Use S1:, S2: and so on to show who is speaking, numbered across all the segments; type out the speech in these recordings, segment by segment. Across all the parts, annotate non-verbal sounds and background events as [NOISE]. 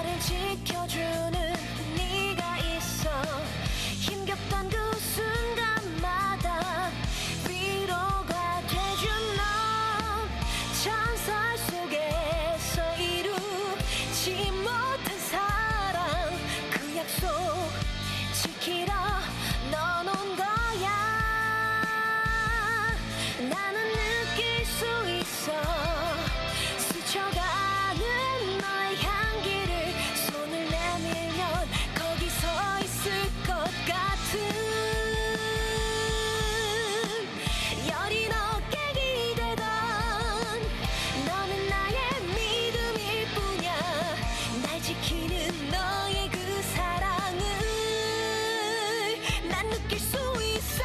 S1: 그그그 난 느낄 수 있어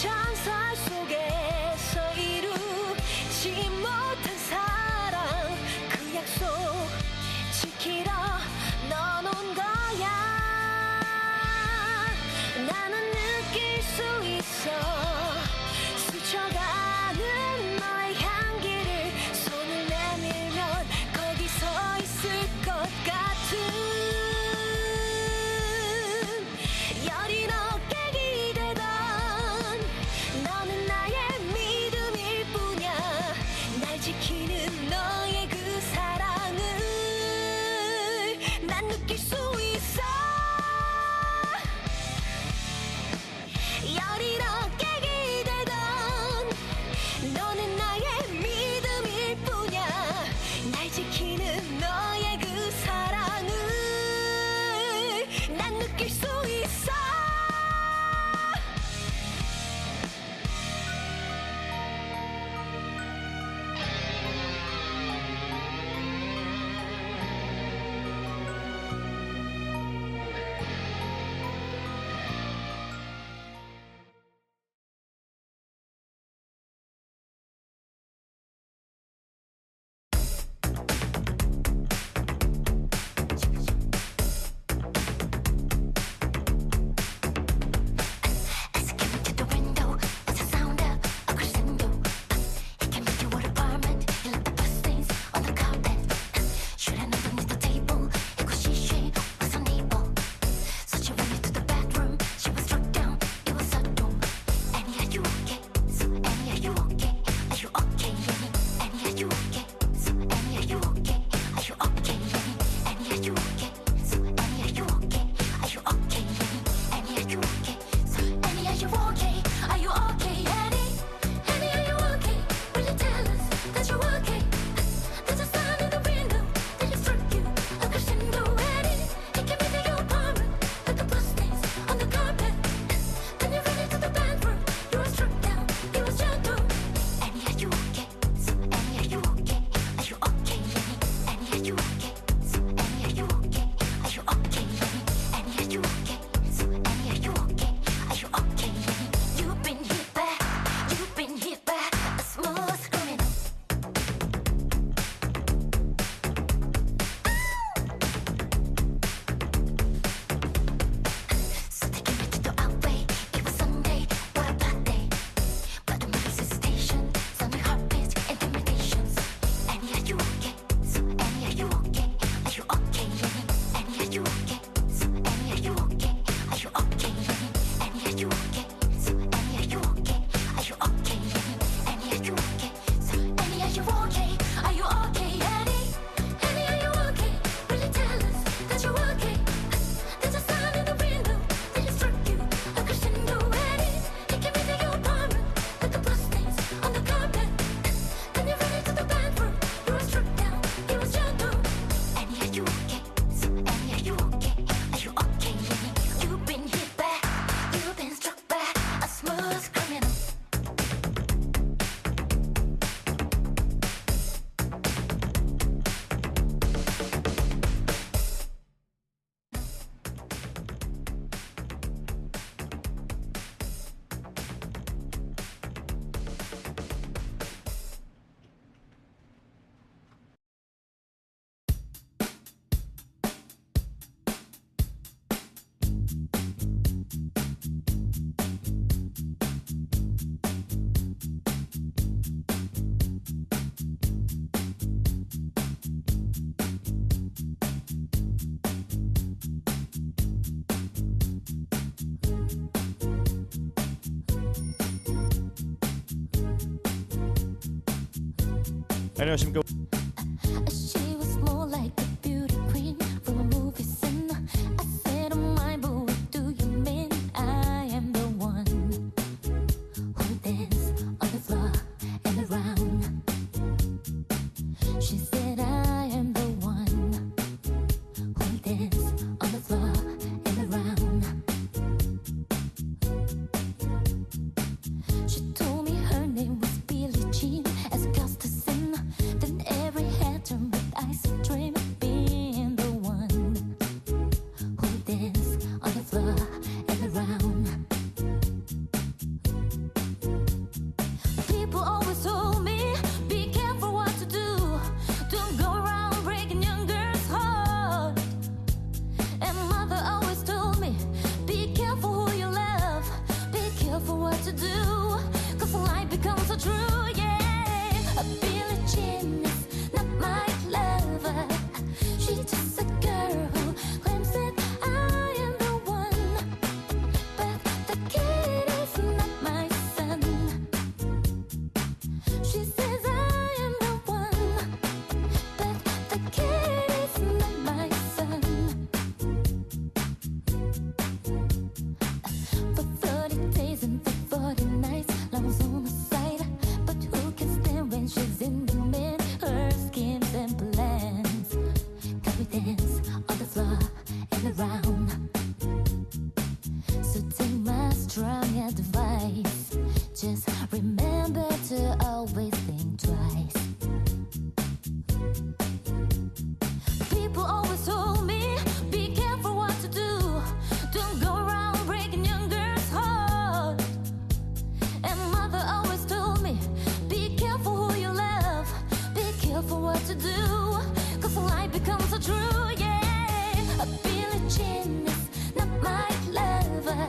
S1: 천사 속에서 이루지 못한 사랑 그 약속 지키러 넌 온 거야 나는 느낄 수 있어 스쳐가는 너의 향기를 손을 내밀면 거기 서 있을 것 같은 여린 어깨 기대던 너는 나의 믿음일 뿐이야 날 지키는 너의 그 사랑을 난 느낄 수 있어 열이 어깨 기대던 너는 나의 믿음일 뿐이야 날 지키는 너의 그 사랑을 난 느낄 수 있어
S2: 안녕하십니까
S3: She was more like a beauty queen from a movie scene. I said, "Oh my, but what do you mean? I am the one who danced on the floor and around." She said, "I am the one who danced on the floor and around." advice. Just remember to always think twice. People always told me, be careful what to do. Don't go around breaking young girls' hearts. And mother always told me, be careful who you love, be careful what to do, cause life becomes so true, yeah. A Billie Jean is not my lover.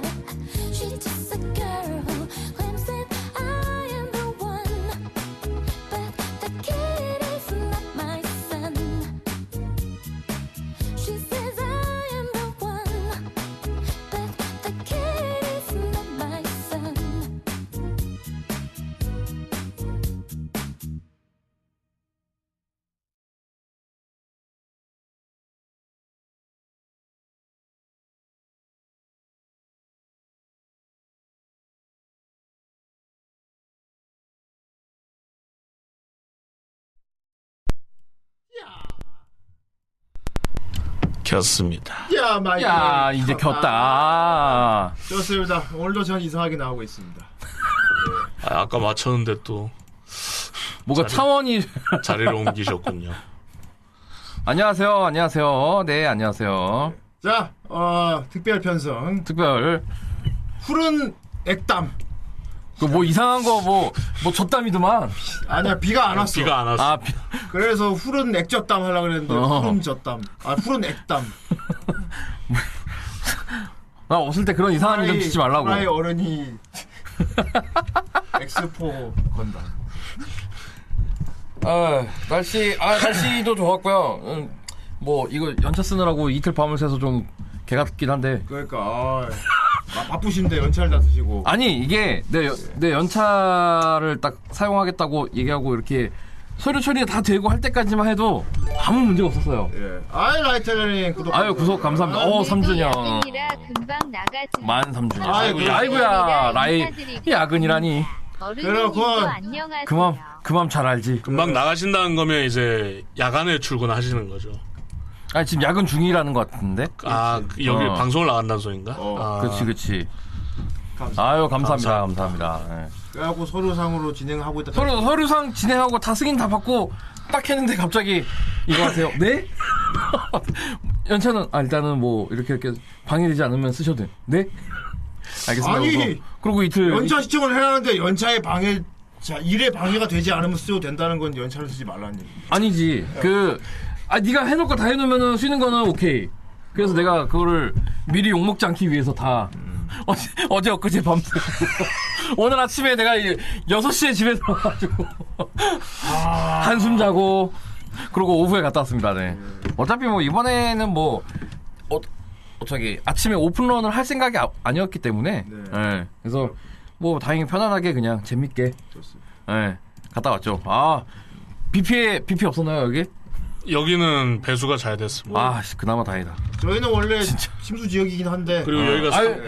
S3: She's just a girl who claims that I am the one. But the kid is not my son. She says I am the one. But the kid is not my son.
S2: 켰습니다.
S4: 야 마이크.
S2: 야 이제 켰다.
S4: 좋습니다. 오늘도 전 이상하게 나오고 있습니다.
S5: 아, 아까 맞췄는데 또
S2: 뭐가 차원이
S5: 자리를
S2: [LAUGHS]
S5: 옮기셨군요.
S2: 안녕하세요. 안녕하세요. 네 안녕하세요.
S4: 자, 어, 특별 편성
S2: 특별
S4: 푸른 액담.
S2: 그 뭐 이상한 거 뭐뭐 젖담이더만.
S4: 아니야 비가 안 왔어.
S5: 비가 안 왔어.
S2: 아 비-
S4: 그래서 푸른 액젓담 하려 그랬는데
S2: 어.
S4: 푸른 젖담. 아 푸른 액담.
S2: 나 없을 때 그런 이상한 이름
S4: 프라이-
S2: 짓지 말라고.
S4: 프라이 어른이 엑스포 건담.
S2: 아, 날씨 아 날씨도 좋았고요. 음, 뭐 이거 연차 쓰느라고 이틀 밤을 새서 좀 개가 같긴 한데.
S4: 그러니까 아, 바- 바쁘신데 연차를 다 쓰시고.
S2: 아니 이게 내, 연- 내 연차를 딱 사용하겠다고 얘기하고 이렇게 서류 처리가 다 되고 할 때까지만 해도 아무 문제가 없었어요.
S4: 예. 아이 라이트닝 구독.
S2: 아유 구독 감사합니다. 어
S4: 네,
S2: 3주년
S6: 야근이라 금방 나가지.
S2: 만 3주년.
S4: 아이고,
S2: 아이고야 라이 야근이라니
S6: 어른님도
S4: 그렇군.
S6: 음, 안녕하세요.
S2: 그만 그만 잘 알지.
S5: 금방 나가신다는 거면 이제 야간에 출근하시는 거죠.
S2: 아 지금 야근 중이라는 것 같은데.
S5: 아 그- 여기
S2: 어.
S5: 방송을 나간다는 소린가?
S4: 어,
S5: 아,
S2: 그렇지 그렇지.
S4: 감사.
S2: 아유 감사합니다 감사합니다. 예.
S4: 그래갖고 서류상으로 진행하고 있다.
S2: 서류 서류상 진행하고 다 승인 다 받고 딱 했는데 갑자기 이거 하세요. 네? [LAUGHS] 연차는 아 일단은 뭐 이렇게 이렇게 방해되지 않으면 쓰셔도 돼. 네? 알겠습니다.
S4: 아니,
S2: 그러고, 그러고 이틀
S4: 연차 시청을 해라는데 연차에 방해 자 일에 방해가 되지 않으면 쓰도 된다는 건 연차를 쓰지 말라는 얘기.
S2: 아니지 그 아, 네가 해놓을 거 다 해놓으면은 쉬는 거는 오케이. 그래서 내가 그거를 미리 욕 먹지 않기 위해서 다 어제 어제 엊그제 밤새 [LAUGHS] 오늘 아침에 내가 6시에 집에 들어가지고 한숨 자고 그러고 오후에 갔다 왔습니다. 네. 어차피 뭐 이번에는 뭐 어, 어, 저기 아침에 오픈런을 할 생각이 아, 아니었기 때문에
S4: 네.
S2: 예. 그래서 뭐 다행히 편안하게 그냥 재밌게
S4: 좋습니다.
S2: 예. 갔다 왔죠. 아, BP에, BP 없었나요, 여기?
S5: 여기는 배수가 잘 됐습니다.
S2: 아, 씨, 그나마 다행이다.
S4: 저희는 원래 침수 지역이긴 한데
S5: 그리고 여기가
S2: 아유,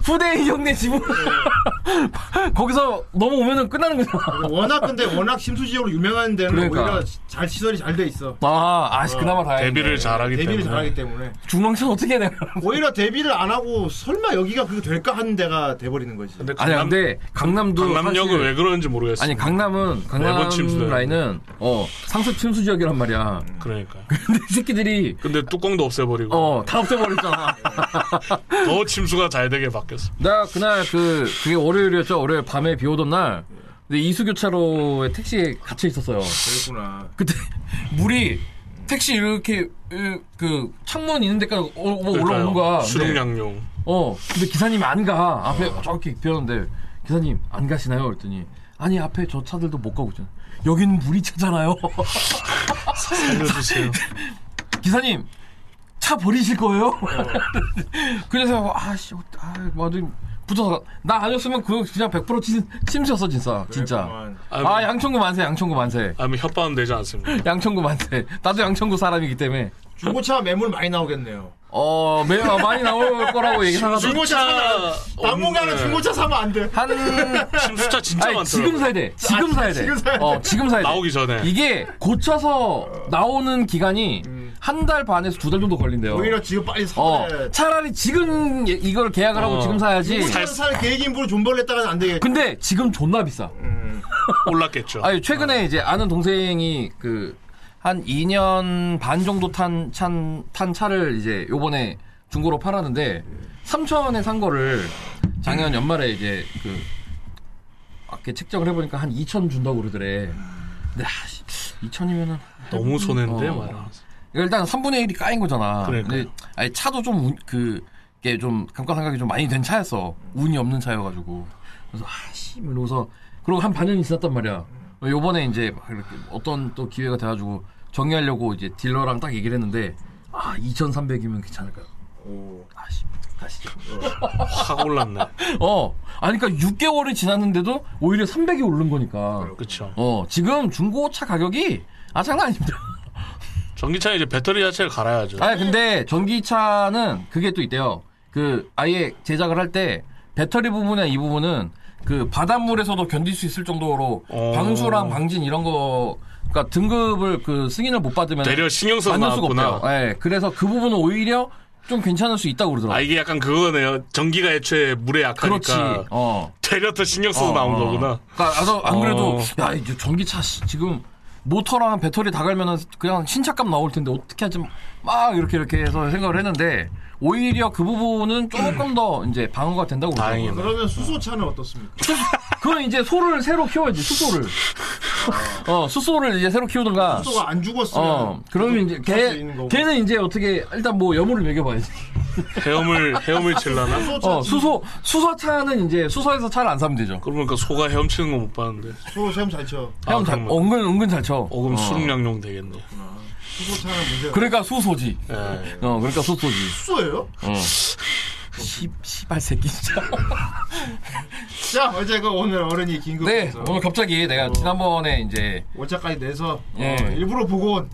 S2: [LAUGHS] 후대인 형네 집은 [LAUGHS] 거기서 넘어오면은 끝나는 거잖아.
S4: 네. 워낙 근데 워낙 침수 지역으로 유명한 데는
S2: 그러니까.
S4: 오히려 잘 시설이 잘 돼 있어.
S2: 아, 아, 씨, 그나마 다행이다.
S5: 대비를 잘하기
S4: 대비를
S5: 때문에
S4: 잘하기 때문에
S2: 중랑천 어떻게 해야 되나?
S4: 오히려 대비를 안 하고 설마 여기가 그게 될까 하는 데가 돼버리는 거지.
S5: 근데
S2: 아니,
S5: 강남,
S2: 근데 강남도.
S5: 강남역은
S2: 사실-
S5: 왜 그러는지 모르겠어요.
S2: 아니, 강남은, 강남
S5: 매번 침수다.
S2: 라인은, 어, 상습 침수 지역이란 말이야.
S5: 그러니까.
S2: 근데 이 새끼들이,
S5: 근데 뚜껑도 없애버리고
S2: 어, 다 없애버렸잖아.
S5: [LAUGHS] 더 침수가 잘 되게 바뀌었어.
S2: 나 그날 그, 그게 월요일이었죠. 월요일 밤에 비 오던 날. 근데 이수교차로에 택시에 갇혀 있었어요.
S4: 그랬구나.
S2: 그때 물이 택시 이렇게 으, 그 창문 있는 데까지 어, 뭐 올라오는 거야. 네. 근데,
S5: 수륙양용.
S2: 어. 근데 기사님 안 가. 앞에
S5: 어.
S2: 저렇게 비었는데 기사님 안 가시나요? 그랬더니 아니 앞에 저 차들도 못 가고 있잖아. 여기는 물이 차잖아요.
S5: 알려주세요.
S2: [LAUGHS] 기사님 차 버리실 거예요? [LAUGHS] 그래서 아씨 아, 완전 붙어서 가. 나 아니었으면 그거 그냥 100% 침, 침수였어 진짜 진짜.
S4: 그랬구만.
S5: 아,
S2: 아 양천구 만세 양천구 만세
S5: 아니면 협박 되지 않습니다.
S2: [LAUGHS] 양천구 만세. 나도 양천구 사람이기 때문에.
S4: 중고차 매물 많이 나오겠네요.
S2: 어, 매, 어, 많이 나올 거라고 얘기하면서
S4: 중고차 사면 당분간은
S5: 없네.
S4: 중고차 사면 안 돼.
S2: 한
S5: 침수차 음, 진짜 많더라고.
S2: 아니, 지금 사야 돼. 지금
S4: 아,
S2: 사야 돼.
S4: 지금 사야 돼.
S2: 어, 지금 사야 돼.
S5: 나오기 전에
S2: 이게 고쳐서 나오는 기간이 한 달 반에서 두 달 정도 걸린대요.
S4: 음. 오히려 지금 빨리
S2: 어,
S4: 사래.
S2: 차라리 지금 이- 이걸 계약을 하고
S5: 어.
S2: 지금 사야지.
S4: 살뭐 사는 계획 인부로 존버를 했다가는 안 되겠.
S2: 근데 지금 존나 비싸.
S5: 음, [LAUGHS] 올랐겠죠.
S2: 아니 최근에 이제 아는 동생이 그 한 2년 반 정도 탄, 찬, 탄 차를 이제 요번에 중고로 팔았는데 3천원에 산 거를 작년 연말에 이제 그 이렇게 책정을 해보니까 한 2천 준다고 그러더래. 근데 아씨 2천이면은
S5: 너무 손해인데 뭐.
S2: 어.
S5: 막.
S2: 그러니까 일단 3분의 1이 까인 거잖아.
S5: 그러니까요.
S2: 근데 아니 차도 좀그 이게 좀 감가상각이 좀 많이 된 차였어. 운이 없는 차여가지고 그래서 아씨 이러고서 그리고 한 반년이 지났단 말이야. 요번에 이제 막 이렇게 어떤 또 기회가 돼가지고 정리하려고 이제 딜러랑 딱 얘기를 했는데 아 2,300이면 괜찮을까요?
S4: 오. 어.
S2: 아씨 가시죠.
S5: 어. 확 올랐네.
S2: [LAUGHS] 어, 아니 그러니까 6개월이 지났는데도 오히려 300이 오른 거니까.
S5: 그렇죠.
S2: 어, 지금 중고차 가격이 아 장난 아닙니다.
S5: 전기차 이제 배터리 자체를 갈아야죠.
S2: 아 근데 전기차는 그게 또 있대요. 그 아예 제작을 할 때 배터리 부분이나 이 부분은 그 바닷물에서도 견딜 수 있을 정도로
S5: 어.
S2: 방수랑 방진 이런 거 그러니까 등급을 그 승인을 못 받으면
S5: 내려 신경 써서
S2: 만들 수가
S5: 나왔구나.
S2: 없대요. 예. 그래서 그 부분은 오히려 좀 괜찮을 수 있다고
S5: 아
S2: 그러더라고요.
S5: 이게 약간 그거네요. 전기가 애초에 물에
S2: 그렇지.
S5: 약하니까
S2: 어.
S5: 되려 더 신경 써서 나온
S2: 어.
S5: 거구나.
S2: 그러니까 나도 안 그래도
S5: 어.
S2: 야 이제 전기차 씨, 지금 모터랑 배터리 다 갈면은 그냥 신차값 나올 텐데 어떻게 하지 막 이렇게 이렇게 해서 생각을 했는데 오히려 그 부분은 조금 더 이제 방어가 된다고
S5: 다행이네.
S2: 그러더라고요.
S4: 그러면 수소차는 어떻습니까?
S2: 그건 이제 소를 새로 키워야지
S5: [LAUGHS]
S2: 수소를. 어 수소를 이제 새로 키우든가.
S4: 수소가 안 죽었으면.
S2: 어 그러면 이제
S4: 살수
S2: 걔
S4: 있는 거고.
S2: 걔는 이제 어떻게 일단 뭐 여물을 먹여봐야지.
S5: 헤엄을 헤엄을 칠라나?
S4: 수소차
S2: 어
S4: 지-
S2: 수소 수소차는 이제 수소에서 차를 안 사면 되죠.
S5: 그러니까 소가 헤엄치는 거 못 봤는데. 아,
S4: 수소 세움 잘 쳐.
S2: 형 잘,
S5: 그러면-
S2: 은근 은근 잘 쳐.
S5: 어 그럼 수륙양용 되겠네.
S4: 수소차는 문제. 가
S2: 그러니까 수소지.
S5: 예.
S2: 어 그러니까 수소지.
S4: 수소예요?
S2: 시, 시발 새끼 진짜.
S4: 자 어제 그 오늘 어른이 긴급.
S2: 네, 오늘 갑자기 내가 지난번에 이제
S4: 오차까지 어. 내서
S2: 예.
S4: 어, 일부러 보고 온.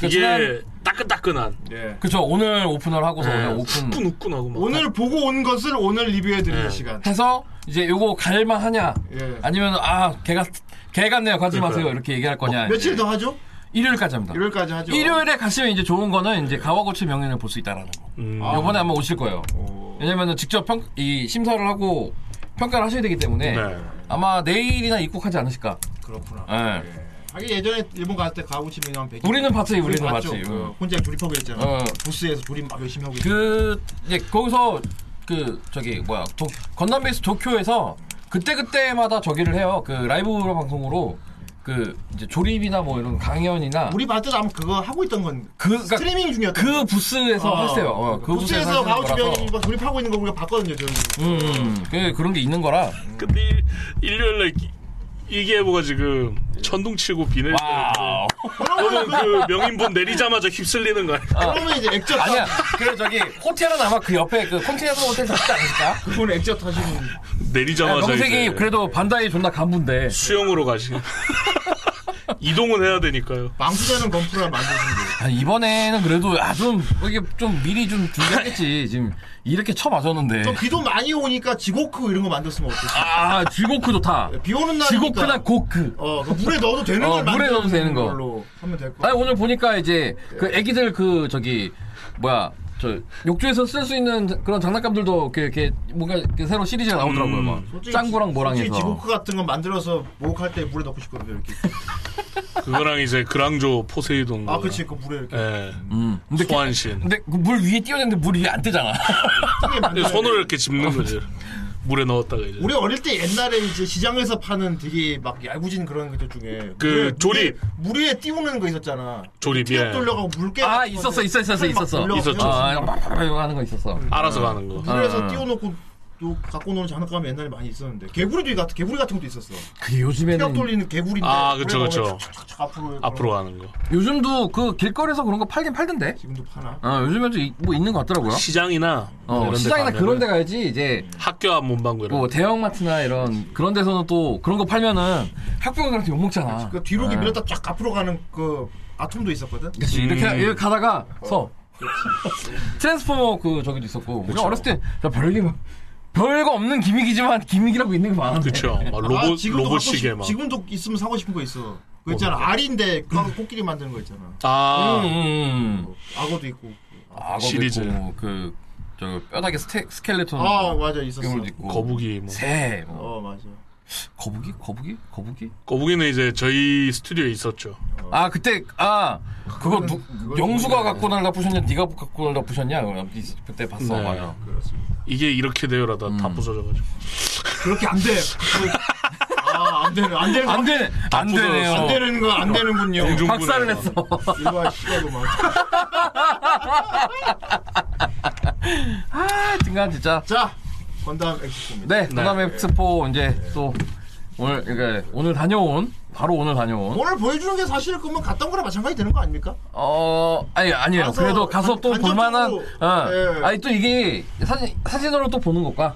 S2: 그 지난
S5: 이게 따끈따끈한.
S4: 예.
S2: 그쵸 오늘 오픈을 하고서
S5: 예.
S2: 오늘 오픈
S5: 후끈후끈하고 막.
S4: 네. 오늘 보고 온 것을 오늘 리뷰해드리는
S5: 예.
S4: 시간.
S2: 네. 해서 이제 요거 갈만 하냐
S4: 예.
S2: 아니면 아 개가 개 같네요 가지 마세요
S5: 그러니까요.
S2: 이렇게 얘기할 거냐
S4: 어, 며칠
S2: 이제
S4: 더 하죠?
S2: 일요일까지 합니다.
S4: 일요일까지 하죠.
S2: 일요일에 가시면 이제 좋은 거는 이제 가와고치 명인을 볼 수 있다라는 거.
S5: 음.
S4: 아.
S2: 요번에 아마 오실 거예요.
S4: 오.
S2: 왜냐면은 직접 평, 이 심사를 하고 평가를 하셔야 되기 때문에
S5: 네.
S2: 아마 내일이나 입국하지 않으실까.
S4: 그렇구나.
S2: 예.
S4: 하긴 예전에 일본 갔을 때 가구치 민영 백.
S2: 우리는 봤지, 우리는
S4: 봤죠.
S2: 봤지,
S4: 그
S2: 응.
S4: 혼자 조립하고 있잖아.
S2: 어.
S4: 부스에서 조립 막 열심히 하고. 있
S2: 그 이제 거기서 그 저기 뭐야 도, 건담 베이스 도쿄에서 그때 그때마다 저기를 해요. 그 라이브 방송으로 그 이제 조립이나 뭐 이런 강연이나
S4: 우리 봤을 때 아마 그거 하고 있던 건.
S2: 그 그러니까
S4: 스트리밍 중이었던 거.
S2: 그 부스에서
S4: 어.
S2: 했어요. 어, 그 부스에서
S4: 부스에서
S2: 하는
S4: 가구치
S2: 거라서.
S4: 명이 막 조립하고 있는 거 우리가 봤거든요. 저는.
S2: 음, 음, 그 그런 게 있는 거라.
S5: 근데 일- 일요일날 기- 이기예보가 지금 천둥 치고 비 내리고.
S2: 와우.
S5: 그러면 그 명인본 내리자마자 휩쓸리는 거 아니야?
S2: 어.
S4: 그러면 이제 액젓.
S2: 아니야. 그래 저기 호텔은 아마 그 옆에 그 컨테이너 호텔 잡지 않을까?
S4: 그분 액젓 하시는.
S5: 내리자마자
S2: 명색이
S5: 이제
S2: 그래도 반다이 존나 간부인데.
S5: 수영으로 가시.
S2: [LAUGHS]
S5: 이동은 해야 되니까요.
S4: 망수되는 건프라 만드시는 거예요.
S2: 아, 이번에는 그래도 아, 좀 이게 좀 미리 좀 준비했겠지. 지금 이렇게 쳐맞았는데.
S4: 저 비도 많이 오니까 지고크 이런 거 만들었으면 어땠어?
S2: 아, 지고크 좋다.
S4: 비 오는 날.
S2: 지고크나 고크.
S4: 어, 그 물에 넣어도 되는
S2: 어,
S4: 걸
S2: 물에 넣어도 되는 거.
S4: 걸로 하면 될 예. 거.
S2: 아니, 오늘 보니까 이제 그 애기들 그 저기 뭐야 저 욕조에서 쓸 수 있는 그런 장난감들도 이렇게, 이렇게 뭔가 이렇게 새로 시리즈가 나오더라고요.
S5: 음,
S2: 막
S4: 솔직히
S2: 짱구랑 뭐랑
S4: 솔직히
S2: 해서.
S4: 지고크 같은 건 만들어서 목욕할 때 물에 넣고 싶거든요, 이렇게.
S5: 그거랑 이제 그랑조 포세이돈.
S4: 아,
S5: 거랑.
S4: 그치, 그 물에 이렇게.
S5: 예.
S2: 음. 근데 그-
S5: 소환신.
S2: 근데 그물 위에 띄워냈는데 물 위에 안 뜨잖아.
S4: 크게
S5: 근데
S4: 만들어야
S5: 손으로
S4: 돼.
S5: 이렇게 집는 거지. 물에 넣었다가 이제.
S4: 우리 어릴 때 옛날에 이제 시장에서 파는 되게 막 얄궂은 그런 것들 중에
S5: 그
S4: 물에-
S5: 조립.
S4: 물 위에 띄우는 거 있었잖아.
S5: 조립,
S4: 탭
S5: 예.
S4: 돌려가고 물개
S2: 아, 있었어, 있어, 있었어, 있었어.
S5: 있었죠.
S2: 아, 아, 막막 이거 하는 거 있었어.
S4: 음.
S5: 알아서 가는 거.
S4: 물에서
S2: 아.
S4: 띄워놓고 또 갖고 노는 장난감이 옛날에 많이 있었는데 개구리도 이 같은 개구리 같은 것도 있었어.
S2: 그게
S4: 뼈
S2: 요즘에는
S4: 돌리는 개구리인데
S5: 아, 그쵸,
S4: 오래
S5: 그쵸.
S4: 먹으면 촥촥촥 앞으로
S5: 앞으로 가는 거.
S2: 요즘도 그 길거리에서 그런 거 팔긴 팔던데.
S4: 지금도 파나?
S2: 아, 요즘에도 이- 뭐 있는 것 같더라고요.
S5: 시장이나 뭐
S2: 어,
S5: 이런 데
S2: 시장이나
S5: 가면은
S2: 그런 데 가야지 이제
S5: 학교 앞 문방구 이런
S2: 뭐 대형마트나 이런 그런 데서는 또 그런 거 팔면은 학부모들한테 욕 먹잖아.
S4: 그 뒤로
S2: 네.
S4: 밀었다 쫙 앞으로 가는 그 아톰도 있었거든.
S2: 그치
S5: 음.
S2: 이렇게 이렇게 가다가 서
S4: [LAUGHS]
S2: 트랜스포머 그 저기도 있었고 우리가 어렸을 때나 별게 막 별거 없는 기믹이지만 기믹이라고 있는 게 많아.
S5: 그쵸. 막 로봇
S4: 지금도 갖고
S5: 로봇 시계
S4: 싶-
S5: 막. 뭐 그러니까.
S4: 지금도 있으면 사고 싶은 거 있어. 그 있잖아 알인데 그 코끼리 만드는 거 있잖아.
S5: 아,
S2: 음, 음.
S4: 악어도 있고.
S2: 악어도
S5: 시리즈.
S2: 있고, 그, 저, 뼈다귀 스테, 스켈레톤.
S4: 아 맞아 있었어.
S2: 괴물도 있고.
S5: 거북이. 뭐.
S2: 새. 뭐.
S4: 어 맞아.
S2: 거북이? 거북이? 거북이?
S5: 거북이는 이제 저희 스튜디오에 있었죠.
S2: 아, 그때, 아, 그거 누,
S4: 그건
S2: 영수가
S4: 모르겠네.
S2: 갖고 날라 부셨냐? 네가 갖고 날라 부셨냐? 그때 봤어. 음.
S5: 네.
S2: 맞아.
S5: 이게 이렇게 되요라다 다 부서져가지고.
S4: 그렇게 안 돼. 아안 되는 안 되는
S2: 안
S4: 안,
S2: 돼! 안
S5: 부서졌어.
S2: 되네요.
S5: 안
S4: 되는 거 안 되는군요.
S5: 공중분해.
S2: 박살을 냈어.
S4: 일과 시간도 많.
S2: 아, 등간 진짜.
S4: 자 건담 엑스포입니다.
S2: 네, 그다음 에 엑스포 이제 또 오늘 그러니까 오늘 다녀온 바로 오늘 다녀온
S4: 오늘 보여주는 게 사실 그러면 갔던 거랑 마찬가지 되는 거 아닙니까?
S2: 어 아니 아니에요
S4: 가서
S2: 그래도 가서
S4: 간-
S2: 또 볼만한
S4: 간접적으로,
S2: 어.
S4: 예.
S2: 아니 또 이게 사진 사진으로 또 보는 것과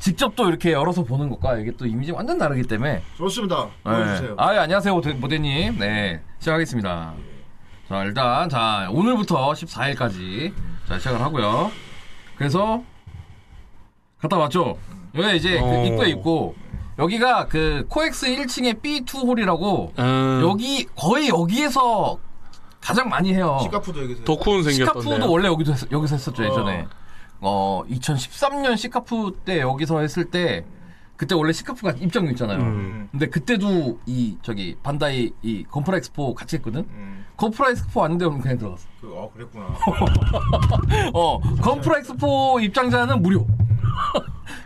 S2: 직접 또 이렇게 열어서 보는 것과 이게 또 이미지 완전 다르기 때문에
S4: 좋습니다. 보여주세요.
S2: 아 안녕하세요 모대- 모대님 네 시작하겠습니다 자 일단 자 오늘부터 14일까지 자 시작을 하고요 그래서 갔다 왔죠 여기 이제 그
S5: 어.
S2: 입구에 있고 여기가 그 코엑스 1층의 B2 홀이라고
S5: 음,
S2: 여기 거의 여기에서 가장 많이 해요
S4: 시카프도 여기서.
S5: 덕후는 생겼던데.
S2: 어. 시카프도 원래 여기도 했- 여기서 했었죠
S4: 어.
S2: 예전에 어 2013년 시카프 때 여기서 했을 때 그때 원래 시카프가 입장료 있잖아요
S5: 음.
S2: 근데 그때도 이 저기 반다이 이 건프라 엑스포 같이 했거든.
S4: 음,
S2: 건프라 엑스포 왔는데 우리 그냥 들어갔어.
S4: 그, 어, 그랬구나.
S2: [LAUGHS] 어, 건프라 엑스포 입장자는 무료. [LAUGHS]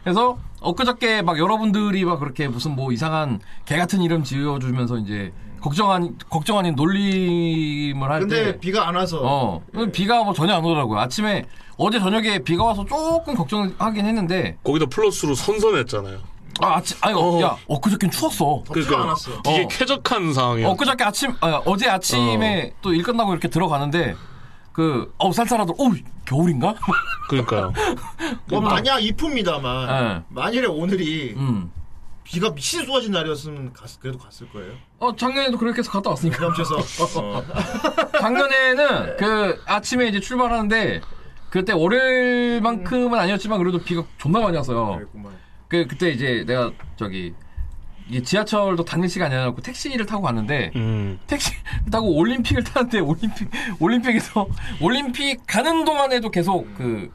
S2: 그래서 엊그저께 막 여러분들이 막 그렇게 무슨 뭐 이상한 개 같은 이름 지어주면서 이제 걱정 아니 걱정 아닌 놀림을 할
S4: 근데
S2: 때.
S4: 비가 안 와서.
S2: 어, 비가 뭐 전혀 안 오더라고요. 아침에 어제 저녁에 비가 와서 조금 걱정하긴 했는데
S5: 거기다 플러스로 선선했잖아요.
S2: 아 아침 아니 어,
S5: 어.
S2: 야 엊그저께는 추웠어.
S4: 덥지가 않았어.
S5: 그러니까 되게
S2: 어.
S5: 쾌적한 상황이에요.
S2: 엊그저께 아침, 아, 어제 아침에 또 일 끝나고 이렇게 들어가는데, 그, 어우, 쌀쌀하더라. 어우, 겨울인가? [LAUGHS]
S5: 그러니까요.
S2: 음.
S4: 뭐 만약 이쁩니다만
S2: 예.
S4: 만일에 오늘이
S2: 음.
S4: 비가 미친 쏟아진 날이었으면 갔, 그래도 갔을 거예요.
S2: 어, 작년에도 그렇게 해서 갔다 왔으니까. [LAUGHS]
S4: 그럼쳐서 어. 네.
S2: 작년에는 그 아침에 이제 출발하는데, 그때 월요일만큼은 아니었지만 그래도 비가 존나 많이 왔어요.
S4: 그랬구만.
S2: 그, 그때 이제 내가 저기, 이게 지하철도 당일 시간이 아니고 택시를 타고 갔는데,
S5: 음.
S2: 택시 [LAUGHS] 타고 올림픽을 타는데 올림픽 올림픽에서 올림픽 가는 동안에도 계속 그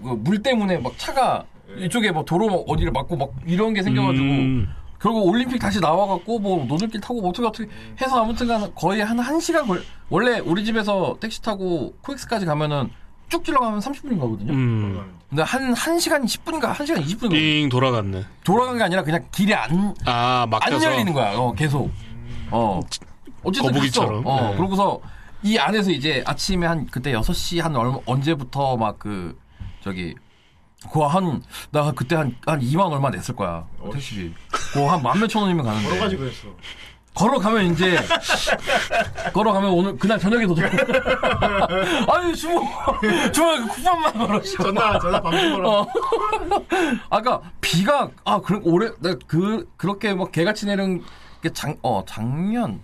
S2: 물 때문에 막 차가 이쪽에 막 도로 막 어디를 막고 막 이런 게 생겨가지고
S5: 음.
S2: 결국 올림픽 다시 나와갖고 뭐 노들길 타고 뭐 어떻게 어떻게 해서 아무튼간 거의 한 1시간 걸 원래 우리 집에서 택시 타고 코엑스까지 가면은 쭉 질러가면 30분인 거거든요.
S5: 음.
S2: 근데 한 1시간 10분인가 1시간 20분
S5: 빙 돌아갔네.
S2: 돌아간 게 아니라 그냥 길이 안
S5: 아
S2: 안
S5: 막혀서.
S2: 열리는 거야. 어, 계속. 어. 어쨌든
S5: 거북이처럼.
S2: 갔어. 어,
S5: 네.
S2: 그러고서 이 안에서 이제 아침에 한 그때 6시 한 얼마 언제부터 막 그 저기 그한나 그때 한 한 2만 얼마 냈을 거야. 택시비. 그한만 몇천 원이면 가는데.
S4: 여러 가지 그랬어.
S2: 걸어가면
S4: [LAUGHS]
S2: 이제 걸어가면 오늘 그날 저녁에 도착. 아유 주모 주모 그 쿠팡만 걸어.
S4: 전화 전화 방송으로.
S2: 어. [LAUGHS] 아까 비가 아 그런 올해 나그 그렇게 막 개같이 내린 게 장 어 작년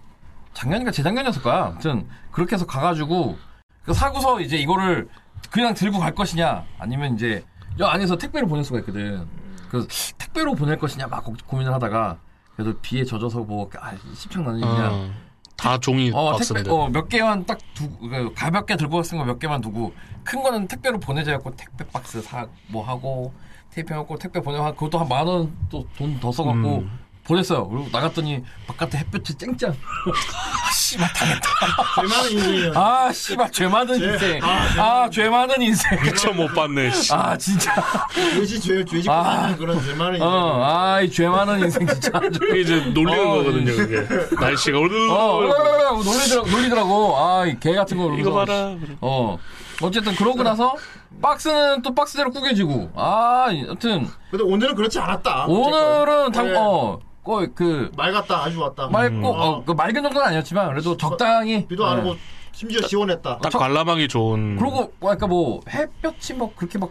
S2: 작년인가 재작년이었을 거야. 아무튼 그렇게 해서 가가지고 그 사고서 이제 이거를 그냥 들고 갈 것이냐 아니면 이제 여 안에서 택배로 보낼 수가 있거든. 그래서 택배로 보낼 것이냐 막 고- 고민을 하다가 그래도 비에 젖어서 뭐 아, 십창 나는 일이냐.
S5: 어. 다 종이
S2: 어,
S5: 박스인데.
S2: 택배, 어, 몇 개만 딱 두고, 그 가볍게 들고 쓴 거 몇 개만 두고, 큰 거는 택배로 보내자고 택배 박스 사, 뭐 하고, 테이핑하고 택배 보내고, 한- 그것도 한 만 원 또 돈 더 써갖고,
S5: 음.
S2: 보냈어요. 그리고 나갔더니, 바깥에 햇볕이 쨍쨍. [LAUGHS] 아, 씨발, 당했다.
S4: 얼마나 인생이야.
S2: 아, 씨발, 죄 많은 인생. 아, 죄 많은 인생.
S5: 못 봤네. 씨.
S2: 아, 진짜.
S4: 죄지 죄 죄지
S2: 아.
S4: 그런 죄만은 인생.
S2: 어, 아, 이 죄 많은 인생 진짜.
S5: 그게 [LAUGHS] 이제 놀리는
S2: 어,
S5: 거거든요. 그게 날씨가 오르르.
S2: 어, 놀리더라고, 놀리더라고. 아, 이 개 같은 거.
S5: 이거
S2: 그러면서.
S5: 봐라.
S2: 어. 어쨌든 그러고 나서 박스는 또 박스대로 구겨지고. 아, 여튼
S4: 근데 오늘은 그렇지 않았다.
S2: 오늘은 당
S4: 예.
S2: 어, 거의 그
S4: 맑았다 아주 왔다.
S2: 맑고
S4: 어.
S2: 어, 그 맑은 정도는 아니었지만 그래도 적당히
S4: 비도 안
S2: 예.
S4: 오고 심지어 시원했다.
S5: 딱 관람하기 좋은.
S2: 그러고 약간 뭐 햇볕이 막 그렇게 막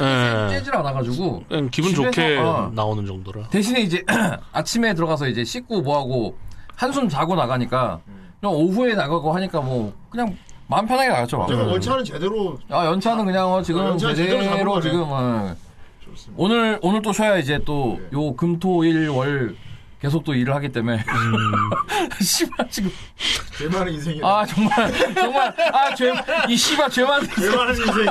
S5: 예.
S2: 쬐질 않아 가지고
S5: 그냥 기분
S2: 집에서,
S5: 좋게
S2: 어.
S5: 나오는 정도라.
S2: 대신에 이제 아침에 들어가서 이제 씻고 뭐 하고 한숨 자고 나가니까 그냥 오후에 나가고 하니까 뭐 그냥 마음 편하게 나갔죠. 막.
S4: 지금 월차는 제대로
S2: 아 연차는 그냥 어, 지금
S4: 어, 연차는 제대로
S2: 제대로,
S4: 잡은 거네.
S2: 지금 어.
S4: 좋습니다. 예.
S2: 오늘 오늘 또 쉬어야 이제 또 요 금토일월 계속 또 일을 하기 때문에 [LAUGHS] 씨발 지금
S4: 제 많은 인생이다.
S2: 아 정말 정말 아죄이 씨발 죄만
S4: 제 많은 인생.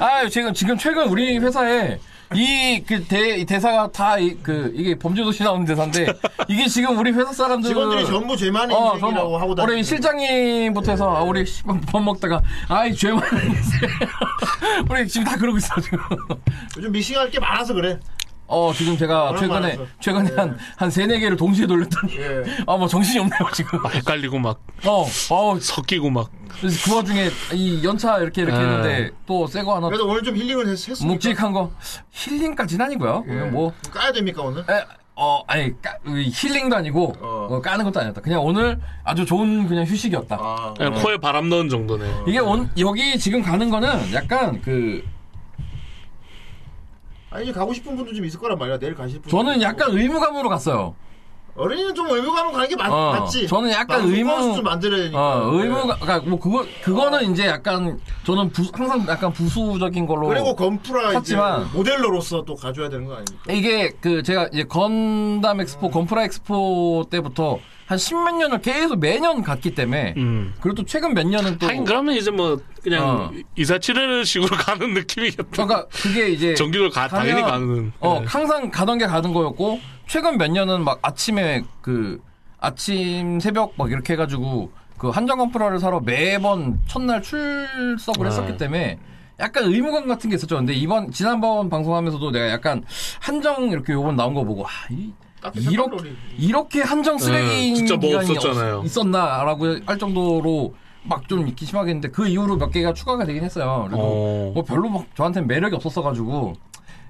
S2: 아 지금 지금 최근 우리 회사에 이 그 대 대사가 다 그 이게 범죄도시 나오는 대사인데 이게 지금 우리 회사 사람들
S4: 직원들이 전부 제 많은 인생이라고 네. 하고 다니는.
S2: 우리 실장님부터 해서 아, 우리 씨발 밥 먹다가 아이 죄만 [LAUGHS] 우리 지금 다 그러고 있어 지금
S4: 요즘 믹싱할 게 많아서 그래.
S2: 어 지금 제가
S4: 워낙
S2: 최근에
S4: 많아서.
S2: 최근에
S4: 예.
S2: 한한 세네 개를 동시에 돌렸더니
S4: 예.
S2: 아 뭐 정신이 없네요 지금
S5: 헷갈리고 막
S2: 어어
S5: 섞이고 막
S2: 그래서 그 와중에 이 연차 이렇게 이렇게
S5: 예.
S2: 했는데 또 새 거 하나
S4: 그래도 오늘 좀 힐링을 했, 했습니까?
S2: 묵직한 거 힐링까지는 아니고요
S4: 예.
S2: 오늘 뭐
S4: 까야 됩니까 오늘?
S2: 에, 어, 아니, 까, 이 힐링도 아니고,
S4: 어.
S2: 어, 까는 것도 아니었다. 그냥 오늘 아주 좋은 그냥 휴식이었다. 어.
S4: 아,
S5: 그냥 네, 코에 바람 넣은 정도네.
S2: 이게 온, 여기 지금 가는 거는 약간 그,
S4: 아 이제 가고 싶은 분도 좀 있을 거란 말이야. 내일 가실 분.
S2: 저는 약간 의무감으로 갔어요.
S4: 어린이는 좀 의무감으로 가는 게 아, 맞,
S2: 어,
S4: 맞지.
S2: 저는 약간
S4: 방송
S2: 의무-
S4: 코너스 좀 만들어야 되니까.
S2: 어,
S4: 예.
S2: 의무감, 그니까 뭐 그거, 그거는 이제 약간, 저는 부- 항상 약간 부수적인 걸로.
S4: 그리고 건프라 이제
S2: 샀지만-
S4: 모델러로서 또 가져야 되는 거 아닙니까?
S2: 이게 그 제가 이제 건담 엑스포, 건프라 엑스포 때부터 한 십몇 년을 계속 매년 갔기 때문에,
S5: 음.
S2: 그리고 또 최근 몇 년은 또.
S5: 하긴 그러면 이제 뭐
S2: 어.
S5: 그냥 이사치레는 식으로 [LAUGHS] 가는 느낌이겠다.
S2: 그러니까 그게 이제.
S5: 정규를 가 당연히
S2: 가면-
S5: 가는.
S2: 어,
S5: 네.
S2: 항상 가던 게 가던 거였고, 최근 몇 년은 막 아침에 그, 아침 새벽 막 이렇게 해가지고, 그 한정건 프라를 사러 매번 첫날 출석을
S5: 네.
S2: 했었기 때문에, 약간 의무감 같은 게 있었죠. 근데 이번, 지난번 방송하면서도 내가 약간 한정 이렇게 요번 나온 거 보고, 아, 이,
S4: 딱히 생각도
S2: 이렇게,
S4: 없이.
S2: 이렇게 한정 쓰레기인
S5: 네, 진짜 뭐
S2: 기간이 없-
S5: 없었잖아요.
S2: 있었나라고 할 정도로 막 좀 있기 심하게 했는데, 그 이후로 몇 개가 추가가 되긴 했어요. 그래도
S5: 어.
S2: 뭐 별로 막 저한테는 매력이 없었어가지고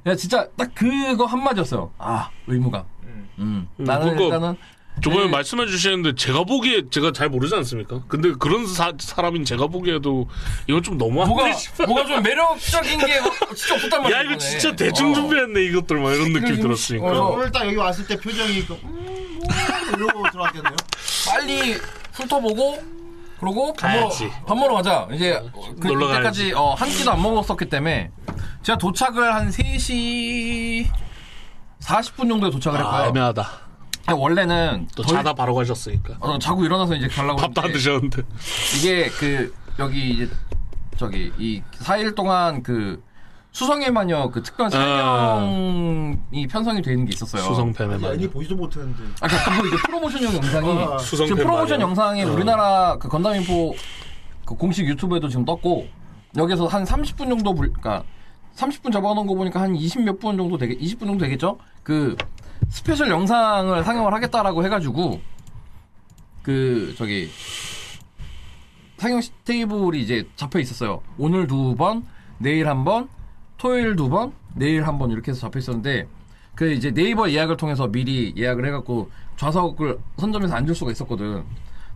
S2: 그냥 진짜 딱 그거 한마디였어요. 아 의무감. 음.
S5: 음,
S2: 나는
S5: 그거-
S2: 일단은
S5: 저번에
S2: 네.
S5: 말씀해 주시는데 제가 보기에 제가 잘 모르지 않습니까? 근데 그런 사, 사람인 제가 보기에도 이건 좀 너무한데.
S2: 뭐가
S5: 씨발.
S2: 뭐가 좀 매력적인 게 막 진짜 없었단 말이야.
S5: 야 이거
S2: 이번에.
S5: 진짜 대충
S2: 어.
S5: 준비했네 이것들 막 이런 느낌
S2: 이거-
S5: 들었으니까.
S2: 어.
S4: 그럼 오늘 딱 여기 왔을 때 표정이 그, 음, 뭐, 이러고 들어왔겠네요.
S2: 빨리 훑어보고 그러고 밥 먹으러,
S5: 가야지.
S2: 밥 먹으러 가자. 이제 그,
S5: 놀러
S2: 그때까지 어, 한 끼도 안 먹었었기 때문에 제가 도착을 한 3시 40분 정도에 도착을
S5: 아,
S2: 했고요.
S5: 애매하다.
S2: 원래는
S5: 또
S2: 덜-
S5: 자다 바로 가셨으니까.
S2: 어, 자고 일어나서 이제 가려고
S5: 밥도 안
S2: 했는데
S5: 드셨는데.
S2: 이게 그 여기 이제 저기 이 4일 동안 그 수성의 마녀 그
S5: 아.
S2: 특별 사령이 편성이 되는 게 있었어요.
S5: 네. 수성팬의
S4: 야,
S5: 말.
S4: 니 보지도 못했는데.
S2: 아까 그러니까 그거 이제 프로모션용 영상이
S4: 아,
S5: 수성팬
S2: 지금 프로모션
S5: 마녀.
S2: 영상이
S5: 어.
S2: 우리나라 그 건담 인포 그 공식 유튜브에도 지금 떴고 여기서 한 30분 정도 불, 그러니까 30분 잡아놓은 거 보니까 한 20 몇 분 정도 되겠 20분 정도 되겠죠? 그 스페셜 영상을 상영을 하겠다라고 해가지고 그 저기 상영 시- 테이블이 이제 잡혀 있었어요. 오늘 두 번, 내일 한 번, 토요일 두 번, 내일 한 번 이렇게 해서 잡혀 있었는데 그 이제 네이버 예약을 통해서 미리 예약을 해갖고 좌석을 선점해서 앉을 수가 있었거든.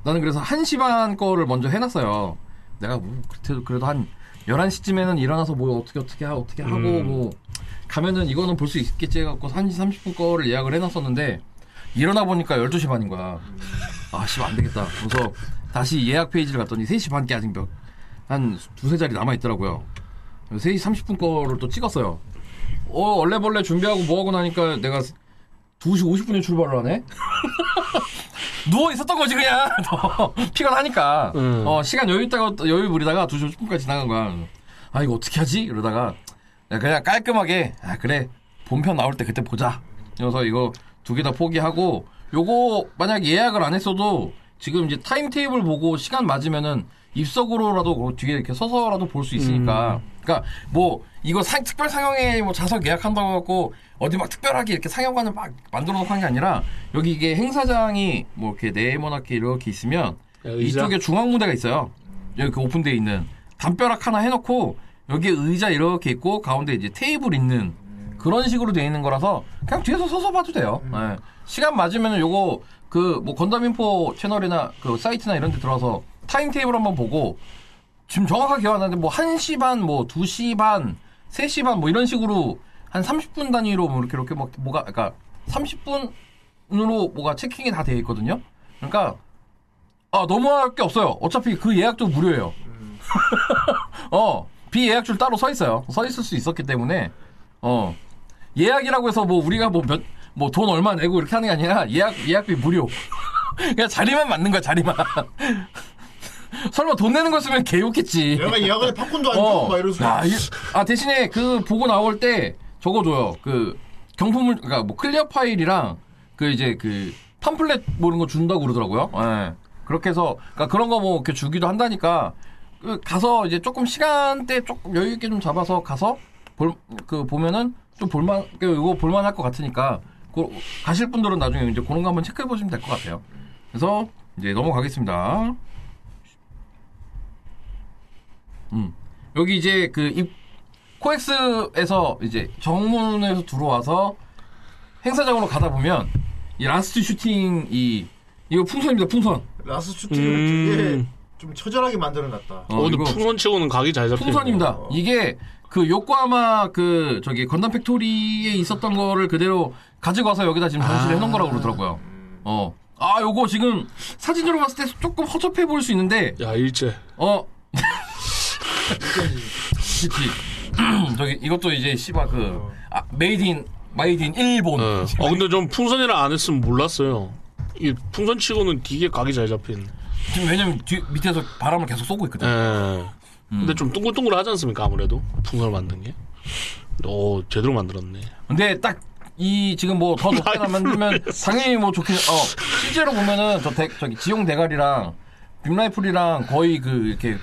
S2: 나는 그래서 1시 반 거를 먼저 해놨어요. 내가 뭐 그래도, 그래도 한 11시쯤에는 일어나서 뭐 어떻게 어떻게 하, 어떻게 하고 뭐 가면은 이거는 볼 수 있겠지 해갖고 1시 30분 거를 예약을 해놨었는데 일어나 보니까 12시 반인 거야. 아, 씨, 안 되겠다. 그래서 다시 예약 페이지를 갔더니 3시 반께 아직 몇, 한 두세 자리 남아있더라고요. 3시 30분 거를 또 찍었어요. 어, 얼레벌레 준비하고 뭐하고 나니까 내가 2시 50분에 출발을 하네? [LAUGHS] 누워 있었던 거지, 그냥. [LAUGHS] 더 피곤하니까.
S5: 음.
S2: 어, 시간 여유 있다가, 또 여유 부리다가 2시 50분까지 지나간 거야. 아, 이거 어떻게 하지? 이러다가 야, 그냥 깔끔하게, 아, 그래. 본편 나올 때 그때 보자. 그래서 이거 두 개 다 포기하고, 요거 만약 예약을 안 했어도 지금 이제 타임 테이블 보고 시간 맞으면은 입석으로라도 그 뒤에 이렇게 서서라도 볼 수 있으니까. 그러니까 뭐 이거 사- 특별 상영회 뭐 좌석 예약한다고 갖고 어디 막 특별하게 이렇게 상영관을 막 만들어 놓고 하는 게 아니라 여기 이게 행사장이 뭐 이렇게 네모나게 이렇게 있으면
S5: 의자?
S2: 이쪽에 중앙 무대가 있어요. 여기 그 오픈되어 있는 담벼락 하나 해놓고 여기 의자 이렇게 있고 가운데 이제 테이블 있는 그런 식으로 되어 있는 거라서 그냥 뒤에서 서서 봐도 돼요.
S5: 음.
S2: 예. 시간 맞으면 요거 그 뭐 건담인포 채널이나 그 사이트나 이런 데 들어가서 타임테이블 한번 보고 지금 정확하게 기억 안 나는데 뭐 1시 반, 뭐 2시 반, 3시 반 뭐 이런 식으로 한 30분 단위로 뭐 이렇게 이렇게 막 뭐가 그러니까 30분으로 뭐가 체킹이 다 되어 있거든요. 그러니까 아 너무 할 게 없어요. 어차피 그 예약도 무료예요. [LAUGHS] 어 비예약줄 따로 서 있어요. 서 있을 수 있었기 때문에 어 예약이라고 해서 뭐 우리가 뭐 몇 뭐 뭐 돈 얼마 내고 이렇게 하는 게 아니라 예약 예약비 무료. [LAUGHS] 그냥 자리만 맞는 거야 자리만. [LAUGHS] 설마 돈 내는 거 쓰면 개웃겠지.
S4: 내가 예약을
S2: [LAUGHS]
S4: 해 팝콘도 안 주고 막 이러면서
S2: 어. 야, 이- 아, 대신에 그 보고 나올 때 저거 줘요. 그 경품을 그러니까 뭐 클리어 파일이랑 그 이제 그 팜플렛 뭐 이런 거 준다고 그러더라고요. 예. 그렇게 해서 그러니까 그런 거 뭐 이렇게 주기도 한다니까 그 가서 이제 조금 시간대 조금 여유 있게 좀 잡아서 가서 볼 그 보면은 좀 볼만 그 이거 볼만 할 것 같으니까 고, 가실 분들은 나중에 이제 그런 거 한번 체크해 보시면 될 것 같아요. 그래서 이제 넘어가겠습니다. 여기 이제 그 입, 코엑스에서 이제 정문에서 들어와서 행사장으로 가다 보면 이 라스트 슈팅 이 이거 풍선입니다 풍선
S4: 라스 슈팅을
S5: 음.
S4: 되게 좀 처절하게 만들어놨다.
S2: 어,
S5: 오늘
S2: 이거
S5: 풍선 치고는 각이 잘 잡혀.
S2: 풍선입니다 이게 그 요코하마 그 저기 건담 팩토리에 있었던 거를 그대로 가지고 와서 여기다 지금 전시를 해놓은 거라고 그러더라고요 어 아 요거 지금 사진으로 봤을 때 조금 허접해 보일 수 있는데
S5: 야 일제.
S2: 어. [LAUGHS] 그치. [CLEARS THROAT] 저기 이것도 이제 씨바 그 아, 메이드 인 메이드 인 일본.
S5: 예. 어 근데 좀 풍선이라 안 했으면 몰랐어요. 이 풍선 치고는 되게 각이 잘 잡힌.
S2: 지금 왜냐면 뒤 밑에서 바람을 계속 쏘고 있거든.
S5: 예. 근데 좀 둥글둥글 하지 않습니까 아무래도 풍선을 만든 게. 오 어, 제대로 만들었네.
S2: 근데 딱 이 지금 뭐 더 높게 만들면 당연히 뭐 좋긴 어 실제로 보면은 저 대, 저기 지용 대가리랑 빅라이플이랑 거의 그 이렇게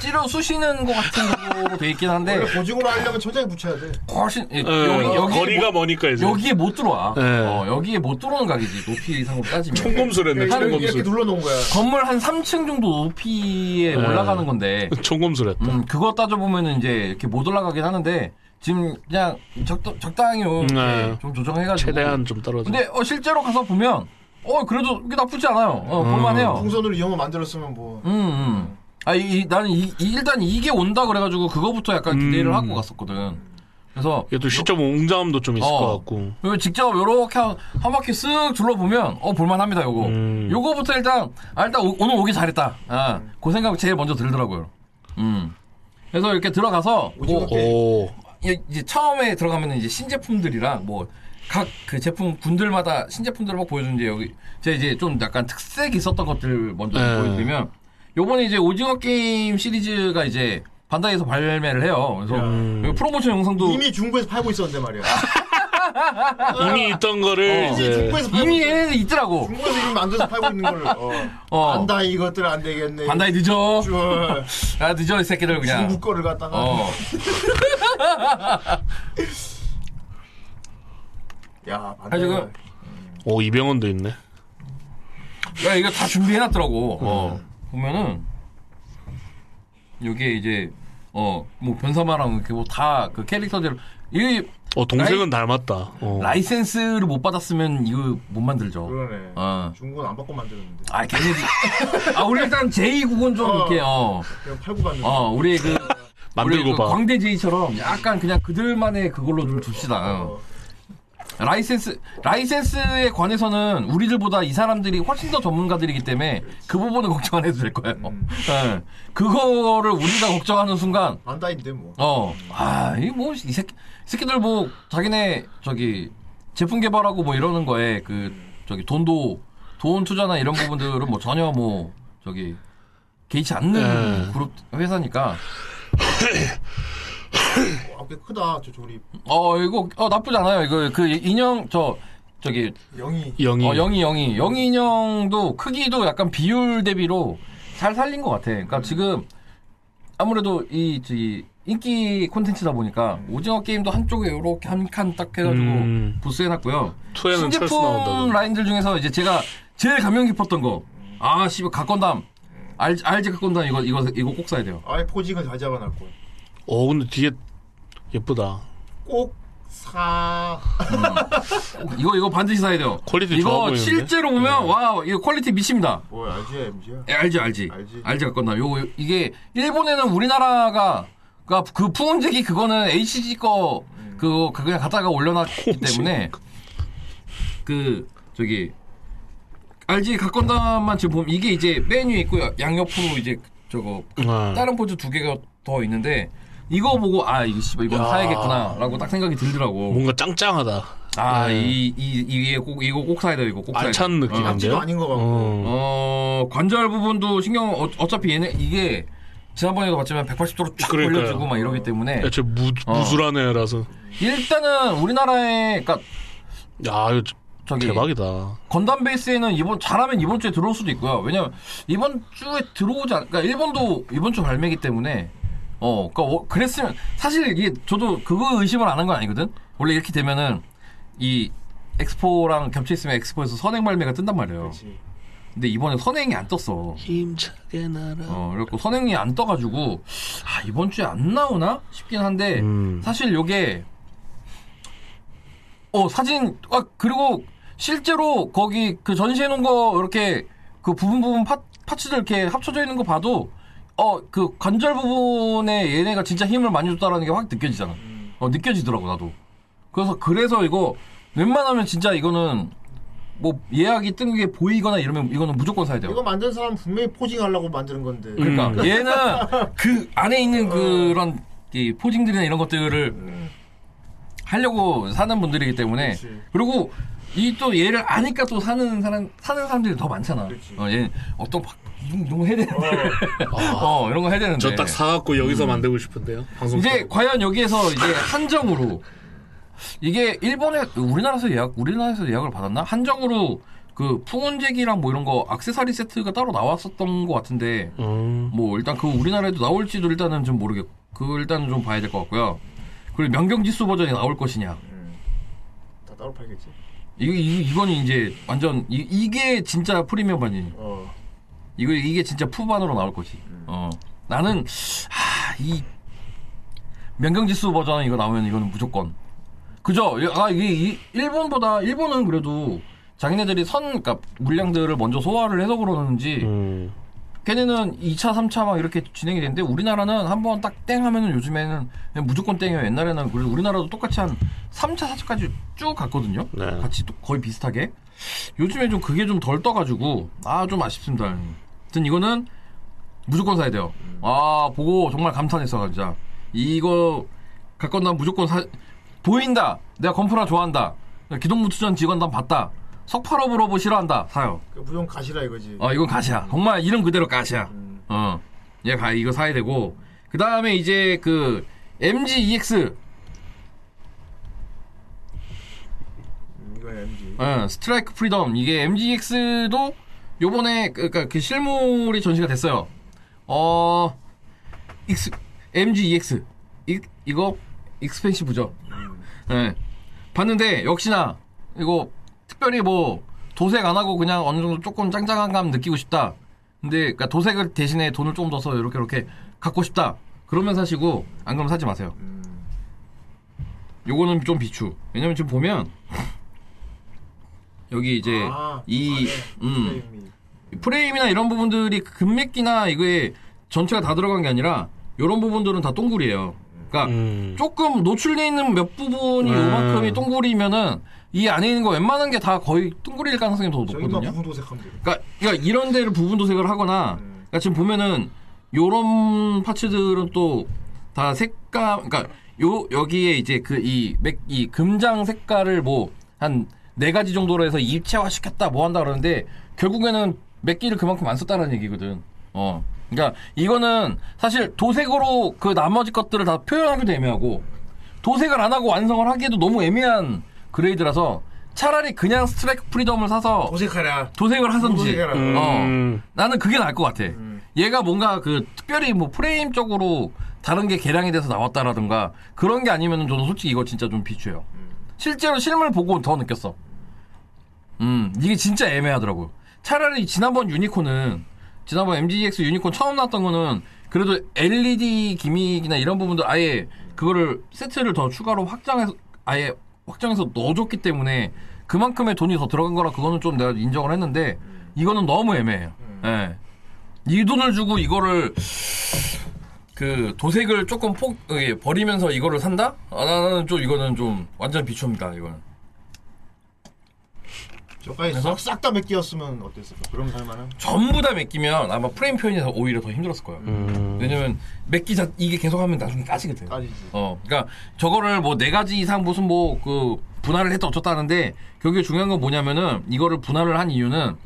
S2: 찌러 쑤시는 것 같은 정도로 돼 있긴 한데
S4: 원래 고증으로 하려면 천장에 붙여야 돼.
S2: 훨씬 예,
S5: 예,
S2: 여기 여기
S5: 거리가 머니까 이제.
S2: 여기에 못 들어와.
S5: 예.
S2: 어, 여기에 못 들어오는 각이지 높이 이상으로 따지면. 그러니까
S5: 총검술 했네
S4: 이렇게, 이렇게
S5: 총검술.
S4: 눌러놓은 거야.
S2: 건물 한 3층 정도
S5: 예.
S2: 높이에 올라가는 건데,
S5: 총검술 했다.
S2: 음, 그거 따져보면 이제 이렇게 못 올라가긴 하는데, 지금 그냥 적, 적당히 이렇게
S5: 네.
S2: 좀 조정해가지고.
S5: 최대한 좀 떨어져.
S2: 근데 어, 실제로 가서 보면, 어, 그래도 이게 나쁘지 않아요. 어,
S5: 음.
S2: 볼만해요.
S4: 음. 풍선으로 이형을 만들었으면 뭐.
S2: 음, 음. 아, 이, 이- 나는 이, 이- 일단 이게 온다 그래가지고 그거부터 약간 기대를 하고 갔었거든. 그래서
S5: 음. 이게 또 시점 웅장함도 좀 있을
S2: 어.
S5: 것 같고.
S2: 그리고 직접 요렇게 한, 한 바퀴 쓱 둘러보면 어 볼만합니다 요거
S5: 음.
S2: 요거부터 일단 아 일단 오, 늘 오기 잘했다 아, 그 생각 제일 먼저 들더라고요 음 그래서 이렇게 들어가서
S4: 오징어
S2: 뭐,
S4: 게임.
S5: 오.
S2: 이- 이제 처음에 들어가면 이제 신제품들이랑 뭐 각 그 제품 군들마다 신제품들을 막 보여주는데 여기 제가 이제 좀 약간 특색 있었던 것들 먼저 좀
S5: 네.
S2: 보여드리면 요번에 이제 오징어 게임 시리즈가 이제 반다이에서 발매를 해요 그래서 여기 프로모션 영상도
S4: 이미 중국에서 팔고 있었는데 말이야.
S5: 아, 이미 있던 거를
S2: 어.
S4: 이미
S5: 이제
S4: 중국에서 팔고
S2: 이미
S4: 있
S2: 얘네들 있더라고
S4: 중국에서 이미 만들어서 팔고 있는 걸. 어.
S2: [LAUGHS] 어.
S4: 반다 이것들 안 되겠네.
S2: 반다이 늦어 [LAUGHS]
S4: 어,
S2: 아 늦어 이 새끼들 그냥
S4: 중국 거를 갖다가.
S2: 어.
S4: 야 반다.
S2: 아, 지금-
S5: 오 어, 이병헌도 있네.
S2: 야 그러니까 이거 다 준비해놨더라고. 어. 보면은 여기에 이제 어 뭐 변사마랑 이렇게 뭐 다 그 캐릭터들 이
S5: 어 동생은 닮았다. 어.
S2: 라이센스를 못 받았으면 이거 못 만들죠.
S4: 그러네.
S2: 어.
S4: 중국은 안 받고 만들었는데.
S2: 아 걔네들. 아 우리 일단 제2국은 좀
S4: 어.
S2: 이렇게 어.
S4: 그냥 팔고 갔는데.
S2: 어 우리 그 우리
S5: [LAUGHS] 만들고
S2: 그
S5: 봐.
S2: 광대 제이처럼 약간 그냥 그들만의 그걸로 좀 둡시다. 어.
S4: 어.
S2: 라이센스 라이센스에 관해서는 우리들보다 이 사람들이 훨씬 더 전문가들이기 때문에 그 부분은 [LAUGHS] 걱정 안 해도 될 거예요. 예. 그거를 우리가 걱정하는 순간
S4: 반다인데 뭐.
S2: 어 아 이 뭐 이 새끼 이 새끼들 뭐 자기네 저기 제품 개발하고 뭐 이러는 거에 그 저기 돈도 돈 투자나 이런 부분들은 뭐 전혀 뭐 저기 개의치 않는
S5: 예.
S2: 그룹 회사니까 [COUGHS]
S4: 아, 꽤 크다 저 조립.
S2: 어 이거 어 나쁘지 않아요 이거 그 인형 저 저기
S4: 영이.
S5: 영희.
S2: 어, 영희, 영희. 영희 인형도 크기도 약간 비율 대비로 잘 살린 것 같아. 그러니까 지금 아무래도 이, 저기 인기 콘텐츠다 보니까 오징어 게임도 한쪽에 이렇게 한 칸 딱 해가지고
S5: 음.
S2: 부스해놨고요.
S5: 투에는 철수
S2: 신제품
S5: 나온다.
S2: 라인들 중에서 이제 제가 제일 감명 깊었던 거. 아, 씨발, 각건담. 알, 알지, 각건담. 이거, 이거, 이거 꼭 사야 돼요.
S4: 아예 포징을 다 잡아놨고.
S5: 어 근데 뒤에 예쁘다.
S4: 꼭 사.
S2: 이거, 이거 반드시 사야 돼요.
S5: 퀄리티 좋아
S2: 이거
S5: 보이는데? 네.
S2: 실제로 보면, 와, 이거 퀄리티 미칩니다.
S4: 뭐야 알지 MG야.
S2: 예, 알지 알지
S4: 알지.
S2: 알지 갖건담 요 이게 일본에는 우리나라가 그러니까 그 풍운제기 그거는 HG 거 그거 그냥 갖다가 올려놨기 때문에 그 저기 알지 갖건담만 지금 보면 이게 이제 메뉴 있고 야- 양옆으로 이제 저거
S5: 아.
S2: 다른 포즈 두 개가 더 있는데 이거 보고 아 이거 씨발 이건
S5: 야.
S2: 사야겠구나라고 딱 생각이 들더라고
S5: 뭔가 짱짱하다. 네.
S2: 아, 이, 이, 이, 이거 꼭, 이거 꼭 사야 돼, 이거 꼭 사야 돼.
S5: 알찬
S2: 어.
S5: 느낌 안돼요?
S4: 낙지도 아닌 것 같고.
S2: 어, 관절 부분도 신경, 어, 어차피 얘네, 이게, 지난번에도 봤지만 180도로 쫙
S5: 그러니까요.
S2: 올려주고 막 이러기 때문에.
S5: 야, 쟤 무,
S2: 어.
S5: 무술한 애라서.
S2: 일단은 우리나라에, 그니까,
S5: 야, 이거 저-
S2: 저기.
S5: 대박이다.
S2: 건담 베이스에는 이번, 잘하면 이번 주에 들어올 수도 있고요. 왜냐면, 이번 주에 들어오지 않, 그니까, 일본도 이번 주 발매기 때문에, 어, 그니까, 어, 그랬으면, 사실 이게, 저도 그거 의심을 안 한 건 아니거든? 원래 이렇게 되면은, 이, 엑스포랑 겹쳐있으면 엑스포에서 선행 발매가 뜬단 말이에요. 근데 이번에 선행이 안 떴어.
S5: 힘차게 날아.
S2: 어, 그래갖고 선행이 안 떠가지고, 아, 이번 주에 안 나오나? 싶긴 한데,
S5: 음.
S2: 사실 요게, 어, 사진, 아, 그리고 실제로 거기 그 전시해놓은 거 이렇게 그 부분 부분 파, 파츠들 이렇게 합쳐져 있는 거 봐도, 어, 그 관절 부분에 얘네가 진짜 힘을 많이 줬다라는 게 확 느껴지잖아. 어, 느껴지더라고, 나도. 그래서, 그래서 이거, 웬만하면 진짜 이거는, 뭐, 예약이 뜬 게 보이거나 이러면 이거는 무조건 사야 돼요.
S4: 이거 만든 사람 분명히 포징하려고 만드는 건데.
S2: 그러니까
S5: 음.
S2: 얘는 그 안에 있는 그런 이 포징들이나 이런 것들을 하려고 사는 분들이기 때문에
S4: 그치.
S2: 그리고 이 또 얘를 아니까 또 사는 사람 사는 사람들이 더 많잖아.
S4: 그치.
S2: 어, 얘 어떤 막 이런, 이런 거 해야 되는데, [LAUGHS] 어, 이런 거 해야 되는데. 음.
S5: 저 딱 사갖고 여기서 만들고 싶은데요. 방송.
S2: 이제 과연 여기에서 이제 한정으로 이게 일본에 우리나라에서 예약 우리나라에서 예약을 받았나 한정으로 그 풍운제기랑 뭐 이런 거 액세서리 세트가 따로 나왔었던 것 같은데
S5: 음.
S2: 뭐 일단 그 우리나라에도 나올지도 일단은 좀 모르겠고 그 일단은 좀 봐야 될 것 같고요. 그리고 명경지수 버전이 나올 것이냐.
S4: 다 따로 팔겠지.
S2: 이, 이, 이거는 이제 완전 이, 이게 진짜 프리미엄 반이
S4: 어.
S2: 이거 이게 진짜 푸반으로 나올 거지.
S5: 음.
S2: 어. 나는 하, 이 명경지수 버전 이거 나오면 이거는 무조건 그죠? 아 이게 이- 일본보다 일본은 그래도 자기네들이 선 그러니까 물량들을 먼저 소화를 해서 그러는지
S5: 음.
S2: 걔네는 2차, 3차 막 이렇게 진행이 되는데 우리나라는 한 번 딱 땡 하면은 요즘에는 그냥 무조건 땡이에요. 옛날에는 그리고 우리나라도 똑같이 한 3차, 4차까지 쭉 갔거든요.
S5: 네.
S2: 같이 또 거의 비슷하게. 요즘에 좀 그게 좀 덜 떠가지고 아 좀 아쉽습니다. 하여튼 이거는 무조건 사야 돼요. 아 보고 정말 감탄했어 진짜. 이거 갖건 난 무조건 사 보인다. 내가 건프라 좋아한다. 기동무투전 직원단 봤다. 석파로 브로브 싫어한다. 사요.
S4: 그 무용 가시라 이거지.
S2: 어, 이건 가시야. 정말 이름 그대로 가시야. 어, 얘 가, 이거 사야 되고. 그 다음에 이제 그, MGEX,
S4: 음, 이거 MG.
S2: 어, 스트라이크 프리덤. 이게 MGEX도 요번에, 그, 그니까 그 실물이 전시가 됐어요. 어, 익스, MGEX. E 이, 이거, 익스펜시브죠.
S4: 음.
S2: 예. 봤는데, 역시나, 이거, 특별히 뭐, 도색 안 하고 그냥 어느 정도 조금 짱짱한 감 느끼고 싶다. 근데, 그니까 도색을 대신에 돈을 조금 더 써, 이렇게, 이렇게, 갖고 싶다. 그러면 사시고, 안 그러면 사지 마세요.
S4: 음.
S2: 요거는 좀 비추. 왜냐면 지금 보면, 여기 이제,
S4: 아, 네.
S2: 이,
S4: 안에
S2: 음,
S4: 프레임이.
S2: 프레임이나 이런 부분들이 금맥기나 이거에 전체가 다 들어간 게 아니라 이런 부분들은 다 동굴이에요. 그러니까
S5: 음.
S2: 조금 노출돼 있는 몇 부분이
S5: 음.
S2: 요만큼이 동굴이면은 이 안에 있는 거 웬만한 게 다 거의 동굴일 가능성이 더
S4: 저기만
S2: 높거든요.
S4: 부분 도색하면 돼.
S2: 그러니까, 그러니까 이런 데를 부분 도색을 하거나 그러니까 지금 보면은 요런 파츠들은 또 다 색감 그러니까 요 여기에 이제 그 이 맥 이 금장 색깔을 뭐 한 네 가지 정도로 해서 입체화 시켰다 뭐 한다 그러는데 결국에는 맥기를 그만큼 안 썼다는 얘기거든. 어. 그러니까 이거는 사실 도색으로 그 나머지 것들을 다 표현하기도 애매하고 도색을 안 하고 완성을 하기에도 너무 애매한 그레이드라서 차라리 그냥 스트라이크 프리덤을 사서
S4: 도색하라.
S2: 도색을 하든지.
S4: 도색해라. 음.
S5: 음.
S2: 어. 나는 그게 나을 것 같아. 얘가 뭔가 그 특별히 뭐 프레임 쪽으로 다른 게 개량이 돼서 나왔다라든가 그런 게 아니면 저는 솔직히 이거 진짜 좀 비추해요.
S4: 음.
S2: 실제로 실물 보고 더 느꼈어. 음, 이게 진짜 애매하더라고요. 차라리 지난번 유니콘은 지난번 MGX 유니콘 처음 나왔던 거는 그래도 LED 기믹이나 이런 부분들 아예 그거를 세트를 더 추가로 확장해서 아예 확장해서 넣어줬기 때문에 그만큼의 돈이 더 들어간 거라 그거는 좀 내가 인정을 했는데 이거는 너무 애매해요. 예. 이 돈을 주고 이거를 그 도색을 조금 폭 예, 버리면서 이거를 산다? 아, 나는 좀 이거는 좀 완전 비추입니다. 이거는.
S4: 저까지 싹 다 맡기었으면 어땠을까? 그럼 살만한.
S2: 전부 다 맡기면 아마 프레임 표현이 더 오히려 더 힘들었을 거예요. 왜냐면 맡기자 이게 계속하면 나중에 까지게 돼요.
S4: 까지지.
S2: 어, 그러니까 저거를 뭐 네 가지 이상 무슨 뭐 그 분할을 했다 어쩌다는데 결국에 중요한 건 뭐냐면은 이거를 분할을 한 이유는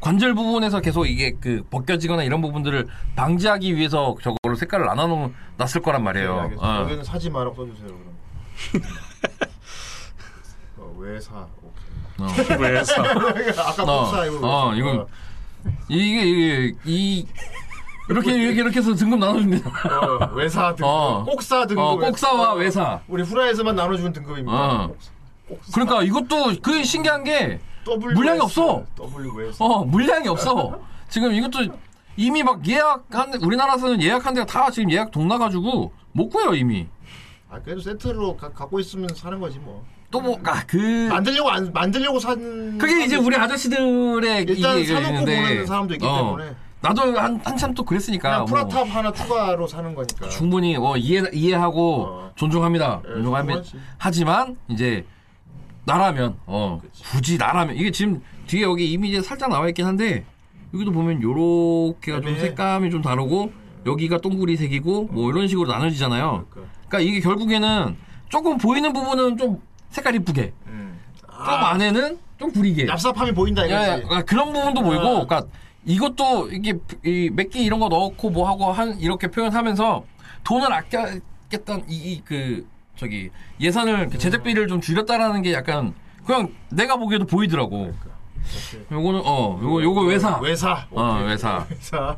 S2: 관절 부분에서 계속 이게 그 벗겨지거나 이런 부분들을 방지하기 위해서 저거를 색깔을 나눠 놨을 거란 말이에요.
S4: 네, 알겠습니다.
S2: 어.
S4: 여기는 사지 마라고 써주세요
S2: [LAUGHS]
S4: 그럼. 어, 왜 사? 오케이. [LAUGHS]
S2: [LAUGHS]
S5: 왜사
S4: 아까
S2: 어,
S4: 복사 이거.
S2: 어,
S4: 왜 사?
S2: 이건 이게 이게 이 이렇게 이렇게 이렇게 해서 등급 나눠줍니다.
S4: 뭐, 어, 외사 등급,
S2: 어.
S4: 꼭사 등급.
S2: 어, 꼭사와
S4: 어,
S2: 외사.
S4: 우리 뭐, 후라이에서만 나눠주는 등급입니다.
S2: 어. 그러니까 이것도 그 신기한 게
S4: W
S2: 물량이 없어.
S4: W 외사.
S2: 어, 물량이 없어. 지금 이것도 이미 막 예약한, 우리나라에서는 예약한 데가 다 지금 예약 동나가지고 못 구해요, 이미.
S4: 아 그래도 세트로 가- 갖고 있으면 사는 거지 뭐.
S2: 또 뭐, 아, 그.
S4: 만들려고 안 만들려고 산.
S2: 그게 이제 우리 아저씨들의
S4: 일단
S2: 이게
S4: 사놓고
S2: 있는데,
S4: 보내는 사람도 있기 때문에.
S2: 나도 한, 한참 또 그랬으니까.
S4: 그냥
S2: 뭐,
S4: 프라탑 하나 추가로 사는 거니까.
S2: 충분히 어, 이해, 이해하고
S4: 어.
S2: 존중합니다.
S4: 예,
S2: 존중합니다.
S4: 존중하지.
S2: 하지만 이제 나라면, 어,
S4: 그치.
S2: 굳이 나라면. 이게 지금 뒤에 여기 이미지에 살짝 나와 있긴 한데, 여기도 보면 요렇게가 좀
S4: 애매해.
S2: 색감이 좀 다르고, 여기가 동그리 색이고, 뭐 이런 식으로 나눠지잖아요.
S4: 그러니까.
S2: 그러니까 이게 결국에는 조금 보이는 부분은 좀 색깔 이쁘게
S4: 음.
S2: 좀
S4: 아,
S2: 안에는 좀 구리게
S4: 얍삽함이 보인다
S2: 예, 예.
S4: 이거지. 아.
S2: 그러니까 그런 부분도 보이고 그러니까 이것도 이게 이 맥기 이런 거 넣고 뭐 하고 한 이렇게 표현하면서 돈을 아꼈겠다는 이그 저기 예산을 그 제작비를 좀 줄였다라는 게 약간 그냥 내가 보기에도 보이더라고.
S4: 그러니까.
S2: 요거는 어 요거 요거
S4: 네.
S2: 외사
S4: 외사.
S2: 어 외사
S4: 외사.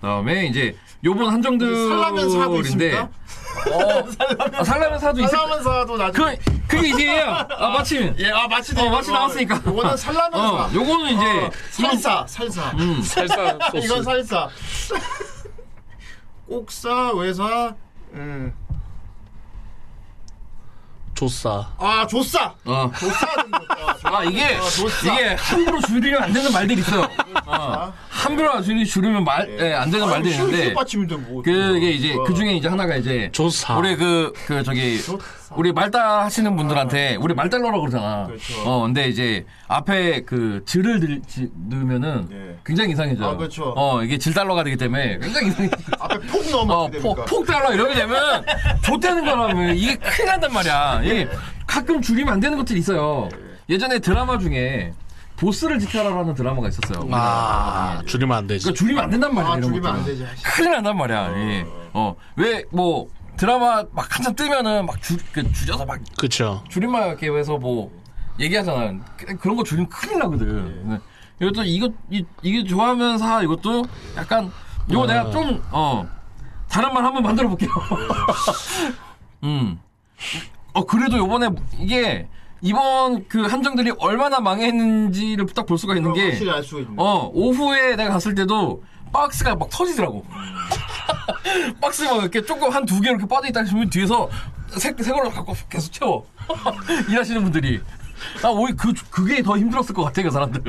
S2: 그다음에 이제 요번 한정들인데
S4: 살라면 사도 있습니까?
S2: 어, 아, 살라면 사도 있을
S4: 살라면 사도 나중.
S2: 그 그게 이제예요. 아 마침.
S4: 예, 아 마치
S2: 어, 마치 나왔으니까.
S4: 이거는 살라면
S2: 어,
S4: 사.
S2: 요거는 음. 이제
S4: 어, 살사, 살사.
S5: 살사
S4: [LAUGHS]
S5: 소스
S4: 이건 살사. 꼭사, 외사, 음.
S5: 조싸
S4: 아, 조싸.
S2: 어. [LAUGHS]
S4: 조싸 등급. 아, 조싸.
S2: 아 이게
S4: 어, 조싸.
S2: 이게 함부로 줄이면 안 되는 말들이 있어요. 어, 함부로 줄이 줄이면 말 예, 안 되는
S4: 아. 예. 아니,
S2: 말들이
S4: 휘-
S2: 있는데
S4: 휘받침인데 뭐.
S2: 그게 이제
S4: 어.
S2: 그 중에 이제 하나가 이제
S5: 조싸
S2: 우리 그 그 저기
S4: 조싸.
S2: 우리 말달 하시는 분들한테 우리 말달러라고 그러잖아.
S4: 아, 그렇죠.
S2: 어 근데 이제 앞에 그 질을 들, 지, 넣으면은
S4: 예.
S2: 굉장히 이상해져요.
S4: 아, 그렇죠.
S2: 어 이게 질달러가 되기 때문에 굉장히 이상해.
S4: [LAUGHS] 앞에 폭 넣으면
S2: 어,
S4: 어떻게 됩니까?
S2: 폭, 폭 달라 이러게 되면 좋다는 거라면 이게 큰일 난단 말이야. 이게 가끔 줄이면 안 되는 것들이 있어요. 예전에 드라마 중에 보스를 지켜라라는 드라마가 있었어요.
S5: 아 줄이면 안 되지
S2: 그러니까 줄이면 안 된단 말이야.
S4: 아,
S2: 이런
S4: 죽이면 안
S2: 것들은.
S4: 되지. 아이씨.
S2: 큰일 난단 말이야. 예. 어, 왜, 뭐, 드라마 막 한참 뜨면은 막 줄, 그, 줄여서 막
S5: 그쵸
S2: 줄임말 이렇게 해서 뭐 얘기하잖아. 그- 그런 거 줄이면 큰일
S4: 예.
S2: 나거든. 네. 이것도 이거 이, 이게 좋아하면 사 이것도 약간
S5: 아.
S2: 이거
S4: 아.
S2: 내가 좀 어. 다른 말 한번 만들어 볼게요. [LAUGHS] 음. 어 그래도 요번에 이게 이번 그 함정들이 얼마나 망했는지를 딱 볼 수가 있는
S4: 그럼
S2: 게
S4: 확실히 알 수가 있네.
S2: 어, 오후에 내가 갔을 때도 박스가 막 터지더라고. [LAUGHS] 박스 막 이렇게 조금 한 두 개 이렇게 빠져있다 하시면 뒤에서 색, 색으로 갖고 계속 채워. [LAUGHS] 일하시는 분들이. 나 오히려 그, 그게 더 힘들었을 것 같아, 그 사람들.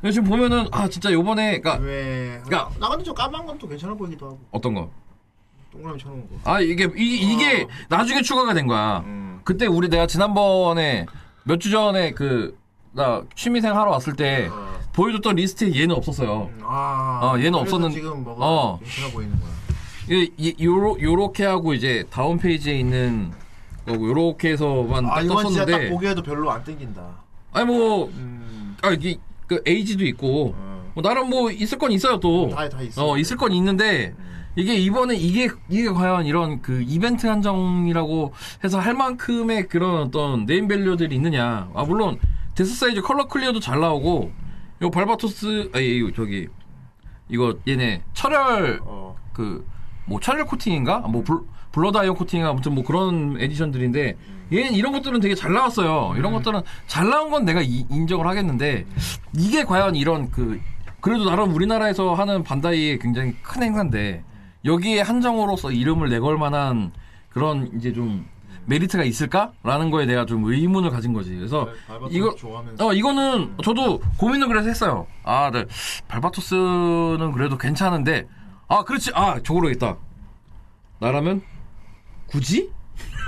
S2: 근데 지금 보면은, 아, 진짜 요번에, 그니까,
S4: 왜?
S2: 그러니까-
S4: 나 근데 저 까만 건 또 괜찮아 보이기도 하고
S2: 어떤 거?
S4: 동그라미 쳐놓은 거.
S2: 아, 이게, 이, 이게
S4: 어.
S2: 나중에 추가가 된 거야.
S4: 음.
S2: 그때 우리 내가 지난번에, 몇 주 전에 그, 나 취미생 하러 왔을 때,
S4: 어.
S2: 보여줬던 리스트에 얘는 없었어요.
S4: 아,
S2: 어, 얘는
S4: 그래서
S2: 없었는-
S4: 지금 먹어.
S2: 어.
S4: 괜찮아 보이는 거야.
S2: 예, 이, 이, 요러, 요렇게 하고 이제 다운 페이지에 있는 거고 요렇게 해서만
S4: 아,
S2: 딱
S4: 이건 진짜 딱
S2: 떴었는데
S4: 보기에도 별로 안 땡긴다.
S2: 아니 뭐
S4: 음,
S2: 아, 이게 그 에이지도 있고
S4: 어.
S2: 뭐 나름 뭐 있을 건 있어요 또.
S4: 다, 음. 다 있어.
S2: 어 있을 건 있는데 이게 이번에 이게 이게 과연 이런 그 이벤트 한정이라고 해서 할 만큼의 그런 어떤 네임밸류들이 있느냐. 아 물론 데스 사이즈 컬러 클리어도 잘 나오고 요 발바토스 아니 이거 저기 이거 얘네 철혈
S4: 어.
S2: 그 뭐 철혈 코팅인가 뭐 블, 블러드 아이언 코팅인가 아무튼 뭐 그런 에디션들인데
S4: 음.
S2: 얘는 이런 것들은 되게 잘 나왔어요. 이런 것들은 잘 나온 건 내가 이- 인정을 하겠는데
S4: 음.
S2: 이게 과연 이런 그 그래도 나름 우리나라에서 하는 반다이의 굉장히 큰 행사인데 여기에 한정으로서 이름을 내걸 만한 그런 이제
S4: 음.
S2: 좀 메리트가 있을까라는 거에 내가 좀 의문을 가진 거지. 그래서
S4: 네, 발바닥
S2: 이거
S4: 좋아하면서.
S2: 어 이거는 저도 고민을 그래서 했어요. 아, 네. 발바토스는 그래도 괜찮은데 아, 그렇지. 아, 저거로 있다. 나라면 굳이?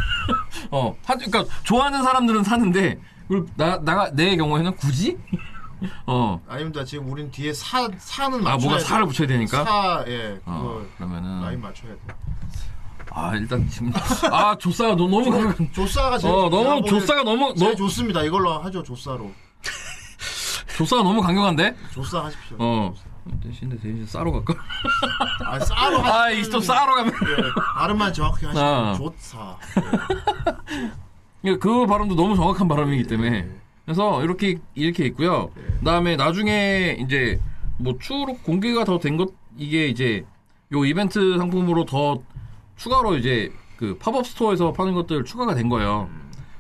S2: [LAUGHS] 어, 하, 그러니까 좋아하는 사람들은 사는데 그리고 나 나가 내 경우에는 굳이? [LAUGHS] 어.
S4: 아니면 나 지금 우린 뒤에 사 사는
S2: 아,
S4: 맞춰야
S2: 뭐가
S4: 돼.
S2: 사를 붙여야 되니까.
S4: 사 예. 그거
S2: 어, 그러면은
S4: 라인 맞춰야 돼.
S2: 아 일단 지금 아 조싸가 너- 너무 강한-
S4: 조싸가 제일
S2: 어
S4: 제가
S2: 너무
S4: 보기엔
S2: 조싸가 너무
S4: 제일
S2: 너
S4: 좋습니다. 이걸로 하죠 조싸로.
S2: 조싸가 너무 강력한데
S4: 조싸 하십시오.
S2: 어 대신에 대신 싸로 갈까
S4: 아 싸로 하십시오.
S2: 아이 또 싸로 가면
S4: 예, 발음만 정확히 하시고
S2: 아.
S4: 조싸.
S2: 예, 그 발음도 너무 정확한
S4: 예,
S2: 발음이기 때문에 그래서 이렇게 이렇게 있고요. 그다음에 나중에 이제 뭐 추후로 공개가 더 된 것 이게 이제 요 이벤트 상품으로 더 추가로 이제 그 팝업 스토어에서 파는 것들 추가가 된 거예요.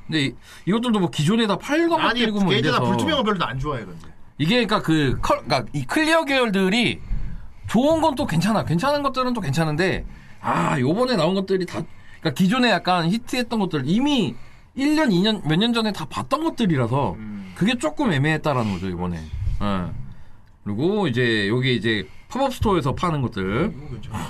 S2: 근데 이, 이것들도 뭐 기존에 다 팔던
S4: 음. 아니
S2: 것들이고 뭐
S4: 게이드나
S2: 이래서
S4: 불투명은 별로 안 좋아해 근데.
S2: 이게 그러니까 그 컬, 그러니까 이 클리어 계열들이 좋은 건 또 괜찮아. 괜찮은 것들은 또 괜찮은데 아, 요번에 나온 것들이 다 그러니까 기존에 약간 히트했던 것들 이미 1년, 2년 몇 년 전에 다 봤던 것들이라서
S4: 음.
S2: 그게 조금 애매했다라는 거죠, 이번에. 예. 그리고 이제 여기 이제 팝업 스토어에서 파는 것들.
S4: 이거 괜찮아.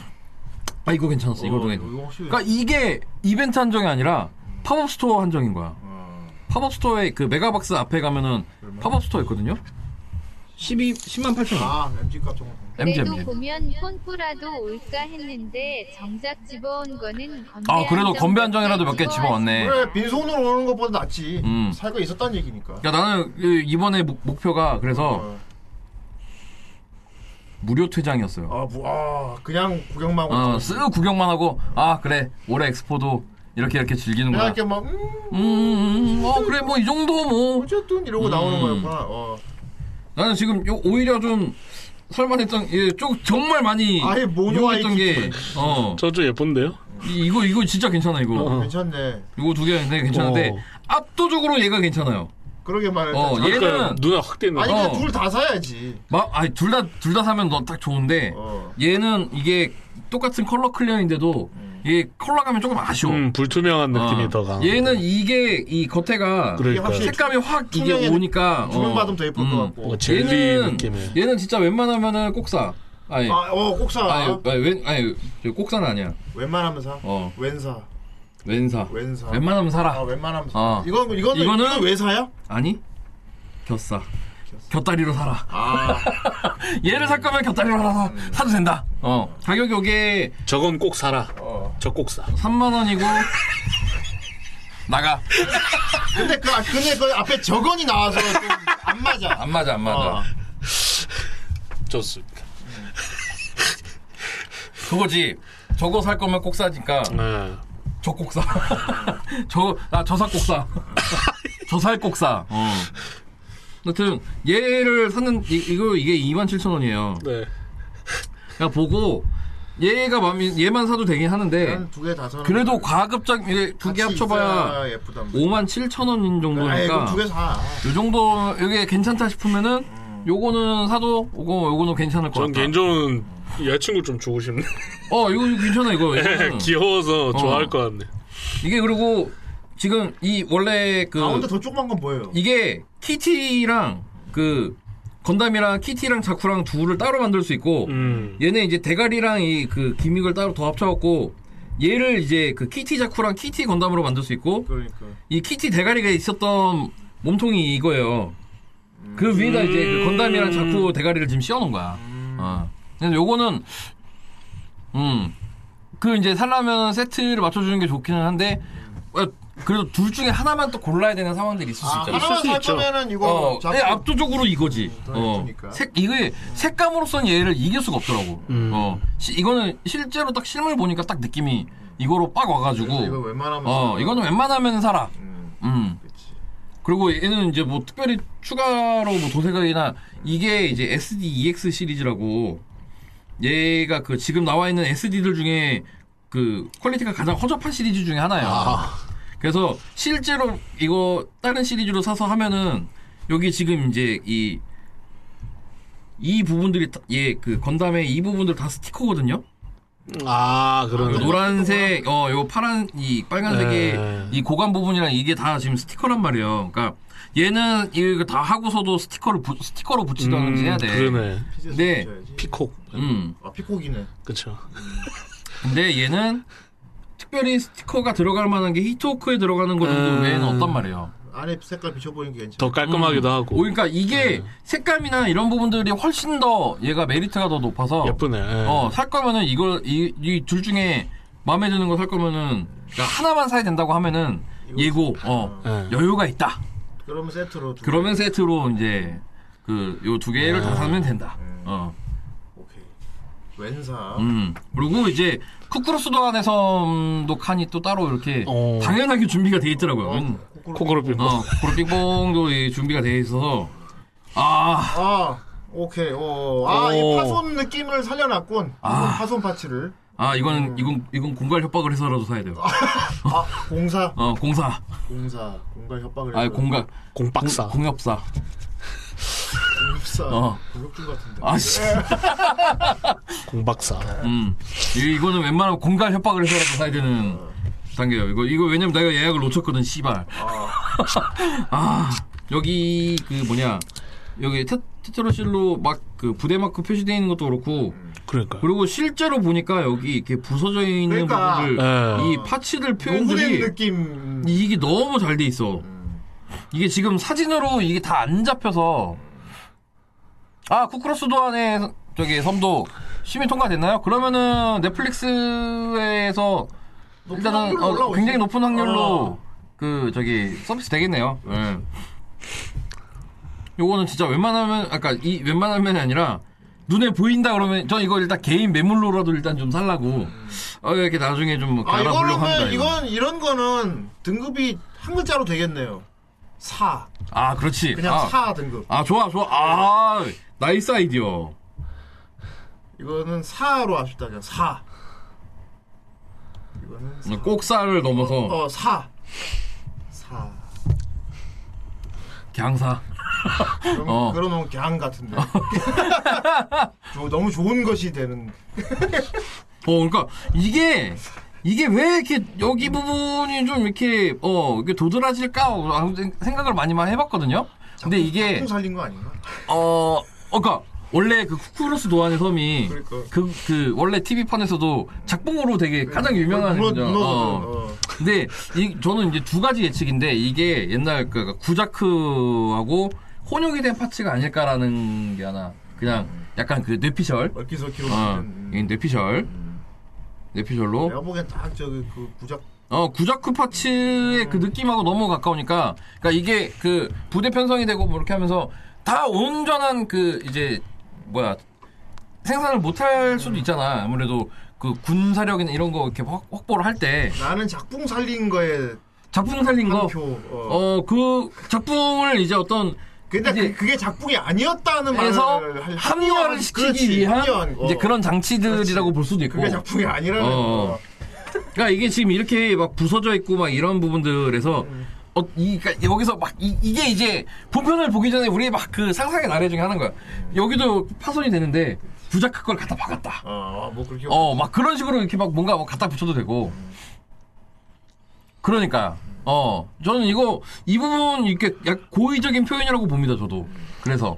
S2: 아, 이거 괜찮았어. 이거 동해.
S4: 이거 확실히.
S2: 그러니까 이게 이벤트 한정이 아니라 팝업 스토어 한정인 거야.
S4: 어,
S2: 팝업 스토어에 그 메가박스 앞에 가면은 팝업 스토어 있거든요. 12 10만 8천 원.
S4: 아 MG 값 정도.
S2: MG
S6: 그래도
S2: MG.
S6: 보면 폰프라도 올까 했는데 정작 집어온 거는 건배
S2: 아, 그래도 건배 한정이라도 몇 개 집어왔네.
S4: 그래 빈손으로 오는 것보다 낫지.
S2: 음.
S4: 살 거 있었다는 얘기니까.
S2: 야 나는 그 이- 이번에 목, 목표가 그래서
S4: 어.
S2: 무료 퇴장이었어요.
S4: 아, 뭐, 아 그냥 구경만 하고.
S2: 어,
S4: 있다고.
S2: 쓱 구경만 하고 아 그래 올해 엑스포도 이렇게 이렇게 즐기는
S4: 내가
S2: 거야.
S4: 이렇게 막 음,
S2: 음, 음, 음, 어 그래 뭐 이 정도 뭐.
S4: 어쨌든 이러고 나오는 거였구나. 어.
S2: 나는 지금 요 오히려 좀 살만했던 예, 좀 정말 많이
S4: 아예 모노
S2: 유혹했던
S4: 아이티.
S2: 게어
S5: 저저 예쁜데요?
S2: 이거 이거 진짜 괜찮아 이거
S5: 어.
S4: 괜찮네.
S2: 이거 두 개인데 괜찮은데
S5: 어.
S2: 압도적으로 얘가 괜찮아요.
S4: 그러게 말해.
S2: 어,
S4: 자-
S2: 얘는-
S5: 그러니까 누나 확 되는
S4: 네, 아니
S5: 거.
S4: 근데
S2: 어.
S4: 둘 다 사야지.
S2: 막 아니 둘 다 둘 다 사면 너 딱 좋은데
S4: 어.
S2: 얘는 이게 똑같은 컬러 클리어인데도
S4: 음.
S2: 이게 컬러감이 조금 아쉬워.
S5: 음 불투명한 느낌이
S2: 어.
S5: 더 강.
S2: 얘는 이게 이 겉에가
S4: 이게
S5: 그러니까
S4: 확실히
S2: 색감이 확 이게
S4: 투명해-
S2: 오니까 어.
S4: 두명 받으면 더 예쁠 것
S2: 음.
S4: 같고.
S5: 뭔가 젤리
S2: 얘는
S5: 느낌의.
S2: 얘는 진짜 웬만하면은 꼭 사. 아니
S4: 아, 어, 꼭 사.
S2: 아니 아니, 웬 아니 저 꼭사는 아니야.
S4: 웬만하면 사.
S2: 어
S4: 웬사.
S2: 웬사.
S4: 웬사.
S2: 웬만하면
S4: 아,
S2: 사라.
S4: 웬만하면 사.
S2: 어.
S4: 이건 이거는
S2: 이거는-
S4: 이거 왜 사야?
S2: 아니 곁사. 곁다리로 사라.
S4: 아,
S2: [LAUGHS] 얘를 살 거면 곁다리로 사라. 사도 된다. 어 가격 요게
S5: 저건 꼭 사라.
S4: 어.
S5: 저 꼭 사.
S2: 3만 원이고 나가.
S4: 근데 그 근데 그 앞에 저건이 나와서 좀 안 맞아.
S2: 안 맞아 안 맞아.
S4: 어.
S5: 좋습니다.
S2: 그거지. 저거 살 거면 꼭 사니까
S5: 네.
S2: 저꼭사. 저, 아, 저사꼭사. 저살꼭사. 어. 아무튼, 얘를 샀는, 이, 이거, 이게 27,000원이에요.
S5: 네.
S2: 그냥 보고, 얘가 마음이, 얘만 사도 되긴 하는데,
S4: 난두개다 사.
S2: 그래도 과급작, 이게 두 개 합쳐봐야
S4: 예쁘다.
S2: 57,000원
S4: 아이, 예,
S2: 정도니까,
S4: 그럼 두개 사.
S2: 요 정도, 이게 괜찮다 싶으면은,
S4: 음.
S2: 요거는 사도, 요거, 요거는 괜찮을 것
S5: 전
S2: 같아.
S5: 개인적으로 여자친구 좀 주고 싶네. 예,
S2: 어, 이거 괜찮아,
S5: [LAUGHS]
S2: 이거. 이거는.
S5: 귀여워서 좋아할
S2: 어.
S5: 것 같네.
S2: 이게 그리고, 지금, 이, 원래 그,
S4: 가운데 아, 더 조그만 건 뭐예요?
S2: 이게 키티랑 그 건담이랑 키티랑 자쿠랑 둘을 따로 만들 수 있고
S5: 음.
S2: 얘네 이제 대가리랑 이 그 기믹을 따로 더 합쳐갖고 얘를 이제 그 키티 자쿠랑 키티 건담으로 만들 수 있고
S4: 그러니까.
S2: 이 키티 대가리가 있었던 몸통이 이거예요. 그 위에다 이제 그 건담이랑 자쿠 대가리를 지금 씌워놓은 거야.
S4: 음.
S2: 어. 근데 요거는 음. 그 이제 살라면 세트를 맞춰주는 게 좋기는 한데 어, 그래도 둘 중에 하나만 또 골라야 되는 상황들이 있을 수
S4: 아,
S2: 있잖아.
S4: 하나만
S5: 수
S4: 살
S5: 있죠.
S4: 거면은 이거
S2: 어,
S4: 잡고-
S2: 예, 압도적으로 이거지.
S4: 더
S2: 어,
S4: 예쁘니까.
S2: 색 이게 색감으로선 얘를 이길 수가 없더라고.
S5: 음.
S2: 어, 시- 이거는 실제로 딱 실물 보니까 딱 느낌이 이거로 빡
S4: 그래서 이거
S2: 와가지고.
S4: 웬만하면
S2: 어,
S4: 사.
S2: 이거는 웬만하면 살아.
S4: 음,
S2: 음.
S4: 그치.
S2: 그리고 얘는 이제 뭐 특별히 추가로 뭐 도색이나 이게 이제 SDEX 시리즈라고 얘가 그 지금 나와 있는 SD들 중에 그 퀄리티가 가장 허접한 시리즈 중에 하나예요.
S4: 아.
S2: 그래서 실제로 이거 다른 시리즈로 사서 하면은 여기 지금 이제 이 이 부분들이 예 그 건담의 이 부분들 다 스티커거든요.
S5: 아
S2: 요
S5: 그러네.
S2: 노란색, 어, 요 파란, 이 빨간색의
S5: 네.
S2: 이 고관 부분이랑 이게 다 지금 스티커란 말이에요. 그러니까 얘는 이거 다 하고서도 스티커를 부- 스티커로 붙이던지 해야 돼.
S5: 음, 그러네.
S4: 피젯
S2: 네.
S4: 붙여야지.
S5: 피콕.
S2: 음.
S4: 아 피콕이네.
S5: 그쵸.
S2: 근데 얘는 특별히 스티커가 들어갈 만한 게 히트워크에 들어가는 거 정도
S5: 음.
S2: 외에는 없단 말이에요.
S4: 안에 색깔 비춰보이는 게 괜찮아.
S5: 더 깔끔하기도 하고.
S2: 음.
S5: 네.
S2: 오, 그러니까 이게 색감이나 이런 부분들이 훨씬 더 얘가 메리트가 더 높아서
S5: 예쁘네. 예.
S2: 어, 살 거면은 이걸 이 둘 중에 마음에 드는 거 살 거면은 그러니까 하나만 사야 된다고 하면은 예고 어
S5: 네.
S2: 여유가 있다.
S4: 그러면 세트로 두
S2: 그러면 세트로 이제 그 요 두 개를
S5: 네.
S2: 다 사면 된다. 어.
S4: 오케이. 왼사.
S2: 음. 그리고 이제 쿠크루스도안의 섬도 칸이 또 따로 이렇게
S5: 어.
S2: 당연하게 준비가 돼 있더라고요. 음.
S5: 코그룹이 뭐.
S2: 어, 그리고 빙봉도 이 준비가 돼 있어서 아,
S4: 아, 오케이. 어, 아, 이
S5: 오.
S4: 파손 느낌을 살려놨군. 파손 파츠를.
S2: 아 이거는
S5: 음.
S2: 이건 이건 공갈 협박을 해서라도 사야 돼요.
S4: 아, 공사.
S2: 어, 공사.
S4: 공사. 공갈 협박을
S2: 아,
S4: 해서.
S2: 공갈
S5: 공박사.
S2: 공, 협사
S4: 공사.
S2: 어.
S4: 공격중 같은데.
S2: 아 씨.
S5: 공박사.
S2: 음. 이- 이거는 웬만하면 공갈 협박을 해서라도 사야 되는 단계예요. 이거 이거 왜냐면 내가 예약을 놓쳤거든, 씨발. [LAUGHS] 아. 여기 그 뭐냐? 여기 테, 테트로실로 막 그 부대 마크 표시되어 있는 것도 그렇고
S5: 그러니까.
S2: 그리고 실제로 보니까 여기 이렇게 부서져 있는
S4: 그러니까.
S2: 부분들
S5: 예.
S2: 이 파츠들
S4: 노후된
S2: 표현들이
S4: 느낌.
S2: 음. 이- 이게 너무 잘 돼 있어. 이게 지금 사진으로 이게 다 안 잡혀서 아 쿠크로스 도안의 저기 섬도 시민 통과됐나요? 그러면은 넷플릭스에서
S4: 높은 어.
S2: 일단은
S4: 확률로
S2: 어,
S4: 올라오지.
S2: 굉장히 높은 확률로 그 저기 서비스 되겠네요. 예. 요거는 진짜 웬만하면 아까 이 웬만하면이 아니라 눈에 보인다 그러면 전 이거 일단 개인 매물로라도 일단 좀 살라고 어 이렇게 나중에 좀
S4: 아, 이걸로
S2: 갈아보려고 합니다.
S4: 하면
S2: 이거.
S4: 이건 이런 거는 등급이 한 글자로 되겠네요. 사.
S2: 아 그렇지.
S4: 그냥
S2: 아.
S4: 사 등급.
S2: 아 좋아 좋아 아 나이스 아이디어
S4: 이거는 사로 합시다. 그냥 사. 이거는 사.
S2: 꼭사를 넘어서
S4: 어, 사. 사.
S2: 갱사
S4: 그럼
S2: 어.
S4: 그러면 갱 같은데. [LAUGHS] 저 너무 좋은 것이 되는.
S2: 어 그러니까 이게 이게 왜 이렇게 여기 부분이 좀 이렇게 어 이게 도드라질까 아무튼 생각을 많이 많이 해봤거든요 근데 이게
S4: 통 살린 거 아닌가?
S2: 어 어, 그러니까 원래 그 쿠쿠로스 도안의 섬이
S4: 그러니까.
S2: 그, 그 원래 TV 판에서도 작품으로 되게 가장 유명한
S4: 문어,
S2: 거죠.
S4: 문어
S2: 어.
S4: 어.
S2: 근데 이, 저는 이제 두 가지 예측인데 이게 옛날 그 구자크하고 혼용이 된 파츠가 아닐까라는 게 하나 그냥 약간 그 뇌피셜
S4: 얼기설기로 음.
S2: 어,
S4: 보면
S2: 이 뇌피셜
S4: 내가
S2: 뇌피셜로
S4: 보기엔 딱 저기 그 부작
S2: 어 구자크 파츠의 그
S4: 음.
S2: 느낌하고 너무 가까우니까 그러니까 이게 그 부대 편성이 되고 뭐 이렇게 하면서 다 온전한 그 이제 뭐야 생산을 못 할 수도 있잖아 아무래도 그 군사력이나 이런 거 이렇게 확- 확보를 할 때
S4: 나는 작품 살린 거에
S2: 작품 살린
S4: 한
S2: 거
S4: 표. 어.
S2: 어, 그 작품을 이제 어떤
S4: 근데
S2: 이제-
S4: 그, 게 작품이 아니었다는
S2: 해서
S4: 말을 할-
S2: 합리화를 시키기
S4: 그렇지,
S2: 위한
S4: 합리화한 거.
S2: 이제 그런 장치들이라고
S4: 그렇지.
S2: 볼 수도 있고.
S4: 그게 작품이 아니라는
S2: 어,
S4: 거.
S2: 어. 그러니까 이게 지금 이렇게 막 부서져 있고 막 이런 부분들에서
S4: 음.
S2: 어, 이, 그러니까 여기서 막 이, 게 이제 본편을 보기 전에 우리 막 그 상상의 나래 중에 하는 거야. 여기도 파손이 되는데 부작할 걸 갖다 박았다.
S4: 어, 뭐 그렇게
S2: 어, 막 그런 식으로 이렇게 막 뭔가 막 갖다 붙여도 되고. 그러니까, 어, 저는 이거, 이 부분, 이렇게 약 고의적인 표현이라고 봅니다, 저도. 그래서.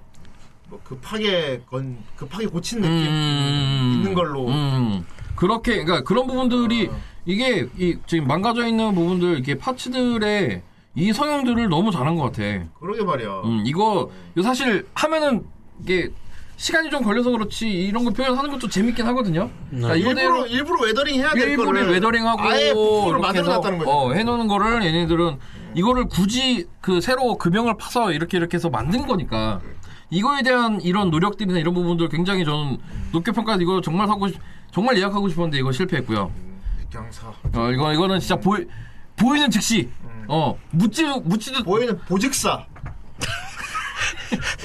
S4: 뭐 급하게 건 급하게 고친 느낌
S2: 음.
S4: 있는 걸로. 아.
S2: 음. 그렇게, 그러니까 그런 부분들이, 이게, 이, 지금 망가져 있는 부분들, 이렇게 파츠들의 이 성형들을 너무 잘한 것 같아.
S4: 그러게 말이야.
S2: 음, 이거, 이거 사실 하면은, 이게, 시간이 좀 걸려서 그렇지, 이런 거 표현하는 것도 재밌긴 하거든요. 그러니까
S4: 음. 일부러
S2: 이거대로-
S4: 일부러 웨더링 해야 될
S2: 일본에
S4: 거를
S2: 웨더링하고
S4: 아예 부품으로
S2: 이렇게 해서,
S4: 만들어놨다는 거죠.
S2: 어, 해놓는 거를 얘네들은 이거를 굳이 그 새로 금형을 파서 이렇게 이렇게 해서 만든 거니까 이거에 대한 이런 노력들이나 이런 부분들 굉장히 저는 높게 평가해서 이거 정말 사고 싶, 정말 예약하고 싶었는데 이거 실패했고요.
S4: 경사
S2: 어, 이거 이거는 진짜 보이 보이는 즉시 어 묻지 묻지도
S4: 음. 보이는
S2: [LAUGHS]
S4: 보직사.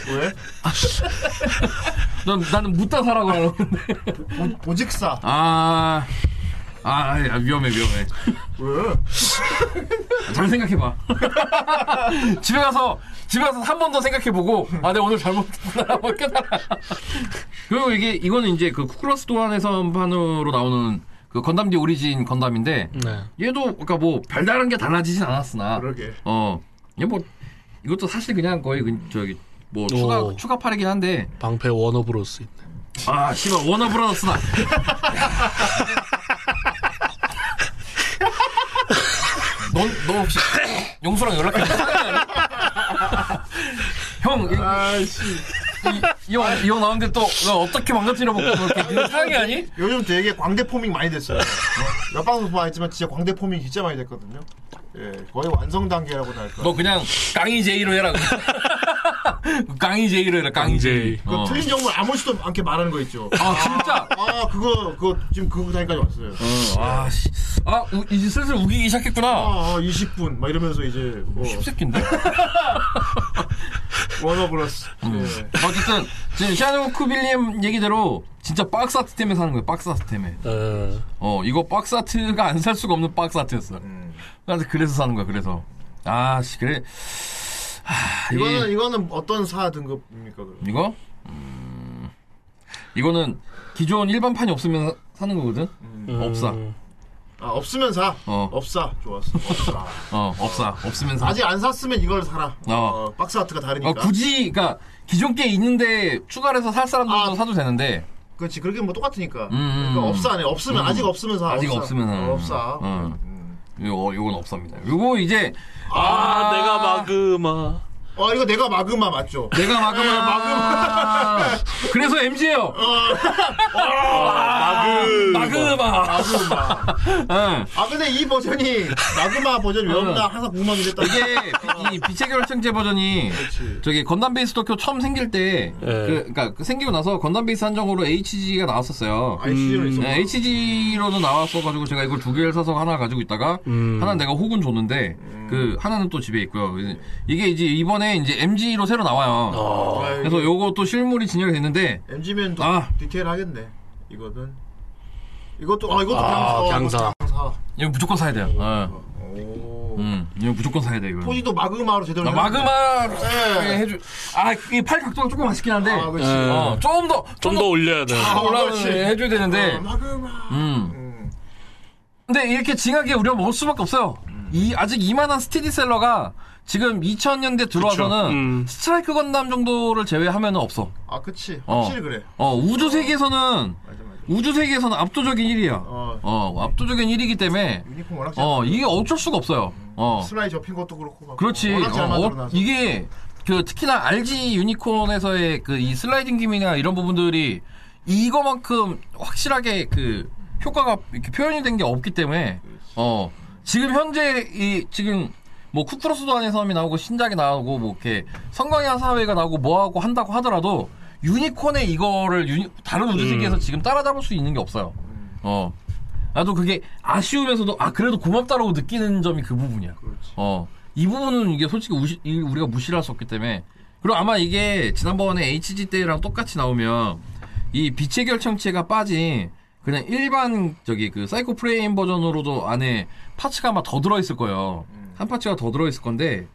S4: 왜?
S2: 난, 나는 묻다 사라고 하는데
S4: 보, 보직사.
S2: 아. 아, 야, 위험해, 위험해.
S4: 왜?
S2: 잘 생각해봐. [LAUGHS] 집에 가서, 집에 가서 한 번 더 생각해보고, 아, 내가 오늘 잘못했구나, 뭐 깨달아. 그리고 이게, 이거는 이제 그 쿠크로스 도안에서 판으로 나오는 그 건담 디 오리진 건담인데,
S5: 네.
S2: 얘도, 그니까 뭐, 별다른 게 달라지진 않았으나,
S4: 그러게.
S2: 어, 얘 뭐, 이것도 사실 그냥 거의, 그, 저기, 뭐, 추가,
S5: 오.
S2: 추가팔이긴 한데,
S5: 어. 방패 원업으로스 있네.
S2: 아, 씨발, 워너브라더스나.
S5: [LAUGHS]
S2: 넌, 너 혹시 용수랑 연락해? 형, 이-
S4: 아씨.
S2: 이형 이형 나오는데 또 너 어떻게 망가뜨려 먹고
S4: [LAUGHS]
S2: 그렇게 상이 아니? 네.
S4: 요즘 되게 광대 포밍 많이 됐어요. 몇 방송 봤지만 진짜 광대 포밍 진짜 많이 됐거든요. 예, 거의 완성 단계라고나 할까.
S2: 너 그냥 깡이 제이로
S5: [LAUGHS]
S2: 해라. 깡이 제이로 해라. 깡이 제이.
S4: 그
S2: 어.
S4: 틀린 정보 아무렇지도 않게 말하는 거 있죠.
S2: 아 진짜.
S4: 아, 그거 그거 지금 그 단계까지 왔어요.
S2: 아 씨. 아 우- 이제 슬슬 우기기 시작했구나.
S4: 아, 아, 20분 막 이러면서 이제 뭐
S2: 쉽새끼인데.
S4: [LAUGHS] 워너브러스. 예.
S2: 음. 어쨌든 지금 샤노쿠빌님 얘기대로 진짜 박스아트 때문에 사는 거예요. 박스아트 때문에.
S5: 어,
S2: 어 이거 박스아트가 안 살 수가 없는 박스아트였어.
S4: 음.
S2: 그래서 그래서 사는 거야. 그래서 아씨 그래. 하, 이게-
S4: 이거는 이거는 어떤 사 등급입니까? 그럼?
S2: 이거 음, 이거는 기존 일반판이 없으면 사- 사는 거거든.
S4: 음.
S2: 없사.
S4: 아, 없으면 사.
S2: 어.
S4: 없사. 좋았어. 없사.
S2: 어 없사 없으면 사.
S4: 아직 안 샀으면 이걸 사라.
S2: 어.
S4: 어. 박스 아트가 다르니까.
S2: 어, 굳이, 그니까, 기존 게 있는데, 추가를 해서 살 사람들도
S4: 아.
S2: 사도 되는데,
S4: 그렇지. 그렇게 뭐 똑같으니까.
S2: 음.
S4: 그러니까 없사 안에 없으면 아직 없으면 사.
S2: 아직
S4: 없사.
S2: 없으면 은
S4: 어, 음. 없사.
S2: 응. 요거, 요건 없습니다. 요거 이제,
S5: 아, 내가 마그마.
S4: 어 이거 내가 마그마 맞죠? 네,
S2: 내가 마그마. 그래서 MG예요
S5: 마그.
S2: 마그마.
S4: 어. 아, 마그마.
S2: 응.
S4: 아 근데 이 버전이 마그마
S2: 어.
S4: 버전 왜 없나 항상 궁금하게 됐다.
S2: 이게, 비- 이 빛의 결정제 버전이,
S4: 그렇지.
S2: 저기, 건담 베이스 도쿄 처음 생길 때, 그, 그니까, 생기고 나서 건담 베이스 한정으로 HG가 나왔었어요.
S4: 아이 시절에 있었
S2: 네, HG로도 나왔어가지고 제가 이걸 두 개를 사서 하나 가지고 있다가 하나는 내가 혹은 줬는데
S4: 음.
S2: 그 하나는 또 집에 있고요. 이게 이제 이번에 이제 MG로 새로 나와요. 그래서 요거 또 실물이 진열이 됐는데
S4: MG면 도
S2: 아.
S4: 디테일 하겠네. 이거는 이것도 아 이것도
S5: 아,
S4: 경사.
S5: 경사.
S4: 경사.
S2: 이거 무조건 사야 돼요. 어.
S4: 오.
S2: 음, 이거 무조건 사야 돼 이거.
S4: 포지도 마그마로 제대로.
S2: 나 마그마
S4: 네.
S2: 해주. 아이팔 각도가 조금 아쉽긴 한데.
S4: 해놨네. 아 그렇지.
S5: 네.
S2: 어, 조금 더,
S5: 좀 더 올려야 돼.
S4: 아,
S2: 올라오는
S4: 그렇지.
S2: 애 해줘야 되는데.
S4: 아, 마그마.
S2: 음.
S4: 음.
S2: 근데 이렇게 징하게 우리가 먹을 수밖에 없어요. 이 아직 이만한 스테디셀러가 지금 2000년대 들어와서는
S5: 음.
S2: 스트라이크 건담 정도를 제외하면 없어.
S4: 아 그렇지.
S2: 어.
S4: 확실히 그래. 어.
S2: 어, 우주 세계에서는
S4: 맞아 맞아.
S2: 우주 세계에서는 압도적인 1위야.
S4: 어.
S2: 어, 압도적인 1위기 때문에
S4: 유니콘 워낙 잘.
S2: 어, 이게 어쩔 수가 없어요. 어.
S4: 슬라이 접힌 것도 그렇고. 막
S2: 그렇지.
S4: 워낙 잘
S2: 어, 어,
S4: 만들어놔서.
S2: 이게 그 특히나 RG 유니콘에서의 그 이 슬라이딩 기믹이나 이런 부분들이 이거만큼 확실하게 그 효과가 이렇게 표현이 된 게 없기 때문에 어 지금 현재 이 지금 뭐 쿠크로스도 안의 섬이 나오고 신작이 나오고 뭐 이렇게 성광야 사회가 나오고 뭐하고 한다고 하더라도 유니콘의 이거를 유니- 다른 우주 세계에서 지금 따라잡을 수 있는 게 없어요.
S4: 음.
S2: 어 나도 그게 아쉬우면서도 아 그래도 고맙다라고 느끼는 점이 그 부분이야.
S4: 그렇지.
S2: 어. 이 부분은 이게 솔직히 우시- 이- 우리가 무시를 할 수 없기 때문에 그리고 아마 이게 지난번에 HG 때랑 똑같이 나오면 이 빛의 결정체가 빠진 그냥 일반 저기 그 사이코 프레임 버전으로도 안에 파츠가 아마 더 들어있을 거예요.
S4: 음.
S2: 한 파츠가 더 들어있을 건데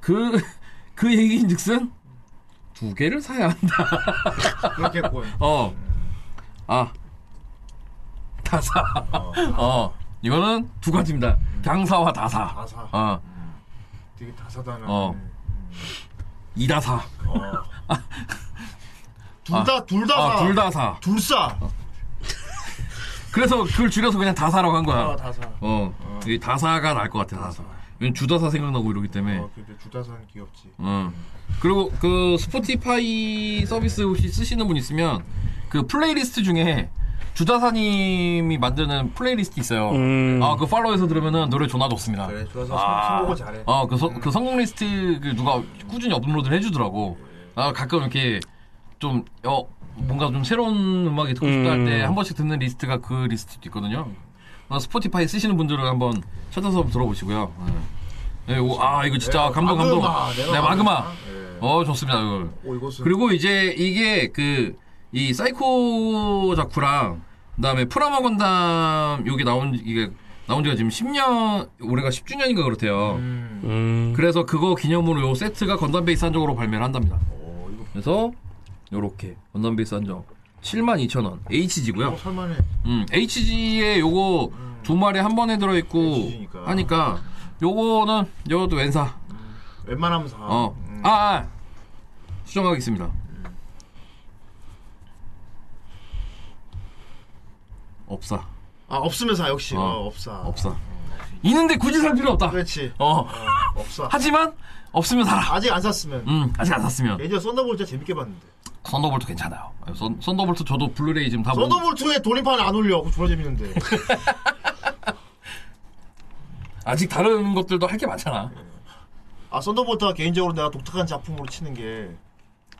S2: 그 [LAUGHS] 그 얘기인즉슨 두 개를 사야 한다.
S4: [LAUGHS] 그렇겠군.
S2: 어. 아. 다사. 어. 이거는 두 가지입니다. 강사와 다사.
S4: 음. 다사. 음.
S2: 어.
S4: 되게 다사다나.
S2: 어. 이다사.
S4: 어. 둘다둘다
S2: 아,
S4: 사.
S2: 둘 다 사.
S4: 둘싸.
S2: 그래서 그걸 줄여서 그냥 다사라고 한 거야.
S4: 아, 다사.
S2: 어. 이 다사가 나을 것 같아, 다사. 왜냐면 주다사 생각나고 이러기 때문에.
S4: 어, 근데 주다산 귀엽지.
S2: 음. 그리고 그 스포티파이 서비스 혹시 쓰시는 분 있으면 그 플레이리스트 중에 주다사님이 만드는 플레이리스트 있어요.
S5: 음.
S2: 아, 그 팔로우에서 들으면은 노래 존나 좋습니다.
S4: 그래, 주다산 아. 선곡을 잘해.
S2: 어, 그, 서- 그 성공 리스트 그 누가 꾸준히 업로드를 해주더라고. 나 가끔 이렇게 좀, 어, 뭔가 좀 새로운 음악이 듣고 싶다 할 때
S5: 음.
S2: 한 번씩 듣는 리스트가 그 리스트도 있거든요. 어, 스포티파이 쓰시는 분들은 한번 찾아서 들어보시고요. 예. 예, 오, 아, 이거 진짜
S4: 내가
S2: 감동, 감동.
S4: 마그마, 내가
S2: 네, 마그마.
S4: 마그마. 예.
S2: 어, 좋습니다. 이거.
S4: 오, 이것은
S2: 그리고 이제 이게 그, 이 사이코 자쿠랑, 그 다음에 프라마 건담, 요게 나온, 이게 나온 지가 지금 10년, 올해가 10주년인가 그렇대요.
S5: 음.
S2: 그래서 그거 기념으로 요 세트가 건담 베이스 한정으로 발매를 한답니다.
S4: 오, 이거
S2: 그래서 요렇게 건담 베이스 한정 72,000원 HG고요.
S4: 어, 설마네. 음.
S2: 음, HG에 요거 두 마리 한 번에 들어 있고
S4: HG 니까.
S2: 하니까 요거는 요것도 왼사.
S4: 웬만하면 사.
S2: 어.
S4: 음.
S2: 아, 아. 수정하겠습니다. 없사.
S4: 아, 없으면 사 역시.
S2: 어.
S4: 아, 어, 없사.
S2: 없사. 있는데 굳이 살 필요 없다.
S4: 그렇지.
S2: 어.
S4: 어, 없어.
S2: 하지만 없으면 살아.
S4: 아직 안 샀으면.
S2: 음, 아직 안 샀으면.
S4: 예전에 썬더볼트 진짜 재밌게 봤는데.
S2: 썬더볼트 괜찮아요. 썬, 썬더볼트 저도 블루레이 지금 다 보고.
S4: 썬더볼트에 돌림판 안 올려. 그거 졸라
S2: [LAUGHS]
S4: 재밌는데.
S2: 아직 다른 것들도 할 게 많잖아.
S4: 아, 썬더볼트가 개인적으로 내가 독특한 작품으로 치는 게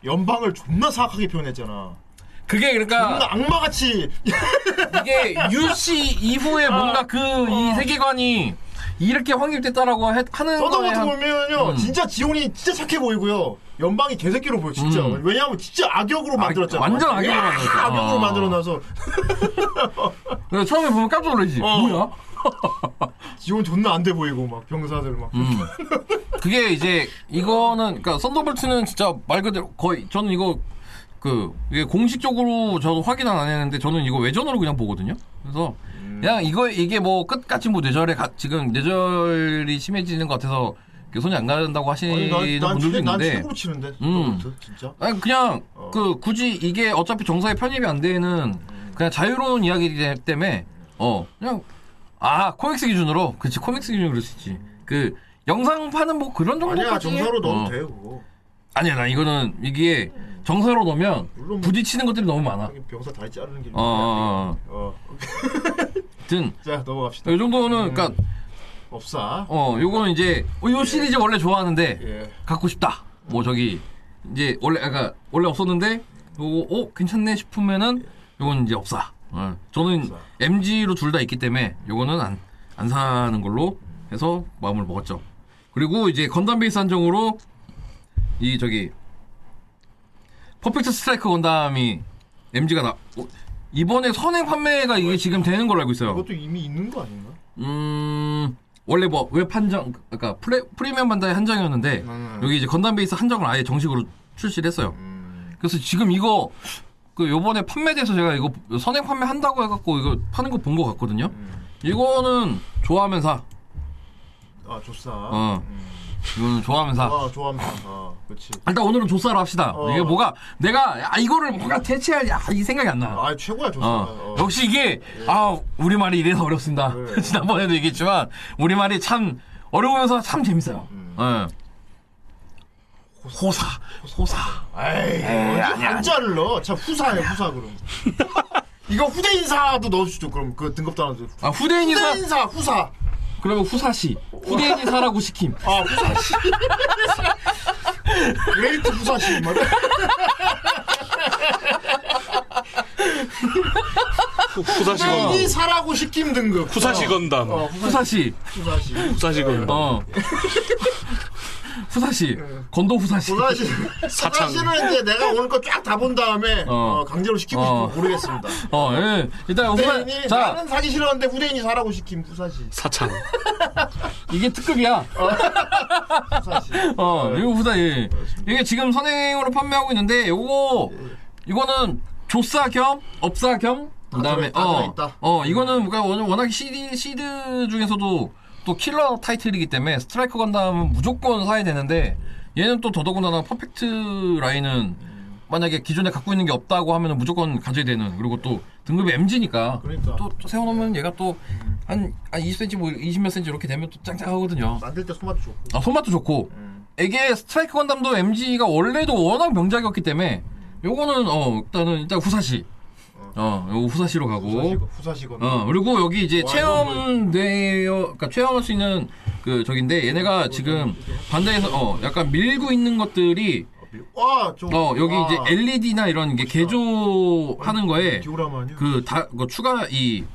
S4: 연방을 존나 사악하게 표현했잖아.
S2: 그게
S4: 존나
S2: 그러니까
S4: 악마같이
S2: 이게
S4: [LAUGHS]
S2: 유씨
S4: 아.
S2: 이후에 뭔가 그
S4: 어.
S2: 이 세계관이 이렇게 확립됐다라고 해- 하는 거에
S4: 썬더볼트
S2: 한-
S4: 보면요
S2: 음.
S4: 진짜 지온이 진짜 착해 보이고요 연방이 개새끼로 보여 진짜
S2: 음.
S4: 왜냐하면 진짜 악역으로 만들었잖아
S2: 완전 악역으로
S4: 야,
S2: 만들었죠.
S4: 악역으로
S2: 아. [LAUGHS]
S4: 만들어놔서
S2: 그래서 처음에 보면 깜짝 놀라지.
S4: 어. [LAUGHS]
S2: 뭐야?
S4: 지온 존나 안 돼 보이고 막 병사들 막
S2: 음. 그게 이제 이거는 그러니까 썬더볼트는 진짜 말 그대로 거의 저는 이거 그 이게 공식적으로 저도 확인은 안 했는데 저는 이거 외전으로 그냥 보거든요. 그래서
S4: 음.
S2: 그냥 이거 이게 뭐 끝까지 뭐 뇌절에 가- 지금 뇌절이 심해지는 것 같아서 이렇게 손이 안 가는다고 하시는
S4: 아니, 난, 난,
S2: 분들도
S4: 최, 난
S2: 있는데
S4: 최고로 치는데
S2: 음.
S4: 썬더볼트 진짜
S2: 아니 그냥
S4: 어.
S2: 그 굳이 이게 어차피 정서에 편입이 안 되는 그냥 자유로운 이야기이기 때문에 어 그냥 아 코믹스 기준으로 그치 코믹스 기준으로 그럴 수 있지 그 영상판은 뭐 그런 정도까지
S4: 아니야 정서로 넣어도
S2: 어.
S4: 돼 그거
S2: 아니야 나 이거는 이게 정서로 넣으면
S4: 물론 뭐-
S2: 부딪히는 것들이 너무 많아
S4: 하긴 병사 다리 자르는 게
S2: 어, 어,
S4: 어.
S2: 하여튼
S4: 자 넘어갑시다
S2: 이 정도는 그니까
S4: 없사
S2: 네. 어 네. 요거는 이제 어, 요 시리즈 원래 좋아하는데
S4: 예.
S2: 갖고 싶다 뭐 저기 이제 원래 아까 원래 없었는데 요거 어 괜찮네 싶으면은 요건 이제 없사 어, 저는
S4: 없사.
S2: MG로 둘 다 있기 때문에 요거는 안, 안 사는 걸로 해서 마음을 먹었죠 그리고 이제 건담 베이스 한정으로 이 저기 퍼펙트 스트라이크 건담이 MG가 나 어, 이번에 선행 판매가 이게 지금 되는 걸로 알고 있어요
S4: 그것도 이미 있는 거 아닌가?
S2: 음 원래 뭐 웹 한정 그러니까 프레, 프리미엄 반다이 한정이었는데
S4: 음.
S2: 여기 이제 건담 베이스 한정을 아예 정식으로 출시를 했어요. 그래서 지금 이거 그 요번에 판매돼서 제가 이거 선행 판매 한다고 해갖고 이거 파는 거 본 거 같거든요.
S4: 음.
S2: 이거는 좋아하면 사.
S4: 아 조사
S2: 어. 이거는 좋아하면 사.
S4: 아 좋아합니다 아 그렇지
S2: 일단 오늘은 조사로 합시다.
S4: 어.
S2: 이게 뭐가 내가 아 이거를 뭐가 대체할 야, 이 생각이 안 나.
S4: 아 최고야 조사
S2: 어.
S4: 어.
S2: 역시 이게 아 우리 말이 이래서 어렵습니다.
S4: 네.
S2: [LAUGHS] 지난번에도 얘기했지만 우리 말이 참 어려우면서 참 재밌어요. 예. 호사, 호사.
S4: 에이, 어디 한자를 넣어. 참 후사해, 후사 그럼.
S2: [LAUGHS]
S4: 이거 후대 인사도 넣어주죠. 그럼 그 등급도 하나 줘.
S2: 아 후대인 이사
S4: 후대 인사, 후사.
S2: 그러면 후사시. 후대인 이사라고 시킴.
S4: 아, 후사씨. [LAUGHS] 그레이트 후사씨. 막.
S5: 후사시
S4: 후대
S5: 건담.
S4: 인사라고 시킴 등급.
S5: 후사시
S4: 어.
S5: 건담.
S4: 어, 후사,
S2: 후사시.
S4: 후사씨.
S5: 후사시 건담.
S2: 어. 후사시. 건도 후사시.
S4: 후사씨.
S5: 사창.
S4: 후사씨는 이제 내가 오늘 거 쫙 다 본 다음에
S2: 어.
S4: 어, 강제로 시키고
S2: 어.
S4: 싶으면 모르겠습니다. 네,
S2: 어, 예. 일단 후사.
S4: 후대인이
S2: 자,
S4: 나는 사기 싫었는데 후대인이 사라고 시킴 후사씨.
S5: 사창.
S2: [LAUGHS] 이게 특급이야.
S4: 후사씨.
S2: 어, 이거 후다 예.
S4: 그렇습니다.
S2: 이게 지금 선행으로 판매하고 있는데 요거 이거는 조사 겸 업사 겸 그다음에
S4: 들어- 다
S2: 어,
S4: 들어있다.
S2: 어 이거는 뭔가 워낙 워낙 시드 시드 중에서도 또 킬러 타이틀이기 때문에 스트라이크 건담은 무조건 사야 되는데 얘는 또 더더군다나 퍼펙트 라인은 만약에 기존에 갖고 있는 게 없다고 하면 무조건 가져야 되는 그리고 또 등급이 MG니까
S4: 그러니까.
S2: 또, 또 세워놓으면 얘가 또 한 20cm 뭐 20몇 cm 이렇게 되면 또 짱짱하거든요.
S4: 만들 때 손맛도 좋고.
S2: 아, 손맛도 좋고.
S4: 음.
S2: 이게 스트라이크 건담도 MG가 원래도 워낙 명작이었기 때문에 요거는 어, 일단은 일단 후사시. 어, 요거 후사시로
S4: 후사시고,
S2: 가고.
S4: 후사시건.
S2: 어, 그리고 여기 이제
S4: 와,
S2: 체험되어 그러니까 체험할 수 있는 그 저긴데 얘네가 지금 반대에서 어, 약간 밀고 있는 것들이
S4: 와, 저.
S2: 어, 여기
S4: 와.
S2: 이제 LED나 이런 게 개조하는 거에
S4: 디오라마 아니야?
S2: 그 다 그 추가 이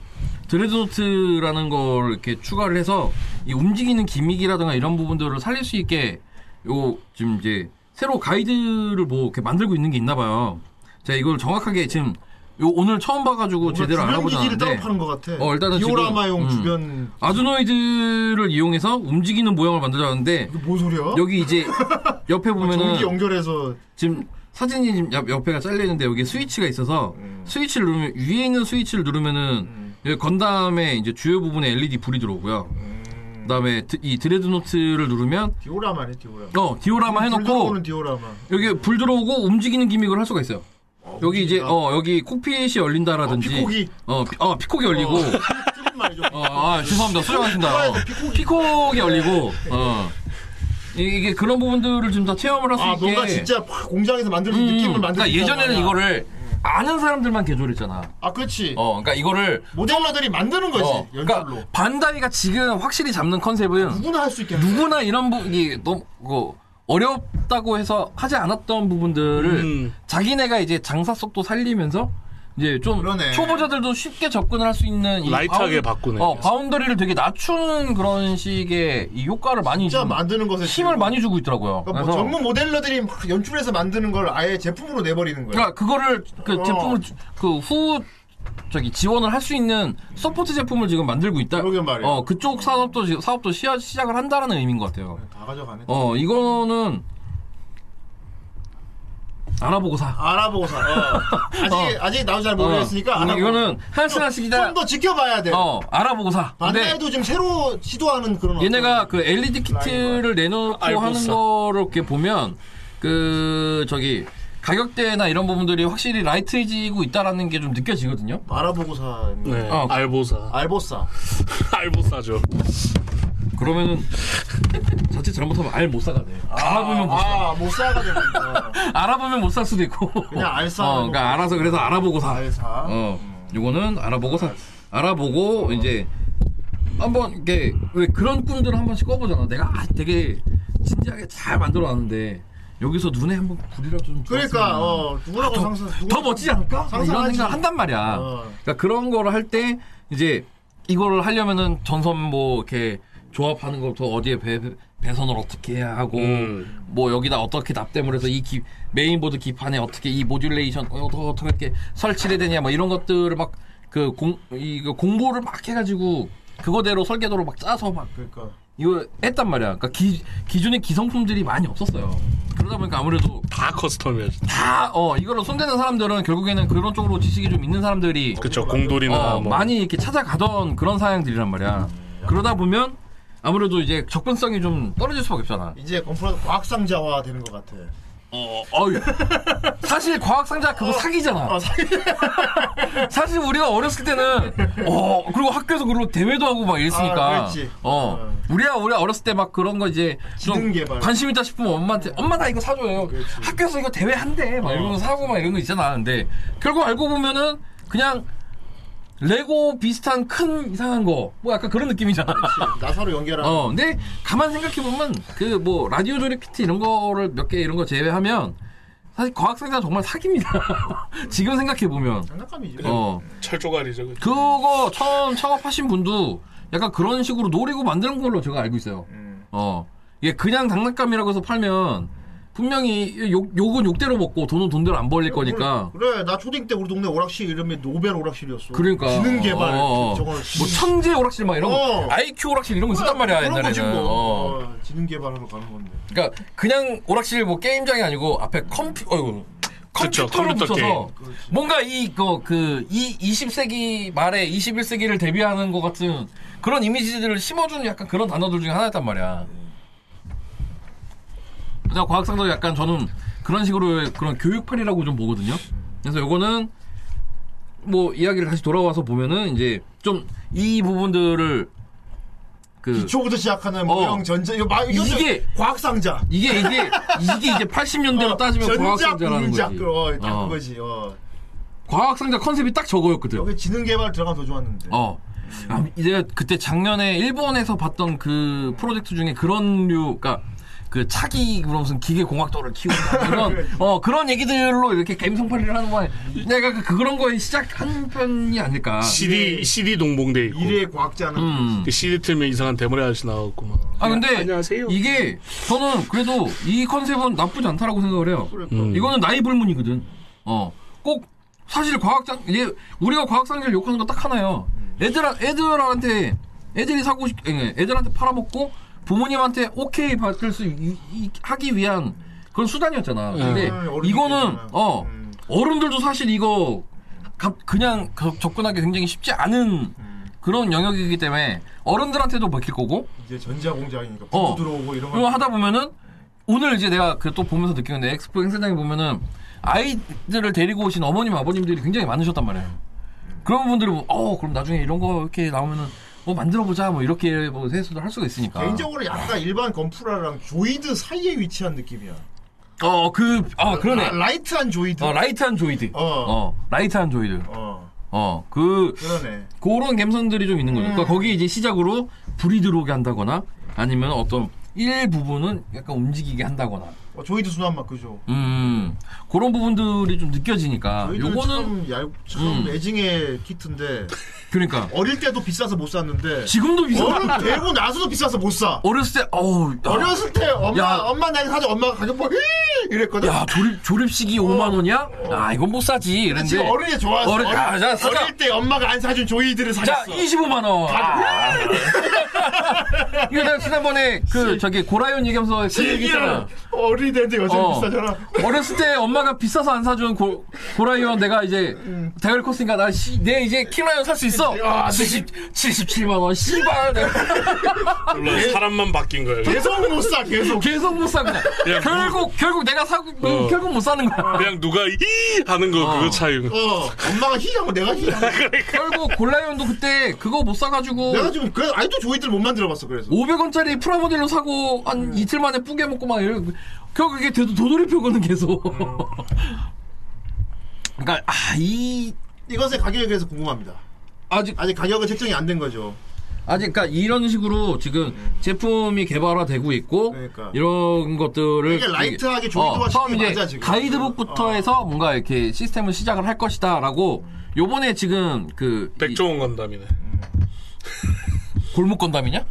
S2: 드레드노트라는 걸 이렇게 추가를 해서 이 움직이는 기믹이라든가 이런 부분들을 살릴 수 있게 요 지금 이제 새로 가이드를 뭐 이렇게 만들고 있는 게 있나 봐요. 제가 이걸 정확하게 지금 요 오늘 처음 봐가지고 제대로 알아보지
S4: 기기를 따로
S2: 않았는데
S4: 파는 것 같아.
S2: 어, 일단은
S4: 디오라마용
S2: 지금, 음.
S4: 주변
S2: 아두노이드를 이용해서 움직이는 모양을 만들자는데
S4: 이게 뭔 소리야? 아,
S2: 여기 이제 옆에
S4: 전기
S2: 보면은
S4: 연결해서
S2: 지금 사진이 지금 옆, 옆에가 잘려 있는데 여기 스위치가 있어서
S4: 음.
S2: 스위치를 누르면 위에 있는 스위치를 누르면은
S4: 음.
S2: 여기 건담의 이제 주요 부분에 LED 불이 들어오고요.
S4: 음,
S2: 그다음에 드- 이 드레드 노트를 누르면
S4: 디오라마네 디오라마.
S2: 어 디오라마 해놓고
S4: 는 디오라마. 그러니까
S2: 여기 불 들어오고 움직이는 기믹을 할 수가 있어요.
S4: 어,
S2: 여기 이제
S4: 움직인다.
S2: 어 여기 콕핏이 열린다라든지
S4: 어, 피콕이.
S2: 어, 피, 어, 피콕이 열리고
S4: 어, 말이죠.
S2: 어, 아, 죄송합니다. 수정하신다. 어. 피콕이 열리고, 어. 이- 이게 그런 부분들을 지금 다 체험을 할
S4: 아,
S2: 수 있게.
S4: 뭔가 진짜 막 공장에서 만들어진
S2: 음,
S4: 느낌을 만들어.
S2: 그러니까 예전에는 이거를 아는 사람들만 개조했잖아.
S4: 아, 그렇지.
S2: 어, 그러니까 이거를
S4: 모델러들이 만드는 거지
S2: 어,
S4: 연출로.
S2: 그러니까 반다이가 지금 확실히 잡는 컨셉은
S4: 누구나 할 수 있게. 누구?
S2: 누구나 이런 부분이 너무 그, 어렵다고 해서 하지 않았던 부분들을
S5: 음.
S2: 자기네가 이제 장사 속도 살리면서 이제 좀
S4: 그러네.
S2: 초보자들도 쉽게 접근을 할 수 있는 이
S5: 라이트하게 바꾸네.
S2: 어, 바운더리를 되게 낮추는 그런 식의 이 효과를 많이
S4: 진짜
S2: 주는-
S4: 만드는 것에
S2: 힘을
S4: 지금
S2: 많이 주고 있더라고요.
S4: 그러니까 뭐
S2: 그래서
S4: 전문 모델러들이 막 연출해서 만드는 걸 아예 제품으로 내버리는 거야.
S2: 그러니까 그거를 그
S4: 어.
S2: 제품을 그 후 저기 지원을 할 수 있는 서포트 제품을 지금 만들고 있다.
S4: 그러게 말이야.
S2: 어 그쪽 사업도 지- 사업도 시야- 시작을 한다라는 의미인 것 같아요.
S4: 다 가져가네.
S2: 어 이거는 알아보고 사.
S4: 알아보고
S2: [LAUGHS]
S4: 사. 어. 아직
S2: 어.
S4: 아직 나도 잘 모르겠으니까.
S2: 어,
S4: 알아보고.
S2: 이거는 하나씩 하나씩 기다.
S4: 좀더 지켜봐야 돼.
S2: 어 알아보고 사. 근데
S4: 반대에도 지금 새로 시도하는 그런.
S2: 얘네가
S4: 어떤-
S2: 그 LED 키트를 내놓고
S5: 알고
S2: 하는
S5: 있어.
S2: 거를 이렇게 보면 그 저기 가격대나 이런 부분들이 확실히 라이트해지고 있다라는 게 좀 느껴지거든요.
S4: 알아보고 사.
S5: 네.
S2: 어.
S5: 알보사.
S4: 알보사.
S5: 알보사죠.
S2: 그러면은 [LAUGHS] 자칫 잘못하면 알 못 사가 돼. 알아보면 못 사.
S4: 아, 못 사가 되는
S2: [LAUGHS]
S4: 거.
S2: 알아보면 못 살 수도 있고.
S4: 그냥 알 사.
S2: 어, 그러니까 알아서 그래서 알아보고 사.
S4: 알사.
S2: 어, 요거는 알아보고 사. 알아보고 이제 한번 이게 왜 그런 꿈들을 한 번씩 꿔보잖아. 내가 아, 되게 진지하게 잘 만들어놨는데 여기서 눈에 한번 불이라도 좀.
S4: 그러니까
S2: 들어왔으면
S4: 어 누구라고 상상. 누구라고
S2: 아, 더 멋지지 않을까? 뭐 이런
S4: 상상하지.
S2: 생각 한단 말이야.
S4: 어.
S2: 그러니까 그런 거를 할 때 이제 이거를 하려면은 전선 뭐 이렇게 조합하는 것부터 어디에 배, 배선을 어떻게 해야 하고
S5: 음.
S2: 뭐 여기다 어떻게 납땜을 해서 이 기- 메인보드 기판에 어떻게 이 모듈레이션 어, 어떻게 어떻게 이렇게 설치를 해야 되냐 뭐 이런 것들을 막 그 공 이거 공부를 막 해가지고 그거대로 설계도를 막 짜서 막
S4: 그러니까.
S2: 이거 했단 말이야. 그러니까 기, 기존의 기성품들이 많이 없었어요. 그러다 보니까 아무래도
S5: 다 커스텀이야. 진짜.
S2: 다, 어, 이걸로 손대는 사람들은 결국에는 그런 쪽으로 지식이 좀 있는 사람들이
S5: 그쵸. 공돌이나
S2: 어,
S5: 뭐.
S2: 많이 이렇게 찾아가던 그런 사양들이란 말이야. 그러다 보면 아무래도 이제 접근성이 좀 떨어질 수밖에 없잖아.
S4: 이제 건프라 과학상자화 되는 것 같아.
S2: 어,
S4: [LAUGHS]
S2: 어이. 사실 과학상자 그거 사기잖아.
S4: 아, 사기.
S2: 사실 우리가 어렸을 때는 어 그리고 학교에서 그리고 대회도 하고 막
S4: 아,
S2: 이랬으니까
S4: 그렇지.
S2: 어
S4: 어.
S2: 우리야 우리 어렸을 때 막 그런 거 이제 좀
S4: 지능 개발.
S2: 관심 있다 싶으면 엄마한테 엄마 나 이거 사줘요 학교에서 이거 대회 한대
S4: 어.
S2: 막 이런 거 사고 막 이런 거 있잖아 근데 결국 알고 보면은 그냥 레고 비슷한 큰 이상한 거 뭐 약간 그런 느낌이잖아
S4: 나사로 연결하는.
S2: 어, 근데 가만 생각해 보면 그 뭐 라디오 조립 키트 이런 거를 몇 개 이런 거 제외하면 사실 과학상자 정말 사기입니다. [LAUGHS] 지금 생각해 보면
S4: 장난감이지.
S2: 어
S5: 철조가리죠. 그쵸.
S2: 그거 처음 창업하신 분도 약간 그런 식으로 노리고 만드는 걸로 제가 알고 있어요.
S4: 음.
S2: 어 이게 그냥 장난감이라고 해서 팔면 분명히 욕 욕은 욕대로 먹고 돈은 돈대로 안 벌릴 거니까
S4: 그래, 나 초딩 때 우리 동네 오락실 이름이 노벨 오락실이었어.
S2: 그러니까
S4: 지능 개발.
S2: 어, 어, 어.
S4: 저걸
S2: 뭐 천재 오락실 막 이런 거
S4: 어.
S2: IQ 오락실 이런 거 있었단 말이야
S4: 그런 거지
S2: 옛날에는. 어.
S4: 뭐. 어, 지능 개발하러 가는 건데.
S2: 그러니까 그냥 오락실 뭐 게임장이 아니고 앞에 컴퓨 어이구
S5: 그쵸,
S2: 컴퓨터를
S5: 컴퓨터
S2: 붙여서
S5: 게임.
S2: 뭔가 이그그 이 20세기 말에 21세기를 대비하는 것 같은 그런 이미지들을 심어주는 약간 그런 단어들 중에 하나였단 말이야. 그래서 과학상도 약간 저는 그런 식으로 그런 교육팔이라고 좀 보거든요. 그래서 요거는 뭐 이야기를 다시 돌아와서 보면은 이제 좀 이 부분들을 그
S4: 기초부터 시작하는 모형 전자 이거 막 이거
S2: 이게-
S4: 과학상자. 어,
S2: 이게 이게 이게 이제 80년대로 따지면
S4: 전자
S2: 과학상자라는
S4: 공작
S2: 거지.
S4: 그거 딱
S2: 어.
S4: 그거지. 어.
S2: 과학상자 컨셉이 딱 저거였거든.
S4: 여기 지능 개발 들어가면 더 좋았는데.
S2: 어. 아, 이제 그때 작년에 일본에서 봤던 그 프로젝트 중에 그런 류, 그러니까 그 차기 그런 무슨 기계 공학도를 키우는 그런 어 그런 얘기들로 이렇게 게임 성팔이를 하는 거야. 내가 그 그런 거에 시작한 편이 아닐까.
S5: CD, CD 동봉돼 있고.
S4: 미래의 과학자는
S2: 그러니까 음.
S5: 그 CD 틀면 이상한 대머리 아저씨 나왔고 막.
S2: 아 근데
S5: 안녕하세요.
S2: 이게 저는 그래도 이 컨셉은 나쁘지 않다라고 생각을 해요.
S4: 그러니까.
S5: 음.
S2: 이거는 나이 불문이거든. 어, 꼭 사실 과학장 이게 우리가 과학상자를 욕하는 거 딱 하나요. 애들 애들한테 애들이 사고 싶, 예, 애들한테 팔아먹고 부모님한테 오케이 받을 수 이- 이- 하기 위한 그런 수단이었잖아. 근데
S4: 음, 어른들도
S2: 이거는
S4: 있잖아.
S2: 어
S4: 음.
S2: 어른들도 사실 이거 가- 그냥 그- 접근하기 굉장히 쉽지 않은
S4: 음.
S2: 그런 영역이기 때문에 어른들한테도 먹힐 거고
S4: 이제 전자 공작이니까 부도
S2: 어.
S4: 들어오고 이런
S2: 그리고 하다 보면은 오늘 이제 내가 그 또 보면서 느끼는데 엑스포 행사장에 보면은 아이들을 데리고 오신 어머님 아버님들이 굉장히 많으셨단 말이에요. 그런 분들이 뭐, 어 그럼 나중에 이런 거 이렇게 나오면은 뭐 만들어 보자 뭐 이렇게 뭐 세수도 할 수가 있으니까.
S4: 개인적으로 약간 일반 건프라랑 조이드 사이에 위치한 느낌이야.
S2: 어그 아 그러네.
S4: 라- 라이트한 조이드.
S2: 어 라이트한 조이드.
S4: 어.
S2: 어 라이트한 조이드.
S4: 어,
S2: 어그
S4: 그러네. 음.
S2: 그런 감성들이 좀 있는 거죠. 그러니까 거기 이제 시작으로 불이 들어오게 한다거나 아니면 어떤 일부분은 약간 움직이게 한다거나
S4: 어, 조이드 순환막 그죠.
S2: 음 그런 부분들이 좀 느껴지니까
S4: 저희들은
S2: 아, 요거는
S4: 참, 얇, 참
S2: 음.
S4: 애징의 키트인데
S2: 그러니까
S4: 어릴 때도 비싸서 못 샀는데
S2: 지금도 비싸
S4: 어른 되고 나서도 비싸서 못 사.
S2: 어렸을 때 어우 야,
S4: 어렸을 때 엄마
S2: 야.
S4: 엄마 나이 사줘 엄마가 가격 보고 이랬거든.
S2: 야 조립 조립식이 5만 원이야? 아 이건 못 사지
S4: 근데 어. 지금
S2: 이랬는데
S4: 어른이 좋아서
S2: 어른-
S4: 어릴,
S2: 아, 자, 사자.
S4: 어릴 때 엄마가 안 사준 조이드를
S2: 자
S4: 사줬어.
S2: 25만 원 아. [LAUGHS] 이거 내가 지난번에 그 저기 고라연 얘기하면서 그 얘기했잖아
S4: 이게 어른이 되는데 여전히
S2: 어.
S4: 비싸잖아.
S2: 어렸을 때 엄마가 비싸서 안 사준 고, 고라이언 내가 이제
S4: 음.
S2: 대가리 컸으니까 나 씨, 내 이제 킹라이언 살 수 있어.
S4: 야,
S2: 70, 77만원, 씨발. 내가 아,
S5: 물론 사람만 바뀐 거예요.
S4: [LAUGHS] 계속 못 사, 계속.
S2: 계속 못 사고.
S5: 야,
S2: 결국, 결국 내가 사고, 음,
S5: 어.
S2: 결국 못 사는 거야.
S5: 그냥 누가 이 하는 거 그거 차이.
S4: 어, 엄마가 희귀하고 내가 희귀하고.
S2: 결국 고라이언도 그때 그거 못 사가지고.
S4: 내가 지금, 그래서 아직도 조이드를 못 만들어봤어, 그래서. 음.
S2: 500원짜리 프라모델로 사고 한 이틀 만에 뿌개 먹고 막 이러 결국 이게 되- 도돌이표거든 계속.
S4: 음.
S2: 그러니까 아이
S4: 이것의 가격에 대해서 궁금합니다.
S2: 아직
S4: 아직 가격은 책정이 안 된 거죠. 음.
S2: 아직 그러니까 이런 식으로 지금 제품이 개발화되고 있고
S4: 그러니까.
S2: 이런 것들을 어,
S4: 되게 라이트하게 조이도가
S2: 처음
S4: 쉽게
S2: 이제
S4: 맞아, 지금.
S2: 가이드북부터
S4: 어.
S2: 해서 뭔가 이렇게 시스템을 시작을 할 것이다라고 요번에 지금 그
S5: 백종원 건담이네.
S2: 이- 골목 건담이냐?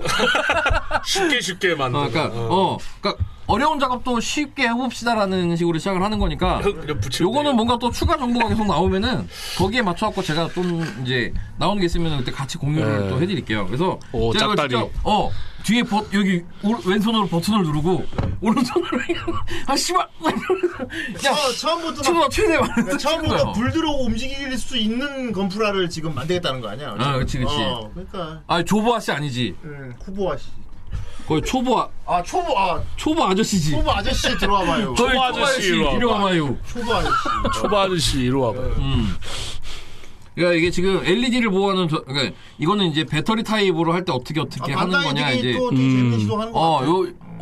S5: 쉽게 쉽게
S2: 어,
S5: 만든.
S2: 그러니까 어, 그러니까 어려운 작업도 쉽게 해봅시다라는 식으로 시작을 하는 거니까
S5: 그냥 붙이면
S2: 요거는 뭔가 또 추가 정보가 계속 나오면은 거기에 맞춰 갖고 제가 좀 이제 나오는 게 있으면 그때 같이 공유를
S5: 네.
S2: 또 해드릴게요. 그래서
S5: 오,
S2: 제가
S5: 짝다리.
S2: 직접, 어 뒤에 버, 여기 오- 왼손으로 버튼을 누르고 오른손으로 [LAUGHS] 아 [LAUGHS] 씨발 야
S4: 어, 처음부터 막,
S2: 친구가 최대 많은
S4: 그러니까 처음부터 불 들어오고 움직일 수 있는 건프라를 지금 만들겠다는 거 아니야?
S2: 아, 그치, 그치.
S4: 어, 그러니까,
S2: 아 조보아 씨 아니지
S4: 음, 후보아 씨.
S2: 거의 초보아
S4: 아, 초보, 아,
S2: 초보 아저씨지
S4: 초보 아저씨
S2: 거의
S4: 들어와봐요.
S5: 초보
S2: 초보 아저씨
S5: 아저씨로
S2: 필요 와요.
S4: 초보 아저씨.
S5: 초바 아저씨 이리 와봐.
S4: 네.
S5: 음.
S2: 그러니까 이게 지금 LED를 보호하는 저, 그러니까 이거는 이제 배터리 타입으로 할 때 어떻게 어떻게
S4: 아,
S2: 하는 거냐
S4: 반다이들이
S2: 이제 음.
S4: 또 되게 재밌는 시도하는 거 같아.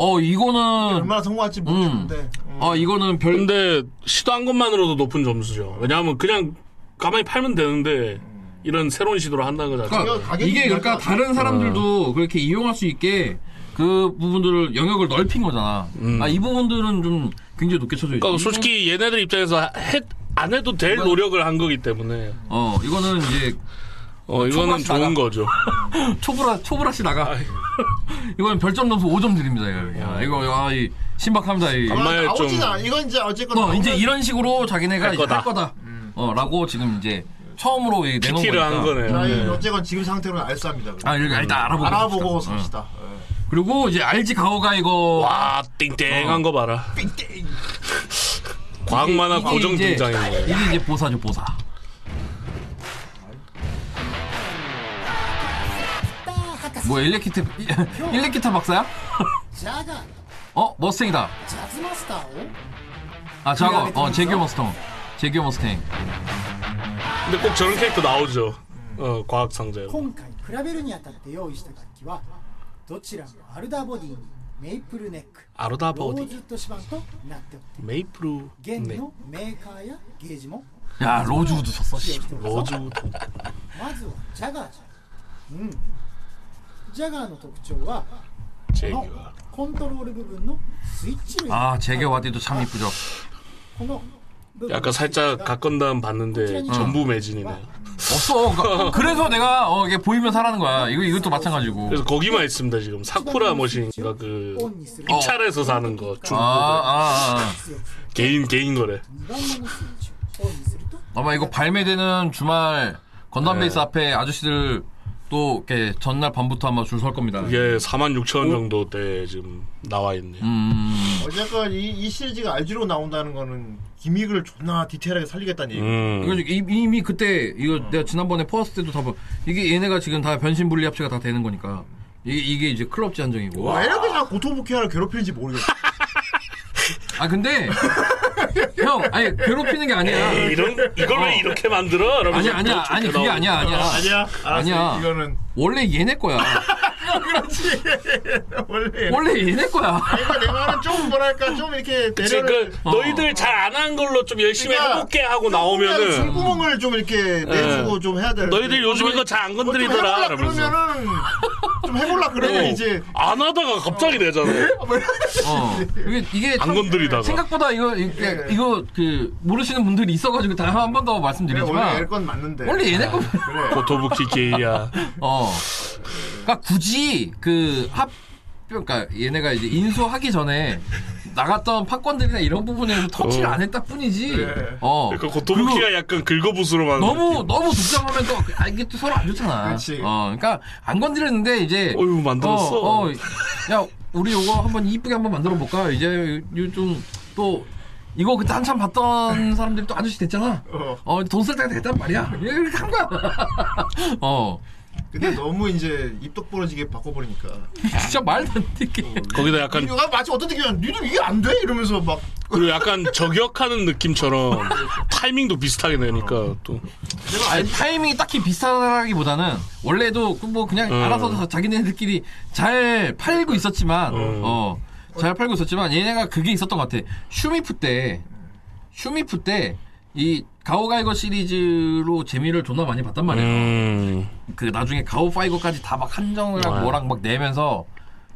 S2: 어요어 이거는
S4: 얼마나 성공할지 모르겠는데. 음.
S2: 어 이거는 별
S5: 근데 시도한 것만으로도 높은 점수죠. 왜냐하면 그냥 가만히 팔면 되는데 이런 새로운 시도를 한다는 거 자체가.
S2: 그러니까
S4: 음. 가격이
S2: 이게
S4: 중요할
S2: 그러니까
S4: 것 같아.
S2: 다른 사람들도 그렇게 이용할 수 있게 그 부분들을 영역을 넓힌 거잖아.
S5: 음.
S2: 아 이 부분들은 좀 굉장히 높게 쳐져 있어.
S5: 그러니까 솔직히 얘네들 입장에서 해, 안 해도 될 노력을 한 거기 때문에
S2: 어 이거는 이제
S5: 어, 이거는
S2: 초밥이
S5: 좋은
S2: 나가.
S5: 거죠.
S2: 초보라 초보라 씨 나가. [LAUGHS] 이거는 별점 점수 5점 드립니다. 이거 야, 이거 아이 신박합니다. 이.
S5: 아마
S4: 아,
S5: 좀-
S4: 나오진 않아. 이건 이제 어쨌건.
S2: 어, 이제
S4: 나오면-
S2: 이런 식으로 자기네가
S5: 할
S2: 이제
S5: 거다.
S2: 할 거다. 어라고 지금 이제 처음으로 이 내놓은
S5: PT를 한
S2: 거니까.
S5: 거네요.
S4: 자, 이 어쨌건 지금 상태로는 알쌉니다. 그래서.
S2: 아 이렇게 일단 알아보고
S4: 알아보고
S2: 삽시다. 어.
S4: 삽시다. 예.
S2: [LAUGHS] 그리고 이제 알지 가오가 이거 어.
S5: 와 땡땡한 거 봐라.
S4: 삥땡.
S5: 과학만화
S2: 이게
S5: 고정
S2: 이제-
S5: 등장인 거예요.
S2: 이게 이제 보사죠 보사. 뭐 [LAUGHS] 일렉기타 일렉기타 박사야? 어 머스탱이다. 아 저거 어 제규 머스탱 제규 머스탱.
S5: 근데 꼭 저런 캐릭터 나오죠. 어 과학 상자에.
S7: 今回比べるにあたって用意した楽器はどちらもアルダボディにメイプルネック
S5: アルダボディ
S7: ローズウッド指板となっており
S5: 메이플.
S7: 弦
S5: 네.
S7: のメーカーやゲージも
S2: 야 로즈우드 썼어.
S7: 使
S2: 씨
S7: 用しておりま
S5: 로
S7: す
S5: 즈
S7: まずはジャガーじゃんうんジャガーの特徴はこの
S5: 제규.
S7: コントロール部分のスイッチ類
S2: 아 제규 와디도 참 이쁘죠.
S7: この部分
S5: 약간 살짝 각건담 봤는데 전부 매진이네.
S2: 없어.
S5: [LAUGHS]
S2: 그러니까 그래서 내가 어, 이게 보이면 사라는 거야. 이거 이것도 마찬가지고.
S5: 그래서 거기만 있습니다 지금 사쿠라 머신인가 그 입찰해서 사는 거
S2: 아,
S5: 중고로
S2: 아, 아.
S5: 개인 개인 거래.
S7: 2番目のスイッチをオンにすると
S2: 아마 이거 발매되는 주말 건담
S5: 네.
S2: 베이스 앞에 아저씨들 또 이렇게 전날 밤부터 아마 줄 설 겁니다.
S5: 이게 4만 6천 원 정도 때 지금 나와 있네요.
S2: 음,
S4: 어쨌건 이, 이 시리즈가 알지로 나온다는 거는 기믹을 존나 디테일하게 살리겠다는 얘기.
S5: 음.
S2: 이거 지금 이- 이미 그때 이거 내가 지난번에 퍼왔을 때도 다 봐. 이게 얘네가 지금 다 변신 분리 합체가 다 되는 거니까 이게, 이게 이제 클럽지 한정이고. [LAUGHS]
S4: 왜 이렇게 자꾸 고토부키아를 괴롭히는지 모르겠어.
S2: 아 근데 형, 아니 괴롭히는 게 아니야.
S5: 에이, 이런 이걸 왜 이렇게 만들어? 이러면서
S2: 아니야, 아니야,
S5: 좋게
S2: 아니 그게
S5: 나오고.
S2: 아니야, 아니야.
S4: 아니야 알았어,
S2: 아니야.
S4: 이거는
S2: 원래 얘네 거야.
S4: 그렇지 [LAUGHS] 원래
S2: 원래 얘네 거야.
S4: 그러니까 내 말은 좀 뭐랄까 좀 이렇게
S5: 그치,
S4: 배려를
S5: 그
S4: 어.
S2: 어.
S5: 너희들 잘 안 한 걸로 좀 열심히
S4: 그러니까
S5: 해볼게 하고
S4: 그냥
S5: 나오면은 예.
S4: 중구멍을 좀 이렇게 내주고 좀 해야 돼
S5: 너희들 요즘 이거 잘 안
S4: 뭐 좀
S5: 건드리더라.
S4: 해볼라
S5: 이러면서.
S4: 그러면은 좀 해볼라 그러면
S5: 어,
S4: 이제
S5: 안 하다가 갑자기
S4: [LAUGHS]
S5: 내잖아요.
S2: 어. 이게, 이게
S5: 안
S2: 참
S5: 건드리다가.
S2: 생각보다 이거 이게, 이거 그 모르시는 분들이 있어가지고 다시 한 번 더
S4: 그래,
S2: 말씀드리지만
S4: 네, 원래 앨건 맞는데
S2: 원래 얘네 거. [LAUGHS]
S4: 아, 그래
S5: 고토부키 게이야.
S2: 어. 그러니까 굳이 그 합. 그러니까 얘네가 이제 인수하기 전에 나갔던 판권들이나 이런 부분에서 터치를
S5: 어.
S2: 안 했다 뿐이지.
S4: 그래.
S2: 어.
S5: 그
S2: 그리고
S5: 고토부키가 약간 긁어부스럼하는.
S2: 너무
S5: 느낌.
S2: 너무 독점하면 또 아, 이게 또 서로 안 좋잖아.
S4: 그렇지.
S2: 어, 그러니까 안 건드렸는데 이제
S5: 어휴, 만들었어.
S2: 어, 어, 야, 우리 요거 한번 이쁘게 한번 만들어 볼까? 이제 좀 또 이거 그때 한참 봤던 사람들이 또 아저씨 됐잖아.
S4: 어.
S2: 어, 돈 쓸 때가 됐단 말이야. 이렇게 한 거야. 어,
S4: 근데 너무 이제 입덕 벌어지게 바꿔버리니까
S2: 진짜 말도 안 되게.
S5: 거기다 약간
S4: 이거 마치 어떤 느낌이야 니들 이게 안 돼? 이러면서 막
S5: 그리고 약간 저격하는 느낌처럼 타이밍도 비슷하게 내니까 또
S2: 아니, 타이밍이 딱히 비슷하기보다는 원래도 그뭐 그냥
S5: 음.
S2: 알아서 자기네들끼리 잘 팔고 있었지만
S5: 음.
S2: 어. 잘 팔고 있었지만 얘네가 그게 있었던 것 같아. 슈미프 때 슈미프 때 이 가오가이거 시리즈로 재미를 존나 많이 봤단 말이야.
S5: 음. 네.
S2: 그 나중에 가오파이거까지 다 막 한정을 하고
S5: 와.
S2: 뭐랑 막 내면서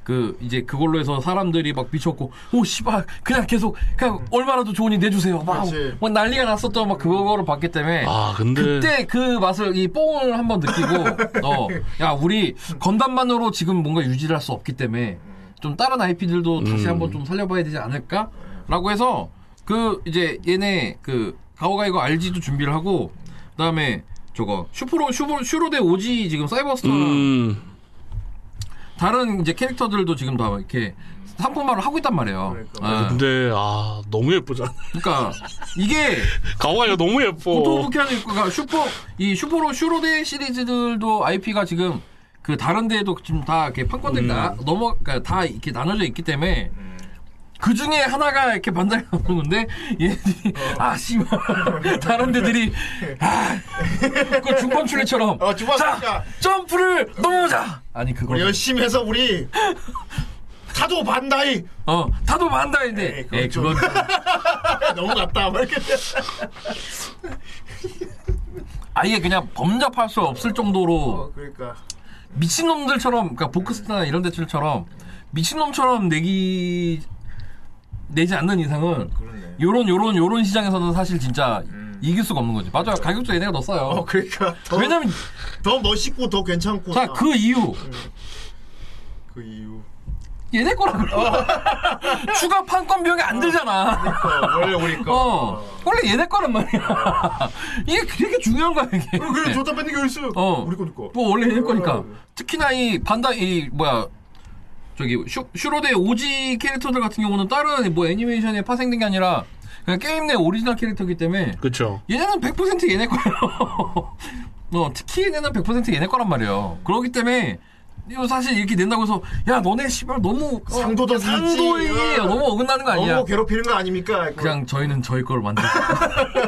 S2: 그 이제 그걸로 해서 사람들이 막 미쳤고 오 씨발 그냥 계속 그냥 얼마라도 좋으니 내주세요 막,
S4: 그렇지.
S2: 막 난리가 났었던 막 그거를 봤기 때문에
S5: 아 근데
S2: 그때 그 맛을 이 뽕을 한번
S5: [LAUGHS]
S2: 느끼고 어야 우리 건담만으로 지금 뭔가 유지를 할 수 없기 때문에 좀 다른 IP들도 다시
S5: 음.
S2: 한번 좀 살려봐야 되지 않을까라고 해서 그 이제 얘네 그 가오가 이거 RG도 준비를 하고 그다음에 저거 슈프로 슈로 슈로데 오지 지금 사이버스토랑
S5: 음.
S2: 다른 이제 캐릭터들도 지금 다 이렇게 상품화를 하고 있단 말이에요.
S4: 그러니까.
S2: 예.
S5: 근데 아 너무 예쁘잖아.
S2: 그러니까 이게
S5: 가오가이가 너무 예뻐.
S2: 고토부키하는 입구가 슈퍼 이 슈퍼로 슈로데 시리즈들도 IP가 지금 그 다른 데에도 지금 다 이렇게 판권들이 다 넘어 그러니까 다 이렇게 나눠져 있기 때문에 그 중에 하나가 이렇게 반달이 나오는 건데 얘들이 아 씨발 다른 데들이 아, 아그 중권 출리처럼
S4: 어, 중간
S2: 자
S4: 출리니까.
S2: 점프를 넘어오자 아니
S4: 우리
S2: 그걸
S4: 열심히 해서 우리 타도 반다이
S2: 어 다도 만다인데
S4: 그건
S2: 에
S4: 좀-
S2: 네, 그건
S4: [LAUGHS] 너무 같다 막 이렇게
S2: 아예 그냥 범접할 수 없을 정도로
S4: 어, 그러니까
S2: 미친놈들처럼 그러니까 보크스타나 이런 데들처럼 미친놈처럼 내기 내지 않는 이상은
S4: 그러네 음.
S2: 요런 요런 요런 시장에서는 사실 진짜 이길 수가 없는 거지. 맞아요. 가격도 얘네가 더 싸요.
S4: 어 그러니까 더,
S2: 왜냐면
S4: 더 멋있고 더 괜찮고
S2: 자
S4: 다.
S2: 그 이유
S4: 그 이유
S2: 얘네 거라 그래. [LAUGHS] 추가 판권 비용이 안 들잖아.
S4: 어, 원래 우리 거
S2: 어 원래 얘네 거란 말이야. 이게 그렇게 중요한 거야 이게.
S4: 어, 그래 좋다 밴드 교수
S2: 어.
S4: 우리 거니까 거
S2: 뭐 원래 해낼 거니까.
S4: 어.
S2: 특히나 이 반다 이 뭐야 저기 슈, 슈로데 오지 캐릭터들 같은 경우는 다른 뭐 애니메이션에 파생된 게 아니라 그냥 게임 내 오리지널 캐릭터이기 때문에
S5: 그렇죠.
S2: 얘네는 100% 얘네 거예요. 어, 특히 얘네는 100% 얘네 거란 말이에요. 그렇기 때문에 이거 사실 이렇게 낸다고 해서 야 너네 씨발 너무 어,
S4: 상도도
S2: 상도에
S4: 상지. 어.
S2: 너무 어긋나는 거 아니야?
S4: 너무 괴롭히는 거 아닙니까 이거.
S2: 그냥 저희는 저희 걸 만들.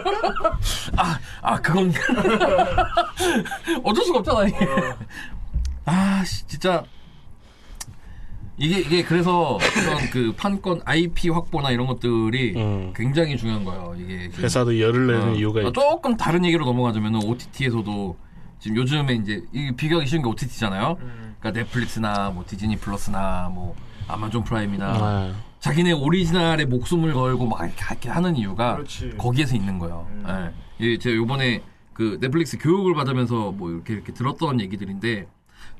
S2: [LAUGHS] 아, 아 그건 [LAUGHS] 어쩔 수가 없잖아 이게. 아, 씨, 진짜 이게 이게 그래서 그런 그 판권 IP 확보나 이런 것들이
S5: 음.
S2: 굉장히 중요한 거예요. 이게
S4: 그
S2: 지금.
S5: 회사도 열을 내는
S2: 어.
S5: 이유가
S2: 아,
S5: 있
S2: 조금 다른 얘기로 넘어가자면 오TT에서도 지금 요즘에 이제 이게 비교하기 쉬운 게 OTT잖아요. 그러니까 넷플릭스나 뭐 디즈니 플러스나 뭐 아마존 프라임이나
S5: 아.
S2: 자기네 오리지널에 목숨을 걸고 막 이렇게, 이렇게 하는 이유가
S4: 그렇지. 음.
S2: 거기에서 있는 거예요. 예. 예, 제가 요번에 그 넷플릭스 교육을 받으면서 뭐 이렇게 이렇게 들었던 얘기들인데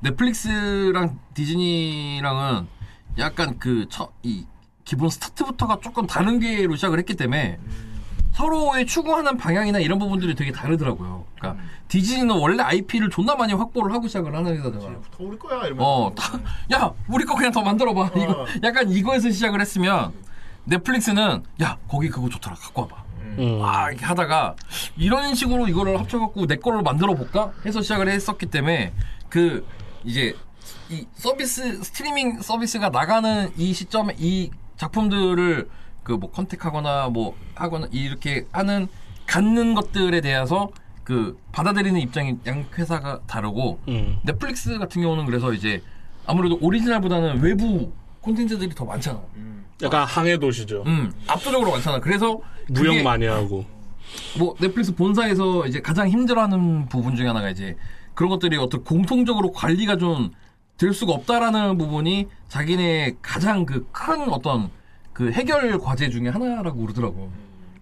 S2: 넷플릭스랑 디즈니랑은 약간 그이 기본 스타트부터가 조금 다른 계로 시작을 했기 때문에 서로의 추구하는 방향이나 이런 부분들이 되게 다르더라고요. 그러니까
S4: 음.
S2: 디즈니는 원래 IP를 존나 많이 확보를 하고 시작을 하는 회사잖아.
S4: 더 우리 거야 이러면
S2: 어, 다- 야, 우리 거 그냥 더 만들어봐. 이거 약간 이거에서 시작을 했으면 넷플릭스는 야 거기 그거 좋더라 갖고 와봐.
S5: 음.
S2: 아 이렇게 하다가 이런 식으로 이거를 합쳐갖고 내 걸로 만들어 볼까 해서 시작을 했었기 때문에 그 이제 이 서비스 스트리밍 서비스가 나가는 이 시점에 이 작품들을 그 뭐 컨택하거나 뭐 하거나 이렇게 하는 갖는 것들에 대해서 그 받아들이는 입장이 양 회사가 다르고
S5: 음.
S2: 넷플릭스 같은 경우는 그래서 이제 아무래도 오리지널보다는 외부 콘텐츠들이 더 많잖아.
S5: 약간 항해 도시죠.
S2: 음, 압도적으로 많잖아. 그래서 그게
S5: 무역 많이 하고.
S2: 뭐 넷플릭스 본사에서 이제 가장 힘들어하는 부분 중에 하나가 이제 그런 것들이 어떤 공통적으로 관리가 좀 될 수가 없다라는 부분이 자기네 가장 그 큰 어떤 그 해결 과제 중에 하나라고 그러더라고.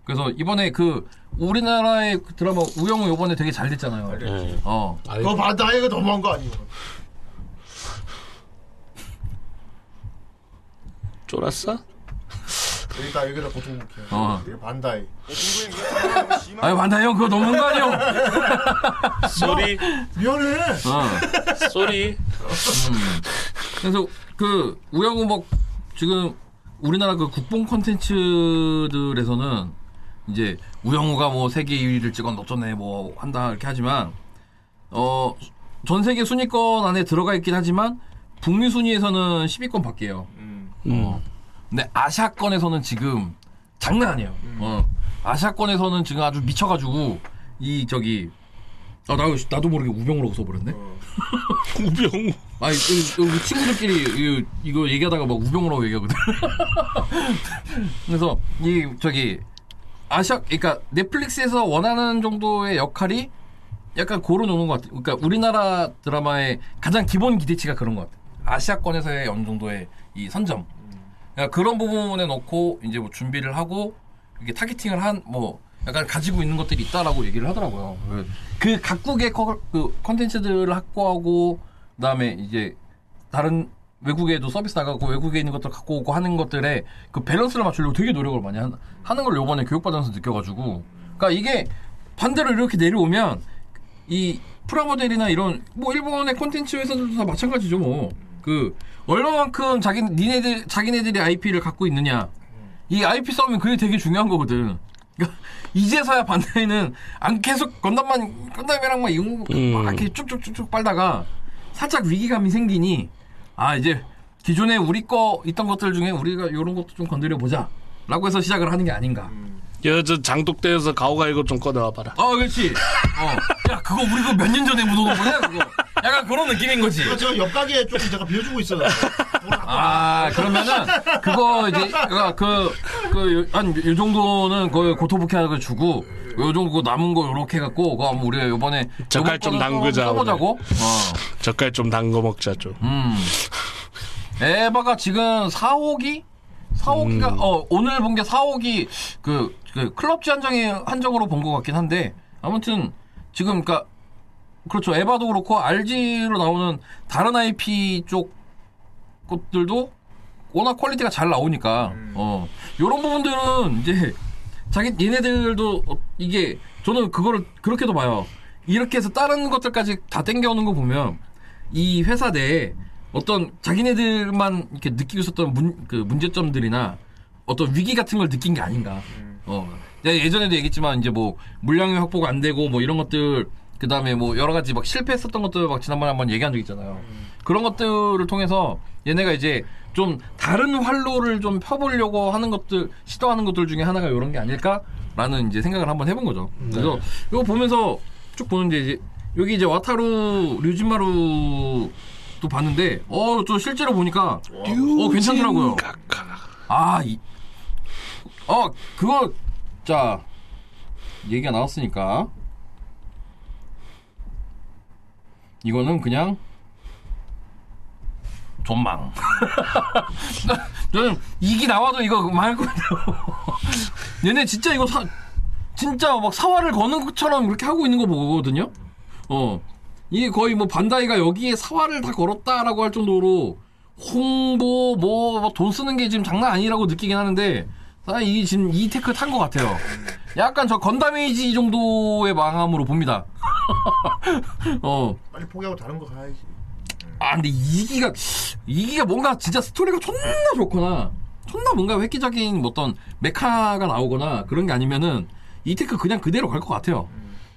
S2: 그래서 이번에 그 우리나라의 그 드라마 우영우 요번에 되게 잘 됐잖아요.
S5: 예.
S2: 어.
S5: 아니,
S4: 그거 봐, 나 이거 너무한 거 아니에요?
S5: 쫄았어?
S4: 여기다 여기다 고통 먹게.
S2: 어.
S4: 이게 반다이.
S2: 아유, 만다 형 그거 너무한 거 아니야?
S5: 쏘리,
S4: 미안해.
S2: 어.
S5: 쏘리.
S2: [LAUGHS] 그래서 그 우영우 막 지금 우리나라 그 국뽕 컨텐츠들에서는 이제 우영우가 뭐 세계 1위를 찍었 어쩌네 뭐 한다 이렇게 하지만 어 전 세계 순위권 안에 들어가 있긴 하지만 북미 순위에서는 10위권 밖이에요. 어.
S5: 음.
S2: 근데 아시아권에서는 지금 장난 아니에요. 어. 아시아권에서는 지금 아주 미쳐가지고 이 저기 아 나, 나도 모르게 우병우라고 써버렸네.
S5: 우병우.
S2: 아니 이- 이- 이 친구들끼리 이- 이거 얘기하다가 막 우병우라고 얘기하거든. [LAUGHS] 그래서 이 저기 아시아 그러니까 넷플릭스에서 원하는 정도의 역할이 약간 고루 노는 것 같아. 그러니까 우리나라 드라마의 가장 기본 기대치가 그런 것 같아. 아시아권에서의 어느 정도의 이 선점. 그런 부분에 넣고 이제 뭐 준비를 하고 이게 타겟팅을 한 뭐 약간 가지고 있는 것들이 있다라고 얘기를 하더라고요. 그- 그 각국의 커- 그 컨텐츠들을 확보하고 그다음에 이제 다른 외국에도 서비스 나가고 외국에 있는 것들 갖고 오고 하는 것들에 그 밸런스를 맞추려고 되게 노력을 많이 한- 하는 걸 요번에 교육받으면서 느껴가지고 그러니까 이게 반대로 이렇게 내려오면 이 프라모델이나 이런 뭐 일본의 콘텐츠 회사들도 다 마찬가지죠 뭐 그 얼마만큼 자기 니네들 자기네들이 IP를 갖고 있느냐 이 IP 싸움이 그게 되게 중요한 거거든. 그러니까 [LAUGHS] 이제서야 반다이는 안 계속 건담만 건담이랑만 이용 막 이렇게 쭉쭉쭉쭉 빨다가 살짝 위기감이 생기니 아 이제 기존에 우리 거 있던 것들 중에 우리가 이런 것도 좀 건드려 보자라고 해서 시작을 하는 게 아닌가.
S5: 여저 장독대에서 가오가 이거 좀 꺼내와 봐라.
S2: 아 그렇지. 어. 야 그거 우리 그 몇 년 전에 묻어놓은 거냐 그거. 약간 그런 느낌인 거지.
S4: 그러니까 제가 옆 가게에 조금 제가 비워주고 있어요.
S2: 아 그러면은 그거 이제 그그한 요 정도는 거의 고토부케하게 주고 요 정도 그 남은 거 요렇게 해갖고 그거 한번 우리가 요번에
S5: 젓갈 좀 담그자,
S2: 써보자고 어.
S5: 젓갈 좀 담궈 먹자 좀.
S2: 음 에바가 지금 4호기 4호기가 어 오늘 본 게 4호기 그, 그 클럽지 한정에 한정으로 본 것 같긴 한데 아무튼 지금 그니까 그렇죠 에바도 그렇고 RG로 나오는 다른 IP 쪽 것들도 워낙 퀄리티가 잘 나오니까 어 요런 부분들은 이제 자기 얘네들도 어, 이게 저는 그거를 그렇게도 봐요 이렇게 해서 다른 것들까지 다 땡겨오는 거 보면 이 회사 내에 어떤 자기네들만 이렇게 느끼고 있었던 문, 그 문제점들이나 어떤 위기 같은 걸 느낀 게 아닌가 어. 내가 예전에도 얘기했지만 이제 뭐 물량이 확보가 안 되고 뭐 이런 것들 그다음에 뭐 여러 가지 막 실패했었던 것들 막 지난번에 한번 얘기한 적 있잖아요. 그런 것들을 통해서 얘네가 이제 좀 다른 활로를 좀 펴보려고 하는 것들 시도하는 것들 중에 하나가 이런 게 아닐까라는 이제 생각을 한번 해본 거죠. 그래서 이거 보면서 쭉 보는데 이제 여기 이제 와타루 류진마루도 봤는데 어저 실제로 보니까 어 괜찮더라고요. 아, 이, 어, 그거, 자, 얘기가 나왔으니까. 이거는 그냥, 존망. [LAUGHS] 저는 이기 나와도 이거 망할 거예요. [LAUGHS] 얘네 진짜 이거 사, 진짜 막 사활을 거는 것처럼 이렇게 하고 있는 거 보거든요? 어. 이게 거의 뭐 반다이가 여기에 사활을 다 걸었다라고 할 정도로 홍보 뭐 돈 쓰는 게 지금 장난 아니라고 느끼긴 하는데 아, 이게 지금 이 테크 탄 것 같아요. 약간 저 건담에이지 정도의 망함으로 봅니다. [LAUGHS] 어.
S4: 빨리 포기하고 다른 거 가야지.
S2: 아 근데 이기가 이기가 뭔가 진짜 스토리가 존나 좋거나 존나 뭔가 획기적인 뭐 어떤 메카가 나오거나 그런 게 아니면은 이테크 그냥 그대로 갈 것 같아요.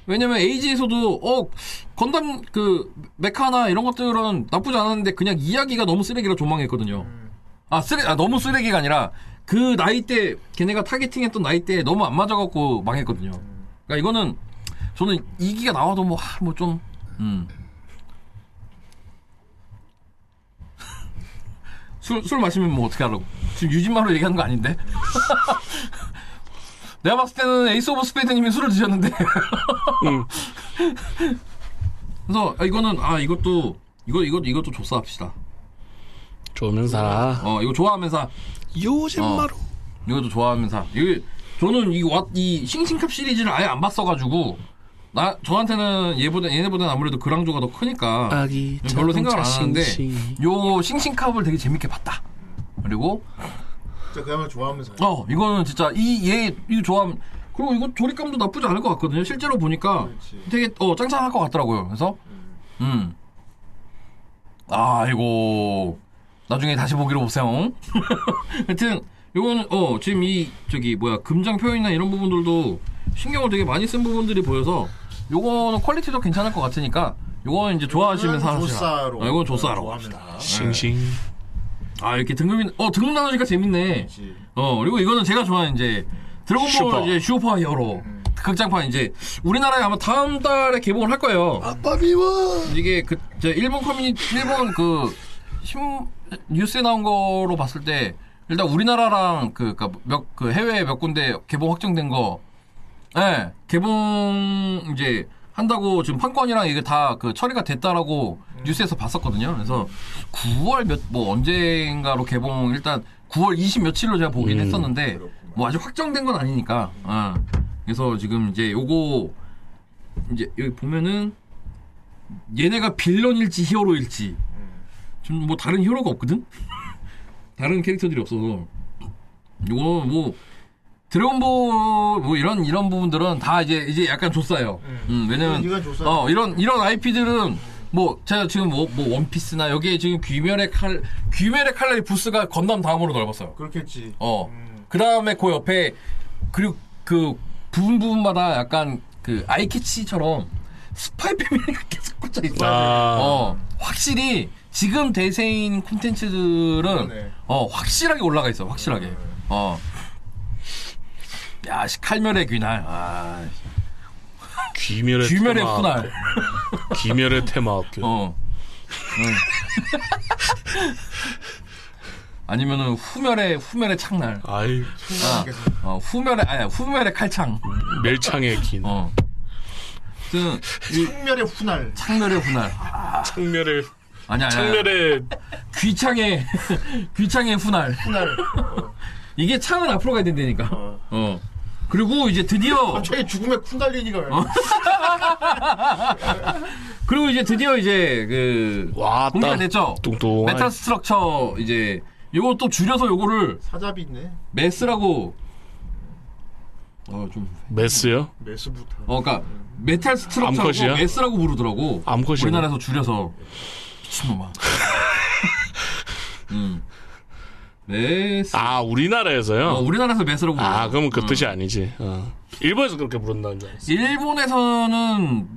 S2: 왜냐면 에이지에서도 어 건담 그 메카나 이런 것들은 나쁘지 않았는데 그냥 이야기가 너무 쓰레기라 조망했거든요. 아 쓰레 아 너무 쓰레기가 아니라 그 나이 때 걔네가 타겟팅했던 나이 때 너무 안 맞아갖고 망했거든요. 그러니까 이거는 저는 이기가 나와도 뭐뭐좀 음. 술, 술 마시면 뭐 어떻게 하려고. 지금 유진마로 얘기하는 거 아닌데? [LAUGHS] 내가 봤을 때는 에이스 오브 스페이드님이 술을 드셨는데. 그래서 아, 이거는, 아, 이것도, 이거, 이거, 이것도 조사합시다.
S5: 좋으면 살아.
S2: 어, 이거 좋아하면서,
S5: 요즘
S2: 어.
S5: 말로.
S2: 이것도 좋아하면서. 이게, 저는 이, 왓- 이 싱싱컵 시리즈를 아예 안 봤어가지고, 나, 저한테는 얘보다, 얘네보다는 아무래도 그랑조가 더 크니까.
S5: 아기
S2: 별로 생각을 안
S5: 자동차
S2: 하는데
S5: 싱싱.
S2: 요 싱싱캅을 되게 재밌게 봤다. 그리고
S4: 진짜 그야말로 좋아하면서
S2: 어 이거는 진짜 이 얘 이거 좋아함 그리고 이거 조립감도 나쁘지 않을 것 같거든요. 실제로 보니까
S4: 그렇지.
S2: 되게 어 짱짱할 것 같더라고요. 그래서 음 아이고 나중에 다시 보기로 보세요. [LAUGHS] 하여튼 요거는 어 지금 이 저기 뭐야 금장 표현이나 이런 부분들도 신경을 되게 많이 쓴 부분들이 보여서 요거는 퀄리티도 괜찮을 것 같으니까 요거는 이제 좋아하시면서 하세요.
S4: 조사로 네,
S2: 아, 이건 조사로. 네.
S4: 좋아합니다.
S5: 싱싱.
S2: 아 이렇게 등급이 어 등급 나눠주니까 재밌네. 어 그리고 이거는 제가 좋아하는 이제 드래곤볼
S5: 슈퍼.
S2: 이제 슈퍼히어로
S5: 음.
S2: 극장판 이제 우리나라에 아마 다음 달에 개봉을 할 거예요.
S5: 아빠 미워.
S2: 이게 그 저 일본 커뮤니티 일본 그 신, 뉴스에 나온 거로 봤을 때 일단 우리나라랑 그몇그 해외 몇 군데 개봉 확정된 거, 예 개봉 이제 한다고 지금 판권이랑 이게 다 그 처리가 됐다라고
S4: 음.
S2: 뉴스에서 봤었거든요. 그래서 9월 몇 뭐 언젠가로 개봉 일단 9월 20 며칠로 제가 보긴
S5: 음.
S2: 했었는데
S4: 그렇구만.
S2: 뭐 아직 확정된 건 아니니까. 어. 그래서 지금 이제 요거 이제 여기 보면은 얘네가 빌런일지 히어로일지 지금 뭐 다른 히어로가 없거든? [LAUGHS] 다른 캐릭터들이 없어서 요거 뭐 드래곤볼 뭐 이런 이런 부분들은 다 이제 이제 약간 줬어요.
S4: 음.
S2: 음, 왜냐면
S4: 이건 줬어요.
S2: 어 이런 이런 IP들은 뭐 제가 지금 뭐, 뭐 원피스나 여기에 지금 귀멸의 칼 귀멸의 칼날의 부스가 건담 다음으로 넓었어요.
S4: 그렇겠지. [LAUGHS]
S2: 어.
S4: 음.
S2: 그 다음에 그 옆에 그리고 그 부분 부분마다 약간 그 아이캐치처럼 스파이 패밀리가 [LAUGHS] 계속 꽂혀 있어.
S5: 아.
S2: 어. 확실히 지금 대세인 콘텐츠들은
S4: 그러네.
S2: 어 확실하게 올라가 있어. 확실하게. 어. 야, 씨, 칼멸의 귀날. 아,
S5: 귀멸의
S2: 귀멸의
S5: 테마.
S2: 훗날.
S5: 귀멸의 테마 학교.
S2: 어. 응. 아니면은 후멸의 후멸의 창날.
S5: 아이
S2: 아, 어, 후멸의 아니 후멸의 칼창.
S5: 멸창의 긴.
S2: 어. 하여튼 이
S4: 풍멸의 훗날.
S2: 창멸의 훗날.
S5: 창멸의
S2: 아니 아니. 아니.
S5: 창멸의
S2: 귀창의 [LAUGHS] 귀창의 훗날.
S4: 훗날. 어.
S2: [LAUGHS] 이게 창은 앞으로 가야 된다니까. 어. 그리고 이제 드디어 어.
S4: 갑자기 아, 죽음의 쿤달리니가 왜?
S2: 그리고 이제 드디어 이제 그
S5: 와,
S2: 공개가
S5: 딱
S2: 됐죠.
S5: 뚱뚱한.
S2: 메탈 스트럭처 이제 요것도 줄여서 요거를
S4: 사잡이 있네.
S2: 메스라고 어좀
S5: 메스요?
S4: 매수부터.
S2: 어, 그니까, 메탈 스트럭처라고
S5: 암컷이야?
S2: 메스라고 부르더라고.
S5: 암컷이야?
S2: 우리나라에서 줄여서. 미친놈아. 음. 메스.
S5: 아 우리나라에서요.
S2: 어, 우리나라에서 메스라고 부르
S5: 아 그럼 그 뜻이 아니지. 어. 일본에서 그렇게 부른다는 줄 알았어.
S2: 일본에서는,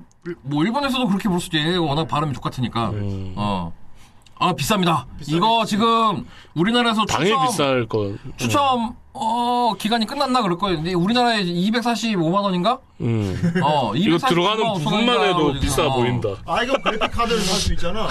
S2: 뭐, 일본에서도 그렇게 부를 수 있지. 얘네가 워낙 발음이 똑같으니까.
S5: 음.
S2: 어. 아, 비쌉니다. 이거 지금, 우리나라에서
S5: 당연히
S2: 추첨,
S5: 비쌀 음. 거.
S2: 추첨, 어, 기간이 끝났나 그럴 거예요. 근데 우리나라에 245만원인가?
S5: 음.
S2: 어,
S5: 이거
S2: 245만
S5: 들어가는 부분만 해도
S2: 지금,
S5: 비싸
S2: 어.
S5: 보인다.
S4: 아 이거 그래픽 카드를 살 수 있잖아.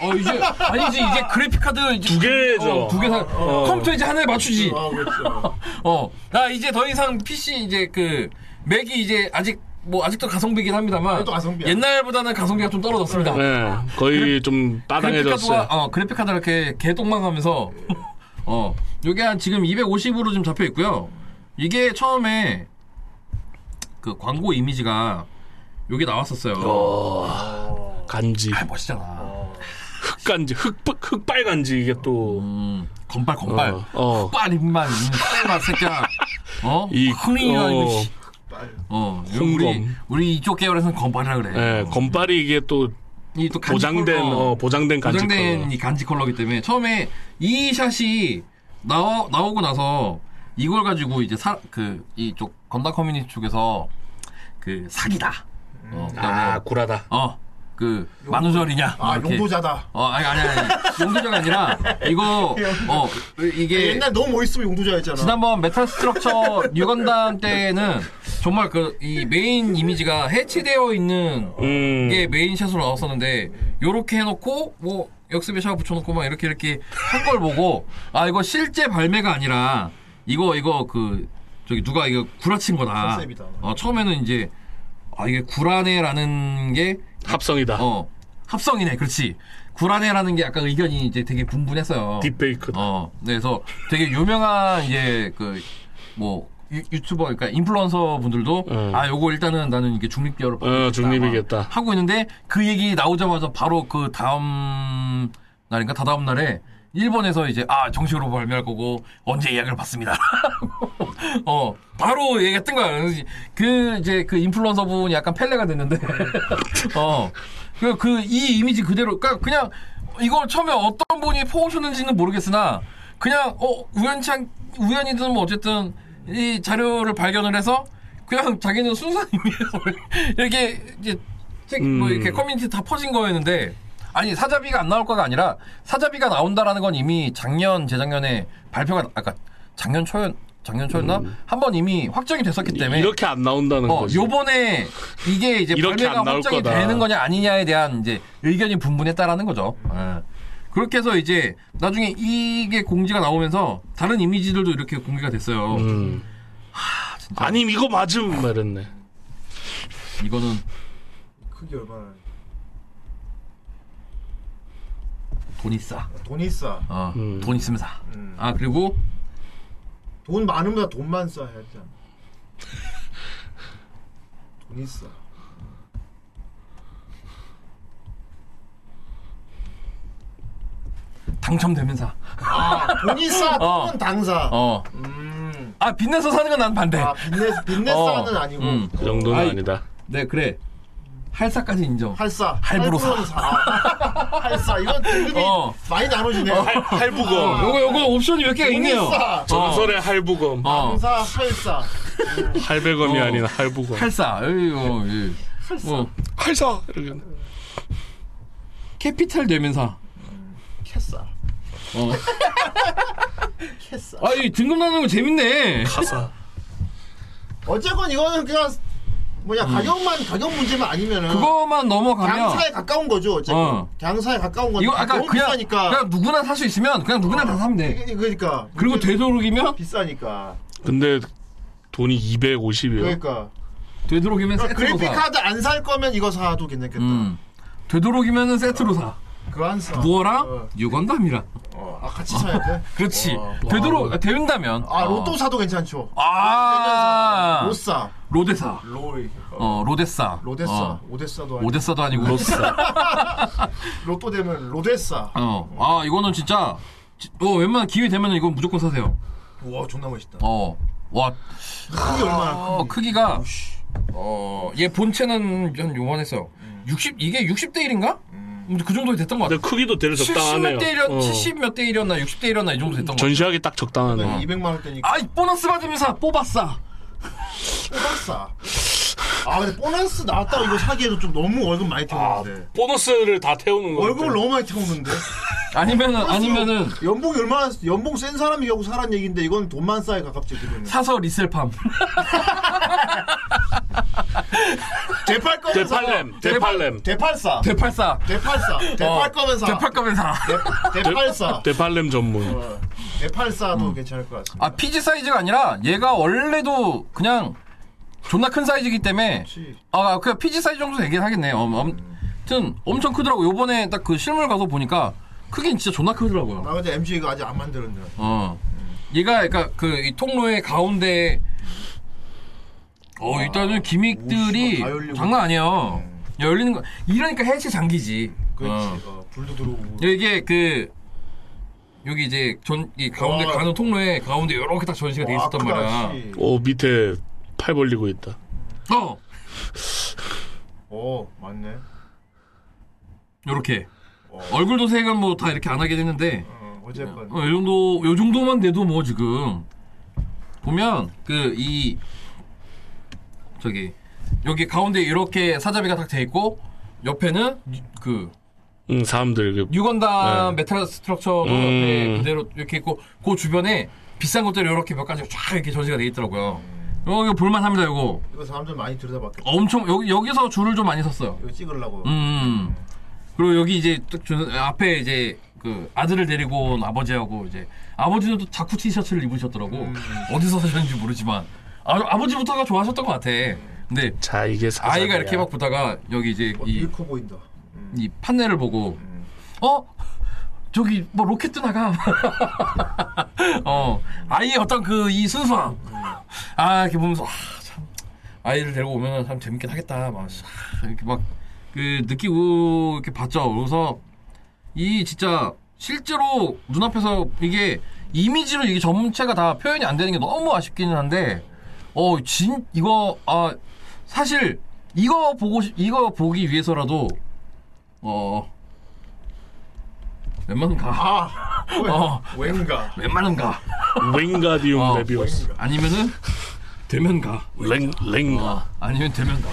S2: 어 이제 아니 이제 이제 그래픽 카드 이제
S5: 두 개죠.
S2: 두 개 사.
S5: 어.
S2: 컴퓨터 이제 하나에 맞추지.
S4: 아 그렇죠.
S2: [LAUGHS] 어 나 이제 더 이상 PC 이제 그 맥이 이제 아직 뭐 아직도 가성비긴 합니다만
S4: 아직도 가성비야.
S2: 옛날보다는 가성비가 좀 떨어졌습니다.
S5: 네, 거의 좀
S2: 그래픽 카드가
S5: 따당해졌어요.
S2: 어 그래픽 카드 이렇게 개똥망하면서 어 요게 한 지금 250으로 지금 잡혀 있고요. 이게 처음에 그 광고 이미지가 요게 나왔었어요.
S5: 어, 간지,
S2: 아, 멋있잖아.
S5: 흑간지, 흑, 흑빨간지 이게 또.
S2: 음, 건발 건발.
S5: 어, 어.
S2: 빨 입만 빨만 새끼야. 어?
S5: [LAUGHS] 이-
S2: 흥이가
S5: 어.
S2: 어. 어.
S5: 홍검.
S2: 우리 우리 이쪽 계열에서는 건발이라 그래.
S5: 예, 건빨이 이게 또
S2: 이또
S5: 보장된 어, 보장된 간지
S2: 그 보장된
S5: 컬러.
S2: 이 간지 컬러기 때문에 처음에 이 샷이 나와 나오고 나서 이걸 가지고 이제 사 그 이쪽 건담 커뮤니티 쪽에서 그 사기다. 어, 그다음에
S5: 아, 구라다.
S2: 어 그 만우절이냐?
S4: 아
S2: 이렇게.
S4: 용도자다.
S2: 어 아니 아니 아니 용도자가 아니라
S4: [LAUGHS]
S2: 이거 어 이게
S4: 아, 옛날 너무 멋있으면 용도자였잖아.
S2: 지난번 메탈
S4: [LAUGHS]
S2: 스트럭처 뉴건담 때는 정말 그 이 메인 이미지가 해체되어 있는
S5: 음.
S2: 게 메인 샷으로 나왔었는데 요렇게 해놓고 뭐 역습에 샤워 붙여놓고 막 이렇게 이렇게 한 걸 보고 아 이거 실제 발매가 아니라 이거 이거 그 저기 누가 이거 구라친 거다.
S4: 컨셉이다.
S2: 어 처음에는 이제 아 이게 구라네라는 게
S5: 합성이다.
S2: 어 합성이네 그렇지 구라네라는 게 약간 의견이 이제 되게 분분했어요
S5: 딥페이크다.
S2: 어 네, 그래서 되게 유명한 이제 그 뭐 유튜버 그러니까 인플루언서 분들도
S5: 음.
S2: 아 요거 일단은 나는 이게 중립기업을
S5: 어, 중립이겠다.
S2: 하고 있는데 그 얘기 나오자마자 바로 그 다음 날인가 다다음 날에 일본에서 이제 아 정식으로 발매할 거고 언제 예약을 받습니다. [LAUGHS] 어 바로 얘기가 뜬 거야. 그래서 그 이제 그 인플루언서 분이 약간 펠레가 됐는데 [LAUGHS] 어그이 이미지 그대로 그러니까 그냥 이걸 처음에 어떤 분이 퍼오셨는지는 모르겠으나 그냥 어 우연치 않, 우연이든 뭐 어쨌든 이 자료를 발견을 해서 그냥 자기는 순수한 의미에서 [LAUGHS] 이렇게 이제 책, 뭐
S5: 음.
S2: 이렇게 커뮤니티 다 퍼진 거였는데 아니 사자비가 안 나올 거가 아니라 사자비가 나온다라는 건 이미 작년 재작년에 발표가 나- 아까 작년 초였 작년 초였나 한 번 이미 확정이 됐었기 때문에
S5: 음. 이렇게 안 나온다는
S2: 어
S5: 거지.
S2: 요번에 이게 이제
S5: 이렇게
S2: 발매가
S5: 안 나올
S2: 확정이
S5: 거다.
S2: 되는 거냐 아니냐에 대한 이제 의견이 분분했다라는 거죠. 예. 그렇게 해서 이제 나중에 이게 공지가 나오면서 다른 이미지들도 이렇게 공개가 됐어요.
S5: 음. 아니 이거 맞음 말했네.
S2: 이거는
S4: 크기 얼마나
S2: 돈이 싸.
S4: 돈이 싸.
S2: 어,
S5: 음.
S2: 돈 있으면 사.
S4: 음.
S2: 아 그리고
S4: 돈 많으면 돈만 싸 해야 되잖아. 돈이 싸.
S2: 당첨되면 사.
S4: 아 돈이 싸.
S2: 어.
S4: 돈 당사.
S2: 어.
S4: 아. 음.
S2: 아 빚내서 사는 건 난 반대.
S4: 아 빚내 빚내싸는
S2: 어.
S4: 아니고
S2: 음.
S5: 그 정도는
S2: 아이.
S5: 아니다.
S2: 네 그래. 할사까지 인정.
S4: 할싸.
S2: 할부로 사.
S4: 할부로는 아, 할싸. 이건 등급이
S2: 어.
S4: 많이 나눠지네. 어. 요
S5: 할부검.
S2: 요거 요거 옵션이 몇 개가
S4: 돈이
S2: 있네요.
S4: 싸.
S5: 아, 전설의 할부검.
S2: 어.
S4: 당사 할싸.
S5: 할배검이
S2: 어.
S5: 아닌 할부검.
S2: 할사. 이거 예. 뭐
S5: 할사. 이렇게.
S2: 캐피탈 되면서.
S4: 캐싸.
S2: 어.
S4: 캐싸.
S2: 아이 등급 나누는 거 재밌네.
S5: 가사.
S4: 어쨌건 이거는 그냥 뭐냐 가격만 가격 문제만 아니면은
S2: 음. 그거만 넘어가면
S4: 장사에 가까운 거죠 어쨌건
S2: 어.
S4: 장사에 가까운 건데
S2: 이거 아까
S4: 너무
S2: 그냥
S4: 비싸니까
S2: 그냥 누구나 살 수 있으면 그냥 누구나 다 사면 돼.
S4: 이게- 그러니까
S2: 그리고
S4: 이게
S2: 되도록이면
S4: 비싸니까
S5: 근데 돈이 250이에요.
S4: 그러니까
S2: 되도록이면
S4: 그러니까
S2: 세트로
S4: 그래픽
S2: 사.
S4: 카드 안 살 거면 이거 사도 괜찮겠다
S2: 음. 되도록이면은 세트로 사.
S4: 그거 안사
S2: 뭐랑 유건담이랑.
S4: 어, 아 같이 사야 돼?
S2: 그렇지.
S4: 어. 와.
S2: 되도록 아, 된다면.
S4: 아
S2: 어.
S4: 로또 사도 괜찮죠
S2: 아.
S4: 로싸
S2: 로데사.
S4: 로이 어.
S2: 어 로데사.
S4: 로데싸
S2: 어.
S4: 오데싸도 아니고
S2: 오데사도 아니고.
S4: [LAUGHS] 로또 되면 로데싸
S2: 어. 아 이거는 진짜. 지- 어 웬만한 기회 되면 이건 무조건 사세요.
S4: 우와 존나 멋있다
S2: 어. 와
S4: 크기 얼마나
S2: 어, 크기가 어얘 본체는 한 요만했어요.
S4: 음.
S2: 60 이게 60대 1인가? 그 정도 됐던 것
S5: 근데
S2: 같아.
S5: 크기도 되려
S2: 70몇
S5: 적당하네요.
S2: 대 1이었
S5: 어.
S2: 70몇 대 1이었나 60대 1이었나 이 정도 됐던 것 같아.
S5: 전시하기 딱 적당하네.
S2: 어.
S4: 크기 200만 원대니까
S2: 아이 보너스 받으면서 뽑았어.
S4: 보너스다. 아 근데 보너스 나왔다고 이거 사기에도 좀 너무 월급 많이
S2: 아,
S4: 태우는데
S5: 보너스를 다 태우는 거.
S4: 월급을 너무 많이 태우는데
S2: 아니면은 아니면은
S4: 연봉이 얼마나 연봉 센 사람이 결국 사란 얘기인데 이건 돈만 쌓에 가깝지 지금
S2: 사서 리셀팜.
S4: 대팔 거면
S5: 대팔렘. 대팔렘.
S4: 대팔사
S2: 대팔사. 어,
S4: 대팔사 대팔 거면 사
S2: 대팔 거면 사.
S4: 대- 대팔사
S5: 대팔렘 전문.
S4: 어, 대팔사도 괜찮을 것 같습니다
S2: 아 피지 사이즈가 아니라 얘가 원래도 그냥 존나 큰 사이즈이기 때문에
S4: 그렇지.
S2: 아 그냥 피지 사이즈 정도 되긴 하겠네. 어, 아무튼 엄청 크더라고. 요번에 딱 그 실물 가서 보니까 크긴 진짜 존나 크더라고요.
S4: 아 근데 MG가 아직 안 만들었네
S2: 어. 얘가 그러니까 그 이 통로의 가운데 어 일단은
S4: 오, 씨발, 아, 다
S2: 기믹들이
S4: 열리고.
S2: 장난 아니에요. 열리는 거 이러니까 해체 장기지. 어.
S4: 그렇지 어, 불도 들어오고
S2: 이게 그 여기 이제 전 이 가운데
S4: 와.
S2: 가는 통로에 가운데 이렇게 딱 전시가 돼 있었단
S4: 와, 크다,
S2: 말이야.
S4: 씨.
S5: 오 어, 밑에 팔 벌리고 있다.
S2: 어
S4: 오 어, 맞네
S2: 요렇게
S4: 어.
S2: 얼굴 도색은 뭐 다 이렇게 안 하게 됐는데
S4: 어, 어쨌건
S2: 어, 이 정도 요 정도만 돼도 뭐 지금 보면 그 이 저기 여기 가운데 이렇게 사자비가 딱 돼 있고 옆에는 유- 그
S5: 음, 사람들 그
S2: 유건담
S5: 네.
S2: 메탈 스트럭처도
S5: 음.
S2: 옆에 어, 네, 그대로 이렇게 있고 그 주변에 비싼 것들이 이렇게 몇 가지 쫙 이렇게 전시가 돼 있더라고요. 어, 이거 볼만합니다. 이거
S4: 이거 사람들 많이 들여다봤겠다.
S2: 엄청 여기 여기서 줄을 좀 많이 섰어요.
S4: 이거 찍으려고.
S2: 음. 그리고 여기 이제 딱 주는- 앞에 이제 그 아들을 데리고 온 아버지하고 이제 아버지는 또 자쿠 티셔츠를 입으셨더라고.
S4: 음.
S2: 어디서 사셨는지 모르지만 아, 아버지부터가 좋아하셨던 것 같아. 근데
S5: 자 이게 사자
S2: 아이가 이렇게 막 보다가 여기 이제
S4: 어,
S2: 이,
S4: 일커 보인다. 음.
S2: 이 판넬을 보고 어 저기 뭐 로켓 뜨나가 [LAUGHS] 어 아이의 어떤 그 이 순수함 아 이렇게 보면서 와참 아이를 데리고 오면 참 재밌긴 하겠다 막 아, 이렇게 막 그 느끼고 이렇게 봤죠 그래서 이 진짜 실제로 눈앞에서 이게 이미지로 이게 전체가 다 표현이 안 되는 게 너무 아쉽기는 한데 어 진 이거 아 사실 이거 보고 싶- 이거 보기 위해서라도 어 웬만하면 가
S4: 아, 왜?
S2: 어.
S4: 왠가.
S2: 웬만하면 가
S5: 윙가디움
S2: 어.
S5: 레비오스
S2: 아니면은 되면 가
S5: 랭
S2: 어,
S5: 랭가
S2: 아니면 되면 가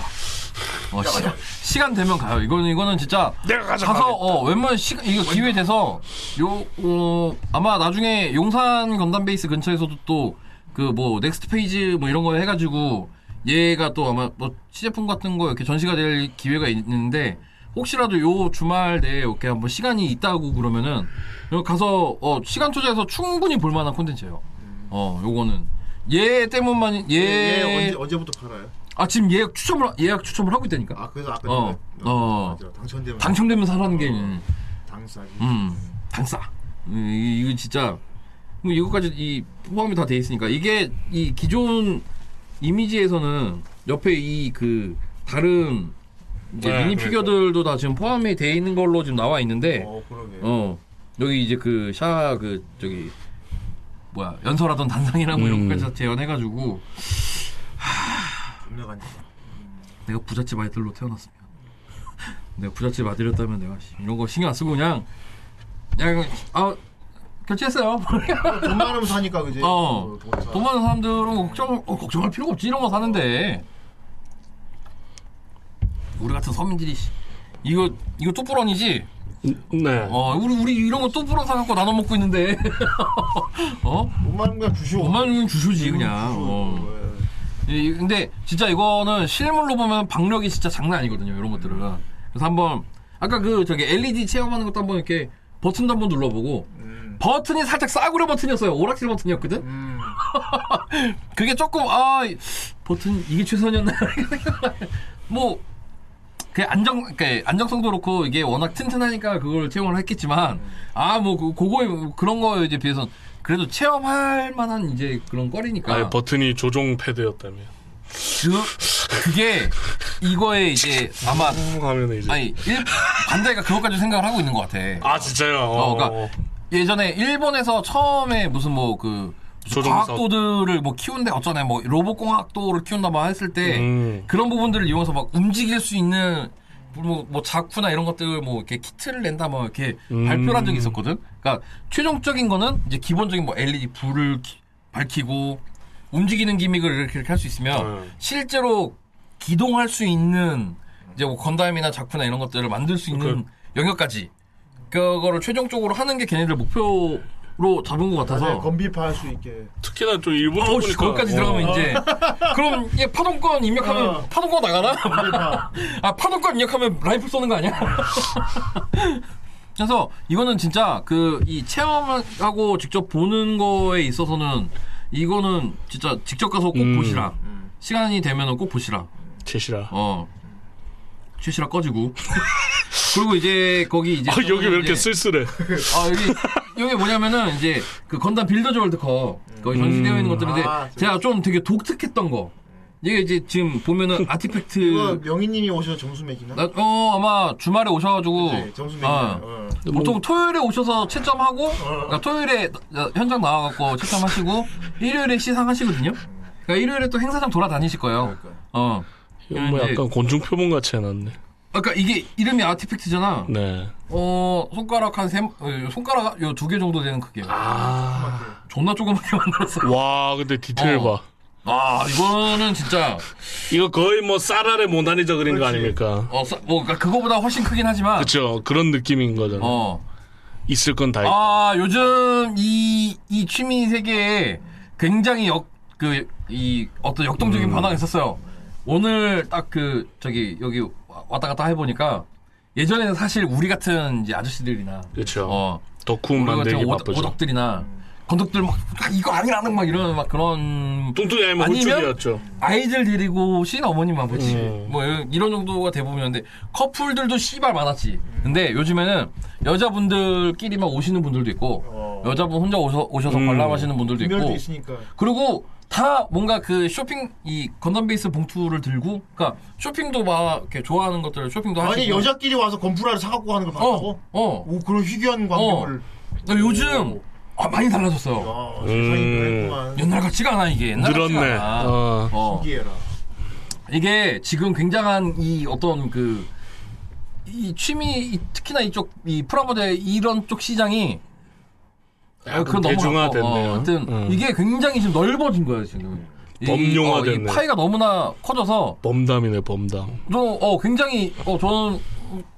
S2: 어, 시간, 시간 되면 가요 이거는 이거는 진짜
S5: 내가
S2: 가서
S5: 가져가겠다
S2: 어 웬만한 시간 이거 기회 돼서 요어 아마 나중에 용산 건담 베이스 근처에서도 또 그 뭐 넥스트 페이지 뭐 이런 거 해가지고 얘가 또 아마 뭐 시제품 같은 거 이렇게 전시가 될 기회가 있는데 혹시라도 요 주말 내에 이렇게 한번 시간이 있다고 그러면은 여기 가서 어 시간 투자해서 충분히 볼만한 콘텐츠예요. 어 요거는 얘 때문만 얘
S4: 얘 예, 언제, 언제부터 팔아요?
S2: 아 지금 예약 추첨을 예약 추첨을 하고 있다니까.
S4: 아, 그래서 아까
S2: 어,
S4: 전에-
S2: 어.
S4: 맞아. 어. 당첨되면
S2: 당첨되면 사라는 게 음.
S4: 당사기.
S2: 음, 당싸. 음, 이- 이거 진짜 뭐 이거까지 이 포함이 다 돼 있으니까 이게 이 기존 이미지에서는 옆에 이 그 다른 이제
S5: 네,
S2: 미니
S5: 그러니까.
S2: 피규어들도 다 지금 포함이 돼 있는 걸로 지금 나와 있는데
S4: 어, 그러게.
S2: 어 여기 이제 그 샤 그 저기 뭐야 연설하던 단상이랑 뭐 이런
S5: 음.
S2: 것까지 다 재현해가지고
S4: 존나 간지다.
S2: 내가 부잣집 아이들로 태어났으면 내가 부잣집 아들이었다면 내가 씨, 이런 거 신경 안 쓰고 그냥 그냥 아 결제했어요
S4: 돈 많으면 사니까 그지?
S2: 어.
S4: 돈 사.
S2: 돈 많은 사람들은 걱정, 어, 걱정할 필요가 없지. 이런 거 사는데. 우리 같은 서민들이, 씨, 이거, 이거 뚜뿌런이지?
S5: 네
S2: 어, 우리, 우리 이런 거 뚜뿌런 사갖고 나눠 먹고 있는데. [LAUGHS] 어?
S4: 돈 많으면 그냥 주시오.
S2: 돈만 주쇼지, 그냥.
S4: 주시오.
S2: 어.
S4: 예.
S2: 이- 근데 진짜 이거는 실물로 보면 박력이 진짜 장난 아니거든요. 이런 것들은.
S4: 음.
S2: 그래서 한번 아까 그 저기 LED 체험하는 것도 한번 이렇게 버튼도 한번 눌러보고
S4: 음.
S2: 버튼이 살짝 싸구려 버튼이었어요. 오락실 버튼이었거든.
S4: 음.
S2: [LAUGHS] 그게 조금 아 버튼 이게 최선이었나 [LAUGHS] 뭐 그냥 안정 그 안정성도 그렇고 이게 워낙 튼튼하니까 그걸 체험을 했겠지만
S4: 음.
S2: 아 뭐 그, 그거에 그런 거에 이제 비해서 그래도 체험할 만한 이제 그런 거리니까
S5: 아예 버튼이 조종 패드였다며
S2: 그, 그게 이거에 이제 아마
S5: 후 하면 음, 이제
S2: 아니 일, 반대가 그것까지 생각을 하고 있는 것 같아
S5: 아 진짜요 어,
S2: 어, 그러니까 예전에 일본에서 처음에 무슨 뭐그
S5: 조종사.
S2: 과학도들을 뭐 키운데 어쩌네 뭐 로봇공학도를 키운다 막 했을 때
S5: 음.
S2: 그런 부분들을 이용해서 막 움직일 수 있는 뭐, 뭐 자쿠나 이런 것들 뭐 이렇게 키트를 낸다 뭐 이렇게
S5: 음.
S2: 발표를 한 적이 있었거든. 그러니까 최종적인 거는 이제 기본적인 뭐 LED 불을 키- 밝히고 움직이는 기믹을 이렇게, 할 수 있으면
S5: 음.
S2: 실제로 기동할 수 있는 이제 뭐 건담이나 자쿠나 이런 것들을 만들 수 있는
S5: 그러니까-
S2: 영역까지 그거를 최종적으로 하는 게 걔네들 목표로 잡은 것
S4: 나중에
S2: 같아서
S4: 네, 건비파할 수 있게.
S5: 특히나 좀 일본
S2: 어우 씨,
S5: 쪽이니까.
S2: 거기까지
S5: 어.
S2: 그러니까. 들어가면 이제 그럼 얘 파동권 입력하면
S4: 어.
S2: 파동권 나가나?
S4: 건비파.
S2: [LAUGHS] 아 파동권 입력하면 라이플 쏘는
S5: [LAUGHS]
S2: 거 아니야? 그래서 이거는 진짜 그 이 체험하고 직접 보는 거에 있어서는 이거는 진짜 직접 가서 꼭
S5: 음.
S2: 보시라
S4: 음.
S2: 시간이 되면은 꼭 보시라
S5: 제시라
S2: 어 최시라 꺼지고 [LAUGHS] 그리고 이제 거기 이제
S5: 아 여기 왜 이렇게
S2: 이제-
S5: 쓸쓸해
S2: 아 여기 여기 뭐냐면은 이제 그 건담 빌더즈 월드컵 거기 전시되어 있는
S5: 음.
S2: 것들인데
S4: 아,
S2: 제가 좀 되게 독특했던 거 이게 이제 지금 보면은
S5: [LAUGHS]
S4: 이거
S2: 아티팩트
S4: 명희님이 오셔서 정수 매기나?
S2: 나- 어 아마 주말에 오셔가지고
S4: 네, 정수 매기나.
S2: 아,
S4: 어.
S2: 보통 토요일에 오셔서 채점하고 그러니까 토요일에 나- 현장 나와갖고
S4: [LAUGHS]
S2: 채점하시고 일요일에 시상하시거든요. 그러니까 일요일에 또 행사장 돌아다니실 거예요.
S4: 그러니까.
S2: 어
S5: 이건 뭐
S2: 이제-
S5: 약간 곤충 표본 같이 해놨네
S2: 그러니까 이게 이름이 아티팩트잖아.
S5: 네
S2: 어 손가락 한 세 손가락 요 두 개 정도 되는 크기예요.
S5: 아.
S2: 존나 조그맣게 [LAUGHS] 만들었어.
S5: 와 근데 디테일
S2: 어.
S5: 봐
S2: 아 이거는 진짜
S5: 이거 거의 뭐 쌀알의 모나리자 그린 거
S4: 그렇지.
S5: 아닙니까?
S2: 어, 싸- 뭐 그러니까 그거보다 훨씬 크긴 하지만
S5: 그렇죠. 그런 느낌인 거잖아요.
S2: 어.
S5: 있을 건 다 있.
S2: 아, 요즘 이, 이 취미 세계에 굉장히 역, 그, 이 어떤 역동적인
S5: 음.
S2: 변화가 있었어요. 오늘 딱 그 저기 여기 와- 왔다 갔다 해보니까 예전에는 사실 우리 같은 이제 아저씨들이나
S5: 그렇죠.
S2: 어,
S5: 덕후
S2: 우리
S5: 만들기
S2: 같은 오덕,
S5: 바쁘죠.
S2: 오덕들이나 건덕들 막 아, 이거 아니라는 막 이런 막 그런
S5: 뚱뚱이 아니면
S2: 아니면-
S5: 네, 뭐 홀쭉이었죠.
S2: 아이들 데리고 신 어머님만 보지.
S5: 음.
S2: 뭐 이런- 이런 정도가 대부분이었는데 커플들도 씨발 많았지. 근데 요즘에는 여자분들끼리만 오시는 분들도 있고
S4: 어.
S2: 여자분 혼자 오셔, 오셔서
S5: 음.
S2: 관람하시는 분들도
S4: 분열도
S2: 있고
S4: 있으니까.
S2: 그리고 다 뭔가 그 쇼핑 이 건담 베이스 봉투를 들고 그러니까 쇼핑도 막 이렇게 좋아하는 것들을 쇼핑도 하시고
S4: 아니 여자끼리 와서 건프라를 사갖고 가는 걸 봤다고?
S2: 어, 어.
S4: 오 그런 희귀한 관계를.
S2: 나 요즘 아, 많이 달라졌어요.
S4: 아 세상이
S5: 음.
S4: 그랬구만.
S2: 옛날 같지가 않아 이게. 옛날 같지가
S5: 늘었네.
S2: 않아.
S5: 어.
S2: 어.
S4: 신기해라.
S2: 이게 지금 굉장한 이 어떤 그, 이 취미, 이 특히나 이쪽, 이 프라모델 이런 쪽 시장이
S5: 약간
S2: 너무
S5: 대중화됐네요.
S2: 어, 하여튼
S5: 음.
S2: 이게 굉장히 지금 넓어진 거예요, 지금. 이-
S5: 범용화됐네.
S2: 어, 이 파이가 너무나 커져서
S5: 범담이네 범담.
S2: 저, 어, 굉장히, 어, 저는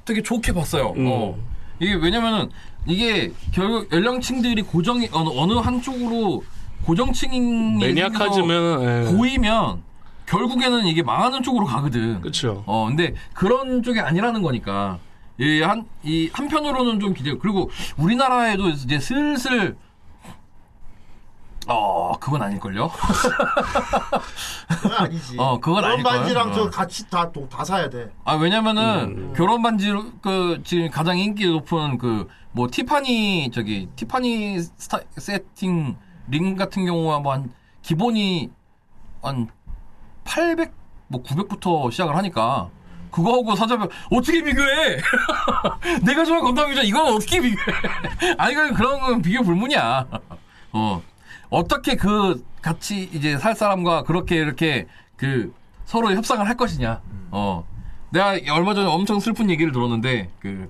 S2: 되게 좋게 봤어요.
S5: 음.
S2: 어. 이게 왜냐면은 이게 결국 연령층들이 고정이, 어느, 어느 한쪽으로 고정층이
S5: 매니악하지면 예.
S2: 고이면 결국에는 이게 망하는 쪽으로 가거든.
S5: 그렇죠.
S2: 어, 근데 그런 쪽이 아니라는 거니까. 이 한, 이 한편으로는 좀 기대, 그리고 우리나라에도 이제 슬슬, 어, 그건 아닐걸요?
S4: [LAUGHS] 그건 아니지.
S2: 어, 그건
S4: 그런
S2: 아닐 거야.
S4: 반지랑
S2: 어.
S4: 저 같이 다, 도- 다 사야 돼.
S2: 아, 왜냐면은, 결혼 반지, 그, 지금 가장 인기 높은 그, 뭐, 티파니, 저기, 티파니 스타, 세팅, 링 같은 경우가 뭐 한, 기본이, 한, 800, 뭐, 900부터 시작을 하니까, 그거하고 사자면, 어떻게 비교해! [LAUGHS] 내가 좋아하는 건담이자 이건 어떻게 비교해! [LAUGHS] 아니, 그- 그런 건 비교 불문이야. 어. 어떻게 그, 같이 이제 살 사람과 그렇게 이렇게, 그, 서로 협상을 할 것이냐. 어. 내가 얼마 전에 엄청 슬픈 얘기를 들었는데, 그,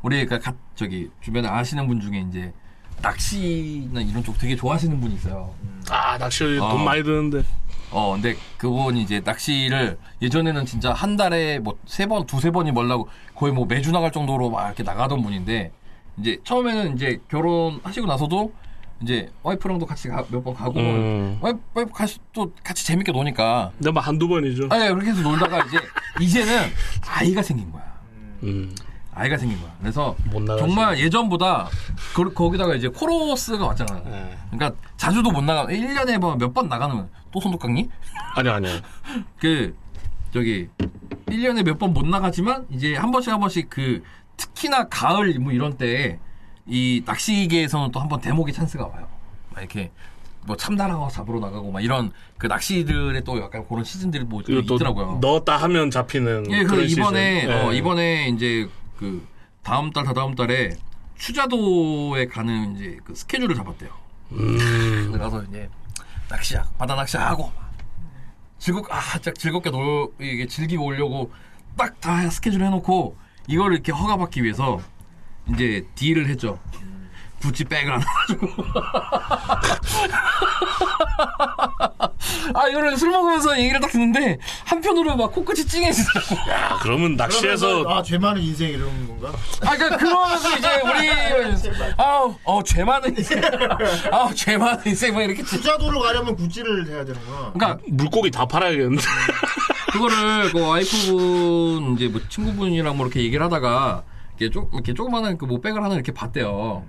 S2: 우리, 그, 가- 저기, 주변에 아시는 분 중에 이제, 낚시나 이런 쪽 되게 좋아하시는 분이 있어요.
S5: 아 낚시
S2: 어.
S5: 돈 많이 드는데.
S2: 어, 근데 그분이 이제 낚시를 예전에는 진짜 한 달에 뭐 세 번, 두세 번이 멀라고 거의 뭐 매주 나갈 정도로 막 이렇게 나가던 분인데 이제 처음에는 이제 결혼하시고 나서도 이제 와이프랑도 같이 몇 번 가고
S5: 음.
S2: 와이프, 와이프 같이 또 같이 재밌게 노니까
S5: 근데 막 한두 번이죠.
S2: 아니 예, 그렇게 해서 놀다가 이제
S5: [LAUGHS]
S2: 이제는 아이가 생긴 거야.
S5: 음.
S2: 아이가 생긴 거야. 그래서
S5: 못 나가시네.
S2: 정말 예전보다 그, 거기다가 이제 코로스가 왔잖아.
S5: 네.
S2: 그러니까 자주도 못 나가. 1년에 뭐 몇 번 나가는 거야. 또 손톱 깎니?
S5: 아니 아니.
S2: [LAUGHS] 그 저기 1년에 몇 번 못 나가지만 이제 한 번씩 한 번씩 그 특히나 가을 뭐 이런 때 이 낚시계에서는 또 한 번 대목의 찬스가 와요. 막 이렇게 뭐 참다라고 잡으러 나가고 막 이런 그 낚시들의 또 약간 그런 시즌들이 뭐
S5: 그리고 또
S2: 있더라고요.
S5: 넣었다 하면 잡히는
S2: 예, 그
S5: 그런
S2: 이번에
S5: 시즌.
S2: 어,
S5: 예.
S2: 이번에 이제 그 다음 달 다다음 달에 추자도에 가는 이제 그 스케줄을 잡았대요.
S5: 음.
S2: 들어가서 이제 낚시 바다 낚시하고 즐겁 아 진짜 즐겁게 놀 이게 즐기고 오려고 딱 다 스케줄 해놓고 이걸 이렇게 허가받기 위해서 이제 딜을 했죠. 구찌 백을 안 가지고 [LAUGHS] 아 이거를 술 먹으면서 얘기를 딱 듣는데 한편으로 막 코끝이 찡해지더라고.
S5: 아, 그러면 낚시에서
S4: 그러면서, 아, 죄 많은 인생 이런 건가?
S2: 아, 그러니까 그러면서 이제 우리
S4: [LAUGHS]
S2: 아우 어죄 많은 인생 아우 죄 많은 인생 막 이렇게 찡-
S4: 투자도로 가려면 구찌를 해야 되는구나.
S2: 그러니까
S5: 아, 물고기 다 팔아야겠는데.
S2: 그거를 그 와이프분 이제 뭐 친구분이랑 뭐 이렇게 얘기를 하다가 이렇게 조 이렇게 조그마한 그 모백을 하나 이렇게 봤대요.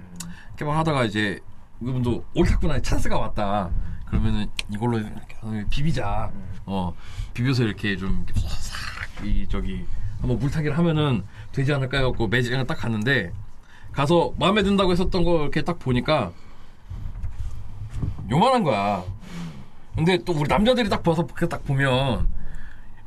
S2: 이렇게 막 하다가 이제 그분도 옳겠구나 찬스가 왔다. 그러면은 이걸로 이렇게 하나 비비자. 어 비벼서 이렇게 좀 싹이 저기 한번 물타기를 하면은 되지 않을까 해갖고 매장을 딱 갔는데 가서 마음에 든다고 했었던 거 이렇게 딱 보니까 요만한 거야. 근데 또 우리 남자들이 딱 봐서 그렇게 딱 보면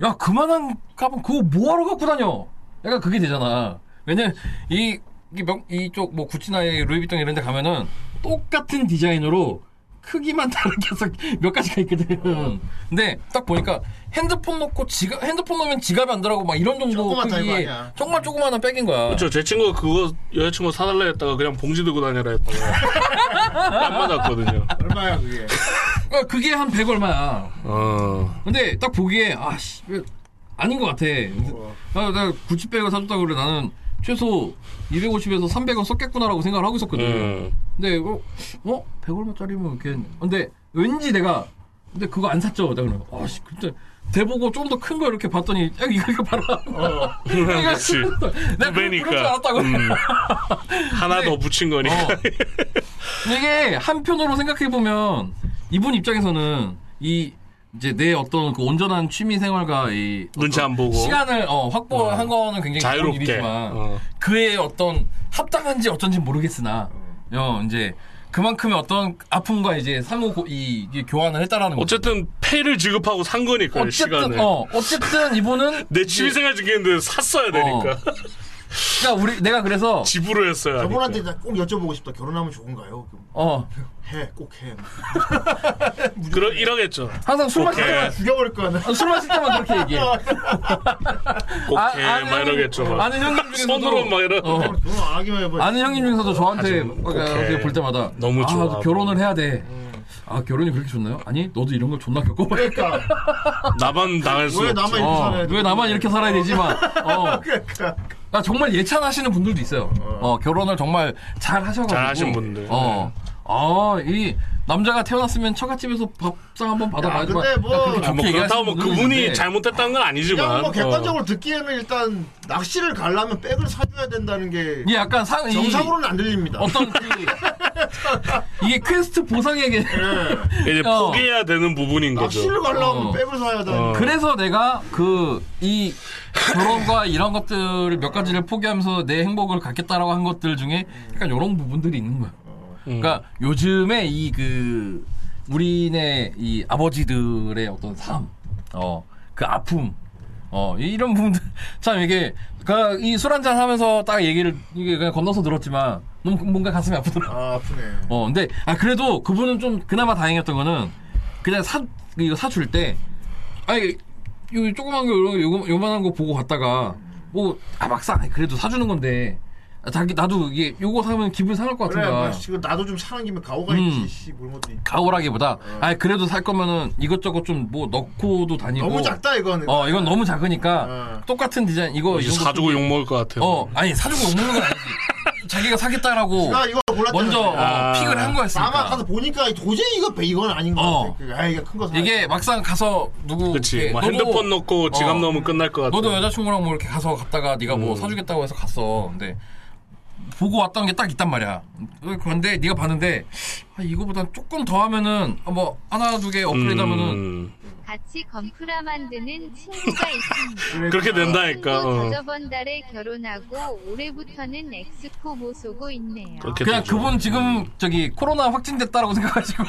S2: 야 그만한 가방 그거 뭐하러 갖고 다녀? 약간 그게 되잖아. 왜냐면 이 이게 명- 이쪽 뭐 구찌나 이 루이비통 이런 데 가면은 똑같은 디자인으로 크기만 [LAUGHS] 다르게 해서 몇 가지가 있거든. 근데 딱 보니까 핸드폰 놓고 지갑 핸드폰 놓으면 지갑이 안 들어가고 막 이런 정도
S4: 조그맣다, 이거
S2: 크기의
S4: 아니야.
S2: 정말 조그마한 백인 거야. [LAUGHS]
S5: 저 제 친구가 그거 여자친구 사달라 했다가 그냥 봉지 들고 다녀라 했다가 안 맞았거든요.
S2: [LAUGHS]
S4: 얼마야, 그게?
S2: 그러니까 그게 한 100 얼마야.
S5: 어.
S2: 근데 딱 보기에 아씨 아닌 것 같아. 아, 내가 90 백을 사줬다 그래 나는 최소 250에서 300원 썼겠구나라고 생각을 하고 있었거든.
S5: 음.
S2: 근데 이거 어 100얼마짜리면 이렇게 근데 왠지 내가 근데 그거 안 샀죠. 내가 그러면 아씨 근데 대보고 좀 더 큰 거 이렇게 봤더니 야 이거 이거 봐라.
S5: 어.
S2: [LAUGHS] 내가
S5: 그렇지.
S2: 내가 그럴
S5: 두
S2: 줄
S5: 배니까.
S2: 알았다고.
S5: 음.
S2: [LAUGHS]
S5: 하나 더 붙인 거니까.
S2: 어. 이게 한편으로 생각해 보면 이분 입장에서는 이 이제 내 어떤 그 온전한 취미 생활과 이
S5: 눈치
S2: 어떤
S5: 안 보고.
S2: 시간을 어, 확보한 거는 굉장히 좋은
S5: 자유롭게.
S2: 일이지만
S5: 어.
S2: 그의 어떤 합당한지 어쩐지 모르겠으나 어, 이제 그만큼의 어떤 아픔과 이제 상호 고- 이, 이 교환을 했다라는 거죠.
S5: 어쨌든 패를 지급하고 산 거니까 요
S2: 어쨌든
S5: 시간을.
S2: 어 어쨌든 이분은
S5: 내 취미생활 중이었는데 샀어야 되니까
S2: 그러니까 우리 내가 그래서
S5: 집으로 했어야
S4: 저분한테
S5: 하니까.
S4: 나 꼭 여쭤보고 싶다. 결혼하면 좋은가요? 그럼
S2: 어
S4: 해, 꼭 해.
S5: [LAUGHS] 그러 이러겠죠.
S2: 항상 술 마실
S5: 오케이.
S2: 때만
S4: 죽여버릴 아, 거 하나.
S2: 아, 술 마실 때만 그렇게 얘기해.
S5: 오케이
S2: 아, 아는
S5: 막
S2: 형-
S5: 이러겠죠. 막.
S2: 아는 형님 중에서도
S5: 손으로 막 이러.
S2: 어.
S4: 그럼 안 하기만 해봐.
S2: 아는 형님 중에서도 저한테
S5: 아주
S2: 막 이렇게
S5: 오케이.
S2: 볼 때마다
S5: 너무 좋아. 음.
S2: 아, 결혼을 해야 돼. 아 결혼이 그렇게 좋나요? 아니 너도 이런 걸 존나 겪어.
S4: 그러니까
S5: [LAUGHS] 나만 당할 수
S4: 왜
S5: 없지.
S4: 나만 이렇게
S2: 어,
S4: 살아야 돼?
S2: 왜 나만 이렇게 살아야 되지만 어,
S4: [LAUGHS] 그러니까.
S2: 나 정말 예찬하시는 분들도 있어요. 어, 결혼을 정말 잘 하셔가지고
S5: 잘 하신 분들. 네.
S2: 어, 아이 남자가 태어났으면 처갓집에서 밥상 한번
S4: 야,
S2: 받아봐야지.
S4: 근데 뭐-
S5: 아, 뭐 그렇다고 뭐 그분이 잘못했다는 건
S4: 그냥
S5: 아니지만.
S2: 어.
S5: 어.
S4: 뭐 객관적으로 듣기에는 일단 낚시를 가려면 백을 사줘야 된다는 게
S2: 이게 약간 상 이-
S4: 정상으로는 안 들립니다.
S2: 어떤 그, 이게 퀘스트 보상의 개
S4: 예.
S5: [LAUGHS] 이제
S2: 어.
S5: 포기해야 되는 부분인 거죠.
S4: 낚시를 아, 가려면
S2: 어.
S4: [LAUGHS] 백을 사야 되는
S5: 어.
S2: 그래서 내가 그 이 결혼과 이런 것들을 몇 가지를 포기하면서 내 행복을 갖겠다라고 한 것들 중에 약간 이런 부분들이 있는 거야.
S5: 음.
S2: 그러니까 요즘에 이 그 우리네 이 아버지들의 어떤 삶, 어 그 아픔, 어 이런 부분들 [LAUGHS] 참 이게 그이술 한잔 하면서 딱 얘기를 이게 그냥 건너서 들었지만 너무 뭔가 가슴이 아프더라.
S4: 아, 아프네.
S2: 어, 근데, 아, 그래도 그분은 좀 그나마 다행이었던 거는, 그냥 사, 이거 사줄 때, 아니, 요, 조그만 거, 요, 요, 요만한 거 보고 갔다가, 뭐, 아, 막상, 아이, 그래도 사주는 건데, 아, 자기, 나도 이게, 요거 사면 기분 상할 것
S4: 그래,
S2: 같은가.
S4: 뭐, 지금 나도 좀 사는 김에 가오가
S2: 음.
S4: 있지, 씨, 뭘 것도 있
S2: 가오라기보다,
S4: 어.
S2: 아 그래도 살 거면은 이것저것 좀 뭐 넣고도 다니고.
S4: 너무 작다, 이거는.
S2: 어, 이건 너무 작으니까,
S4: 어.
S2: 똑같은 디자인, 이거,
S5: 이제
S2: 이 정도-
S5: 사주고 욕먹을 것 같아요.
S2: 어, 아니, 사주고 욕먹는 건 아니지. 자기가 사겠다라고,
S4: 나 이거 몰랐잖아.
S2: 먼저, 어,
S5: 아.
S2: 픽을 한 거였으니까.
S4: 아마 가서 보니까 도저히 이거 배- 이건 아닌 것
S2: 어.
S4: 같아. 그, 아, 이게 큰거 사.
S2: 이게 막상 가서 누구
S5: 그치.
S2: 이렇게
S5: 뭐
S2: 너도-
S5: 핸드폰 넣고 지갑
S2: 어.
S5: 넣으면 끝날 것 같아.
S2: 너도 여자친구랑 뭐 이렇게 가서 갔다가 네가 뭐
S5: 음.
S2: 사주겠다고 해서 갔어. 근데 보고 왔던 게 딱 있단 말이야. 그런데 네가 봤는데 아, 이거보단 조금 더 하면은 아, 뭐 하나 두 개 업그레이드하면은
S5: 음.
S6: 같이 건프라 만드는 친구가 있습니다.
S5: 그렇게 된다니까.
S6: 친구
S5: 어.
S6: 저번 달에 결혼하고 올해부터는 엑스포 모소고 있네요.
S5: 그렇게
S2: 그냥
S5: 되죠.
S2: 그분 지금 저기 코로나 확진됐다라고 생각하시고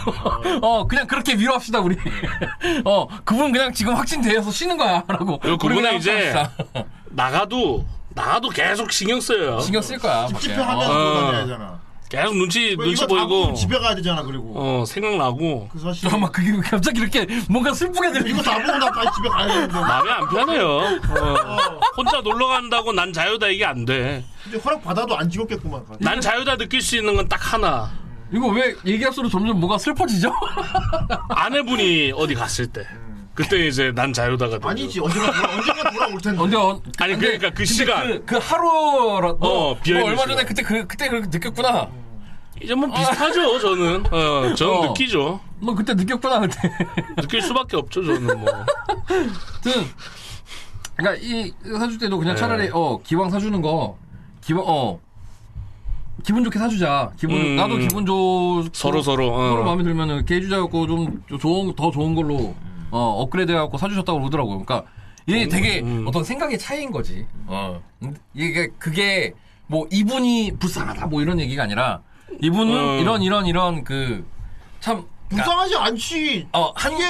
S2: [LAUGHS] 어 그냥 그렇게 위로합시다 우리 [LAUGHS] 어 그분 그냥 지금 확진되어서 쉬는 거야라고
S5: 음. 그리고
S2: 우리
S5: 그분은
S2: 그냥
S5: 이제
S2: 합시다.
S5: 나가도 나가도 계속 신경 써요.
S2: 신경 쓸 거야 밖에.
S4: 집집회 하면서
S2: 어.
S5: 어.
S4: 돌아다녀야 되잖아.
S5: 계속 눈치
S4: 왜
S5: 눈치
S4: 이거 다
S5: 보이고
S4: 보면 집에 가야 되잖아, 그리고.
S5: 어 생각나고
S4: 그 사실.
S2: 잠깐만 그게 왜 갑자기 이렇게 뭔가 슬프게 들리
S4: 이거 다 보고 나 다시 집에 가야 되는데.
S2: 아,
S5: 뭐 마음이 안 편해요. 어. 혼자 놀러 간다고 난 자유다 이게 안 돼.
S4: 근데 허락 받아도 안 찍었겠구만.
S5: 난 자유다 느낄 수 있는 건 딱 하나.
S2: 이거 왜 얘기할수록 점점 뭐가 슬퍼지죠?
S5: [LAUGHS] 아내분이 어디 갔을 때. 그때 이제 난 자유다가 되죠.
S4: 아니지, 언젠가 돌아, 언젠가 돌아올 텐데.
S2: 언제 언,
S5: 아니,
S2: 근데-
S5: 그러니까 그
S2: 근데
S5: 시간.
S2: 그, 그 하루라도
S5: 어, 비어있는
S2: 뭐 얼마 전에
S5: 시간.
S2: 그때 그 그때 그렇게 느꼈구나. 아.
S5: 이제 뭐 비슷하죠 저는. 어, 저는
S2: 어.
S5: 느끼죠.
S2: 뭐 그때 느꼈구나 그때.
S5: 느낄 수밖에 없죠 저는 뭐.
S2: 아무튼 그러니까 이 사줄 때도 그냥
S5: 네.
S2: 차라리 어 기왕 사주는 거 기왕 어 기분 좋게 사주자. 기분
S5: 음.
S2: 나도 기분 좋고
S5: 서로 서로. 어.
S2: 서로 마음에 들면은 이렇게 해주자고 좀 좋은 더 좋은 걸로
S5: 음.
S2: 어 업그레이드 해갖고 사주셨다고 그러더라고요. 그러니까 이게 되게
S5: 음.
S2: 어떤 생각의 차이인 거지. 어 이게 그게 뭐 이분이 불쌍하다 뭐 이런 얘기가 아니라 이분은
S5: 음.
S2: 이런 이런 이런 그 참
S4: 불쌍하지 않지.
S2: 어, 한-
S4: 이게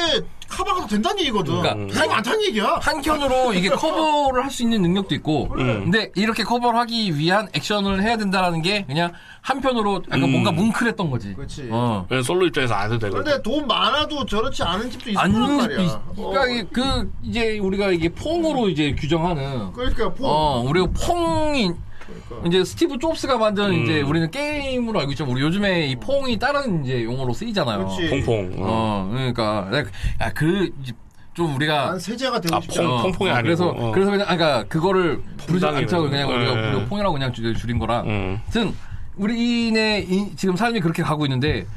S4: 커버가 된다는 얘기거든.
S2: 그러니까
S5: 음.
S4: 그게 많다는 얘기야.
S2: 한켠으로 이게 커버를 할 수 있는 능력도 있고 근데 이렇게 커버를 하기 위한 액션을 해야 된다라는 게 그냥 한편으로 약간
S5: 음.
S2: 뭔가 뭉클했던 거지.
S4: 그렇지.
S2: 어.
S5: 그냥 네, 솔로 입장에서 안 해도 되거든.
S4: 근데 돈 많아도 저렇지 않은 집도 있을
S2: 안
S4: 거란
S2: 그
S4: 말이야. 어,
S2: 그러니까 이- 그 이제 우리가 이게 퐁으로 이제 규정하는
S4: 그러니까 뭐
S2: 어, 우리가 퐁이
S4: 그러니까.
S2: 이제 스티브 좁스가 만든
S5: 음.
S2: 이제 우리는 게임으로 알고 있죠. 우리 요즘에 이 퐁이 다른 이제 용어로 쓰이잖아요.
S4: 그렇지.
S5: 퐁퐁. 어.
S2: 어, 그러니까 야, 그 이제 좀 우리가
S4: 난 세제가 되고
S5: 아,
S4: 싶지 않아.
S5: 퐁. 퐁퐁이 아니고,
S2: 그래서
S5: 어.
S2: 그래서 그냥 그러니까 그거를 부르지
S5: 퐁당이네.
S2: 않자고 그냥 우리가
S5: 예.
S2: 우리가 퐁이라고 그냥 줄- 줄인 거라.
S5: 음.
S2: 하여튼 우리네 이- 지금 삶이 그렇게 가고 있는데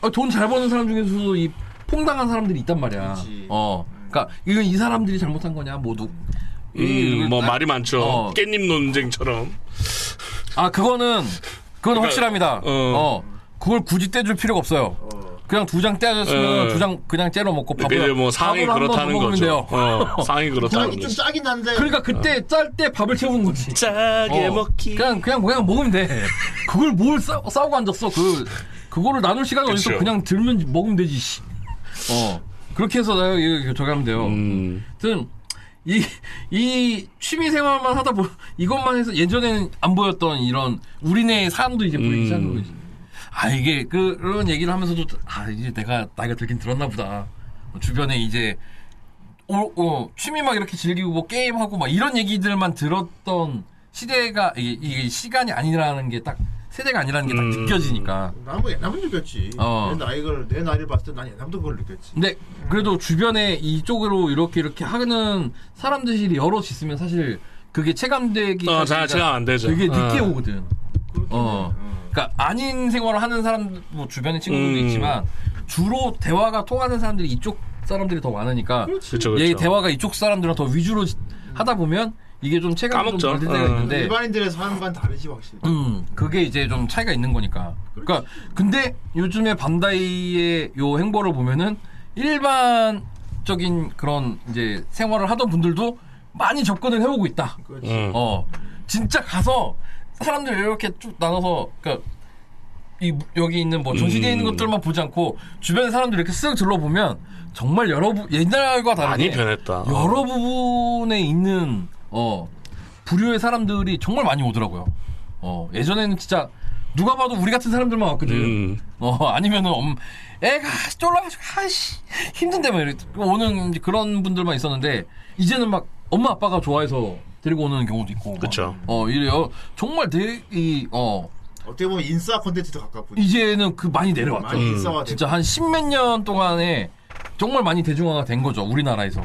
S2: 어, 돈 잘 버는 사람 중에서도 이 퐁당한 사람들이 있단 말이야.
S4: 그치.
S2: 어, 그러니까 이건 이 사람들이 잘못한 거냐 모두. 이-
S5: 음, 뭐
S2: 나-
S5: 말이 많죠.
S2: 어.
S5: 깻잎 논쟁처럼.
S2: 아 그거는 그건 확실합니다.
S5: 어.
S2: 어. 그걸 굳이 떼줄 필요가 없어요. 그냥 두 장 떼줬으면
S5: 예.
S2: 두 장 그냥 째로 먹고 밥을
S5: 근데 뭐 상이
S2: 밥을 한번
S5: 그렇다는
S2: 더 먹으면
S5: 거죠.
S2: 돼요.
S5: 어,
S2: [LAUGHS]
S5: 상이 그렇다는
S4: 분명히 좀
S5: 거죠.
S4: 짜긴 한데.
S2: 그러니까 그때
S5: 어.
S2: 짤 때 밥을 채우는 거지.
S5: 짜게
S2: 어,
S5: 먹기. 네.
S2: 그냥 그냥 그냥 먹으면 돼. 그걸 뭘 싸, 싸우고 앉았어. 그 그거를 나눌 시간 어디 있어?
S5: 그쵸.
S2: 그냥 들면 먹으면 되지. 씨. 어 그렇게 해서 내가 이거 저기 하면 돼요.
S5: 음,
S2: 하여튼 이 이 취미 생활만 하다 보 이것만 해서 예전에는 안 보였던 이런 우리네 삶도 이제 보이기
S5: 음.
S2: 시작한 거지. 아 이게 그- 그런 얘기를 하면서도 아 이제 내가 나이가 들긴 들었나 보다. 뭐 주변에 이제 어, 어, 취미 막 이렇게 즐기고 뭐 게임하고 막 이런 얘기들만 들었던 시대가 이게, 이게 시간이 아니라는 게 딱 세대가 아니라는 게 딱
S5: 음.
S2: 느껴지니까.
S4: 난뭐 옛날부터 느꼈지.
S2: 어.
S4: 내 나이를 내 나이를 봤을 때 난 옛날부터 그걸 느꼈지.
S2: 근데 그래도 주변에 이쪽으로 이렇게 이렇게 하는 사람들이 여럿 있으면 사실 그게 체감되기
S5: 어, 잘 체감 안 되죠.
S2: 되게 늦게
S5: 어.
S2: 오거든. 어. 그러니까 아닌 생활을 하는 사람 뭐 주변에 친구들도
S5: 음.
S2: 있지만 주로 대화가 통하는 사람들이 이쪽 사람들이 더 많으니까
S5: 그렇죠, 그렇죠.
S2: 얘 대화가 이쪽 사람들이랑 더 위주로 하다 보면 이게 좀 체감이
S5: 까먹죠.
S2: 좀될 때가
S5: 어.
S2: 있는데
S4: 일반인들의 삶과는 다르지 확실히.
S2: 음, 그게 이제 좀 차이가 있는 거니까. 그러니까 근데 요즘에 반다이의 요 행보를 보면은 일반적인 그런 이제 생활을 하던 분들도 많이 접근을 해오고 있다.
S4: 그렇지.
S5: 음.
S2: 어, 진짜 가서 사람들 이렇게 쭉 나눠서 그러니까 이 여기 있는 뭐 전시되어 있는
S5: 음.
S2: 것들만 보지 않고 주변 사람들 이렇게 쓱 둘러보면 정말 여러 부, 옛날과 다르게
S5: 많이 변했다.
S2: 여러 부분에 있는 어 부류의 사람들이 정말 많이 오더라고요. 어 예전에는 진짜 누가 봐도 우리 같은 사람들만 왔거든.
S5: 음.
S2: 어 아니면은 엄 애가 쫄라가지고 아씨 힘든데 막 이렇게 오는 이제 그런 분들만 있었는데 이제는 막 엄마 아빠가 좋아해서 데리고 오는 경우도 있고. 막.
S5: 그쵸.
S2: 어 이래요. 정말 되이어
S4: 어떻게 보면 인싸 컨텐츠도 가깝고.
S2: 이제는 그 많이 내려왔죠.
S4: 많이 인싸화 됐
S2: 진짜 한 십몇 년 동안에 정말 많이 대중화가 된 거죠 우리나라에서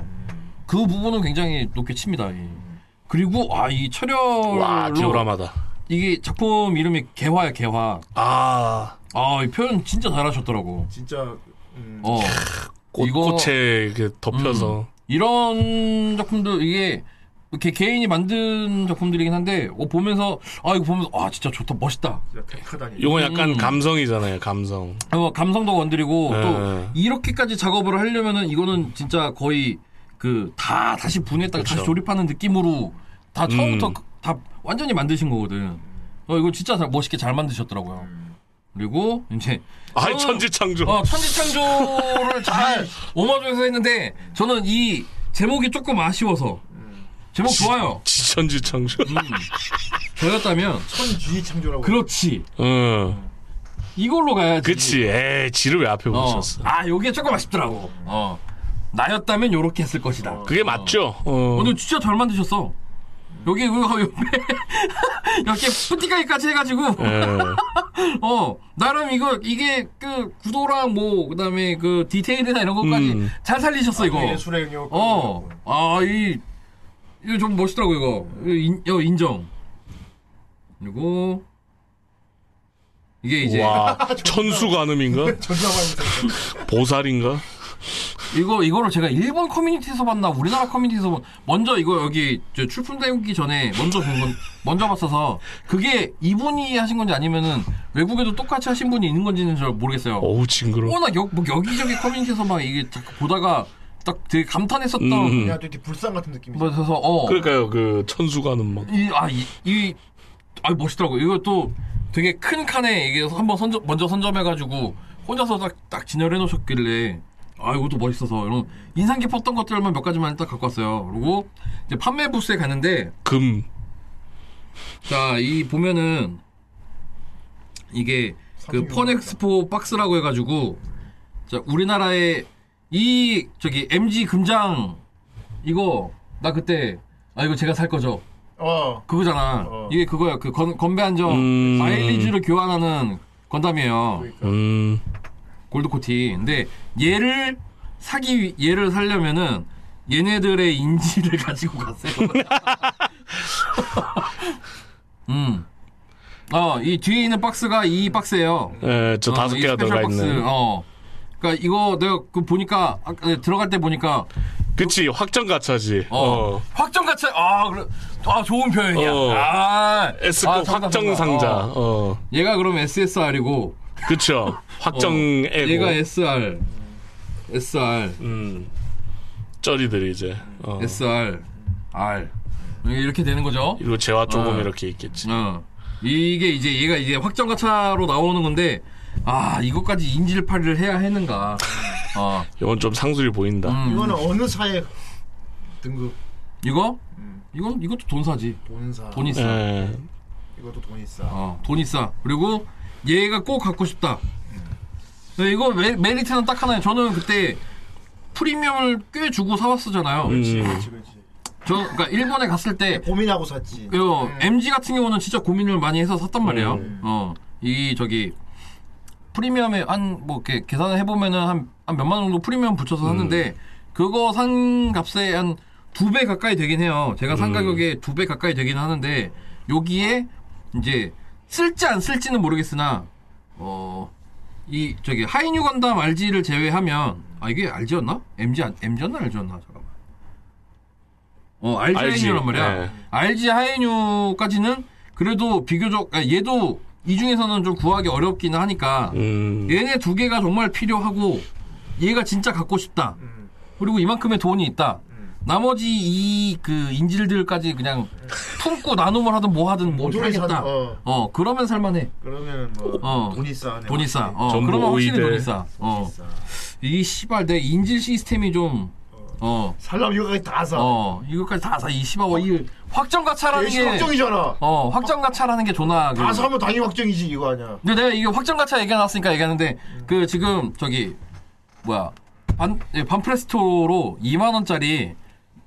S2: 그 부분은 굉장히 높게 칩니다 이. 그리고 아 이
S5: 와,
S2: 철혈로
S5: 디오라마다.
S2: 이게 작품 이름이 개화야 개화
S5: 아,
S2: 아 이 표현 진짜 잘하셨더라고
S4: 진짜 음,
S2: 어
S5: 꽃,
S2: 이거- 음.
S5: 꽃에 이렇게 덮여서.
S2: 이런 작품도 이게 이렇게 개인이 만든 작품들이긴 한데 어, 보면서 아 이거 보면서 아 진짜 좋다 멋있다
S4: 진짜 백하다니.
S5: 이건 약간
S2: 음.
S5: 감성이잖아요, 감성.
S2: 어, 감성도 건드리고
S5: 네.
S2: 또 이렇게까지 작업을 하려면은 이거는 진짜 거의 그 다 다시 분해했다가
S5: 그쵸.
S2: 다시 조립하는 느낌으로 다 처음부터 그- 다 완전히 만드신 거거든. 어 이거 진짜 잘- 멋있게 잘 만드셨더라고요. 그리고 이제
S5: 아이,
S2: 저는-
S5: 천지창조.
S2: 어,
S5: [LAUGHS]
S2: 천지창조를 잘 오마주에서 했는데 저는 이 제목이 조금 아쉬워서 제목 좋아요.
S5: 지천지창조.
S2: 음. 저였다면
S4: 천주의 창조라고.
S2: 그렇지
S5: 응.
S2: 이걸로 가야지.
S5: 어. 그치. 에이, 지를 왜 앞에 붙였어.
S2: 아, 요게 조금 아쉽더라고. 어. 나였다면 요렇게 했을 것이다. 어.
S5: 그게 맞죠? 어.
S2: 근데 진짜 잘 만드셨어. 여기 그거 옆에 [LAUGHS] 이렇게 푸티까지 해가지고
S5: 예.
S2: [LAUGHS] 어 나름 이거 이게 그 구도랑 뭐 그다음에 그 디테일이나 이런 것까지
S5: 음.
S2: 잘 살리셨어 이거.
S4: 아, 예술의 영역.
S2: 어. 아, 이, 이거 좀 멋있더라고, 이거. 이거 인, 이거 인정. 그리고, 이게 이제,
S5: 와, 천수관음인가?
S4: [LAUGHS] 전자 말고.
S5: 보살인가?
S2: 이거, 이거를 제가 일본 커뮤니티에서 봤나, 우리나라 커뮤니티에서 봤, 먼저 이거 여기 저 출품되기 전에 먼저 본 건, 먼저 봤어서, 그게 이분이 하신 건지 아니면은 외국에도 똑같이 하신 분이 있는 건지는 잘 모르겠어요.
S5: 어우, 징그러.
S2: 워낙 여, 뭐 여기저기 커뮤니티에서 막 이게 자꾸 보다가 딱 되게 감탄했었던,
S5: 음.
S4: 그냥 되게 불쌍 같은 느낌이.
S2: 뭐, 그래서, 어.
S5: 그러니까요, 그 천수관음 막.
S2: 이 아 이 이, 아, 멋있더라고. 이거 또 되게 큰 칸에 이게 한번 선점 먼저 선점해가지고 혼자서 딱 딱 진열해 놓으셨길래 아 이것도 멋있어서 이런 인상 깊었던 것들만 몇 가지만 딱 갖고 왔어요. 그리고 이제 판매 부스에 갔는데
S5: 금.
S2: 자 이 보면은 이게 그
S4: 36
S2: 펀엑스포 박스라고 해가지고 자 우리나라에 이 저기 MG 금장 이거 나 그때 아 이거 제가 살 거죠.
S4: 어.
S2: 그거잖아.
S4: 어.
S2: 이게 그거야. 그 건, 건배 한정
S5: 음.
S2: 마일리지를 교환하는 건담이에요.
S4: 그러니까.
S5: 음.
S2: 골드코티. 근데 얘를 사기 위- 얘를 살려면은 얘네들의 인지를 [LAUGHS] 가지고
S5: [LAUGHS]
S2: 갔어요. 음. 어, 이 뒤에 있는 박스가 이 박스예요.
S5: 예, 저
S2: 어,
S5: 다섯
S2: 이
S5: 개가
S2: 스페셜
S5: 들어가
S2: 박스.
S5: 있는.
S2: 어. 그러니까 이거 내가 그 보니까 아까 들어갈 때 보니까
S5: 그치, 확정 가차지.
S2: 어.
S5: 어.
S2: 확정 가차 아 그래 아 좋은 표현이야.
S5: 어.
S2: 아
S5: S급
S2: 아, 잠깐,
S5: 확정
S2: 잠깐.
S5: 상자.
S2: 어.
S5: 어.
S2: 얘가 그럼 SSR이고 [LAUGHS] 어.
S5: 그쵸. 확정애고.
S2: 얘가 SR. SR.
S5: 음. 쩌리들이 이제. 어.
S2: SR. R. 이렇게 되는 거죠.
S5: 그리고 재화 조금
S2: 어.
S5: 이렇게 있겠지.
S2: 어. 이게 이제 얘가 이제 확정가차로 나오는 건데 아 이것까지 인질 파리를 해야 했는가.
S4: [LAUGHS]
S2: 어.
S5: 이건 좀 상술이 보인다.
S2: 음.
S4: 이거는 어느 사회 등급 음.
S2: 이거? 이건 이것도 돈 사지.
S4: 본사.
S2: 돈이 싸.
S4: 네.
S5: 예.
S4: 이것도 돈이 있어.
S2: 어, 돈이 싸. 그리고 얘가 꼭 갖고 싶다.
S4: 음.
S2: 네, 이거 메, 메리트는 딱 하나예요. 저는 그때 프리미엄을 꽤 주고 사왔었잖아요.
S5: 음.
S4: 그렇지 그렇지.
S2: 저 그러니까 일본에 갔을 때
S4: 네, 고민하고 샀지. 음.
S2: 요 MG 같은 경우는 진짜 고민을 많이 해서 샀단 말이에요. 어, 이 저기 프리미엄에 한 뭐 이렇게 계산을 해보면은 한, 한 몇만 원 정도 프리미엄 붙여서 샀는데 그거 산 값에 한 두 배 가까이 되긴 해요. 제가 산
S5: 음.
S2: 가격에 두 배 가까이 되긴 하는데 여기에 이제 쓸지 안 쓸지는 모르겠으나 어. 이 저기 하이뉴 건담 RG를 제외하면 아 이게 RG였나? MG 안- MG였나 RG였나 잠깐만. 어 RG,
S5: RG,
S2: 하이뉴란 말이야.
S5: 네.
S2: RG 하이뉴까지는 그래도 비교적 아, 얘도 이 중에서는 좀 구하기 어렵기는 하니까
S5: 음.
S2: 얘네 두 개가 정말 필요하고 얘가 진짜 갖고 싶다.
S4: 음.
S2: 그리고 이만큼의 돈이 있다.
S4: 음.
S2: 나머지 이 그 인질들까지 그냥 품고 나눔을 하든 뭐 하든 뭐
S4: 모조리 사.
S2: 하겠다.
S4: 어.
S2: 어 그러면 살만해.
S4: 그러면 뭐
S2: 어.
S4: 돈이 싸.
S2: 돈이 싸. 어
S5: 전부
S2: 그러면 확실히
S5: 오이들.
S2: 돈이 싸. 어. 이 씨발 내 인질 시스템이 좀 어.
S4: 살람 이거까지 다 싸.
S2: 어, 이거까지 다 사. 이 씨발 어, 이 확정 가차라는
S4: 대신
S2: 게
S4: 확정이잖아.
S2: 어, 확정 가차라는 게 존나 그-
S4: 다 사면 당연히 확정이지 이거 아니야.
S2: 근데 내가 이거 확정 가차 얘기 나왔으니까 얘기하는데
S4: 음.
S2: 그 지금 저기 뭐야? 반 예, 반프레스토로 2만 원짜리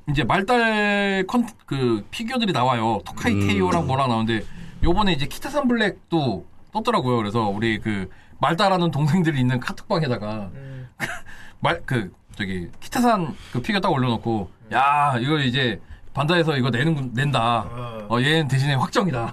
S2: 이제 말달 컨 그 피규어들이 나와요. 토카이 테이오랑 뭐랑 나오는데 요번에 이제 키타산 블랙도 떴더라고요. 그래서 우리 그 말달하는 동생들이 있는 카톡방에다가
S4: 음.
S2: [LAUGHS] 말 그 저기 키타산 그 피규어 딱 올려놓고
S4: 음.
S2: 야 이거 이제 반다에서 이거 내는 낸다.
S4: 어.
S2: 어 얘는 대신에 확정이다.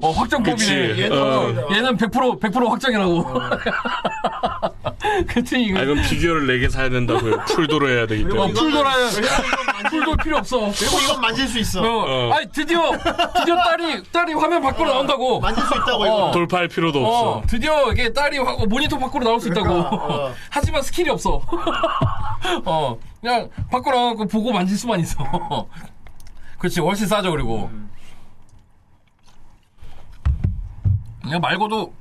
S2: 어
S5: 그치.
S2: 확정법이네.
S4: 얘는
S5: 어.
S4: 예, 확정이다.
S2: 얘는 100% 100% 확정이라고. [LAUGHS]
S4: 어,
S2: 그치 이거 어,
S5: 아, 이건 비교를 4개
S2: [LAUGHS]
S5: 사야 된다고요. 풀도로 해야 되기
S4: 그리고
S5: 때문에.
S4: 이거는-
S2: 풀 돌아야- [LAUGHS]
S4: 그리고
S2: 풀돌 필요 없어.
S4: 이건 만질 수 있어.
S2: 어.
S5: 어.
S2: 아니 드디어 드디어 딸이 딸이 화면 밖으로 나온다고.
S4: 만질 수 있다고
S2: 어.
S4: 이거.
S5: 돌파할 필요도
S2: 어
S5: 없어.
S2: 드디어 이게 딸이 화- 모니터 밖으로 나올 수 있다고.
S4: 어.
S2: [LAUGHS] 하지만 스킬이 없어. [LAUGHS] 어 그냥 밖으로 나가고 보고 만질 수만 있어. [LAUGHS] 그렇지 훨씬 싸죠 그리고. 그냥 말고도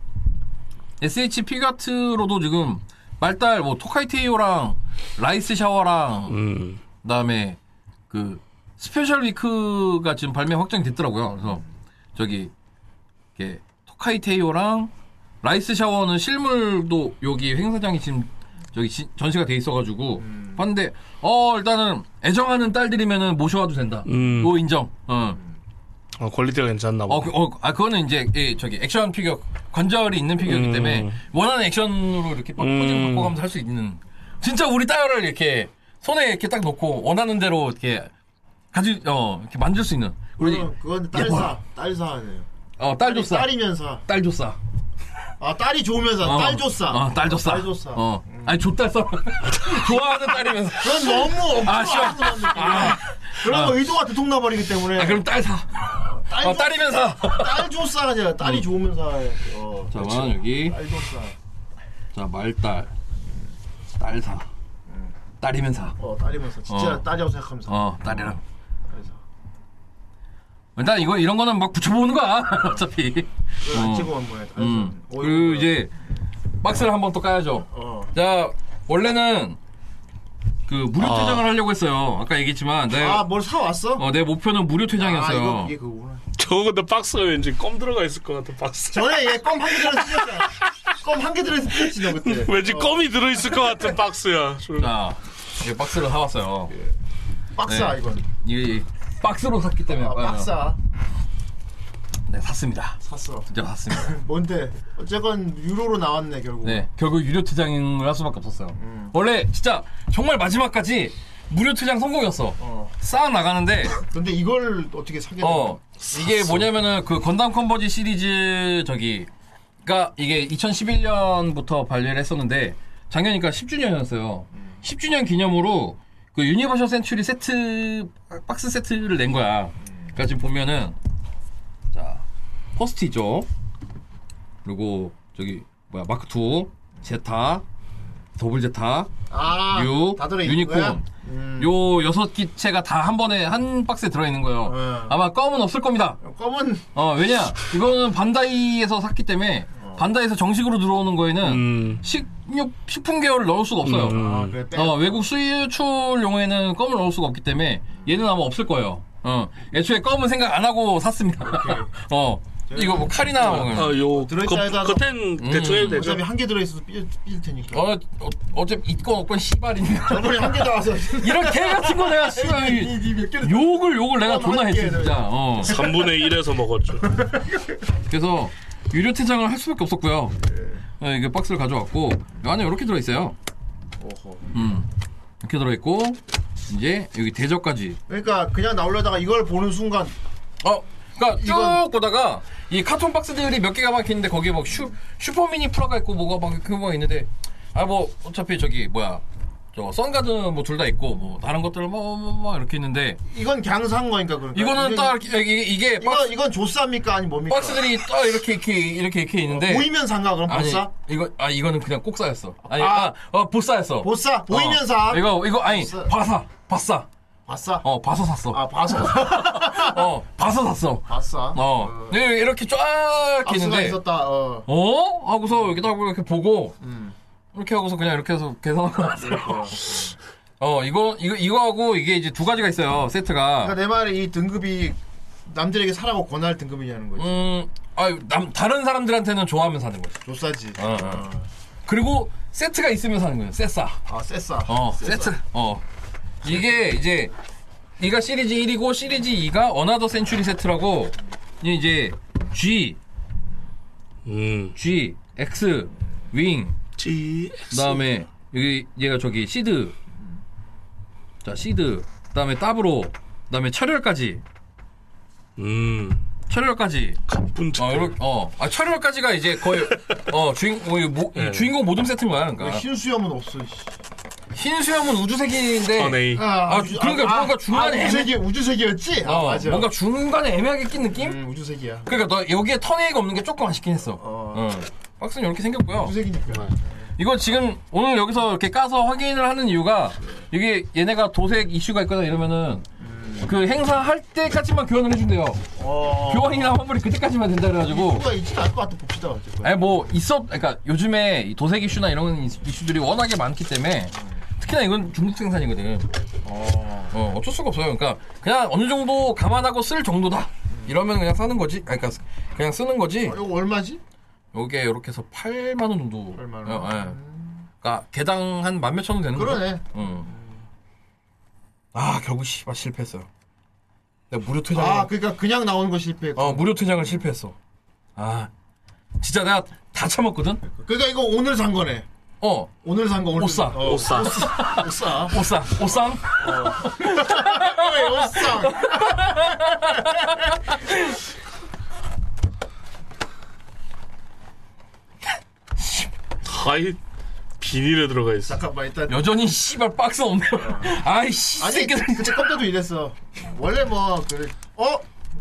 S2: SH 피가트로도 지금 말달 뭐 토카이테이오랑 라이스 샤워랑
S5: 음.
S2: 그다음에 그 스페셜 위크가 지금 발매 확정이 됐더라고요. 그래서 저기 이렇게 토카이 테이오랑 라이스 샤워는 실물도 여기 행사장이 지금 저기 지- 전시가 돼 있어가지고 봤는데 어 일단은 애정하는 딸들이면은 모셔와도 된다.
S5: 음.
S2: 그거 인정. 어.
S5: 어, 퀄리티가 괜찮나 보다.
S2: 어, 그, 어, 아, 그거는 이제, 예, 저기, 액션 피규어, 관절이 있는 피규어이기
S5: 음.
S2: 때문에, 원하는 액션으로 이렇게 막
S5: 음.
S2: 포징을 바꿔가면서 할 수 있는, 진짜 우리 따요를 이렇게, 손에 이렇게 딱 놓고, 원하는 대로 이렇게, 가지, 어, 이렇게 만질 수 있는. 우리,
S4: 그건, 그건
S2: 예뻐라.
S4: 딸사. 딸사 아니에요.
S2: 어, 딸 줬어.
S4: 딸이면 사.
S2: 딸 줬어.
S4: 아 딸이 좋으면 사.
S2: 어.
S4: 딸 줬사.
S2: 어, 딸 줬어.
S4: 딸 줬사.
S2: 어. 아니, 줬딸 써. [LAUGHS] 좋아하는 딸이면서.
S4: 그건 너무
S2: 아,
S4: 없어.
S2: 씨발. 아,
S4: 그런 거 의도가 두통나 버리기 때문에.
S2: 아, 그럼 딸 사.
S4: 딸,
S2: 어, 딸이면 사.
S4: 딸 줬사 아니라 딸이 좋으면 사. 어.
S2: 자, 만 여기.
S4: 딸 줬사.
S2: 자, 말딸. 딸 사. 딸이면 사.
S4: 어 딸이면 사. 진짜
S2: 어.
S4: 딸이라고 생각하면 사.
S2: 어, 딸이랑.
S4: 딸 사.
S2: 일단 이거 이런 거는 막 붙여보는 거야 [LAUGHS] 어차피
S4: 그걸
S2: 어.
S4: 안 찍어만 뭐야. 딸
S2: 음.
S4: 사. 어,
S2: 그리고
S4: 이거
S2: 이제 박스를 한 번 또 까야죠
S4: 어.
S2: 자 원래는 그 무료
S5: 아.
S2: 퇴장을 하려고 했어요 아까 얘기했지만 내,
S4: 아뭘 사왔어?
S2: 어, 내 목표는 무료
S4: 아
S2: 퇴장이었어요
S4: 이거 그게 그거구나.
S5: 저거 근데 박스가 왠지 껌 들어가 있을 것 같은 박스.
S4: 전에 얘껌한개 들어서 찢었잖아. 껌한개 들어서 찢었지 너 그때.
S5: [LAUGHS] 왠지
S4: 어,
S5: 껌이 들어있을 것 같은 박스야. 좀.
S4: 예.
S2: 자 이게 박스를 사왔어요
S4: 박스야
S2: 네.
S4: 이건.
S2: 이게 박스로 샀기 때문에.
S4: 아,
S2: 어,
S4: 박사 [LAUGHS]
S2: 네, 샀습니다.
S4: 샀어.
S2: 진짜 샀습니다.
S4: 뭔데? 어쨌건 유로로 나왔네 음. 결국.
S2: 네, 결국 유료 퇴장을 할 수밖에 없었어요. 원래 진짜 정말 마지막까지 무료 퇴장 성공이었어.
S4: 어.
S2: 쌓아 나가는데
S4: 근데 이걸 어떻게 사게 된
S2: 어
S4: 거야?
S2: 이게 뭐냐면은 그 건담 컨버지 시리즈 저기 그러니까 이게 2011년부터 발매를 했었는데 작년이니까 10주년이었어요. 10주년 기념으로 그 유니버셜 센츄리 세트 박스 세트를 낸 거야. 그러니까 지금 보면은 자 포스티죠. 그리고 저기 뭐야 마크 2 제타 더블 제타
S4: 아,
S2: 유,
S4: 다 들어있는
S2: 유니콘.
S4: 거야? 음.
S2: 요 여섯 기체가 다 한 번에 한 박스에 들어있는 거예요.
S4: 네.
S2: 아마 껌은 없을 겁니다.
S4: 검은
S2: 어, 왜냐? 이거는 반다이에서 샀기 때문에
S4: 어.
S2: 반다이에서 정식으로 들어오는 거에는
S5: 음.
S2: 식료, 식품 계열을 넣을 수가 없어요.
S5: 음.
S4: 아, 그래, 빼.
S2: 어, 외국 수출용에는 껌을 넣을 수가 없기 때문에 얘는 아마 없을 거예요. 어, 애초에 껌은 생각 안 하고 샀습니다. [LAUGHS] 어, 이거 뭐 칼이나 뭐. 음.
S5: 아, 요 겉-
S4: 들어있다 해도 하나-
S5: 겉엔 대충 해도 되죠.
S4: 어차피 한 개 들어있어도 삐- 삐질 테니까.
S2: 어, 어, 어차피 있건 없건 씨발이니까.
S4: 저번에 한 개 나와서
S2: 이런 개 같은 거 내가 씨발 이-
S4: 니몇 개를 어,
S2: 욕을 욕을 내가 존나
S4: 한
S2: 했지
S4: 개를.
S2: 진짜. 어.
S5: 3분의 1에서 먹었죠.
S2: 그래서 유료 퇴장을 할 수밖에 없었고요. 네, 이게 박스를 가져왔고 안에 이렇게 들어 있어요.
S4: 어허.
S2: 음. 이렇게 들어 있고 이제 여기 대저까지.
S4: 그러니까 그냥 나오려다가 이걸 보는 순간
S2: 어. 그러니까 쭉
S4: 이건-
S2: 보다가 이 카톤 박스들이 몇 개가 막 있는데 거기에 막 슈, 슈퍼미니 프라가 있고 뭐가 막 그거 막 있는데 아 뭐 어차피 저기 뭐야 저 선가드는 뭐 둘 다 있고 뭐 다른 것들은 뭐막 이렇게 있는데
S4: 이건 갱상 거니까 그러니까.
S2: 이거는
S4: 이게-
S2: 딱 이게, 이게
S4: 이거
S2: 박스,
S4: 이건 조사입니까 아니 뭡니까? 아,
S2: 박스들이 딱 이렇게 이렇게 이렇게 이렇게 있는데
S4: 보이면 산가 그럼
S2: 아니
S4: 보싸?
S2: 이거 아 이거는 그냥 꼭사였어. 아니
S4: 아.
S2: 아, 어 보사였어.
S4: 보싸 보이면
S2: 어,
S4: 사.
S2: 이거 이거 아니
S4: 보싸.
S2: 바사 바사.
S4: 봤어?
S2: 어 바사 샀어.
S4: 아 봤어. [LAUGHS]
S2: 어 [LAUGHS] 바사 샀어.
S4: 봤어.
S2: 어 네, 이렇게 쫙
S4: 압수가
S2: 있는데
S4: 있었다. 어.
S2: 어 하고서 여기다 하고 이렇게 보고
S4: 음.
S2: 이렇게 하고서 그냥 이렇게 해서 계산하고
S4: 네,
S2: 왔어요. 어 이거 이거 이거하고 이게 이제 두 가지가 있어요 세트가.
S4: 그러니까 내 말이 이 등급이 남들에게 사라고 권할 등급이냐는 거지.
S2: 음. 음아남 다른 사람들한테는 좋아하면 사는 거지.
S4: 조싸지.
S2: 어, 어. 그리고 세트가 있으면 사는 거예요. 세싸.
S4: 아 쎄싸.
S2: 어,
S4: 쎄싸.
S2: 세트. 어. 이게 이제 이가 시리즈 1이고 시리즈 2가 어나더 센츄리 세트라고 이게 이제 G,
S5: 음.
S2: G, X, 윙.
S5: 지.
S2: 그다음에 여기 얘가 저기 시드. 자, 시드. 그다음에 따브로. 그다음에 철혈까지.
S5: 음.
S2: 철혈까지.
S5: 분차.
S2: 어, 요렇- 어. 아, 철혈까지가 이제 거의 어, 주인 거의 모,
S5: 네.
S2: 주인공 모둠 세트인 거야. 그러니까.
S4: 흰 수염은 없어. 씨.
S2: 흰 수염은 우주색인데
S5: 아, 네.
S2: 아,
S4: 우주- 아,
S2: 그러니까 뭔가 중간에
S4: 우주색이
S2: [LAUGHS]
S4: 우주색이었지? 아
S2: 어,
S4: 맞아.
S2: 뭔가 중간에 애매하게 낀 느낌?
S4: 음, 우주색이야.
S2: 그러니까 너 여기에 턴웨이가 없는 게 조금 아쉽긴 했어.
S4: 어.
S2: 어. 박스는 이렇게 생겼고요. 네.
S4: 우주색이니까.
S2: 이거 지금 오늘 여기서 이렇게 까서 확인을 하는 이유가 이게 얘네가 도색 이슈가 있거나 이러면은 그 행사 할 때까지만 교환을 해준대요.
S4: 음. 어.
S2: 교환이나 환불이 그때까지만 된다 그래가지고.
S4: 뭔가 있지도 않을 것 같아 봅시다 어쨌건.
S2: 아니 뭐 있어. 그러니까 요즘에 이 도색 이슈나 이런 이슈들이 워낙에 많기 때문에 특히나 이건 중국 생산이거든.
S4: 어.
S2: 어, 어쩔 수가 없어요. 그러니까 그냥 어느 정도 감안하고 쓸 정도다. 이러면 그냥 사는 거지. 아니, 그러니까 그냥 쓰는 거지.
S4: 어, 이거 얼마지?
S2: 요게 이렇게 해서 8만 원 정도.
S4: 8만 원.
S2: 어, 예. 그러니까 개당 한 만 몇천 원 되는 거죠?
S4: 그러네.
S2: 응. 아, 결국 씨발 실패했어요. 내가 무료 퇴장.
S4: 아
S2: 아,
S4: 그러니까 그냥 나오는 거 실패.
S2: 어, 무료 퇴장을 실패했어. 아. 진짜 내가 다 참았거든.
S4: 그러니까 이거 오늘 산 거네.
S2: 어.
S4: 오늘 산 거. 오늘
S2: 오싸.
S4: 어,
S5: 오싸.
S4: 오싸.
S2: 오쌍, 오쌍.
S4: 왜 오싸?
S5: 하이. 비닐에 들어가 있어.
S4: 잠깐만 뭐 일단. 어.
S2: 여전히 씨발 박스 없네요. 아이 씨.
S4: 아니
S2: 새끼들.
S4: 그때 깜짝도 이랬어. 원래 뭐 그래. 어?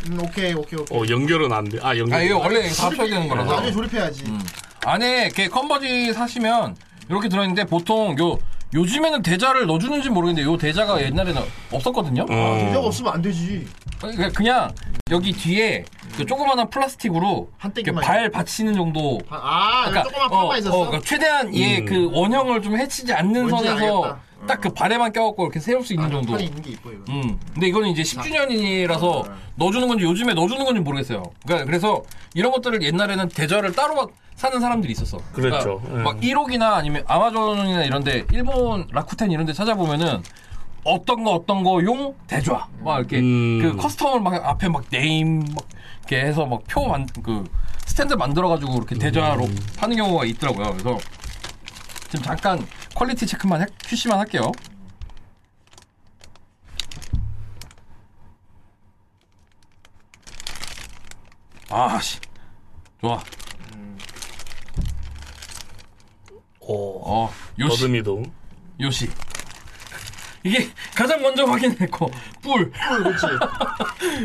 S4: 음, 오케이 오케이 오케이.
S5: 어, 연결은 안 돼. 아, 연결.
S2: 아, 이거 원래 다 합쳐야 되는 거라서. 음.
S4: 나중에 조립해야지.
S2: 안에 이렇게 컨버지 사시면 이렇게 들어있는데 보통 요 요즘에는 대자를 넣어주는지 모르겠는데 요 대자가 옛날에는 없었거든요.
S4: 아, 대작 없으면 안 되지.
S2: 그러니까 그냥 여기 뒤에 그 조그마한 플라스틱으로
S4: 한
S2: 이렇게
S4: 땡기만
S2: 발 받치는 정도.
S4: 아, 아 조그만 판만
S2: 어,
S4: 있었어.
S2: 어, 그러니까 최대한 얘
S5: 음.
S2: 그 원형을 좀 해치지 않는
S4: 뭔지
S2: 선에서
S4: 알겠다. 음.
S2: 딱 그 발에만 껴갖고 이렇게 세울 수 있는
S4: 아,
S2: 정도.
S4: 판이 있는 게 이뻐 이거.
S2: 음. 근데 이거는 이제 10주년이라서
S4: 아.
S2: 넣어주는 건지 요즘에 넣어주는 건지 모르겠어요. 그러니까 그래서 이런 것들을 옛날에는 대절을 따로 막 사는 사람들이 있었어.
S5: 그랬죠.
S2: 그러니까 막
S5: 예.
S2: 1억이나 아니면 아마존이나 이런데 일본 라쿠텐 이런데 찾아보면은 어떤 거 어떤 거 용 대좌 막 이렇게
S5: 음.
S2: 그 커스텀을 막 앞에 막 네임 막 이렇게 해서 막 표 만 그 스탠드 만들어 가지고 이렇게 대좌로 파는 경우가 있더라고요. 그래서 지금 잠깐 퀄리티 체크만 해, QC만 할게요. 아씨 좋아
S5: 오.
S2: 어 요시
S5: 더듬이도.
S2: 요시 이게 가장 먼저 확인했고 뿔
S4: 뿔 그렇지.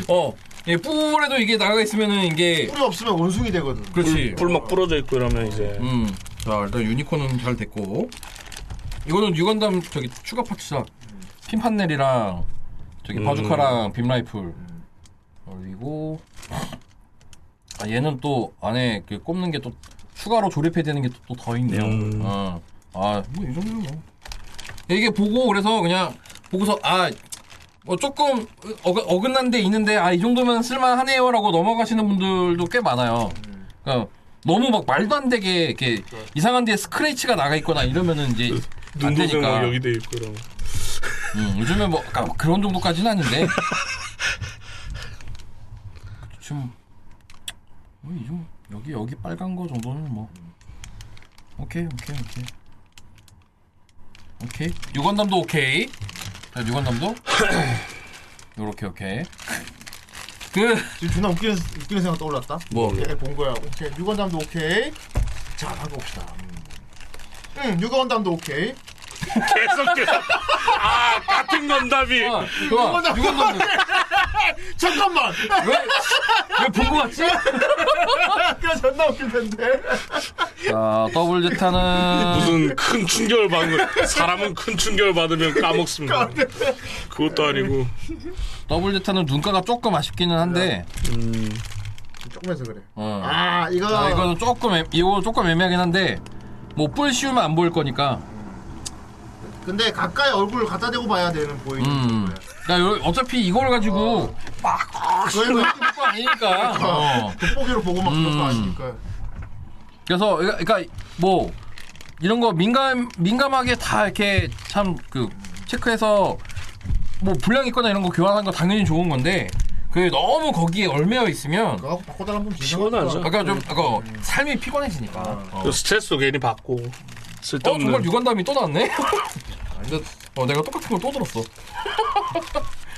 S2: [LAUGHS] 어, 예, 뿔에도 이게 나가 있으면은 이게
S4: 뿔이 없으면 원숭이 되거든.
S2: 그렇지.
S5: 불 막 부러져 있고 이러면 이제.
S2: 음. 자, 일단 유니콘은 잘 됐고. 이거는 유건담 저기 추가 파츠다. 핀판넬이랑 저기
S5: 음.
S2: 바주카랑 빔라이플. 그리고 아, 얘는 또 안에 그 꼽는 게 또 추가로 조립해야 되는 게 또 더 있네요.
S5: 음.
S2: 어. 아, 뭐 이 정도면 뭐. 이게 보고 그래서 그냥 보고서 아, 뭐 조금 어, 어긋난 데 있는데 아 이 정도면 쓸만하네요라고 넘어가시는 분들도 꽤 많아요. 그러니까 너무 막 말도 안 되게 이렇게 이상한 데에 스크래치가 나가 있거나 이러면은 이제 안
S5: 그렇죠. 눈도
S2: 되니까.
S5: 막 여기 돼 있고 이러면.
S2: 음, 요즘에 뭐 아, 그런 정도까지는 아닌데 지금 어, 뭐이 정도 여기 여기 빨간 거 정도는 뭐 오케이 오케이 오케이 오케이 유건담도 오케이 자 유건담도 [CLEARS THROAT] 요렇게 오케이
S4: 지금 존나 웃기는 웃기는 생각 떠올랐다.
S2: 그 뭐?
S4: 얘가 본 거야. 오케이. 유건담도 오케이. 자, 하고 봅시다. 음. 응, 유건담도
S5: [LAUGHS]
S4: 오케이.
S5: 계속 계속. 아 같은 건담이.
S2: 아, 좋아
S4: 유건담.
S2: 유건담도
S4: [LAUGHS] 잠깐만.
S2: 왜본 거
S4: [LAUGHS]
S2: 같지?
S4: 아까 존나 웃길 텐데.
S2: 자 더블 제타는
S5: 무슨 큰 충격을 받는 거 사람은 큰 충격을 받으면 까먹습니다. 그것도 아니고.
S2: 더블 제타는 눈가가 조금 아쉽기는 한데
S5: 음.
S4: 조금해서 그래.
S2: 어.
S4: 아, 이거.
S2: 아, 이거는 조금 애, 이거 조금 애매하긴 한데 뭐 뿔 씌우면 안 보일 거니까.
S4: 근데 가까이 얼굴 갖다 대고 봐야 되는 보이는
S2: 음.
S4: 거야.
S2: 나 요- 어차피 이걸 가지고 아,
S4: 그걸 뭐
S2: 할 거 아니니까. 어.
S4: 그러니까. 돋보기로 보고 막 그런 거
S2: 음.
S4: 아니니까.
S2: 그래서 그러- 그러니까 뭐 이런 거 민감 민감하게 다 이렇게 참 그 체크해서 뭐 불량 있거나 이런 거 교환하는 거 당연히 좋은 건데 그 너무 거기에 얼매여 있으면
S4: 그거 하고 바꿔달라는 분
S5: 시원하죠.
S2: 아까 좀 아까 삶이 피곤해지니까. 어.
S5: 그 스트레스도 괜히 받고
S2: 어
S5: 쓸데없는
S2: 정말 유관담이 또
S5: [LAUGHS]
S2: 나왔네. 근데 어 내가 똑같은 걸 또 들었어.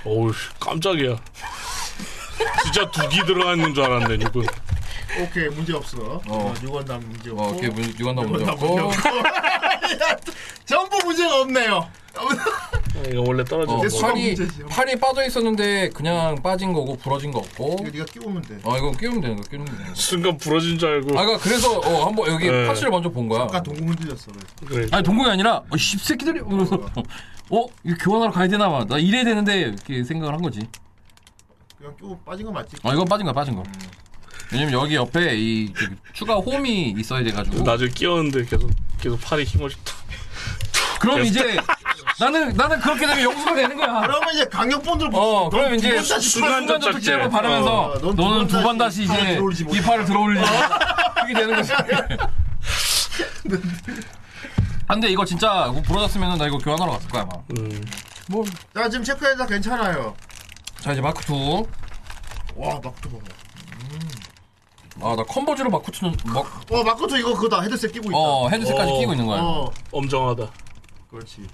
S5: 어우 깜짝이야 진짜 두기 들어가 있는 줄 알았는데 이거
S2: 아,
S4: 오케이, 문제 없어. 어, 유건담 문제 없고.
S2: 어 이렇게 문- 유관담 먼저
S4: 유건담 문제
S2: 없고.
S4: 없고. 야, [LAUGHS] 전부 문제가
S2: 아,
S4: 없네요.
S5: 이거 원래 떨어지는
S2: 어,
S4: 이제
S5: 거
S4: 수학
S2: 팔이
S4: 문제지요.
S2: 팔이 빠져 있었는데 그냥 빠진 거고 부러진 거 없고.
S4: 이거 네가 끼우면 돼.
S2: 아 이거 끼우면 되는 거 끼우면 되는 거.
S5: 순간 부러진 줄 알고
S2: 아까 그래서 어 한번 여기
S5: 네.
S2: 파츠를 먼저 본 거야.
S4: 아까 동공 흔들렸어. 그래서.
S5: 그래
S2: 아니 동공이 아니라 어씨 새끼들이 이러면서 어 이거 교환하러 가야 되나 봐. 나 이래야 되는데 이렇게 생각을 한 거지.
S4: 그냥 끼고 빠진 거 맞지?
S2: 아 이건 빠진 거야 빠진 거.
S4: 음.
S2: 왜냐면 여기 옆에 이 저기 추가 홈이 있어야 돼 가지고.
S5: 나중에 끼웠는데 계속 계속 팔에 힘을 탁
S2: 그럼 이제 나는 나는 그렇게 되면 영수가 되는 거야.
S4: [LAUGHS] 그러면 이제 강력본들
S2: 어, 그럼 이제
S5: 순간
S2: 순간적
S5: 접착제.
S2: 특집을 바르면서
S4: 어, 넌두
S2: 너는 두 번
S4: 번
S2: 다시
S4: 다시
S2: 이제
S4: 팔을 들어올리지
S2: 이
S4: 못해.
S2: 팔을
S4: [LAUGHS]
S2: 들어올리지 그게 되는 거지. 안돼 이거 진짜 이거 부러졌으면 나 이거 교환하러 갔을 거야 아마.
S5: 음.
S2: 뭐.
S4: 나 지금 체크해서 괜찮아요.
S2: 자 이제 마크 2.
S4: 와 마크토 봐봐.
S2: 아나 컨버즈로 마크 2는 막,
S4: 어 마크토 이거 그거다 헤드셋 끼고 있다.
S2: 어 헤드셋까지
S5: 어.
S2: 끼고 있는 거야. 어,
S4: 어,
S5: 엄정하다
S4: 그렇지.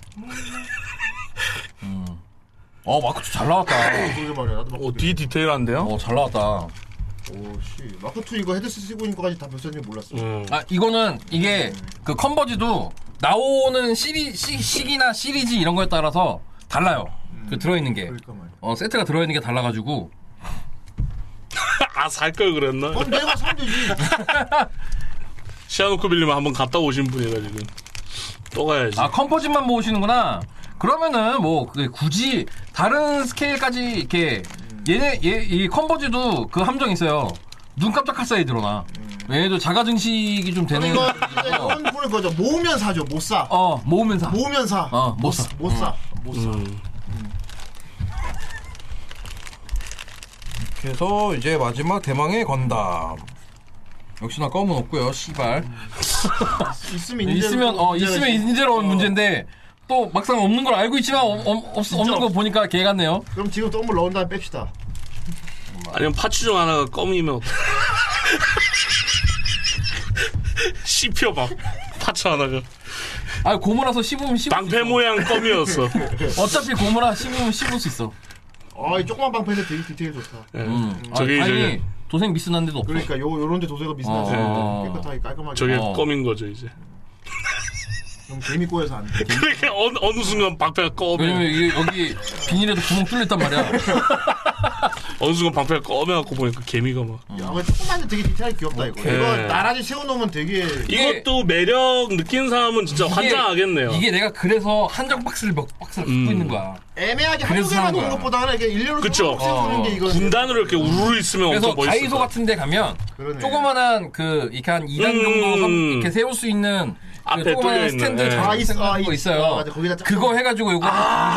S2: 어, 마크 2잘 나왔다.
S4: 그러게 어, 말이야. 나도 마크.
S5: 어뒤 디테일한데요?
S2: 어 잘 나왔다.
S4: 오씨 마크토 이거 헤드셋 쓰고 있는 거까지 다 몇천지 몰랐어.
S5: 음.
S2: 아 이거는 이게 그 컨버즈도 나오는 시리 시, 시기나 시리즈 이런 거에 따라서 달라요. 그 들어있는 게.
S4: 그러니까 말이야.
S2: 어 세트가 들어있는 게 달라가지고
S5: [LAUGHS] 아 살 걸 그랬나?
S4: 그럼 내가 사면 되지.
S5: [LAUGHS] 시아노크 빌리면 한번 갔다 오신 분이라 지금 또 가야지
S2: 아 컴포즈만 모으시는구나 그러면은 뭐 그게 굳이 다른 스케일까지 이렇게 얘네 얘, 이 컴포즈도 그 함정 있어요 눈 깜짝할 사이 드러나 얘네도 자가 증식이 좀 되는
S4: 이거 이제 이런 분을 거죠. 모으면 사죠. 못 사.
S2: 어 모으면서
S4: 모으면 사. 뭐
S2: 어, 못 사.
S4: 못 사. 못 사.
S5: 음.
S2: 그래서 이제 마지막 대망의 건담 역시나 껌은 없고요 시발
S4: 있으면 이제
S2: 있으면 어
S4: 문제가
S2: 있으면
S4: 있지.
S2: 어. 인재로운 문제인데 또 막상 없는 걸 알고 있지만 없, 없, 없- 없는 거 보니까 개 같네요.
S4: 그럼 지금 또 한 번 넣은 다음에 뺍시다.
S5: 아니면 파츠종 하나가 껌이면
S2: [LAUGHS]
S5: 어떡- 씹혀봐 파츠 하나가
S2: 아 고무라서 씹으면 씹을 수
S5: 방패 모양 껌이었어
S2: [LAUGHS] 있어. 어차피 고무라 씹으면 씹을 수 있어.
S4: 아, 이 조그만 방패에서 되게 디테일 좋다.
S5: 예.
S2: 음.
S5: 저기
S2: 아,
S5: 저기
S2: 아니 도생 미스 난 데도 없어.
S4: 그러니까 요 요런데 도색가 미스나지
S2: 어.
S4: 깨끗하게 깔끔하게.
S5: 저게
S2: 어.
S5: 껌인 거죠 이제
S4: 좀 개미 꼬여서 안 돼.
S5: [LAUGHS] 그러니까 어느, 어느 순간 방패가
S2: 왜냐면
S5: 껌이
S2: 이게 여기 비닐에도 구멍 뚫렸단 말이야.
S5: [LAUGHS] 어느 순간 방패가 껌해갖고 보니까 개미가 막
S4: 야, 그 조그만데 되게 디테일 귀엽다 이거.
S5: 오케이.
S4: 이거 나란히 세워놓으면 되게
S2: 이게-
S5: 이것도 매력 느낀 사람은 진짜
S2: 이게-
S5: 환장하겠네요
S2: 이게 내가 그래서 한정 박스를 몇 박스를 갖고
S5: 음.
S2: 있는 거야.
S4: 애매하게 한
S2: 그래서
S4: 개만
S2: 하는
S4: 오는
S2: 거야.
S4: 것보다는 이렇게 일렬로
S5: 그쵸.
S4: 쭉 세우는
S2: 아. 어.
S4: 게 이건
S5: 군단으로 이렇게 우르르 있으면
S2: 그래서
S5: 엄청
S2: 다이소
S5: 멋있어
S2: 같은 데 가면
S4: 그러네.
S2: 조그만한 그 이렇게 한 2단
S5: 음.
S2: 정도 한- 이렇게 세울 수 있는
S5: 앞에
S2: 그 조그만한
S5: 뚫려있는,
S2: 스탠드
S5: 예.
S4: 아,
S2: 장식
S4: 있어.
S2: 생각한
S4: 아,
S2: 거
S4: 있-
S2: 있어요.
S4: 아, 맞아. 거기다 쫙-
S2: 그거 해가지고 요거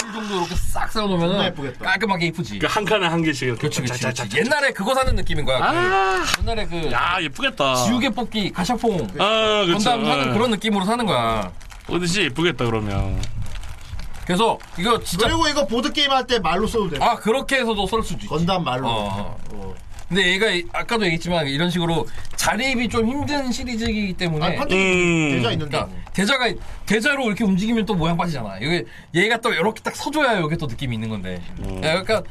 S2: 물 정도 이렇게 싹
S4: 정말
S2: 세워놓으면
S4: 예쁘겠다.
S2: 깔끔하게 이쁘지.
S5: 그러니까 한 칸에 한 개씩 이렇게
S2: 그렇지 그렇지
S5: 짜자자자.
S2: 그렇지. 옛날에 그거 사는 느낌인 거야.
S5: 아,
S2: 그 옛날에 그
S5: 야 예쁘겠다
S2: 지우개 뽑기 가샤퐁
S5: 아 그렇죠
S2: 건담 사는 그런 느낌으로 사는 거야.
S5: 어디지 예쁘겠다 그러면
S2: 그래서 이거 진짜
S4: 그리고 이거 보드 게임 할 때 말로 써도 돼.
S2: 아 그렇게 해서도 쏠 수도 있지.
S4: 건담 말로.
S2: 어, 어.
S4: 어.
S2: 근데 얘가 이- 아까도 얘기했지만 이런 식으로 자립이 좀 힘든 시리즈이기 때문에
S4: 아니 판정
S5: 음.
S4: 대자 있는데.
S2: 그러니까 대자가 대자로 이렇게 움직이면 또 모양 빠지잖아. 이게 얘가 또 이렇게 딱 서줘야 이게 또 느낌이 있는 건데. 야, 그러니까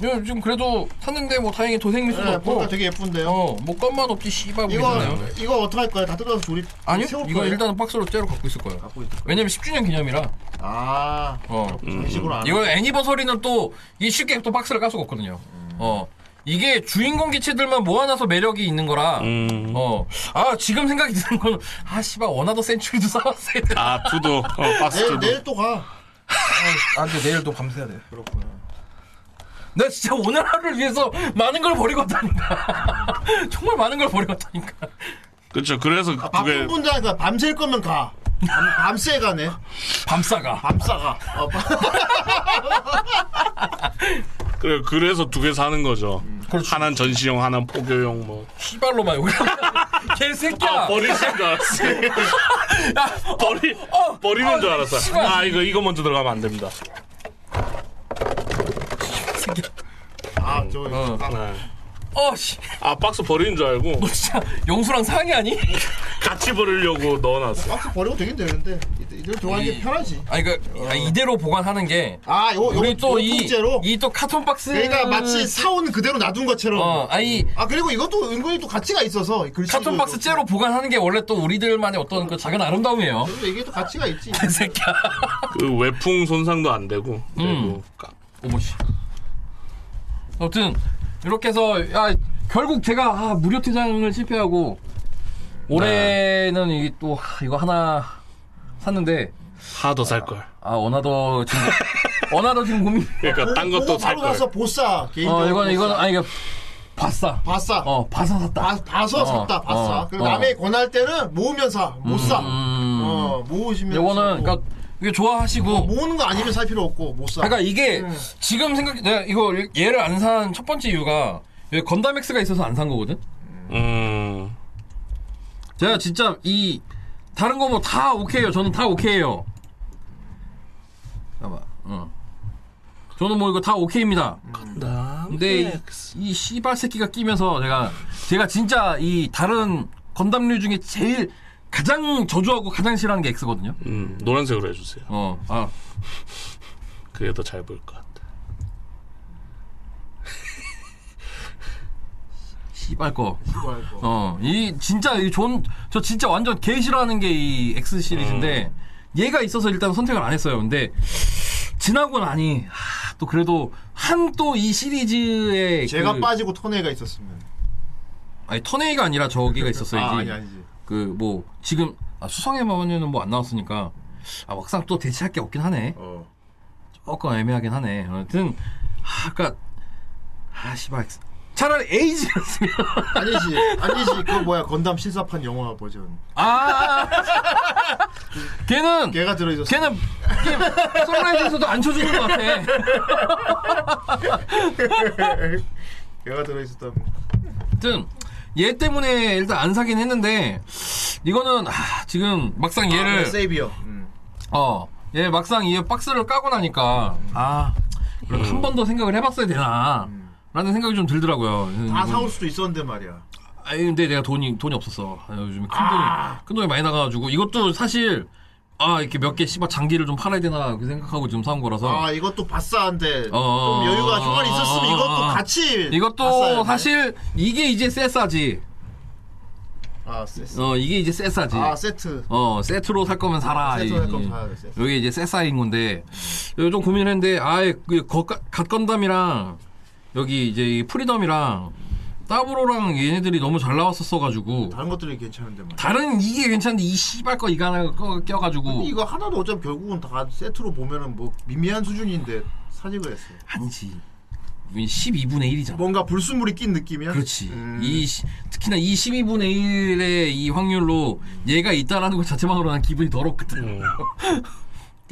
S2: 이거 지금 그래도 샀는데 뭐 다행히 도생 미수도
S4: 네,
S2: 없고
S4: 보니까 되게 예쁜데요.
S2: 어, 뭐 껌만 없지 씨발
S4: 이거
S2: 모르겠네요.
S4: 이거 어떻게 할 거야? 다 뜯어서 조립
S2: 아니요,
S4: 세울
S2: 이거
S4: 거예요?
S2: 일단은 박스로 째로 갖고 있을 거예요.
S4: 갖고 있을 거예요.
S2: 왜냐면 10주년 기념이라.
S4: 아,
S2: 어.
S4: 정식으로 안.
S2: 이거 애니버서리는 또 이 쉽게 또 박스를 깔 수가 없거든요.
S4: 음.
S2: 어. 이게 주인공 기체들만 모아놔서 매력이 있는 거라.
S5: 음.
S2: 어. 아, 지금 생각이 드는 거는 아 씨발 원하더 센츄리도 싸웠어야 돼.
S5: 아 투도 어 박스
S4: 내일
S5: 투도
S4: 내일 또 가.
S2: 아, 근데 내일 또 밤새야 돼.
S4: 그렇구나.
S2: 나 진짜 오늘 하루를 위해서 많은 걸 버리고 왔다니까. [LAUGHS] 정말 많은 걸 버리고 왔다니까.
S5: 그렇죠 그래서
S2: 아,
S4: 바쁜
S5: 그게
S4: 분자니까 밤샐 거면 가.
S2: [LAUGHS]
S4: 밤, 밤새 가네.
S2: 밤싸가.
S4: 밤싸가. 어, 밤-
S5: 그래 그래서 두 개 사는 거죠.
S2: 음, 그렇죠.
S5: 하나는 전시용, 하나는 포교용 뭐.
S2: 씨발로만 여기. 개새끼야.
S5: 아 버리신 줄 알았어.
S2: [LAUGHS] 야,
S5: 버리
S2: 어,
S5: 버리는
S2: 아,
S5: 줄 알았어.
S2: 씨발.
S5: 아 이거 이거 먼저 들어가면 안 됩니다.
S2: 새끼야.
S4: 아, 저 아,
S5: 네.
S2: 어, 씨.
S5: 아 박스 버리는 줄 알고
S2: 너 진짜 영수랑 상이 아니?
S5: [LAUGHS] 같이 버리려고 넣어놨어.
S4: 박스 버리고 되긴 되는데 이대- 이대로 들어가는 게
S2: 이-
S4: 편하지.
S2: 아니 그러니까 아, 이대로 보관하는 게
S4: 아, 요, 요,
S2: 우리
S4: 요 통째로.
S2: 또이이 또 카톤 박스
S4: 그러니까 마치 사온 그대로 놔둔 것처럼.
S2: 어, 아니
S4: 아 그리고 이것도 은근히 또 가치가 있어서 이 글씨도
S2: 카톤 박스 째로 보관하는 게 원래 또 우리들만의 어떤 그 작은 아름다움이에요. [LAUGHS]
S4: 그리고 이게 또 가치가 있지.
S2: 이 새끼야. 음.
S5: 그 외풍 손상도 안 되고.
S4: 네, 뭐,
S5: 그리고 까-
S2: 어머씨. 아무튼 이렇게 해서 야, 결국 제가 아, 무료 퇴장을 실패하고 올해는 이게 또 하, 이거 하나 샀는데
S5: 하나 더 살 걸.
S2: 아 어나더 지금 어나더 지금 고민.
S5: 그러니까 딴 것도
S4: 그거
S5: 살
S4: 바로
S5: 걸.
S4: 가서 보싸 개인.
S2: 어 이건 이건 아니 이거 바싸.
S4: 바싸.
S2: 어 바싸 샀다.
S4: 봐, 봐서
S2: 어,
S4: 샀다. 봤어.
S2: 어,
S4: 그리고
S2: 어.
S4: 남의 권할 때는 모으면 사. 못 사.
S2: 음.
S4: 어, 모으시면.
S2: 요거는
S4: 사고. 어,
S2: 그러니까 이게 좋아하시고
S4: 모으는 거 아니면 살 필요 없고 못 사. 음.
S2: 그러니까 이게 지금 생각 내가 이거 얘를 안 산 첫 번째 이유가 여기 건담 X가 있어서 안 산 거거든.
S5: 음.
S2: 제가 진짜 이 다른 거 뭐 다 오케이요. 저는 다 오케이요. 봐봐. 어. 저는 뭐 이거 다 오케이입니다. 근데 이, 이 씨발 새끼가 끼면서 제가 제가 진짜 이 다른 건담류 중에 제일 가장 저주하고 가장 싫어하는 게 X거든요.
S5: 음 노란색으로 해주세요.
S2: 어. 아.
S5: 그게 더 잘 보일 것 같아.
S2: 씨발 거.
S4: 그거 할 거.
S2: 어, 이 진짜 이존저 진짜 완전 개 싫어하는 게 이 X 시리즈인데 얘가 있어서 일단 선택을 안 했어요. 근데 지나고 나니 하, 또 그래도 한 또 이 시리즈의
S4: 제가
S2: 그,
S4: 빠지고 터네가 있었으면.
S2: 아니 터네이가 아니라 저기가 있었어요.
S4: 아, 아니, 아니지.
S2: 그 뭐 지금 아, 수성의 마마녀는 뭐 안 나왔으니까 아 막상 또 대체할 게 없긴 하네.
S4: 어.
S2: 조금 애매하긴 하네. 아무튼 하, 그니까 아 씨발 X. 차라리 에이지였으면 [LAUGHS]
S4: 아니지. 아니지. 그 뭐야. 건담 실사판 영화 버전.
S2: 아, 아, 아. 걔는
S4: 걔가 들어있었어.
S2: 걔는 걔 선라이즈에서도 안 쳐주는 것 같아.
S4: 걔가 들어있었다면.
S2: 아무튼 얘 때문에 일단 안 사긴 했는데 이거는 아, 지금 막상
S4: 아,
S2: 얘를
S4: 세이비어. 음.
S2: 어 예, 막상 이 박스를 까고 나니까 아 그래도 한 번 더 생각을 해봤어야 되나 라는 생각이 좀 들더라고요.
S4: 다
S2: 이건-
S4: 사올 수도 있었는데 말이야.
S2: 아니 근데 내가 돈이 돈이 없었어. 아, 요즘 큰 돈이 큰 돈이 많이 나가가지고 이것도 사실 아 이렇게 몇 개 씨발 장기를 좀 팔아야 되나 그렇게 생각하고 지금 사온 거라서
S4: 아 이것도 바싸한데
S2: 어,
S4: 좀 여유가
S2: 어,
S4: 조금 있었으면
S2: 어,
S4: 이것도
S2: 어, 어.
S4: 같이
S2: 이것도
S4: 바싸야
S2: 사실 이게 이제 세싸지.
S4: 아 세트
S2: 어 이게 이제 세싸지.
S4: 아 세트
S2: 어 세트로 살 거면 사라.
S4: 세트로 할
S2: 이-
S4: 거면 사야 돼, 세트.
S2: 여기 이제 세싸인 건데 여기 좀 고민했는데 아예 그 갓 건담이랑 여기 이제 이 프리덤이랑 따브로랑 얘네들이 너무 잘 나왔었어가지고
S4: 다른 것들이 괜찮은데 말이야.
S2: 다른 이게 괜찮은데 이 씨발 거 이거 하나 꺼- 껴가지고
S4: 근데 이거 하나도 어차피 결국은 다 세트로 보면은 뭐 미미한 수준인데 사직을 했어.
S2: 한지 12분의 1이잖아.
S4: 뭔가 불순물이 낀 느낌이야.
S2: 그렇지.
S4: 음.
S2: 이 시- 특히나 이 12분의 1의 이 확률로 얘가 있다라는 것 자체만으로 난 기분이 더럽거든.
S5: 음.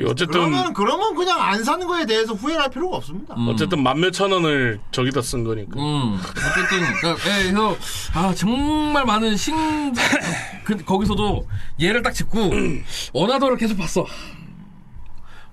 S5: 어쨌든
S4: 그러면 그러면 그냥 안 사는 거에 대해서 후회할 필요가 없습니다.
S2: 음.
S5: 어쨌든 만 몇천 원을 저기다 쓴 거니까.
S2: 음. 어쨌든 그러니까 예, 그래서 아 정말 많은 신 그, 거기서도 얘를 딱 짚고 어나더를 계속 봤어.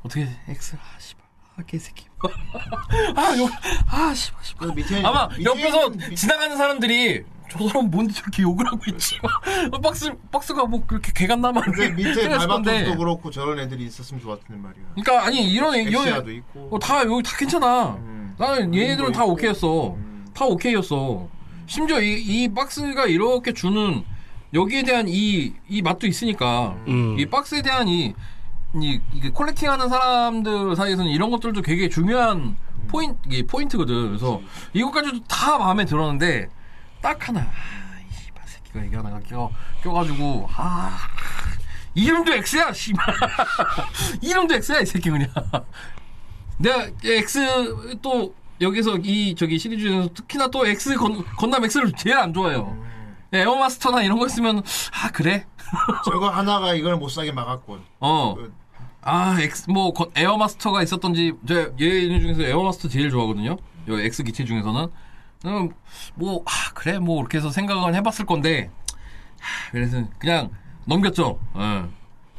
S2: 어떻게 엑스 아 씨발 아 개새끼 [LAUGHS] 아욕아 씨발 씨발
S4: 그래서 밑에
S2: 아마
S4: 밑에
S2: 옆에서
S4: 있는 밑-
S2: 지나가는 사람들이 저 사람 뭔데 저렇게 욕을 하고 있지? [LAUGHS] 박스 박스가 뭐 그렇게 개간나만 [LAUGHS]
S4: 근데 그렇죠. 밑에 발바닥도 그렇고 저런 애들이 있었으면 좋았는데 말이야.
S2: 그러니까 아니 이런 얘기
S4: 엑시아도
S2: [LAUGHS]
S4: 있고.
S2: 어, 다 여기 다 괜찮아.
S4: 음.
S2: 나는 얘네들은 다
S4: 있고.
S2: 오케이였어.
S4: 음.
S2: 다 오케이였어. 심지어 이, 이 박스가 이렇게 주는 여기에 대한 이, 이 맛도 있으니까
S5: 음.
S2: 이 박스에 대한 이, 이, 이게 콜렉팅하는 사람들 사이에서는 이런 것들도 되게 중요한
S4: 음.
S2: 포인, 이게 포인트거든. 그래서 이것까지도 다 마음에 들었는데 딱 하나. 아, 이 씨발 새끼가 이게 하나가 껴, 껴가지고, 아. 이름도 X야, 씨발. [LAUGHS] 이름도 X야, 이 새끼 그냥. 내가 X 또 여기서 이 저기 시리즈에서 특히나 또 X 건, 건담 X를 제일 안 좋아해요. 네, 에어마스터나 이런 거 있으면 아 그래?
S4: 저거 하나가 이걸 못 사게 막았군.
S2: 어. 아, X 뭐 건- 에어마스터가 있었던지 제 얘네 중에서 에어마스터 제일 좋아하거든요. 요 X 기체 중에서는. 음, 뭐 아, 그래 뭐 이렇게 해서 생각은 해 봤을 건데. 하, 그래서 그냥 넘겼죠. 예.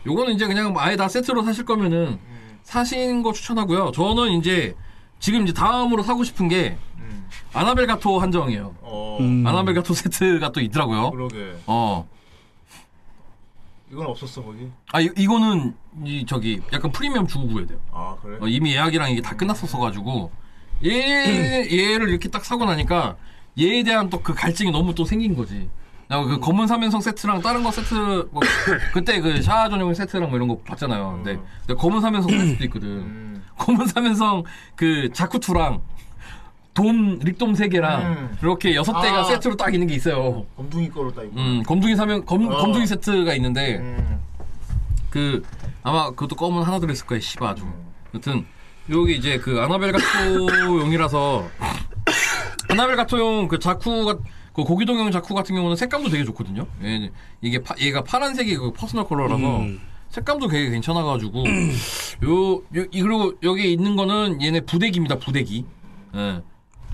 S2: 요거는 이제 그냥 아예 다 세트로 사실 거면은 사신 거 추천하고요. 저는 이제 지금 이제 다음으로 사고 싶은 게
S4: 음.
S2: 아나벨 가토 한정이에요.
S4: 어
S5: 음.
S2: 아나벨 가토 세트가 또 있더라고요.
S4: 그러게
S2: 어.
S4: 이건 없었어 거기.
S2: 아, 이, 이거는 이 저기 약간 프리미엄 주고 구해야 돼요.
S4: 아 그래.
S2: 어, 이미 예약이랑 이게 다 끝났었어가지고 얘 얘를 이렇게 딱 사고 나니까 얘에 대한 또 그 갈증이 너무 또 생긴 거지. 나그 검은 삼연성 세트랑 다른 거 세트 뭐 [LAUGHS] 그때 그 샤아 전용 세트랑 뭐 이런 거 봤잖아요. 근데, 근데 검은 삼연성 세트도 있거든.
S4: 음.
S2: 검은 삼연성 그 자쿠투랑 돔 릭돔 세 개랑
S4: 음.
S2: 이렇게 여섯 대가
S4: 아.
S2: 세트로 딱 있는 게 있어요.
S4: 검둥이 거로 딱 입고.
S2: 음 검둥이 삼연 검
S4: 어.
S2: 검둥이 세트가 있는데
S4: 음.
S2: 그 아마 그것도 검은 하나 들어있을 거예요 씨바 아주
S4: 음.
S2: 여튼 여기 이제 그 아나벨 가토용이라서 [COUGHS] 아나벨 가토용 그 자쿠가 그 고기동용 자쿠 같은 경우는 색감도 되게 좋거든요 예, 이게 파- 얘가 파란색이 그 퍼스널 컬러라서
S5: 음.
S2: 색감도 되게 괜찮아가지고 요, 요 이- 그리고 여기 있는 거는 얘네 부대기입니다 부대기 예.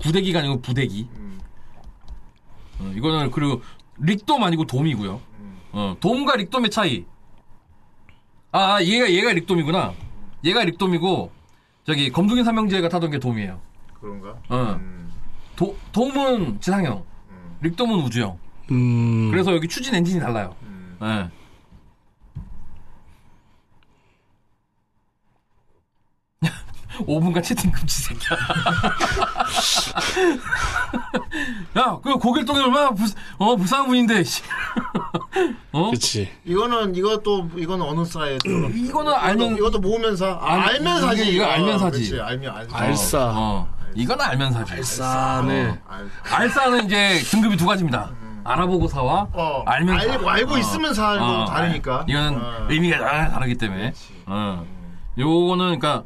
S2: 부대기가 아니고 부대기
S4: 음.
S2: 어, 이거는 그리고 릭돔 아니고 돔이고요.
S4: 음.
S2: 어, 돔과 릭돔의 차이. 아, 아, 얘가 얘가 릭돔이구나. 얘가 릭돔이고 저기 검둥이 삼형제가 타던 게 돔이에요.
S4: 그런가.
S2: 어.
S4: 음.
S2: 도, 돔은 지상형,
S4: 음.
S2: 릭돔은 우주형.
S5: 음.
S2: 그래서 여기 추진 엔진이 달라요.
S4: 음.
S2: 예. [LAUGHS] 오분간 채팅 금지 새끼야. [LAUGHS] 야, 그 고길동이 얼마나 불, 어, 불쌍한 분인데, [LAUGHS] 씨. 어?
S5: 그치.
S4: 이거는 이것도 이건 어느 사에 들어.
S2: 이거는 알면-
S4: 이것도 모으면서 아,
S2: 알-
S4: 알면 사지.
S2: 이거- 이거 알면
S4: 아,
S2: 사지.
S4: 그렇지, 알면 안 사지.
S5: 알싸.
S2: 어, 이건 알면 사지. 어.
S5: 싸네.
S4: 알-
S2: 알싸는 이제 등급이 두 가지입니다. 알아보고 사와,
S4: 어,
S2: 알면 사.
S4: 알고 알고 있으면 사는 건
S2: 어,
S4: 아, 다르니까.
S2: 이거는
S4: 어.
S2: 의미가 다- 다르기 때문에.
S4: 그렇지.
S2: 어. 요거는 그러니까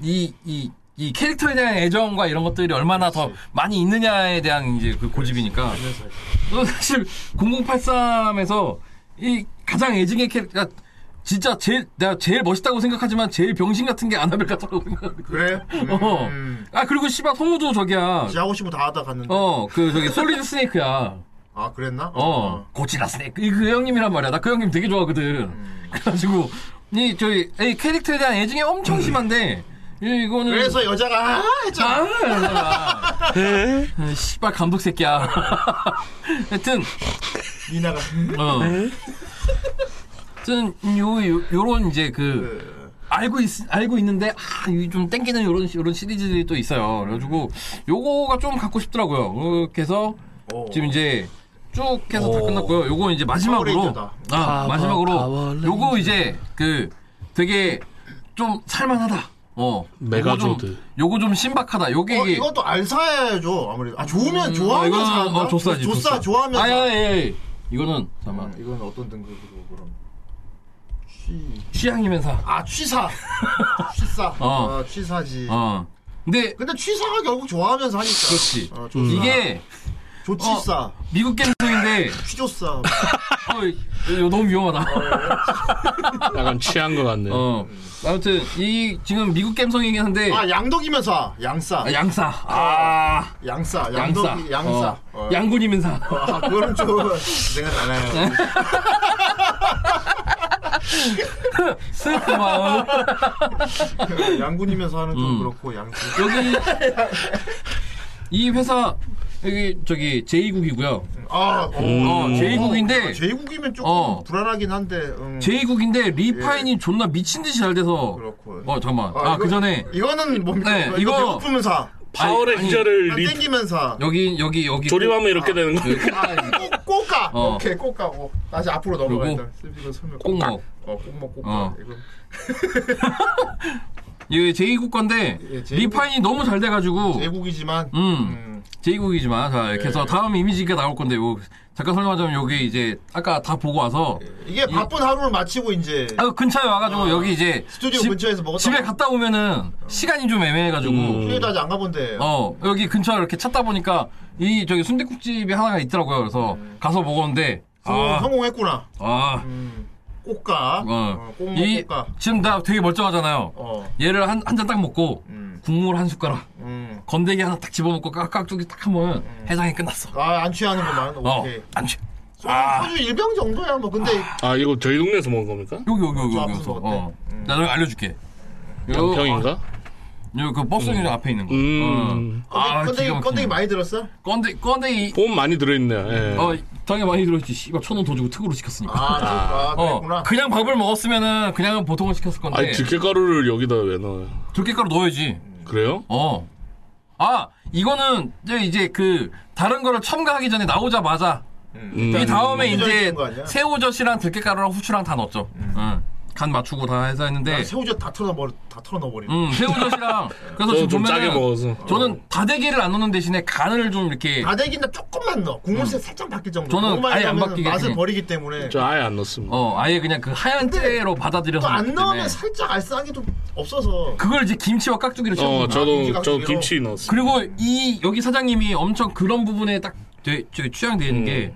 S2: 이 이 이 캐릭터에 대한 애정과 이런 것들이 얼마나 더 많이 있느냐에 대한 이제 그 고집이니까.
S4: 알면 사지.
S2: 또 사실 0083에서 이 가장 애증의 캐릭터 그러니까 진짜 제일 내가 제일 멋있다고 생각하지만 제일 병신 같은 게 아나벨 같다고 생각하거든.
S4: 그래? 음.
S2: 어. 아 그리고 씨발 송우도 저기야.
S4: 하고 싶은 거 다 하다 갔는데.
S2: 어 그 저기 솔리드 스네이크야.
S4: 아 그랬나?
S2: 그
S4: 음.
S2: 어, 고치라 스네이크. [LAUGHS] 이그 형님이란 말이야. 나 그 형님 되게 좋아하거든. 그래가지고, 이 저희 이 캐릭터에 대한 애증이 엄청 심한데 이- 이거는
S4: 음. 그래서 여자가 아 네.
S2: 아,
S4: 했잖아.
S2: 아, 아, 씨발 감독 새끼야. [LAUGHS] 하여튼
S4: 미나가 네.
S2: 어. 하여튼 요, 요 요런 이제 그
S4: 네.
S2: 알고 있 알고 있는데 아좀 땡기는 요런 요런 시리즈들이 또 있어요. 그래가지고 요거가 좀 갖고 싶더라고요. 그렇게 해서
S4: 오.
S2: 지금 이제 쭉 해서 다
S5: 오.
S2: 끝났고요. 요거 이제 마지막으로
S4: 파워레인저다.
S2: 아,
S5: 파워-
S2: 마지막으로
S5: 파워레인저.
S2: 요거 이제 그 되게 좀 살만하다. 어.
S5: 메가조드.
S2: 요거 좀, 요거 좀 신박하다. 요게
S4: 어,
S2: 이게- 음,
S4: 이것도 안 사야죠 아무래도. 아 좋으면 좋아하면 사.
S2: 이거는 어, 조사지.
S4: 조사 좋아하면
S2: 아,
S4: 사.
S2: 예, 예, 예. 이거는 잠깐만.
S4: 음, 이건 어떤 등급으로 그럼? 취.
S2: 취향이면 사.
S4: 아 취사. 취사.
S2: 어.
S4: 아, 취사지.
S2: 어. 근데
S4: 근데 취사가 결국 좋아하면서 하니까.
S2: 그렇지.
S4: 어, 조사.
S2: 이게 어,
S4: 조치사.
S2: 미국 겜성인데
S4: 취조사.
S2: [LAUGHS] 어, 이거 너무 위험하다.
S5: 약간 취한 것 같네.
S2: 어. 아무튼 이 지금 미국 겜성이긴 한데
S4: 아 양덕이면 사. 양사.
S2: 아, 양사. 아,
S4: 양사.
S2: 양사.
S4: 양덕이 양사. 어.
S2: 양군이면 사.
S4: 아, 그거는 좀 [LAUGHS] 생각 안 해요.
S2: 쓱 고마워.
S4: 양군이면서 하는
S2: 음.
S4: 좀 그렇고 양군.
S2: 여기 이 회사 여기 저기 제2국이고요.
S4: 아, 어,
S2: 어, 제2국인데
S4: 제국이면 조금
S2: 어.
S4: 불안하긴 한데. 음, 예.
S2: 제2국인데 리파인이 존나 미친 듯이 잘 돼서
S4: 그렇고.
S2: 어 잠깐만
S4: 아,
S2: 아
S4: 이거-
S2: 그 전에
S4: 이거는 뭡니까?
S2: 네,
S4: 이거
S2: 이거-
S4: 배고프면서
S5: 파워레인저를 리...
S4: 땡기면서
S2: 여기 여기 여기
S5: 조립하면 이렇게 되는 거.
S4: 아, 꼭- 꼭 가.
S2: 어.
S4: 오케이, 꼭 가고. 다시 앞으로 넘어가
S2: 그리고
S4: 일단. 이거 설명.
S2: 꼭 먹.
S4: 어, 꼭 먹, 꼭
S2: 어.
S4: 가. 이거
S2: 이게 예, 제2국 건데
S4: 예, 제2국.
S2: 리파인이 너무 잘 돼가지고
S4: 제국이지만 예.
S2: 음, 제2국이지만 자 이렇게 해서 다음 이미지가 나올 건데 요 잠깐 설명하자면 여기 이제 아까 다 보고 와서
S4: 예. 이게 바쁜 하루를 마치고 이제
S2: 아 근처에 와가지고 여기 이제
S4: 스튜디오
S2: 집-
S4: 근처에서 먹었다.
S2: 집에 갔다 오면은 시간이 좀 애매해가지고
S5: 음.
S4: 휴일도 아직 안 가본데.
S2: 어 여기 근처를 이렇게 찾다 보니까 이 저기 순대국집이 하나가 있더라고요 그래서 가서 먹었는데
S4: 음. 어, 성공,
S2: 아,
S4: 성공했구나.
S2: 아,
S4: 꼭 가.
S2: 어.
S4: 음. 어, 꼭 먹,
S2: 이,
S4: 꼭 가.
S2: 지금 나 되게 멀쩡하잖아요.
S4: 어.
S2: 얘를 한 한 잔 딱 먹고
S4: 음.
S2: 국물 한 숟가락
S4: 음.
S2: 건더기 하나 딱 집어먹고 깍깍두기 딱 하면 해장이 끝났어. 아,
S4: 아, 안 취하는구만. 아.
S2: 어,
S4: 오케이.
S2: 안 취.
S4: 소주, 소주 일병 정도야, 뭐. 근데
S5: 아 이거 저희 동네에서 먹은 겁니까?
S2: 여기 여기 여기
S4: 저
S2: 여기
S4: 앞에서
S2: 있어.
S4: 먹었대.
S2: 어. 나 나중에 알려줄게. 요-
S5: 양평인가?
S2: 어, 요그 버스정류 앞에 있는 거.
S5: 음.
S2: 어. 아,
S4: 건데기,
S2: 기가 막히네.
S4: 건데기 많이 들었어?
S2: 건데 건데 이
S5: 보험 많이 들어있네. 예.
S2: 어, 당연히 많이 들었지. 씨발 천원 더 주고 특으로 시켰으니까.
S4: 아, 아, 아 그랬구나.
S2: 어, 그냥 밥을 먹었으면은 그냥 보통은 시켰을 건데.
S5: 아니 들깨가루를 여기다 왜 넣어요?
S2: 들깨가루 넣어야지.
S5: 그래요?
S2: 어. 아, 이거는 이제 이제 그 다른 거를 첨가하기 전에 나오자마자
S5: 음.
S2: 이 다음에
S4: 후추장
S2: 이제
S4: 찍은 거 아니야? 음.
S2: 새우젓이랑 들깨가루랑 후추랑 다 넣었죠. 응. 간 맞추고 다 해서 했는데
S4: 아, 새우젓 다 털어버리, 다 털어넣어버리네.
S2: 네. 음, 새우젓이랑 그래서
S5: 저는
S2: 지금
S5: 좀 짜게
S2: 보면은
S5: 먹어서.
S2: 저는 다대기를 안 넣는 대신에 간을 좀 이렇게
S4: [LAUGHS] 다대기는 조금만 넣어. 국물색 살짝 바뀔 정도.
S2: 음. 저는
S4: 너무 많이
S2: 아예 안
S4: 넣으면
S2: 바뀌게
S4: 맛을
S2: 그냥.
S4: 버리기 때문에.
S5: 저 아예 안 넣습니다.
S2: 어 아예 그냥 그 하얀 째로 받아들여서
S4: 또 안
S2: 먹기 때문에.
S4: 넣으면 살짝 알싸하게 좀 없어서.
S2: 그걸 이제 김치와 깍두기로
S5: 어,
S2: 채워 먹는 거야.
S5: 저도
S4: 김치가
S5: 저
S4: 그래요?
S5: 김치 넣었어요.
S2: 그리고 이 여기 사장님이 엄청 그런 부분에 딱 되, 되, 취향되어
S5: 음.
S2: 있는 게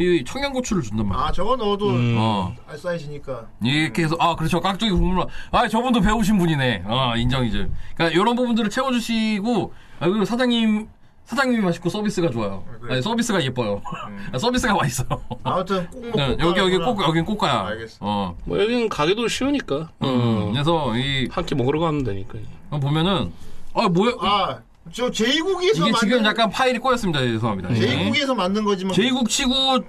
S2: 이 청양고추를 준단 말이야.
S4: 아, 저거 넣어도
S2: 어.
S4: 알싸해지니까.
S2: 이렇게 해서 아 그렇죠 깍두기 국물 아 저분도 배우신 분이네 아 인정이죠 그러니까 이런 부분들을 채워주시고 아 그리고 사장님 사장님이 맛있고 서비스가 좋아요
S4: 그래. 음.
S2: 아니 서비스가 예뻐요 아, 서비스가 맛있어 요
S4: 아무튼 꼭 먹고.
S2: 여기 여기 꼭 여긴 꽃가야
S4: 알겠어.
S2: 어
S5: 뭐 여기는 가기도 쉬우니까.
S2: 음, 그래서 이 어,
S5: 한 끼 먹으러 가면 되니까.
S2: 보면은 아 뭐야
S4: 아, 저 제2국에서
S2: 이게
S4: 만든.
S2: 지금 약간 파일이 꼬였습니다 예, 죄송합니다 예.
S4: 제2국에서 만든 거지만.
S2: 제이국 치고 어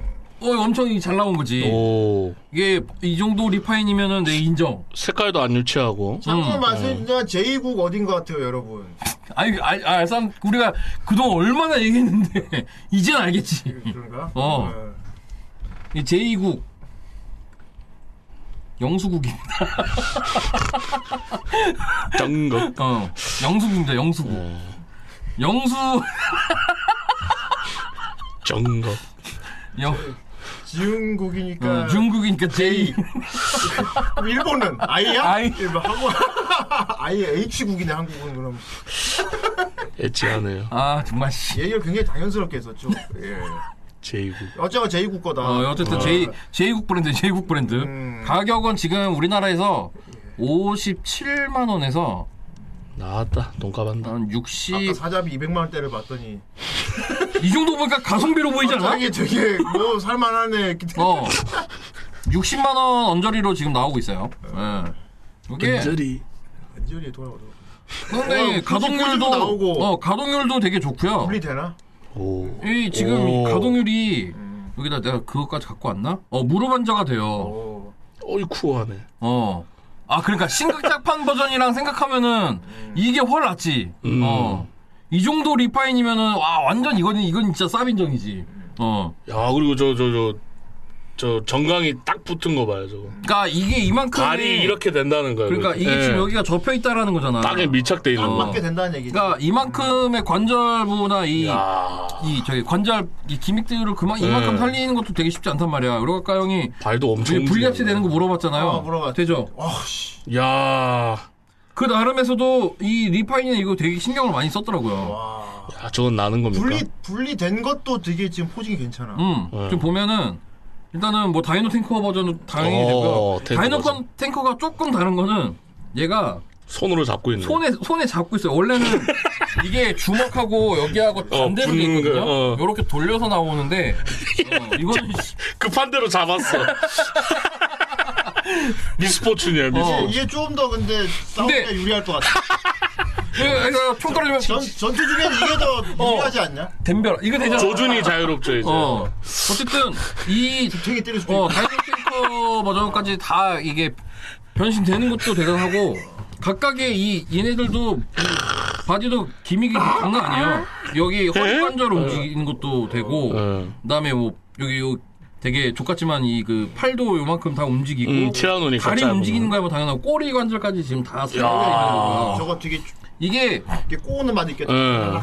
S2: 엄청 잘 나온 거지
S5: 오
S2: 이게 이 정도 리파인이면은 내 인정
S5: 색깔도 안 유치하고.
S4: 참고로
S2: 음.
S4: 말씀드리면 제2국 어딘 것 같아요, 여러분.
S2: 아니 알 아, 아, 우리가 그동안 얼마나 얘기했는데 [LAUGHS] 이젠 알겠지
S4: 그런가?
S2: 어. 이 제2국
S5: [LAUGHS]
S2: 영수국입니다.
S5: 짠거
S2: 어, 영수국입니다. 영수국.
S5: 어.
S2: 영수
S5: 짠거.
S2: 영
S4: 지흥국이니까.
S2: 어, 중국이니까 제2.
S4: 그럼 일본은 아이야?
S2: 아이.
S4: 일본 한국 [LAUGHS] 아예 H국이네 한국은 그럼
S5: 엣지하네요.
S2: 아 정말 씨.
S4: 얘기를 굉장히 당연스럽게 했었죠. 예.
S5: 제이구.
S4: 어쩌고 제2국 거다.
S2: 어, 어쨌든 제 제2국 브랜드 제2국 브랜드
S4: 아, 음.
S2: 가격은 지금 우리나라에서 57만 원에서
S5: 나왔다. 돈값한다.
S2: 한
S4: 아까
S2: 60.
S4: 사자비 200만 원대를 봤더니
S2: 이 정도 보니까 가성비로 보이지 않아?
S4: 갑자기 되게 뭐 살만하네.
S2: 어. 60만 원 언저리로 지금 나오고 있어요. 예. 이게
S5: 언저리.
S4: 완전히 돌아오죠.
S2: 굉장히
S4: 어,
S5: 그
S2: 가동률도
S4: 꾸준히 나오고.
S2: 어 가동률도 되게 좋고요.
S4: 분리되나?
S5: 오.
S2: 이 지금 이
S5: 오.
S2: 가동률이 여기다 내가 그것까지 갖고 왔나? 어 무릎 환자가 돼요.
S4: 어.
S5: 어이쿠하네.
S2: 어. 아 그러니까 신극작판 버전이랑 생각하면은 이게 훨 낫지.
S5: 음.
S2: 어. 이 정도 리파인이면은 와 완전 이건 이건 진짜 쌉인정이지. 어.
S5: 야 아, 그리고 저 저 저 저 정강이 딱 붙은 거 봐요 저거.
S2: 그러니까 이게 이만큼
S5: 발이 이렇게 된다는 거예요.
S2: 그러니까 이게
S5: 예.
S2: 지금 여기가 접혀 있다라는 거잖아.
S5: 땅에 밀착돼 있는
S2: 어.
S5: 거.
S4: 맞게 된다는 얘기죠.
S2: 그러니까 이만큼의 관절부나 이
S5: 야
S2: 이 저기 관절 이 기믹들을 그만 이만큼
S5: 네.
S2: 살리는 것도 되게 쉽지 않단 말이야. 우리가 형이
S5: 발도 엄청.
S2: 분리합체 되는 거 물어봤잖아요.
S4: 어, 물어봤죠.
S2: 되죠.
S4: 아, 씨.
S5: 야,
S2: 그 나름에서도 이 리파이는 이거 되게 신경을 많이 썼더라고요. 그러니까.
S4: 와.
S5: 야 아, 저건 나는 겁니까?
S4: 분리 분리된 것도 되게 지금 포징이 괜찮아.
S2: 음,
S5: 네.
S2: 좀 보면은 일단은 뭐 다이노 탱커 버전은 당연히
S5: 어,
S2: 됐고요.
S5: 탱커
S2: 다이노
S5: 버전.
S2: 탱커가 조금 다른 거는 얘가
S5: 손으로 잡고 있는.
S2: 손에 손에 잡고 있어요.
S5: [LAUGHS]
S2: 원래는 이게 주먹하고 여기하고 반대로 돼
S5: 어, 붙는 거,
S2: 있거든요.
S5: 어.
S2: 이렇게 돌려서 나오는데
S5: [LAUGHS]
S2: 어, 이거는
S5: 급한 대로
S4: [LAUGHS]
S5: 잡았어. 미스포츠냐 미스.
S2: 어.
S4: 이게 조금 더 근데 싸움에
S2: 근데-
S4: 유리할 것 같아.
S2: 그래서 총 떨어지면 어.
S4: 전 전투 중에 이게 더 유리하지 않냐?
S2: 덤벼라. 이거 되잖아.
S5: 조준이 자유롭죠 이제.
S2: 어. 어쨌든 이
S4: 되게 때릴 수도
S2: 어,
S4: 있고.
S2: 다이노 탱커 버전까지 다 이게 변신되는 것도 대단하고 각각의 이 얘네들도 이 바디도 기믹이 장난 아니에요. 여기 허리
S5: 어.
S2: 관절 움직이는 것도 되고
S5: 예.
S2: 그다음에 뭐 여기 요 되게 족같지만 이 그 팔도 요만큼 다 움직이고
S5: 음, 티라노니까
S2: 다리
S5: 짧은
S2: 움직이는 거야 뭐 당연하고 꼬리 관절까지 지금 다 살려
S5: 야.
S2: 있는 거고요.
S4: 저거 되게
S2: 이게
S4: 이게 꼬우는 맛이 있겠다. 어.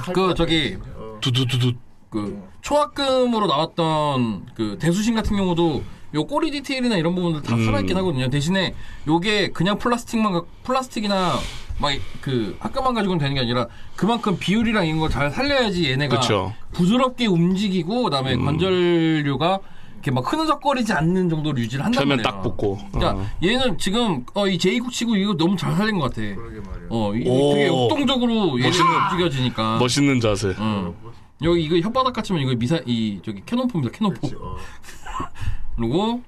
S5: 예.
S2: 그 저기
S5: 두두두두.
S2: 그 초합금으로 나왔던 그 대수신 같은 경우도 요 꼬리 디테일이나 이런 부분들 다
S5: 음.
S2: 살아있긴 하거든요. 대신에 요게 그냥 플라스틱만 가- 플라스틱이나 막 그 합금만 가지고는 되는 게 아니라 그만큼 비율이랑 이런 걸 잘 살려야지 얘네가
S5: 그쵸.
S2: 부드럽게 움직이고 그다음에 관절류가 이렇게 막 흐느적거리지 않는 정도로 유지를 한단
S5: 펴면
S2: 말이에요.
S5: 딱 붙고.
S2: 그러니까
S5: 어.
S2: 얘는 지금 어이 제이국 치고 이거 너무 잘 살린 것 같아.
S4: 그러게 말이야.
S2: 어 이-
S5: 오.
S2: 되게 역동적으로 얘가
S5: 멋있는-
S2: 움직여지니까.
S5: 어. 멋있는 자세.
S2: 음. 여기 이거 혓바닥 같지만 이거 미사 이 저기 캐논폼이다 캐논폼
S4: 그치, 어.
S2: [LAUGHS] 그리고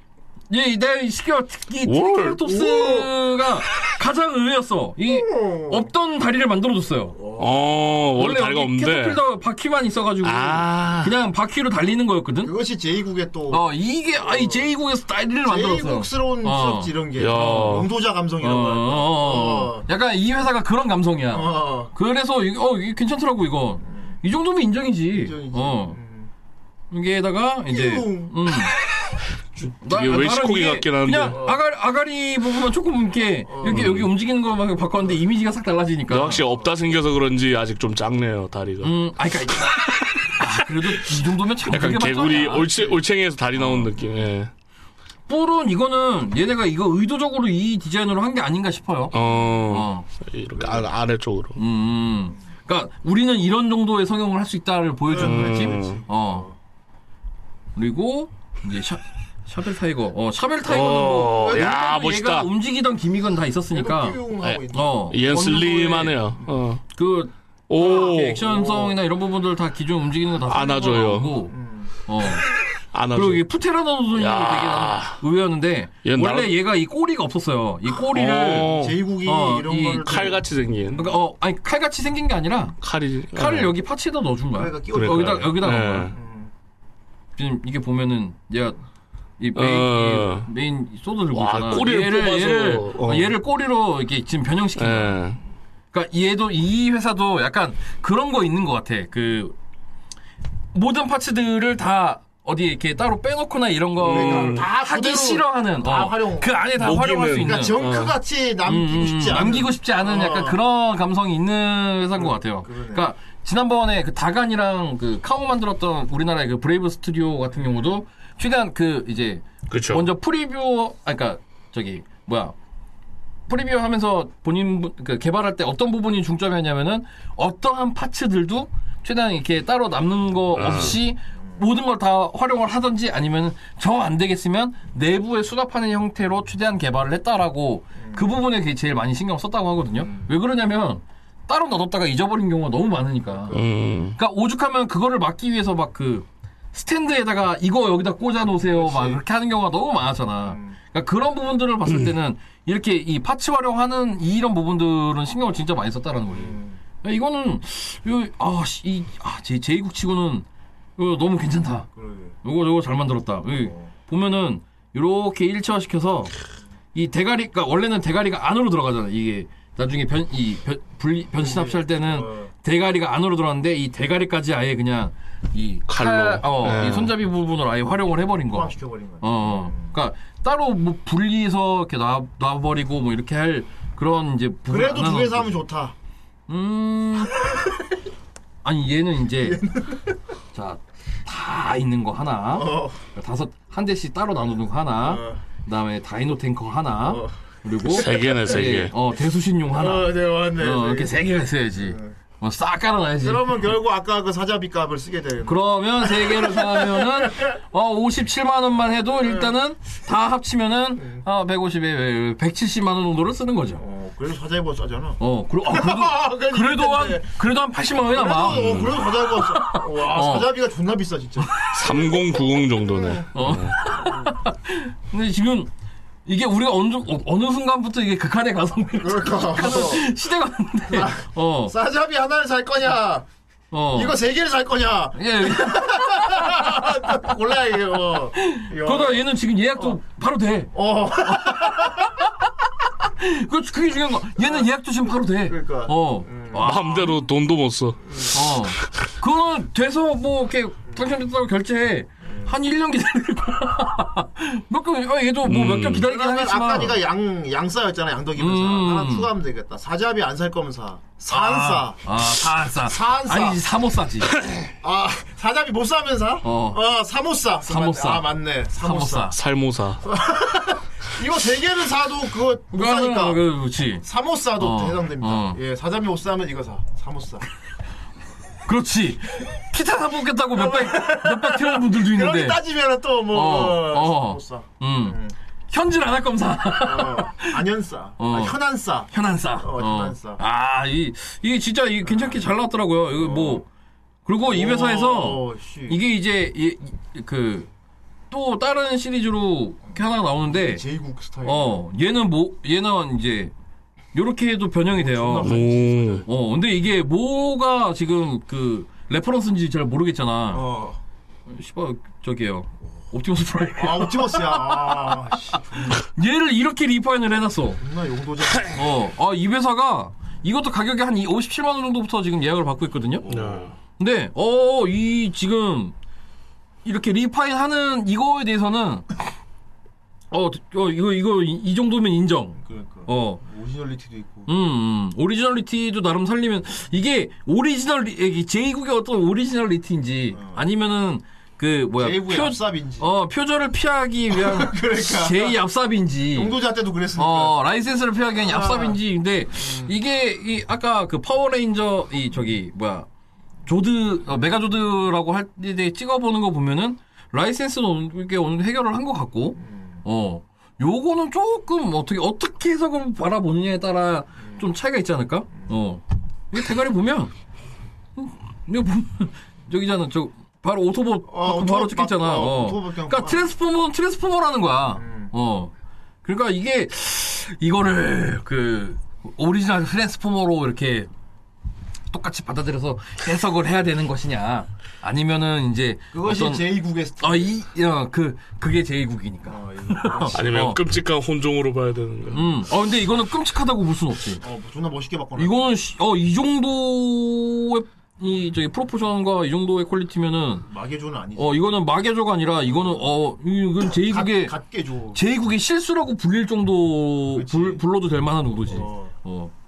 S2: 얘내 시켜 특히
S5: 월.
S2: 트리케라톱스가 가장 의외였어 이 없던 다리를 만들어줬어요
S5: 어 원래 다리가
S2: 여기
S5: 없는데.
S2: 캐터필더 바퀴만 있어가지고
S5: 아.
S2: 그냥 바퀴로 달리는 거였거든
S4: 그것이 제2국의 또
S2: 어 이게 아니 제이국에서 다리를 만들었어
S4: 제이국스러운
S2: 어.
S4: 수업지 이런 게
S5: 야.
S4: 영도자
S2: 어, 어,
S4: 감성이라고 할까?
S2: 어, 어.
S4: 어.
S2: 약간 이 회사가 그런 감성이야
S4: 어.
S2: 그래서 이게 어 이게 괜찮더라고 이거 이 정도면 인정이지
S4: 인정이지.
S2: 어
S4: 음.
S2: 여기에다가 이제
S4: 음.
S5: [LAUGHS]
S2: 음. 나-
S5: 이게
S2: 나는
S5: 웨시코기
S2: 이게
S5: 같긴 한데.
S2: 그냥 아가리, 아가리 부분만 조금 이렇게
S4: 어.
S2: 여기 여기 움직이는 거만 바꿨는데 이미지가 싹 달라지니까
S5: 확실히 없다 생겨서 그런지 아직 좀 작네요 다리가.
S2: 그러니까 음, 아니 그러니까 이- 아, 그래도 이 정도면 참
S5: 약간
S2: 그게
S5: 개구리
S2: 맞잖아.
S5: 올챙, 올챙이에서 다리 나온 느낌. 예.
S2: 뿔은 이거는 얘네가 이거 의도적으로 이 디자인으로 한 게 아닌가 싶어요.
S5: 어,
S2: 어.
S5: 이렇게 아, 아래쪽으로.
S2: 음, 음. 그러니까 우리는 이런 정도의 성형을 할 수 있다를 보여주는
S5: 음.
S2: 거지. 어. 그리고 이제 샤, 샤벨 타이거. 어, 샤벨 타이거는 뭐
S5: 어, 야
S2: 얘가
S5: 멋있다.
S2: 움직이던 기믹은 다 있었으니까.
S4: 띠용 뭐 하고 있네.
S2: 어.
S5: 얘는
S2: 어느 정도의
S5: 슬림하네요. 어.
S2: 그
S5: 오
S2: 액션성이나 이런 부분들 다 기존 움직이는 거다
S5: 안아줘요. 음.
S2: 어.
S5: [LAUGHS] 안아줘.
S2: 그리고 이 푸테라노돈이 되게
S5: 야.
S2: 나는 의외였는데
S5: 얘는
S2: 원래
S5: 나름-
S2: 얘가 이 꼬리가 없었어요. 이 꼬리를
S5: 어,
S4: 제2국이
S2: 어, 이
S4: 이런 거를
S5: 칼 같이 생긴
S2: 그러니까 어 아니 칼같이 생긴 게 아니라
S5: 칼이
S2: 칼을
S5: 어.
S2: 여기 파츠에다 넣어준 거야.
S4: 그러니까 끼워-
S2: 여기다 여기다 넣은
S5: 예.
S2: 거야. 지금 이게 보면은 얘가 이 메인,
S5: 어.
S2: 이 메인 소드 들고
S5: 와,
S2: 있잖아.
S5: 꼬리를
S2: 얘를
S5: 뽑아서,
S2: 얘를
S5: 어.
S2: 얘를 꼬리로 이렇게 지금 변형시킨 거야.
S5: 예.
S2: 그러니까 얘도 이 회사도 약간 그런 거 있는 것 같아. 그 모든 파츠들을 다 어디 이렇게 따로 빼놓거나 이런 거
S4: 그러니까 다
S2: 하기
S4: 그대로
S2: 싫어하는
S4: 다
S2: 어,
S4: 활용.
S2: 그 안에 다
S5: 녹이는.
S2: 활용할 수 있는
S4: 그러니까 정크같이 남기고
S2: 음,
S4: 싶지 않은
S2: 남기고 싶지 않은
S4: 어.
S2: 약간 그런 감성이 있는 회사인 것 같아요. 그
S4: 그러네.
S2: 러니까 지난번에 그 다간이랑 그 카오 만들었던 우리나라의 그 브레이브 스튜디오 같은 경우도 최대한 그 이제
S5: 그쵸.
S2: 먼저 프리뷰 아 그러니까 저기 뭐야 프리뷰 하면서 본인 부- 그 개발할 때 어떤 부분이 중점이었냐면은 어떠한 파츠들도 최대한 이렇게 따로 남는 거 없이 모든 걸 다 활용을 하든지 아니면 정 안 되겠으면 내부에 수납하는 형태로 최대한 개발을 했다라고 그 부분에 그게 제일 많이 신경 썼다고 하거든요. 왜 그러냐면 따로 놔뒀다가 잊어버린 경우가 너무 많으니까.
S5: 음.
S2: 그러니까 오죽하면 그거를 막기 위해서 막 그 스탠드에다가 이거 여기다 꽂아 놓으세요 막 그렇게 하는 경우가 너무 많았잖아. 그러니까 그런 부분들을 봤을 때는 이렇게 이 파츠 활용하는 이런 부분들은 신경을 진짜 많이 썼다라는 거지. 야, 이거는 아, 이아이아제 제이국 치고는 이거 너무 괜찮다.
S4: 그러게. 어.
S2: 요거 요거 잘 만들었다. 여기 보면은 이렇게 일체화 시켜서 이 대가리가 그러니까 원래는 대가리가 안으로 들어가잖아. 이게 나중에 변이 변신 합체할 때는
S4: 어.
S2: 대가리가 안으로 들어가는데 이 대가리까지 아예 그냥 이
S5: 칼로.
S2: 칼, 어,
S5: 네.
S2: 이 손잡이 부분을 아예 활용을 해버린 거.
S4: 포함시켜버린 거야.
S2: 어, 어. 그러니까 따로 뭐 분리해서 이렇게 놔 놔버리고 뭐 이렇게 할 그런 이제 부분
S4: 그래도 두 개서 하면 좋다.
S2: 음. 아니 얘는 이제 [LAUGHS] 자 다 있는 거 하나.
S4: 어.
S2: 다섯 한 대씩 따로 나누는 거 하나.
S4: 어.
S2: 그다음에 다이노 탱커 하나.
S4: 어.
S2: 그리고
S5: 세 개네, 세 개.
S2: 예, 어 대수신용 하나. 어,
S4: 어, 네, 맞네.
S2: 이렇게 세 개가 있어야지. 어, 싹 깔아놔야지.
S4: 그러면 결국 아까 그 사자비 값을 쓰게 되는.
S2: 그러면 세 개를 사면은 어 57만 원만 해도
S4: 네.
S2: 일단은 다 합치면은 어 150에 170만 원 정도를 쓰는 거죠.
S4: [LAUGHS] 어, 그래도 사자비 싸잖아.
S2: 어 그러, 아, 그래도
S4: [LAUGHS] 그래도
S2: 그래도 한 그래도 한 80만 원이
S4: 그래도,
S2: 남아.
S4: 어, 그래도 사자비가 싸. 와,
S2: 어. [LAUGHS]
S4: 사자비가 존나 비싸 진짜.
S5: 3090 정도네.
S2: 어. 근데 지금 이게 우리가 어느 어- 어느 순간부터 이게 극한의 가성비를
S4: 그러니까
S2: [LAUGHS] 시대가 왔는데 어.
S4: 사자비 하나를 살 거냐?
S2: 어.
S4: 아, 이거 세 개를 살 거냐?
S2: 예.
S4: 골라야 이게
S2: [LAUGHS]
S4: 뭐. 이거.
S2: 그러다 얘는 지금 예약도 바로 돼.
S4: 어.
S2: [LAUGHS] 그 그게 중요한 거. 얘는 예약도 지금 바로 돼.
S4: 그러니까.
S2: 어. 와,
S5: 마음대로 돈도 못 써.
S2: 어. 그거는 돼서 뭐 이렇게 당첨됐다고 결제해. 한 1년 기다릴 거야. [LAUGHS] 몇 개, 어, 얘도 뭐 몇 개
S5: 음.
S2: 기다리긴
S4: 그러면 아까
S2: 하겠지만.
S4: 네가 양 양싸였잖아 양덕이면서
S2: 음.
S4: 하나 추가하면 되겠다. 사자비 안 살 거면 사. 사안
S2: 아, 사, 사.
S4: 사, 사.
S2: 아니지, 사 못
S4: [LAUGHS]
S2: 사지.
S4: 싸. 아 사자비 못 사면 사?
S2: 어.
S4: 어 사못 싸.
S2: 사못 싸.
S4: 아 맞네.
S2: 사
S4: 사못
S2: 못
S4: 싸.
S2: 사.
S5: 살모사.
S4: 이거 세 개를 사도 그거 못 사니까.
S2: 그거는, 그, 그렇지.
S4: 사못 사도
S2: 어,
S4: 해당됩니다.
S2: 어.
S4: 예 사자비 못 사면 이거 사. 사못 싸.
S2: 그렇지. 기타 [LAUGHS] 사 뽑겠다고 몇백, 몇백 태운 분들도
S4: 그렇게
S2: 있는데.
S4: 따지면 또뭐 네.
S2: 어, 어.
S4: 사못 싸.
S2: 음. 현질 안 할 검사
S4: 어, 안현 싸.
S2: 어.
S4: 아, 현안 싸.
S2: 현안싸.
S4: 어, 현안싸.
S2: 아, 이, 이 진짜 이 괜찮게 잘 나왔더라고요. 이거 뭐.
S4: 어.
S2: 그리고 이 회사에서
S4: 오, 씨.
S2: 이게 이제 이, 이- 그, 또 다른 시리즈로 이렇게 하나 나오는데,
S4: 제이국 스타일.
S2: 어, 얘는 뭐, 얘는 이제, 요렇게 해도 변형이 돼요.
S5: 오.
S2: 어, 근데 이게 뭐가 지금 그, 레퍼런스인지 잘 모르겠잖아.
S4: 어.
S2: 씨발, 저기요. 옵티머스 프라임.
S4: 아 옵티머스야. 아, 씨,
S2: 얘를 이렇게 리파인을 해놨어.
S4: 존나 용도자.
S2: 어, 아, 이 회사가 이것도 가격이 한 57만원 정도부터 지금 예약을 받고 있거든요.
S4: 네.
S2: 근데, 어, 이 지금 이렇게 리파인 하는 이거에 대해서는 어, 어, 이거, 이거, 이, 이 정도면 인정.
S4: 그러니까.
S2: 어,
S4: 오리지널리티도 있고.
S2: 음, 음, 오리지널리티도 나름 살리면 이게 오리지널, 이게 제이국의 어떤 오리지널리티인지 아니면은 그, 뭐야,
S4: 어. 제이국의
S2: 표-
S4: 앞삽인지.
S2: 어, 표절을 피하기 위한
S4: [LAUGHS] 그러니까.
S2: 제이 앞삽인지.
S4: 용도자 때도 그랬으니까. 아. 음.
S2: 어, 라이센스를 피하기 위한 얍삽인지. 근데 이게 이 아까 그 파워레인저 이 저기 뭐야 조드 어, 메가조드라고 할 때 찍어보는 거 보면은 라이센스도 이게 오늘 해결을 한 것 같고
S4: 음.
S2: 어 요거는 조금 어떻게 어떻게 해석을 바라보느냐에 따라
S4: 음.
S2: 좀 차이가 있지 않을까? 어 이거 대가리 보면 음, 이거 보면 [LAUGHS] 저기잖아 저 바로 오토봇
S4: 어,
S2: 바로
S4: 오토봇
S2: 찍혔잖아.
S4: 막- 어,
S2: 어.
S4: 오토봇 그냥
S2: 그러니까
S4: 막-
S2: 트랜스포머는 트랜스포머라는 거야.
S4: 음.
S2: 어. 그러니까 이게 이거를 그 오리지널 트랜스포머로 이렇게 똑같이 받아들여서 해석을 해야 되는 것이냐 아니면은 이제
S4: 그것이
S2: 어떤 아,
S4: 제이국의 스타일.
S2: 어이그 그게 제2국이니까.
S4: 어, 이거.
S5: 아니면
S2: 어.
S5: 끔찍한 혼종으로 봐야 되는 거야.
S2: 음. 어 근데 이거는 끔찍하다고 볼 순 없지.
S4: 어, 뭐 존나 멋있게 바꿔놨
S2: 이거는 어이 정도의 이 저기 프로포션과 이 정도의 퀄리티면은
S4: 마개조는 아니지.
S2: 어 이거는 마개조가 아니라 이거는 어 이건 제2국의
S4: 갓, 개조
S2: 제2국의 실수라고 불릴 정도
S4: 그치.
S2: 불, 불러도 될 만한 정도지.
S4: 어.
S2: 어.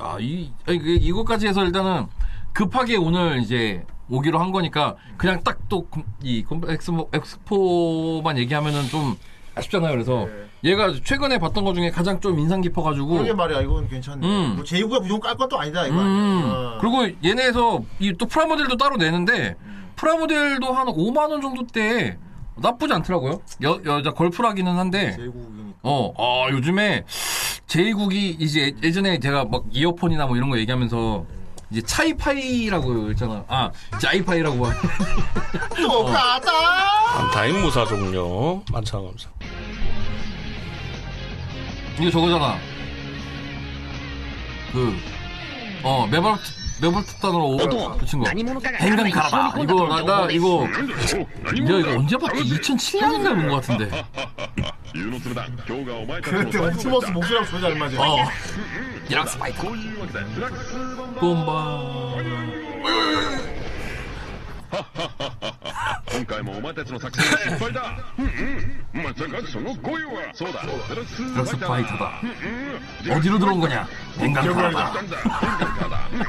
S2: 야, 이, 아니, 그, 이것까지 해서 일단은 급하게 오늘 이제 오기로 한 거니까 그냥 딱 또 이 엑스포, 엑스포만 얘기하면은 좀 아쉽잖아요. 그래서 얘가 최근에 봤던 것 중에 가장 좀 인상 깊어가지고.
S4: 네. 그러게 말이야. 이건 괜찮네.
S2: 음.
S4: 뭐 제이국가 무조건 깔 것도 아니다. 이거.
S2: 음,
S4: 아니야. 어.
S2: 그리고 얘네에서 이 또 프라모델도 따로 내는데 프라모델도 한 5만원 정도 때 나쁘지 않더라고요. 여, 여자 걸프라기는 한데.
S4: 제이국이니까.
S2: 어, 아, 요즘에 제이국이 이제 예전에 제가 막 이어폰이나 뭐 이런 거 얘기하면서 이제 차이파이라고 있잖아. 아, 짜이파이라고. 하-
S4: 똑같다.
S5: 안타임 무사 종료. 아, 만찬 감사.
S2: 이거 저거잖아. 그, 어, 매발, 매발 특단으로 오- 붙인 거. 행강 가라다. 이거, 나, 나 이거, 내가 이거 언제 봤지? 2007년인가 본것
S5: [LAUGHS]
S2: 같은데.
S8: 誘導するな今日がお前たちの
S2: 그렇죠.
S4: 그때
S8: 最後の
S4: 옵티머스 그렇죠. 목소리랑 전혀 안 맞아.
S2: 어. 이랑 스파이크.
S8: というわけでフラックスボンバー
S2: 꼼바.
S8: 今回もお前たちの作戦は失敗だうんうんまさかその声はそうだフラック
S2: 드럭스
S8: スファイターだ
S2: 파이터다. 어디로 들어온 거냐? 행강 가라다.
S8: なんだ今回からだよろ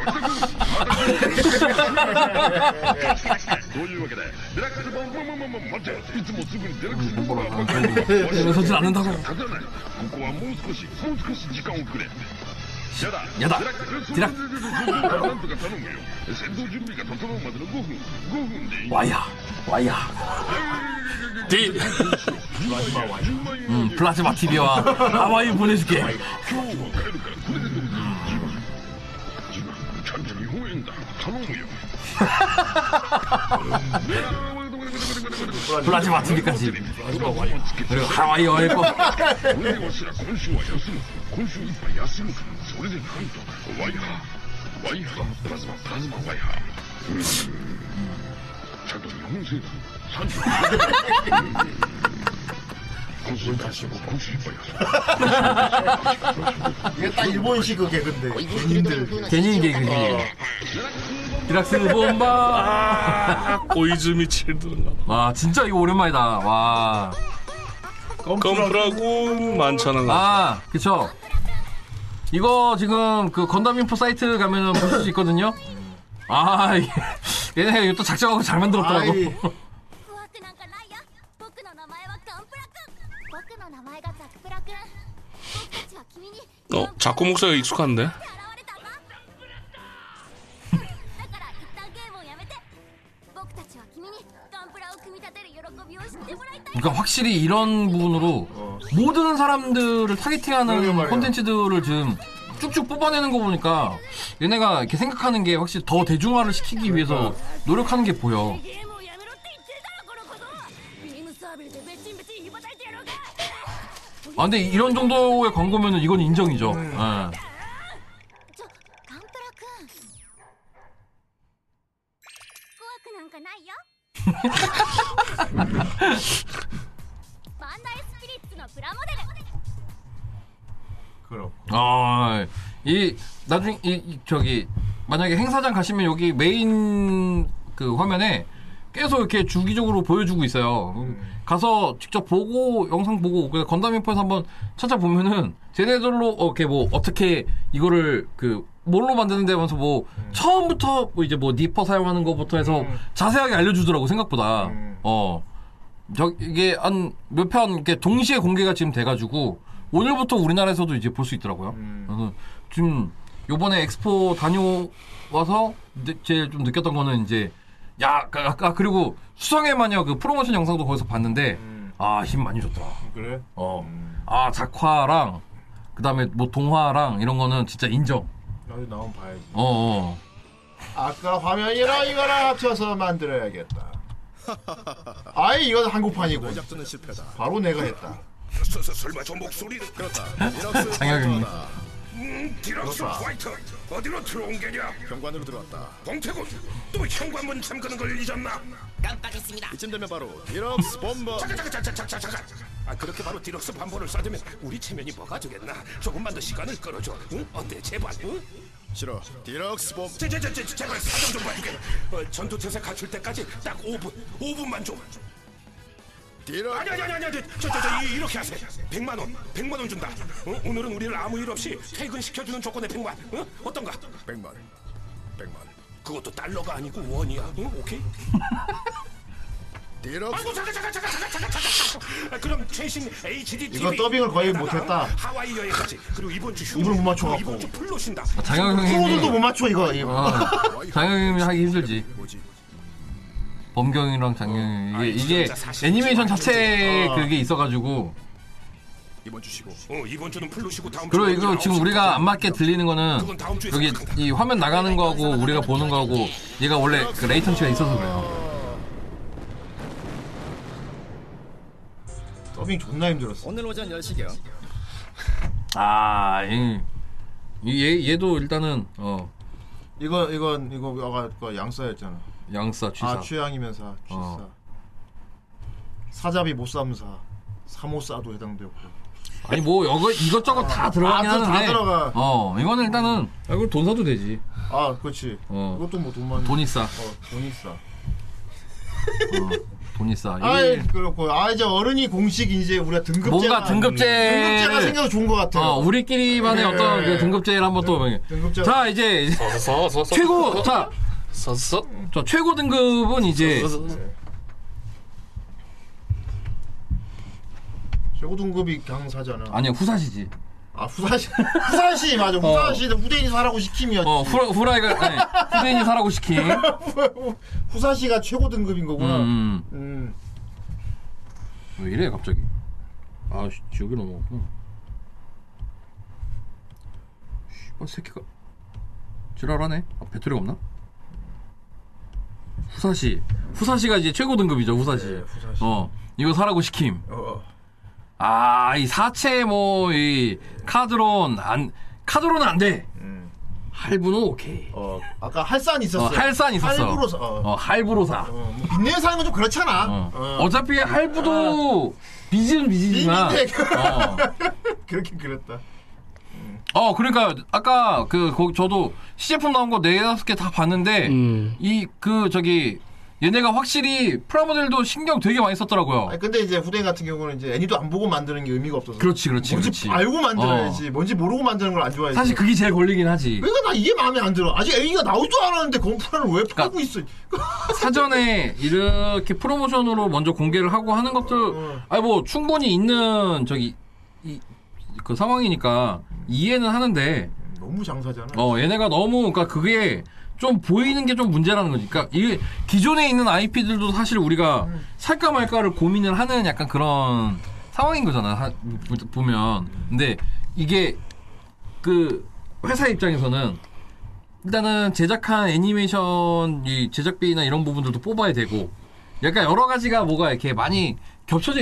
S8: しく [LAUGHS] また来るというわけでデラックスボンバーボンバーボンバー待ていつもすぐにデラックスボンバーボンバーボンバー
S2: 서진 않는다고.
S8: 立たないここはもう少しもう少し時間をくれやだ
S2: やだ
S8: デラックス
S2: デラッ
S8: なんとか頼むよ戦闘準備が整うまでの5分5分でいい
S2: 와야. 와야.
S5: 디.
S2: 음, 플라즈마
S5: [LAUGHS]
S2: TV와 하와이
S5: 아,
S2: 보내줄게.
S8: 今日は帰るからこれでどうだ自分自分ちゃんと日本円だ頼むよ
S2: 플라즈마 TV까지.
S4: [LAUGHS]
S2: 그리고 하와이 여행 거.
S8: これでわしら今週は休む今週いっぱい休むからそれでなんとワイハーワイハープラズマプラズマワイハーうーんちゃんと日本製だ35今週いっぱい休む今週いっぱい [LAUGHS] 休む
S4: 이게 딱 일본식 그 개근데. 개인들.
S2: 괜히 이게 그지. 드락스 본바.
S5: 아, 고이즈미 칠드인가 봐.
S2: 와, 진짜 이거 오랜만이다. 와.
S5: 컴프라군 만찬 감사.
S2: 아, 그쵸. 이거 지금 그 건담 인포 사이트 가면은 보실 수 있거든요. 아, 이게 얘네 이거 또 작정하고 잘 만들었더라고.
S4: 아이.
S3: 怖くなんかないよ僕の名前はガンプラくん僕の名前がザクプラくん僕たちは君に
S5: 어, 자꾸 목소리가 익숙한데?
S3: 現れたんだだから一旦ゲームをやめて僕たちは君にガンプラを組み立てる喜びを知ってもらいたい
S2: 그러니까 확실히 이런 부분으로 모든 사람들을
S4: 어. 그러게
S2: 타겟팅하는
S4: 말이야.
S2: 콘텐츠들을 지금 쭉쭉 뽑아내는 거 보니까 얘네가 이렇게 생각하는 게 확실히 더 대중화를
S4: 그러니까.
S2: 시키기 위해서 노력하는 게 보여.
S3: ゲームをやめろって言ってるだろこの子供ビームサーベルで別に別にひばたいてやろうか
S2: 아, 근데 이런 정도의 광고면은 이건 인정이죠.
S4: 네.
S2: 예.
S3: ちょガンプラくん怖くなんかないよバンダイスピリッツのプラモデル
S4: 그럼.
S2: 아, 이 나중에 이, 이- 저기 만약에 행사장 가시면 여기 메인 그 화면에 계속 이렇게 주기적으로 보여주고 있어요.
S4: 음.
S2: 가서 직접 보고 영상 보고 그냥 건담 인포에서 한번 찾아보면은 쟤네들로 어, 이렇게 뭐 어떻게 이거를 그 뭘로 만드는데 하면서 뭐 처음부터 뭐 이제 뭐 니퍼 사용하는 것부터 해서 자세하게 알려주더라고 생각보다.
S4: 음.
S2: 어. 저 이게 한 몇 편 이렇게 동시에 공개가 지금 돼가지고 오늘부터 우리나라에서도 이제 볼 수 있더라고요. 그래서 지금 요번에 엑스포 다녀와서 느- 제일 좀 느꼈던 거는 이제 야 아, 아, 그리고 수성의 마녀 그 프로모션 영상도 거기서 봤는데 아 힘 많이 줬더라.
S4: 그래?
S2: 어. 아 작화랑 그다음에 뭐 동화랑 이런 거는 진짜 인정.
S4: 나도 나온 봐야지.
S2: 어. 어.
S4: 아까 화면이랑 이거랑 합쳐서 만들어야겠다. 아이 이건 한국판이군. 바로 내가 했다.
S9: 설마 저 목소리는 그렇다. [LAUGHS] 디럭스
S2: 장혁이네.
S9: 파이터다.
S8: 음, 디럭스
S4: 그렇다.
S8: 화이트 어디로 들어온 게냐?
S9: 병관으로 들어왔다.
S8: 봉태군 또 현관문 잠그는 걸 잊었나?
S9: 이쯤 되면 바로 디럭스 본버.
S8: [LAUGHS] 잠깐 잠깐 잠깐 잠깐 잠깐 아 그렇게 바로 디럭스 반포를 쏴주면 우리 체면이 뭐가 되겠나? 조금만 더 시간을 끌어줘 응? 어때 제발 응?
S9: 싫어. 디럭스 본.
S8: 제, 제, 제, 제, 제발 사정 좀 봐주게 어, 전투태세 갖출 때까지 딱 5분 5분만 좀
S9: 디럭.
S8: 아니 아니 아니 아니 저저저 이렇게 하세요 100만 원 100만 원 준다 응? 오늘은 우리를 아무 일 없이 퇴근시켜주는 조건에 100만 응? 어떤가?
S9: 백만. 백만.
S8: 그것도 달러가 아니고 원이야 응?
S9: [LAUGHS]
S8: 오케이?
S9: 디럭스.
S8: 아이고 잠깐 잠깐 잠깐 잠깐 잠깐 잠깐 아, 그럼 최신 HD TV
S4: 이거 더빙을 거의 못했다.
S8: 하와이 여행까지 그리고 이번 주 휴무
S4: 입을 못 맞춰갖고.
S8: 이번 주 풀로 쉰다
S2: 아, 장혁
S4: 프로들도
S2: 형님이
S4: 못 맞춰 이거 이거.
S2: 어, [LAUGHS] 장혁님이 하기 힘들지.
S9: 뭐지?
S2: 범경이랑 장경이 이게,
S8: 진짜
S2: 이게
S8: 사실
S2: 애니메이션
S8: 정말
S2: 자체에 그게 있어가지고
S9: 이번 주시고
S8: 어 이번 주는 풀루시고 다음
S2: 그리고
S8: 주는
S2: 이거 지금
S8: 아홉
S2: 우리가
S8: 시부터.
S2: 안 맞게 들리는 거는
S8: 그건 다음 주에
S2: 여기
S8: 생각한다.
S2: 이 화면 나가는 거하고 우리가 보는 거하고 얘가 원래 그 레이턴치가 있어서 그래요.
S4: 더빙 존나 힘들었어.
S10: 오늘 오전 10시경
S2: 아, 이, 이 얘, 얘도 일단은 어
S4: 이거 이건 이거 아까 그 양사였잖아.
S2: 양사 취사.
S4: 아 취향이면서 취사.
S2: 어.
S4: 사잡이 못 삼사. 사모사도 해당되고.
S2: 아니 뭐 이거 이것저것 다 들어가긴
S4: 아, 다
S2: 하는데.
S4: 들어가.
S2: 어 이거는 일단은 아, 이걸 돈 사도 되지.
S4: 아 그렇지.
S2: 어.
S4: 이것도 뭐 돈 많이.
S2: 돈이 싸.
S4: 어, 돈이 싸.
S2: 돈이 싸. 이게
S4: 아이 그렇고 아 이제 어른이 공식 이제 우리가 등급제
S2: 뭔가 등급제
S4: 등급제가 생겨서 좋은 것 같아요.
S2: 어 우리끼리만의
S4: 예,
S2: 어떤
S4: 예,
S2: 그
S4: 예.
S2: 등급제를 한번 또
S4: 등급제.
S2: 자 이제 이제
S5: 서서 서
S2: 최고 자,
S5: 서서
S2: 자 최고 등급은 이제
S4: 최고 등급이 강사잖아.
S2: 아니야
S4: [LAUGHS]
S2: 후사시지.
S4: 아 후사시 후사시 맞아 후사시 후대인 사라고 시킴이었지.
S2: 어 후라, 후라이가 아니, 후대인이 사라고 시킨.
S4: 뭐, 후사시가 최고 등급인 거구나. 음.
S2: 음, 왜 이래 갑자기? 아 씨, 지옥이 넘어갔구나. 씨발 새끼가 지랄하네. 아, 배터리가 없나? 후사시 후사시가 이제 최고 등급이죠 후사시.
S4: 네, 후사시.
S2: 어 이거 사라고 시킴.
S4: 어.
S2: 아 이 사채 뭐 이 카드론 안 카드론은 안 돼.
S4: 음.
S2: 할부는 오케이.
S4: 어. 아까 할산
S2: 어,
S4: 있었어.
S2: 할산 있었어.
S4: 할부로 사. 어.
S2: 어, 할부로 사.
S4: 어, 뭐 빚내는 사는 건 좀 그렇잖아.
S2: 어.
S4: 어. 아.
S2: 어차피 할부도 빚은 빚이지만.
S4: 빚인데.
S2: 어.
S4: 네. [LAUGHS] 그렇게 그랬다.
S2: 어, 그러니까 아까 그 거기 저도 시제품 나온 거 네다섯 개 다 봤는데
S5: 음.
S2: 이 그 저기 얘네가 확실히 프라모델도 신경 되게 많이 썼더라고요.
S4: 아니, 근데 이제 후대인 같은 경우는 이제 애니도 안 보고 만드는 게 의미가 없어서.
S2: 그렇지, 그렇지,
S4: 뭔지
S2: 그렇지.
S4: 알고 만들어야지. 뭔지 모르고 만드는 걸 안 좋아해서.
S2: 사실 그게 제일 걸리긴 하지.
S4: 그러니까 나 이게 마음에 안 들어. 아직 애니가 나오지도 않았는데 건프라를 왜 팔고 있어?
S2: 그러니까
S4: [LAUGHS]
S2: 사전에 이렇게 프로모션으로 먼저 공개를 하고 하는
S4: 어.
S2: 것도 아니 뭐 충분히 있는 저기 이, 그 상황이니까 이해는 하는데
S4: 너무 장사잖아.
S2: 어, 얘네가 너무, 그니까 그게 좀 보이는 게 좀 문제라는 거지. 그니까 이 기존에 있는 IP들도 사실 우리가 살까 말까를 고민을 하는 약간 그런 상황인 거잖아, 하- 보- 보면. 근데 이게 그 회사 입장에서는 일단은 제작한 애니메이션 이 제작비나 이런 부분들도 뽑아야 되고 약간 여러 가지가 뭐가 이렇게 많이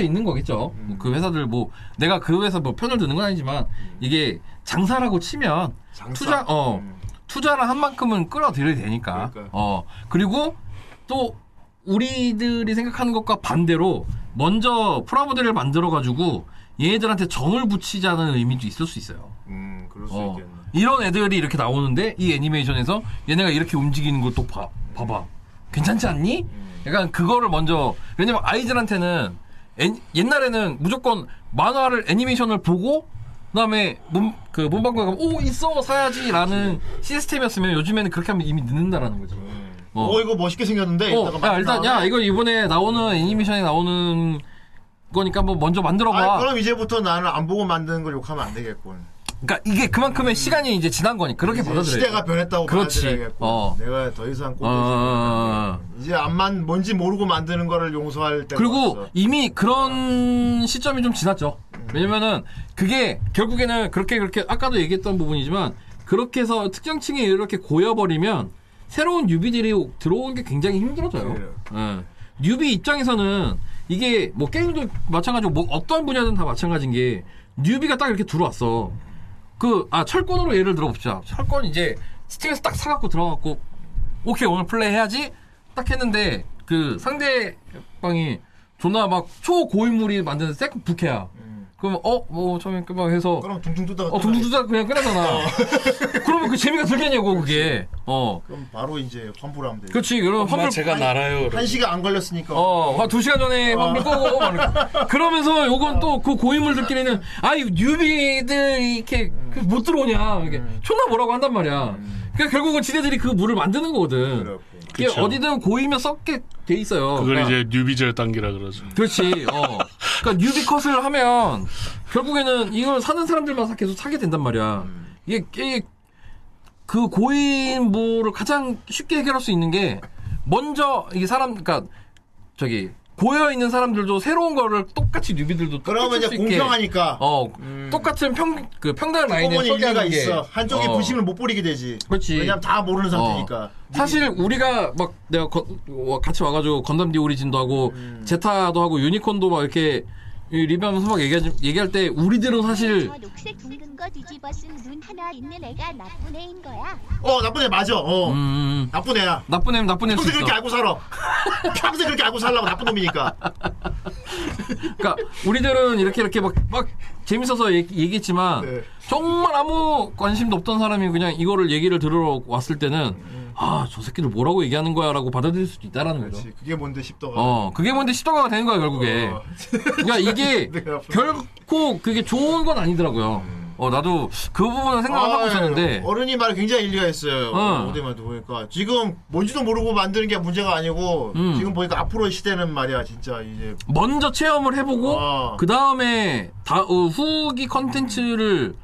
S2: 겹쳐져 있는 거겠죠.
S4: 음.
S2: 뭐그 회사들 뭐 내가 그 회사 뭐 편을 드는 건 아니지만 이게 장사라고 치면
S4: 장사. 음.
S2: 투자 어 투자를 한 만큼은 끌어들여야 되니까.
S4: 그러니까.
S2: 어 그리고 또 우리들이 생각하는 것과 반대로 먼저 프라모델을 만들어 가지고 얘네들한테 정을 붙이자는 의미도 있을 수 있어요.
S4: 음, 그럴 수
S2: 어,
S4: 있겠네.
S2: 이런 애들이 이렇게 나오는데 이 애니메이션에서 얘네가 이렇게 움직이는 걸 또 봐봐 괜찮지 않니?
S4: 음.
S2: 약간 그거를 먼저 왜냐면 아이들한테는 애- 옛날에는 무조건 만화를 애니메이션을 보고 그다음에 문, 그 문방구에 가면 오 있어 사야지라는 시스템이었으면 요즘에는 그렇게 하면 이미 늦는다라는 거죠.
S4: 어. 이거 멋있게 생겼는데.
S2: 어,
S4: 이따가
S2: 야 일단 야
S4: 만들어.
S2: 이거 이번에 나오는 애니메이션에 나오는 거니까 뭐 먼저 만들어
S4: 아,
S2: 봐.
S4: 그럼 이제부터 나는 안 보고 만드는 걸 욕하면 안 되겠군.
S2: 그러니까 이게 그만큼의 시간이 이제 지난 거니 그렇게
S4: 이제
S2: 받아들여.
S4: 시대가 변했다고
S2: 그렇지.
S4: 받아들여야겠군.
S2: 어.
S4: 내가 더 이상 꼴
S2: 어.
S4: 이제 안만 뭔지 모르고 만드는 거를 용서할 때가 음.
S2: 그리고
S4: 왔어.
S2: 이미 그런 시점이 좀 지났죠.
S4: 음.
S2: 왜냐면은 그게 결국에는 그렇게 그렇게 아까도 얘기했던 부분이지만 그렇게 해서 특정층이 이렇게 고여버리면 새로운 뉴비들이 들어오는 게 굉장히 힘들어져요.
S4: 그래요.
S2: 예. 뉴비 입장에서는 이게 뭐 게임도 마찬가지고 뭐 어떤 분야든 다 마찬가지인 게 뉴비가 딱 이렇게 들어왔어. 그, 아, 철권으로 예를 들어봅시다. 철권 이제 스팀에서 딱 사갖고 들어가갖고, 오케이, 오늘 플레이 해야지? 딱 했는데, 그 상대방이 존나 막 초고인물이 만드는 세크 부캐야. 그러면, 어, 뭐, 처음에 금방 해서,
S4: 그럼 둥둥 뜨다가 어.
S2: 어, 둥둥두다 그냥 끝나잖아. 그러면 그 재미가 들겠냐고, 그게. 어.
S4: 그럼 바로 이제 환불 하면 돼.
S2: 그렇지, 그럼
S5: 네. 엄마
S2: 환불.
S5: 제가 날아요.
S4: 한 시간 안 걸렸으니까.
S2: 어, 한 두 시간 전에 환불 꺼고, 막
S4: [LAUGHS]
S2: 이렇게. 그러면서 요건 또 그 고인물들끼리는, 아, 이 뉴비들 이렇게 그못 들어오냐. 이렇게
S5: 음.
S2: 존나 뭐라고 한단 말이야. 그러니까 결국은 지네들이 그 물을 만드는 거거든.
S4: 그렇고.
S2: 이게
S5: 그쵸.
S2: 어디든 고이면 썩게 돼 있어요.
S5: 그걸
S2: 그러니까-
S5: 이제 뉴비젤 단계라 그러죠.
S2: 그렇지. 어. 그러니까 뉴비컷을 하면 결국에는 이걸 사는 사람들만 사- 계속 사게 된단 말이야. 이게, 이게 그 고인물을 가장 쉽게 해결할 수 있는 게 먼저 이게 사람 그러니까 저기 고여 있는 사람들도 새로운 거를 똑같이 뉴비들도
S4: 그러면
S2: 똑같이
S4: 이제
S2: 할수 있게.
S4: 공평하니까. 음.
S2: 어 똑같은 평 그 평등한 라인에
S4: 조금은 일리가
S2: 설계하는 게
S4: 있어. 한쪽이
S2: 어.
S4: 부심을 못 부리게 되지.
S2: 그렇지. 어.
S4: 왜냐면 다 모르는 상태니까.
S2: 사실 우리가 막 내가 거- 와, 같이 와가지고 건담 디오리진도 하고 제타도 하고 유니콘도 막 이렇게 이 리뷰하면서 막 얘기하지, 얘기할 때 우리들은 사실
S3: 저 녹색 둥근 거 뒤집어 쓴 눈 하나 있는 애가 나쁜 애인 거야.
S4: 어 나쁜 애 맞아. 어
S2: 음,
S4: 나쁜 애야.
S2: 나쁜 애면 나쁜 애일 수
S4: 평생
S2: 있어.
S4: 그렇게 알고 살아. 평생 그렇게 알고 살라고 나쁜 놈이니까.
S2: [LAUGHS] 그러니까 우리들은 이렇게 이렇게 막, 막 재밌어서 얘기, 얘기했지만
S4: 네.
S2: 정말 아무 관심도 없던 사람이 그냥 이거를 얘기를 들으러 왔을 때는 아 저 새끼들 뭐라고 얘기하는 거야라고 받아들일 수도 있다라는 거죠.
S4: 음. 그렇지. 그게 뭔데 싶더가.
S2: 어 그게 뭔데 시도가 되는 거야 결국에.
S4: 어. 네,
S2: 그러니까
S4: [LAUGHS]
S2: 이게
S4: 내가 앞으로-
S2: 결코 그게 좋은 건 아니더라고요. 어 나도 그 부분은 생각을 하고 있었는데
S4: 음. 아, 예. 어른이 말에 굉장히 일리가 있어요.
S2: 어.
S4: 어디 말도 보니까 지금 뭔지도 모르고 만드는 게 문제가 아니고
S2: 음.
S4: 지금 보니까 앞으로의 시대는 말이야 진짜 이제
S2: 먼저 체험을 해보고
S4: 어.
S2: 그 다음에 다 어, 후기 컨텐츠를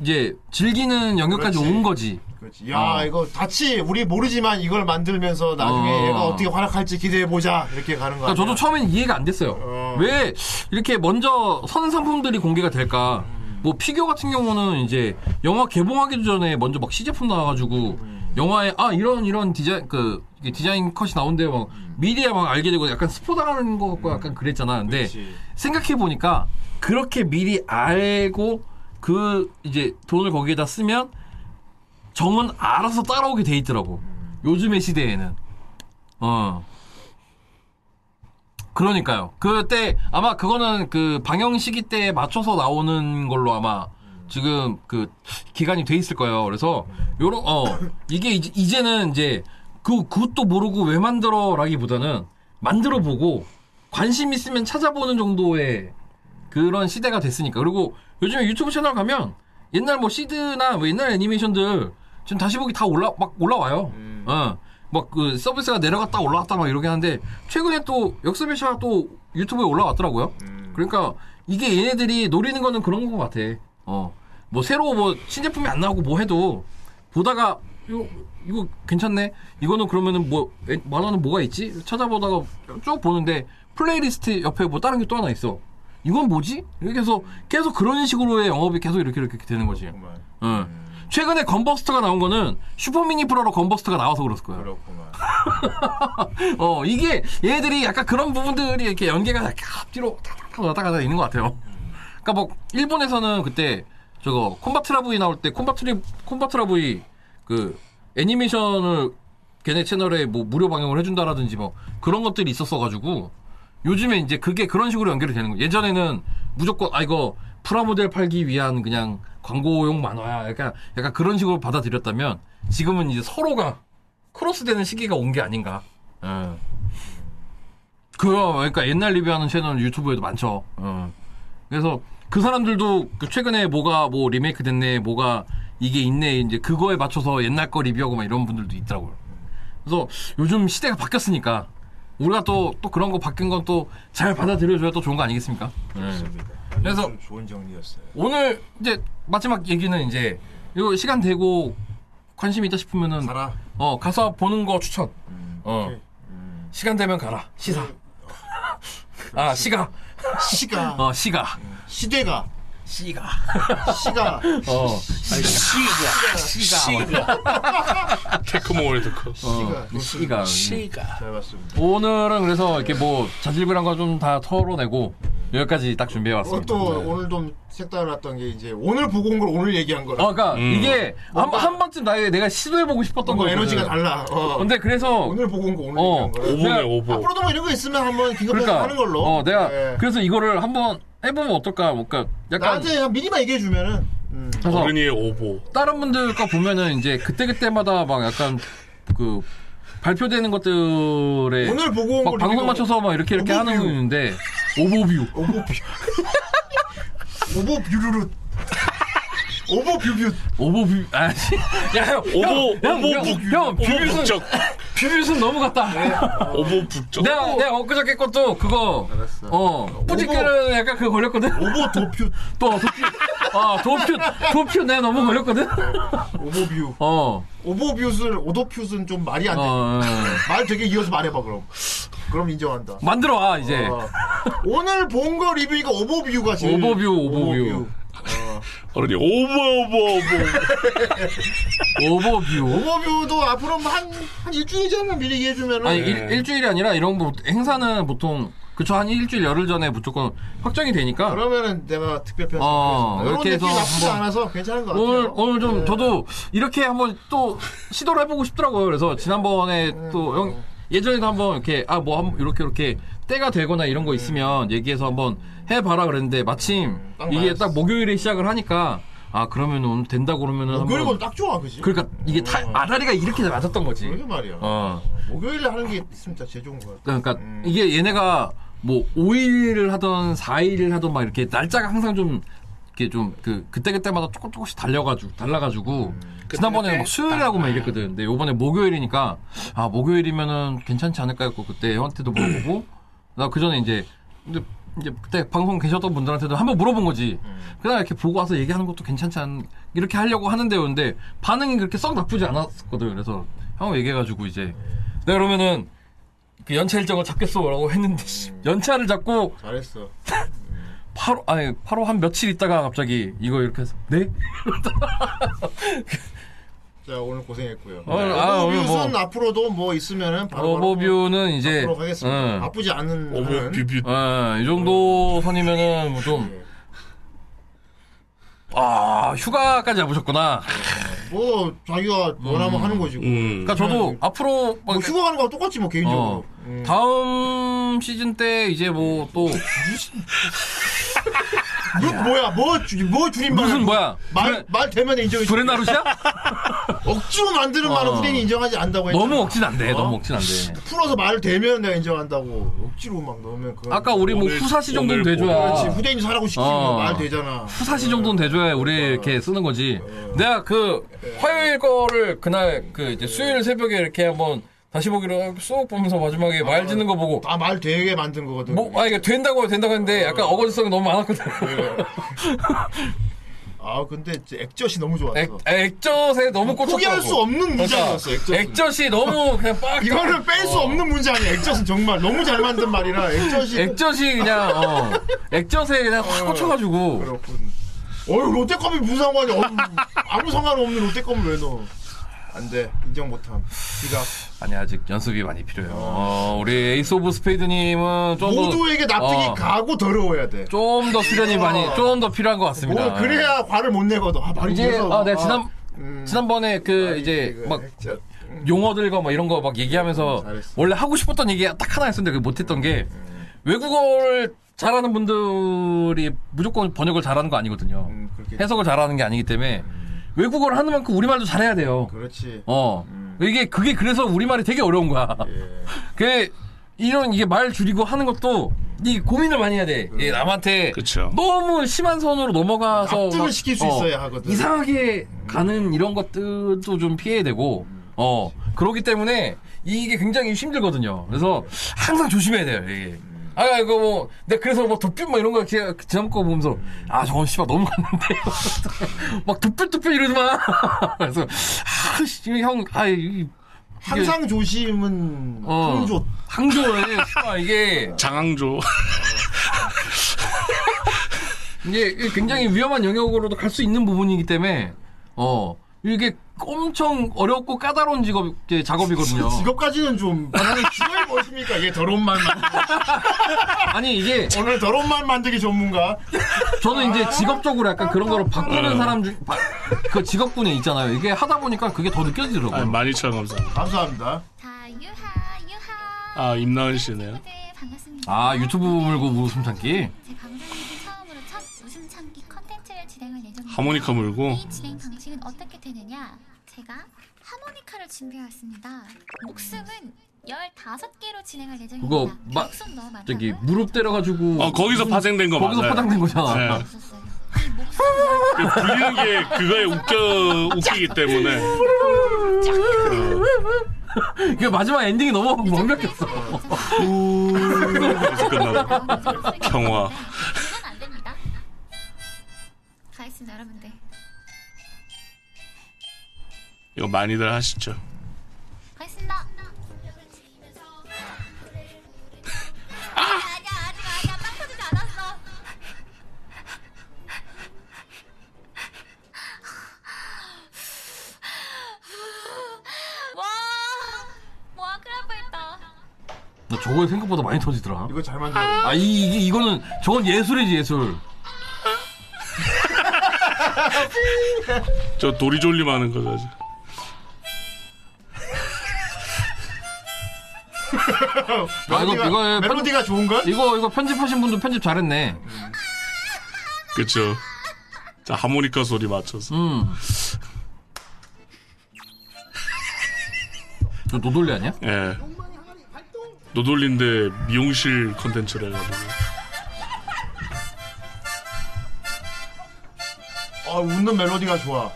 S2: 이제 즐기는 영역까지
S4: 그렇지.
S2: 온 거지.
S4: 그렇지. 야
S2: 어.
S4: 이거 다치 우리 모르지만 이걸 만들면서 나중에
S2: 어.
S4: 얘가 어떻게 활약할지 기대해 보자 이렇게 가는
S2: 그러니까
S4: 거야.
S2: 저도 처음엔 이해가 안 됐어요.
S4: 어.
S2: 왜 이렇게 먼저 선 상품들이 공개가 될까?
S4: 음.
S2: 뭐 피규어 같은 경우는 이제 영화 개봉하기 전에 먼저 막 시제품 나와가지고
S4: 음.
S2: 영화에 아 이런 이런 디자인 그 이게 디자인 컷이 나온대 막
S4: 음.
S2: 미리야 막 알게 되고 약간 스포 당하는 것 같고 약간 그랬잖아. 근데
S4: 그렇지.
S2: 생각해 보니까 그렇게 미리 알고 그 이제 돈을 거기에다 쓰면 정은 알아서 따라오게 돼 있더라고.
S4: 음.
S2: 요즘의 시대에는. 어. 그러니까요. 그때 아마 그거는 그 방영 시기 때에 맞춰서 나오는 걸로 아마 지금 그 기간이 돼 있을 거예요. 그래서 요런 어 이게 이제 이제는 이제 그 그것도 모르고 왜 만들어라기보다는 만들어 보고 관심 있으면 찾아보는 정도의 그런 시대가 됐으니까. 그리고 요즘에 유튜브 채널 가면 옛날 뭐 시드나 뭐 옛날 애니메이션들 지금 다시 보기 다 올라 막 올라와요. 어. 막 그 서비스가 내려갔다 올라왔다 막 이러게 하는데 최근에 또 역습이샤 또 유튜브에 올라왔더라고요. 그러니까 이게 얘네들이 노리는 거는 그런 것 같아. 어. 뭐 새로 뭐 신제품이 안 나오고 뭐 해도 보다가 이거, 이거 괜찮네. 이거는 그러면은 뭐 에, 만화는 뭐가 있지? 찾아보다가 쭉 보는데 플레이리스트 옆에 뭐 다른 게 또 하나 있어. 이건 뭐지? 이렇게 해서 계속 그런 식으로의 영업이 계속 이렇게 이렇게 되는 거지.
S4: 그렇구만.
S2: 응. 최근에 건버스터가 나온 거는 슈퍼미니 프로로 건버스터가 나와서 그랬을 거야.
S4: 그렇구만.
S2: 어, 이게 얘네들이 약간 그런 부분들이 이렇게 연계가 이렇게 앞뒤로 타닥타닥 왔다 갔다 있는 것 같아요. 그러니까 뭐 일본에서는 그때 저거 콤바트라부이 나올 때 콤바트리 콤바트라부이 그 애니메이션을 걔네 채널에 뭐 무료 방영을 해준다라든지 뭐 그런 것들이 있었어가지고 요즘에 이제 그게 그런 식으로 연결이 되는 거예요. 예전에는 무조건 아 이거 프라모델 팔기 위한 그냥 광고용 만화야 약간 약간 그런 식으로 받아들였다면 지금은 이제 서로가 크로스되는 시기가 온 게 아닌가. 예. 그거 그러니까 옛날 리뷰하는 채널 유튜브에도 많죠. 예. 그래서 그 사람들도 그 최근에 뭐가 뭐 리메이크 됐네, 뭐가 이게 있네, 이제 그거에 맞춰서 옛날 거 리뷰하고 막 이런 분들도 있더라고요. 그래서 요즘 시대가 바뀌었으니까 우리가 또 또 그런 거 바뀐 건 또 잘 받아들여줘야 또 좋은 거 아니겠습니까? 예. 네. 그래서
S4: 좋은 정리였어요.
S2: 오늘 이제 마지막 얘기는 이제 요 시간 되고 관심 있다 싶으면은
S4: 가라. 음,
S2: 어 가서 보는 거 추천. 어 시간 되면 가라 시사. 아 시가
S4: 시가
S2: 어 시가 어,
S4: 시대가
S2: 시가
S4: 시가
S2: 어
S4: 시가
S5: 시가. 테크모월드
S2: 어,
S5: 컵.
S4: 시가 좋습니다.
S2: 네, 시가
S5: 시가.
S4: 잘 봤습니다.
S2: 오늘은 그래서 이렇게 뭐 자질구란 거 좀 다 털어내고 여기까지 딱 준비해
S4: 어,
S2: 왔습니다. 네.
S4: 또 오늘 좀 색달랐던 게 이제 오늘 보고 온 걸 오늘 얘기한 거라.
S2: 어 그러니까
S5: 음.
S2: 이게 한, 한 번쯤 나에 내가 시도해 보고 싶었던
S4: 뭔가
S2: 거
S4: 에너지가 달라. 어.
S2: 근데 그래서
S4: 오늘 보고 온 거 오늘
S2: 어.
S4: 얘기한 거라.
S5: 오보네
S2: 내가
S5: 오보.
S4: 앞으로도 뭐 이런 거 있으면 한번 긴급해서
S2: 그러니까
S4: 하는 걸로.
S2: 어 내가
S4: 예.
S2: 그래서 이거를 한번 해보면 어떨까? 그러니까 약간
S4: 나한테 그냥 미리만 얘기해 주면은. 음.
S2: 그래서
S5: 어른이의 오보.
S2: 다른 분들 거 보면은 이제 그때 그때마다 막 약간 그 발표되는 것들에
S4: 오늘 보고 온거
S2: 막 방송 맞춰서 막 이렇게 이렇게 하는 거
S4: 오버뷰.
S2: 있는데 오버뷰
S4: 오버뷰. 오버뷰르르. 오버뷰뷰.
S2: 오버뷰 아씨 야
S5: 오보
S2: 오버뷰 형
S5: 오보
S2: 뷰뷰는
S5: 북적. 네.
S2: 뷰뷰는 너무 같다
S5: 오보 북적.
S2: 내가 내가 엊그저께 것도 그거
S4: 알았어.
S2: 어 뿌지께는 약간 그거 걸렸거든
S4: 오버도퓨.
S2: 또 도퓨 아 도퓨 도퓨 내가 너무 걸렸거든
S4: 오버뷰.
S2: 어어 어,
S4: [LAUGHS] 오버뷰은 오도퓨는 좀 말이 안 돼. 말 되게 이어서 말해봐 그럼. 그럼 인정한다.
S2: 만들어 와 이제
S4: 어. 오늘 본 거 리뷰가 오버뷰가 제일
S2: 오버뷰, 오버뷰. [LAUGHS]
S5: 어른이
S4: [LAUGHS]
S5: 오버 오버 오버
S2: 오버뷰.
S4: 오버뷰도 앞으로 한한 일주일 전에 미리 얘기해주면은 네.
S2: 아니 일, 일주일이 아니라 이런 거 행사는 보통 그쵸 한 일주일 열흘 전에 무조건 확정이 되니까
S4: 그러면은 내가 특별 편성.
S2: 어,
S4: 어, 이런
S2: 이렇게
S4: 느낌
S2: 해서
S4: 나쁘지
S2: 한번-
S4: 않아서 괜찮은 것 같아요.
S2: 오늘 오늘 좀
S4: 네.
S2: 저도 이렇게 한번 또 시도를 해보고 싶더라고요. 그래서 지난번에
S4: 네.
S2: 또 형, 예전에도 한번 이렇게 아 뭐 한번 이렇게 이렇게 때가 되거나 이런
S4: 네.
S2: 거 있으면 얘기해서 한번 해봐라 그랬는데 마침
S4: 딱
S2: 이게
S4: 맞았어.
S2: 딱 목요일에 시작을 하니까 아 그러면 오늘 된다 그러면은
S4: 목요일은
S2: 한번
S4: 딱 좋아 어, 그지? 어.
S2: 그러니까 이게 다 아다리가 이렇게 맞았던
S4: 그러게
S2: 거지.
S4: 말이야.
S2: 어
S4: 목요일에 하는 게 진짜 제일 좋은 것 같아.
S2: 그러니까
S4: 음.
S2: 이게 얘네가 뭐 5일을 하던 4일을 하던 막 이렇게 날짜가 항상 좀 이렇게 좀 그 그때 그때마다 조금 조금씩 달려가지고 달라가지고 지난번에 막 수요일하고 막 이랬거든. 근데 요번에 목요일이니까 아 목요일이면은 괜찮지 않을까 했고 그때 형한테도 물어보고 나 그 전에 이제 근데 이제 그때 방송 계셨던 분들한테도 한번 물어본 거지. 그날 이렇게 보고 와서 얘기하는 것도 괜찮지 않 이렇게 하려고 하는데요. 근데 반응이 그렇게 썩 나쁘지 않았거든. 그래서 형 얘기해가지고 이제 내가 그러면은 그 연차 일정을 잡겠소라고 했는데 씨, 연차를 잡고
S4: 잘했어.
S2: 바로 아니 바로 한 며칠 있다가 갑자기 이거 이렇게 해서 네?
S4: 자 오늘 고생했고요.
S2: 어, 아, 오늘
S4: 네, 오버뷰는
S2: 뭐-
S4: 앞으로도 뭐 있으면은 바로
S2: 오버뷰는 이제 어.
S4: 바로 하겠습니다.
S2: 응.
S4: 바쁘지 않은
S5: 오버
S4: 한은.
S5: 뷰뷰
S2: 예, 이 정도 선이면은 뭐 좀 아, 휴가까지 잡으셨구나.
S4: 뭐 자기가 원하면 하는 거지. 뭐.
S5: 음
S2: 그러니까 저도
S4: 네.
S2: 앞으로 막
S4: 뭐 휴가 가는 거랑 똑같지 뭐 개인적으로.
S2: 어, 다음 시즌 때 이제 뭐 또
S4: 뭐, 뭐야 뭐, 주, 뭐 줄임말
S2: 무슨 뭐야?
S4: 말, 말 되면 인정해
S2: 브레나루시야
S4: 억지로 만드는
S2: 어.
S4: 말은 후대인이 인정하지 않다고 했잖아
S2: 너무 억진 안 돼.
S4: 어?
S2: 너무 억진 안 돼.
S4: 풀어서 말을 되면 내가 인정한다고 억지로 막 넣으면 그건
S2: 아까 우리 뭐
S5: 오늘-
S2: 후사시 정도는
S5: 오늘 뭐
S4: 그렇지
S2: 돼줘야
S4: 후대인이 사라고 시키면
S2: 어.
S4: 말 되잖아 어.
S2: 후사시 정도는 돼줘야 우리 이렇게 쓰는 거지. 내가 그 화요일 거를 그날 그 이제 수요일 새벽에 이렇게 한번 다시 보기로 쏙 보면서 마지막에 말 짓는 거 보고
S4: 다 아. 말 되게 만든 거거든
S2: 뭐, 아, 이게 된다고, 된다고 했는데 약간 어거지성이 너무 많았거든. [LAUGHS]
S4: 아 근데 진짜 액젓이 너무 좋았어
S2: 액, 액젓에 너무 꽂혔고. 그러니까
S4: 포기할 수 없는 문장이었어 액젓은
S2: 액젓이
S4: [LAUGHS]
S2: 너무 그냥 빡. 어.
S4: 이거는 뺄 수 없는 문장이야 액젓은 정말 너무 잘 만든 말이라 액젓이
S2: [LAUGHS] 액젓이 그냥,
S4: [LAUGHS]
S2: 어. 액젓에 그냥 확 꽂혀가지고.
S4: 그렇군 어휴 롯데컵이 무슨 상관이야 어휴, 아무 상관없는 롯데컵을 왜 넣어 안돼 인정 못함 네가
S2: 아니, 아직 연습이 많이 필요해요. 어, 우리 에이스 오브 스페이드님은 좀 더.
S4: 모두에게 납득이
S2: 어.
S4: 가고 더러워야 돼.
S2: 좀 더 수련이 많이, 좀 더 필요한 것 같습니다.
S4: 뭐 그래야 과를 못 내거든. 아 말이
S2: 이제,
S4: 무서워.
S2: 아, 내가 지난,
S4: 음.
S2: 지난번에 그
S4: 아,
S2: 이제
S4: 이거
S2: 막
S4: 액젓.
S2: 용어들과 막 이런 거 막 얘기하면서
S4: 잘했어.
S2: 원래 하고 싶었던 얘기 딱 하나 했었는데 그걸 못했던 게 외국어를 잘하는 분들이 무조건 번역을 잘하는 거 아니거든요.
S4: 음, 그렇게 음.
S2: 해석을 잘하는 게 아니기 때문에 외국어를 하는 만큼 우리말도 잘해야 돼요.
S4: 그렇지. 음.
S2: 어. 이게 그게 그래서 우리말이 되게 어려운 거야.
S4: 예.
S2: [LAUGHS] 그 이런 이게 말 줄이고 하는 것도 이 고민을 많이 해야 돼. 이게 예, 남한테
S5: 그쵸.
S2: 너무 심한 선으로 넘어가서
S4: 납득을
S2: 막,
S4: 시킬 수 있어야 하거든.
S2: 이상하게 가는 이런 것들도 좀 피해야 되고 어 그렇기 때문에 이게 굉장히 힘들거든요. 그래서 항상 조심해야 돼요. 이게. 아, 이거 뭐, 내가 그래서 뭐, 도표 막 이런 거 기- 지난 거 보면서, 아, 저건 씨발 너무 갔는데. [LAUGHS] 막, 도표, 도표 이러지 마. [LAUGHS] 그래서, 아, 씨, 형, 아, 이,
S4: 항상 조심은
S2: 어.
S4: 항조.
S2: 항조에 씨발 이게 어.
S5: 장항조
S2: 이게 굉장히 위험한 영역으로도 갈 수 있는 부분이기 때문에 어 이게 엄청 어렵고 까다로운 직업 이제 작업이거든요.
S4: [LAUGHS] 직업까지는 좀 나는 직업이 무엇입니까? 이게 더러운 말 만들기.
S2: [LAUGHS] 아니 이게
S4: 오늘 더러운 말 만들기 전문가.
S2: 저는 이제 직업적으로 약간 그런 거로
S4: 어.
S2: 바꾸는 사람 중그 직업군에 있잖아요. 이게 하다 보니까 그게 더
S5: 아,
S2: 느껴지더라고요.
S5: 12,000원 감사합니다
S4: 감사합니다.
S3: 다유하 유하
S5: 아 임나은 씨네요
S3: 네 반갑습니다
S2: 아 유튜브 물고 웃음 참기.
S3: 제 방송에서 처음으로 첫 웃음 참기 컨텐츠를 진행할 예정입니다
S5: 하모니카 물고
S3: 이 진행 방식은 어떻게 되느냐 제가 하모니카를 준비하였습니다 목숨은 15개로 진행할 예정입니다
S2: 그거 마-
S3: 목숨 아, 너무 많다고요?
S2: 저기 무릎 때려가지고 [LAUGHS]
S5: 어 거기서 파생된 거
S2: 거기서
S5: 맞아요
S2: 파장된 거잖아.
S5: 네.
S3: 없었어요 이 목숨
S5: 불리는 게그 그거에 웃겨 웃기기 때문에
S2: 이게 마지막 엔딩이 너무 완벽했어.
S5: 그래서 끝나고 평화.
S3: 이건 안 됩니다. 가겠습니다, 여러분들.
S5: 이거 많이들 하시죠
S3: 가겠습니다.
S2: 나 저거 생각보다 많이 터지더라.
S4: 이거 잘 만들어.
S2: 아, 이, 이게, 이거는, 저건 예술이지, 예술.
S5: 저 도리졸림 하는 거죠. 아주.
S2: 아, 이거,
S4: 멜로디가,
S2: 이거, 편,
S4: 멜로디가 좋은걸?
S2: 이거, 이거 편집하신 분도 편집 잘했네.
S5: 그쵸. 자, 하모니카 소리 맞춰서.
S2: 음. 저 노돌리 아니야?
S5: 예. 노돌린데 미용실 컨텐츠를 해가지고.
S4: 아 웃는 멜로디가 좋아.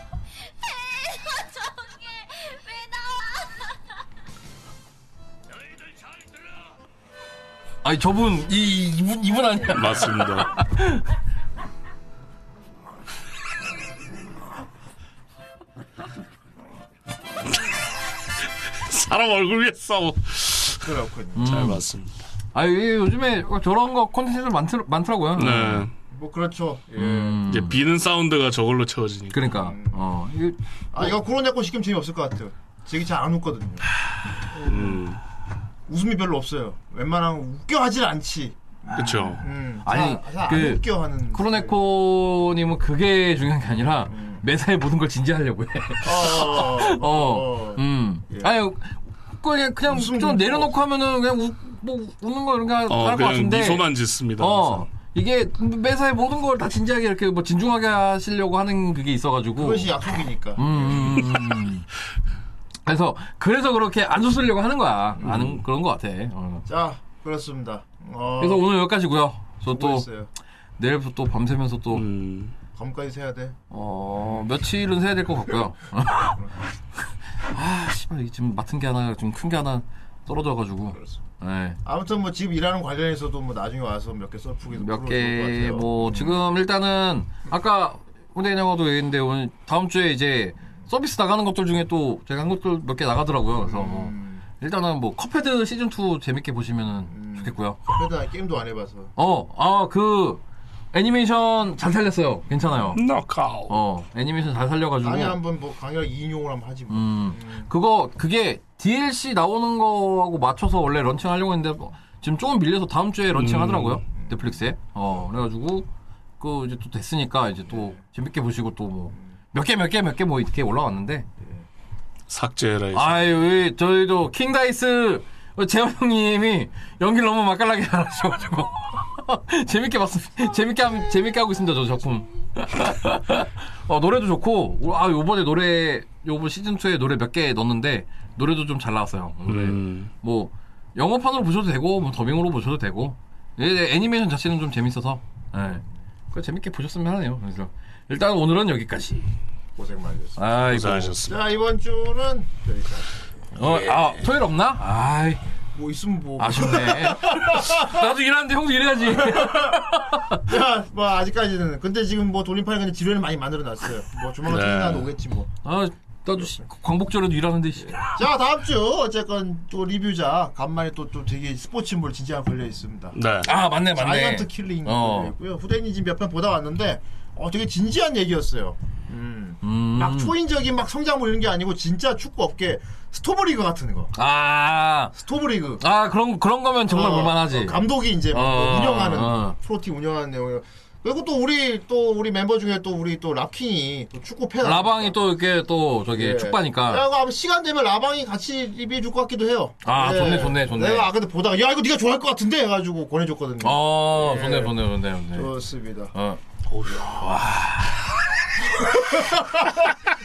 S2: 아니, 저분, 이, 이분, 이분 아니야.
S5: 맞습니다.
S2: [LAUGHS]
S5: 사람 얼굴 위에 싸워. 음.
S4: 그렇군요.
S5: 잘 맞습니다.
S2: 음. 아, 이 요즘에 저런 거 콘텐츠들 많더, 많더라고요.
S5: 네.
S4: 뭐 그렇죠. 예.
S2: 음,
S5: 이제 비는 사운드가 저걸로 채워지니까.
S2: 그러니까, 어. 이거
S4: 아 이거 코로네코 시키면 재미없을 것 같아요. 제기 잘 안 웃거든요.
S5: 음.
S4: 웃음이 별로 없어요. 웬만하면 웃겨 하질 않지.
S5: 그쵸.
S4: 음.
S2: 아니,
S4: 자, 자,
S2: 그
S4: 안 웃겨 하는.
S2: 쿠로네코님은 그게 중요한 게 아니라, 매사에 모든 걸 진지하려고 해.
S4: 음. 어, 어, 어,
S2: 어,
S4: 어.
S2: 음.
S4: 예.
S2: 아니, 그냥, 그냥
S4: 웃음
S2: 좀
S4: 좀
S2: 내려놓고 하면은 그냥 우, 뭐 웃는 거 이런 거 할
S5: 어,
S2: 것
S5: 그냥
S2: 같은데.
S5: 미소만 짓습니다.
S2: 어.
S5: 항상.
S2: 이게 매사에 모든 걸 다 진지하게 이렇게 뭐 진중하게 하시려고 하는 그게 있어가지고.
S4: 그것이 약속이니까.
S2: 뭐 음, 음, 음. 그래서, 그래서 그렇게 안 웃으려고 하는 거야. 아는 그런 것 같아. 어.
S4: [LAUGHS] 자 그렇습니다. 어,
S2: 그래서 오늘 여기까지고요 저 또
S4: 수고했어요.
S2: 내일부터 또 밤새면서 또
S5: 음.
S4: 검까지 세야 돼.
S2: 어, 며칠은 새야 될 것 같고요. [LAUGHS] 아, 씨발 이게 지금 맡은 게 하나, 지금 큰 게 하나 떨어져가지고.
S4: 그렇습니다.
S2: 네.
S4: 아무튼 뭐 지금 일하는 관련해서도 뭐 나중에 와서 몇 개 썰프기도
S2: 몇
S4: 풀어볼 것
S2: 개
S4: 같아요. 음.
S2: 뭐 지금 일단은 아까 후대인 영화도 얘기했는데 오늘 다음 주에 이제 서비스 나가는 것들 중에 또 제가 한 것들 몇 개 나가더라고요. 그래서 뭐
S4: 음.
S2: 일단은 뭐 컵헤드 시즌 2 재밌게 보시면 좋겠고요.
S4: 그래도 게임도 안 해봐서.
S2: 어, 아 그 애니메이션 잘 살렸어요. 괜찮아요.
S5: knockout.
S2: 어, 애니메이션 잘 살려가지고.
S4: 강의 한번 뭐 강의랑 인용을 한번 하지
S2: 음.
S4: 뭐.
S2: 그거 그게 DLC 나오는 거하고 맞춰서 원래 런칭하려고 했는데 뭐 지금 조금 밀려서 다음 주에 런칭하더라고요 넷플릭스에 어 그래가지고 그 이제 또 됐으니까 이제 또 재밌게 보시고 또 뭐 몇 개 몇 개 몇 개 뭐 이렇게 올라왔는데
S5: 삭제해라. 이제.
S2: 아유 이 저희도 킹다이스 재원 형님이 연기를 너무 맛깔나게 잘하셔가지고 [LAUGHS] 재밌게 봤습니다 재밌게 함- 재밌게 하고 있습니다 저 작품 [LAUGHS] 어, 노래도 좋고 오, 아 요번에 노래 요번 시즌 2에 노래 몇 개 넣었는데 노래도 좀 잘 나왔어요 노래
S5: 음.
S2: 뭐 영어판으로 보셔도 되고 뭐 더빙으로 보셔도 되고 예, 예, 애니메이션 자체는 좀 재밌어서 예. 그 재밌게 보셨으면 하네요 그래서 일단 오늘은 여기까지
S4: 고생 많이 했어.
S2: 아이고
S5: 고생하셨습니다.
S4: 자 이번 주는 여기까지.
S2: 어, 아 토요일 없나 아이
S4: 예. 뭐 있으면 뭐.
S2: 아쉽네. 예. [LAUGHS]
S4: [LAUGHS]
S2: 나도 일하는데 형도 일해야지.
S4: 야, 뭐 아직까지는. 근데 지금 뭐 돌림판이 근데 지뢰를 많이 만들어놨어요. 뭐 조만간
S5: 네.
S4: 퇴근한 오겠지 뭐.
S2: 아, 나도 씨, 광복절에도 일하는데. 씨.
S4: 자 다음 주 어쨌건 또 리뷰자 간만에 또 또 되게 스포츠물 진지한 걸려 있습니다.
S5: 네.
S2: 아, 맞네, 맞네.
S4: 자이언트 킬링
S2: 어.
S4: 걸려 있고요. 후대인이 지금 몇 편 보다 왔는데 어 되게 진지한 얘기였어요. 음.
S2: 음.
S4: 막 초인적인 막 성장물 뭐 이런 게 아니고 진짜 축구 업계 스토브리그 같은 거.
S2: 아,
S4: 스토브리그.
S2: 아 그런 그런 거면 정말
S4: 어,
S2: 볼만하지.
S4: 어, 감독이 이제 막뭐
S2: 어,
S4: 운영하는
S2: 어.
S4: 프로팀 운영하는 내용이요. 그리고 또 우리 또 우리 멤버 중에 또 우리 또 라킹이 또 축구 팬.
S2: 라방이 또 이렇게 또
S4: 예.
S2: 저기 축바니까.
S4: 내가 아마 시간 되면 라방이 같이 리뷰해 줄 것 같기도 해요.
S2: 아,
S4: 예.
S2: 좋네, 좋네, 좋네.
S4: 내가 아까도 보다가 야 이거 네가 좋아할 것 같은데 해가지고 권해줬거든요.
S2: 어,
S4: 예.
S2: 좋네, 좋네, 좋네, 좋네.
S4: 좋습니다.
S2: 어.
S4: [LAUGHS]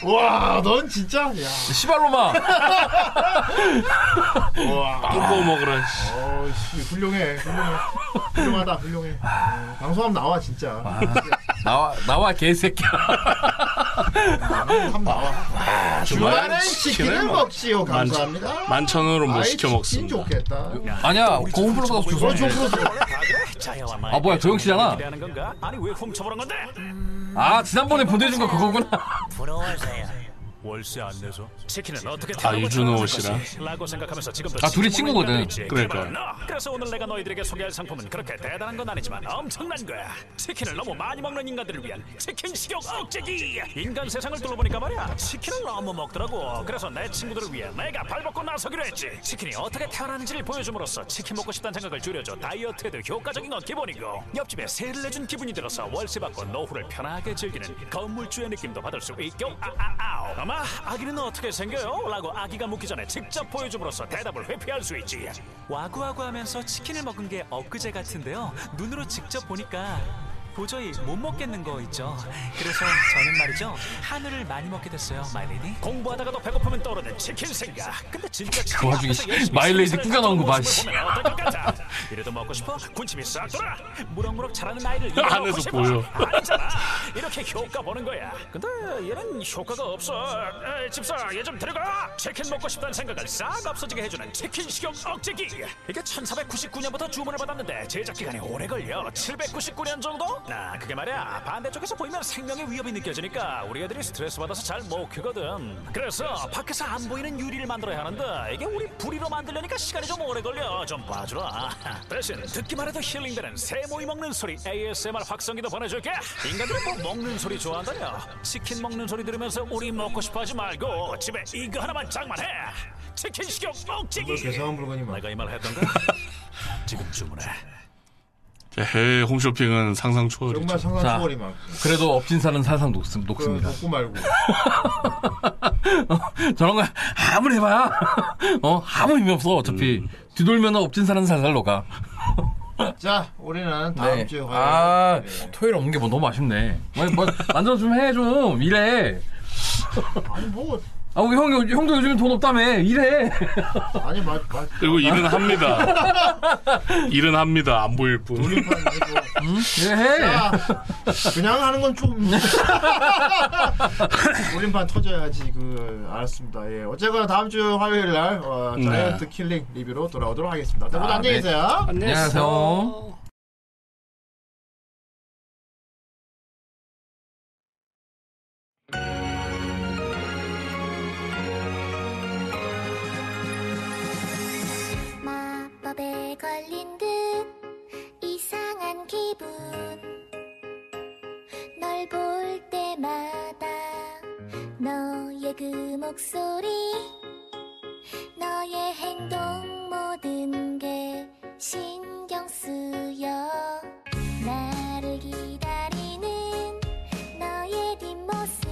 S4: 와, 넌 진짜 야. [LAUGHS]
S2: 시발로마. 아.
S4: 와,
S5: 아. 또뭐 먹으라. 씨.
S4: 어, 씨, 훌륭해, 훌륭해, 훌륭하다, 훌륭해. 음, 방송하면 나와 진짜.
S2: 아. 나와 나와 개새끼야.
S4: 한번 아, 나와. 주말엔 치킨을
S5: 치킨을 먹-
S4: 먹지요. 감사합니다.
S5: 아, 만천으로 뭐
S4: 아이,
S5: 시켜
S4: 치킨
S5: 먹습니다.
S4: 좋겠다.
S2: 아니야, 고홈플러스 가서 주소.
S5: 어,
S4: 그렇죠, 그렇죠.
S2: 어, 아 뭐야, 조영 씨잖아.
S10: 아니 왜 훔쳐보는 건데?
S2: 아 지난번에 보내준 거 그거구나. [LAUGHS]
S10: 부러워서요. 월세 안 내서 치킨은 어떻게
S5: 아, 유준호 씨랑.
S10: 라고 생각하면서 지금도
S2: 아, 둘이
S10: 치킨
S2: 친구거든.
S10: 먹는 거지.
S5: 그러니까요.
S10: 개발은 너. 그래서 오늘 내가 너희들에게 소개할 상품은 그렇게 대단한 건 아니지만 엄청난 거야 치킨을 너무 많이 먹는 인간들을 위한 치킨 식욕 억제기 인간 세상을 둘러보니까 말이야 치킨을 너무 먹더라고 그래서 내 친구들을 위해 내가 발벗고 나서기로 했지 치킨이 어떻게 태어나는지를 보여줌으로써 치킨 먹고 싶다는 생각을 줄여줘 다이어트에도 효과적인 건 기본이고 옆집에 세를 내준 기분이 들어서 월세 받고 노후를 편하게 즐기는 건물주의 느낌도 받을 수 있고 아아아우 아마 아기는 어떻게 생겨요? 라고 아기가 묻기 전에 직접 보여줌으로써 대답을 회피할 수 있지 와구와구 하면서 치킨을 먹은 게 엊그제 같은데요 눈으로 직접 보니까 도저히 못 먹겠는 거 있죠 그래서 저는 말이죠 한우를 많이 먹게 됐어요 마이레디 공부하다가도 배고프면 떠오르는 치킨 생각 근데 진짜 치킨
S2: 그 와중에
S10: 앞에서 열심히
S2: 마일레이디
S10: 치킨을
S2: 꾸겨 넣은 거 봐,
S10: 모습을
S2: 씨.
S10: 보면 어떨 것 같아? 이래도 먹고 싶어? 군침이 싹 돌아 무럭무럭 자라는 아이를 이래
S5: [LAUGHS] 안에서
S10: 먹고 싶어?
S5: 보여.
S10: 아니잖아 이렇게 효과 보는 거야 근데 얘는 효과가 없어 에이, 집사 얘 좀 데려가 치킨 먹고 싶다는 생각을 싹 없어지게 해주는 치킨 식욕 억제기 이게 1499년부터 주문을 받았는데 제작 기간이 오래 걸려 799년 정도? 나 그게 말이야 반대쪽에서 보이면 생명의 위협이 느껴지니까 우리 애들이 스트레스 받아서 잘 못 크거든 그래서 밖에서 안 보이는 유리를 만들어야 하는데 이게 우리 부리로 만들려니까 시간이 좀 오래 걸려 좀 봐주라 [LAUGHS] 대신 듣기만 해도 힐링되는 새모이 먹는 소리 ASMR 확성기도 보내줄게 인간들은 뭐 먹는 소리 좋아한다냐 치킨 먹는 소리 들으면서 우리 먹고 싶어 하지 말고 집에 이거 하나만 장만해 치킨 식욕 억제기
S4: 개성한 물건이 많아.
S10: 내가 이 말
S4: [LAUGHS]
S10: 했던가? 지금 주문해
S5: 에헤이 홈쇼핑은 상상 초월이죠.
S4: 정말 상상
S2: 자.
S4: 초월이 많고.
S2: 그래도 업진사는 살상 녹,
S4: 그
S2: 녹습니다.
S4: 먹고 말고.
S2: 저런 거 아무리 해봐야 [LAUGHS] 어 아무 의미 없어 어차피
S4: 음.
S2: 뒤돌면 업진사는 살살 녹아.
S4: 자, 우리는 다음
S2: 네.
S4: 주에 가요.
S2: 아
S4: 네.
S2: 토요일 없는 게 뭐 너무 아쉽네. 뭐, 뭐 만들어 좀 해 좀 이래.
S4: 아니 뭐
S2: 아 우리 형 형도 요즘 돈 없다며 이래.
S4: 아니 말 말.
S5: 그리고 일은
S2: [LAUGHS]
S5: 합니다. 일은 합니다. 안 보일 뿐.
S4: 돌림판 해도.
S2: 이래 예, 해.
S4: 아, 그냥 하는
S2: [LAUGHS]
S4: 건 좀. 우린판 터져야지 그 알았습니다. 예. 어쨌거나 다음 주 화요일 날 어,
S5: 네.
S4: 자이언트 킬링 리뷰로 돌아오도록 하겠습니다. 모두
S2: 아,
S4: 안녕히
S2: 네.
S4: 계세요.
S2: 안녕하세요.
S11: 마법에 걸린 듯 이상한 기분 널 볼 때마다 너의 그 목소리 너의 행동 모든 게 신경 쓰여 나를 기다리는 너의 뒷모습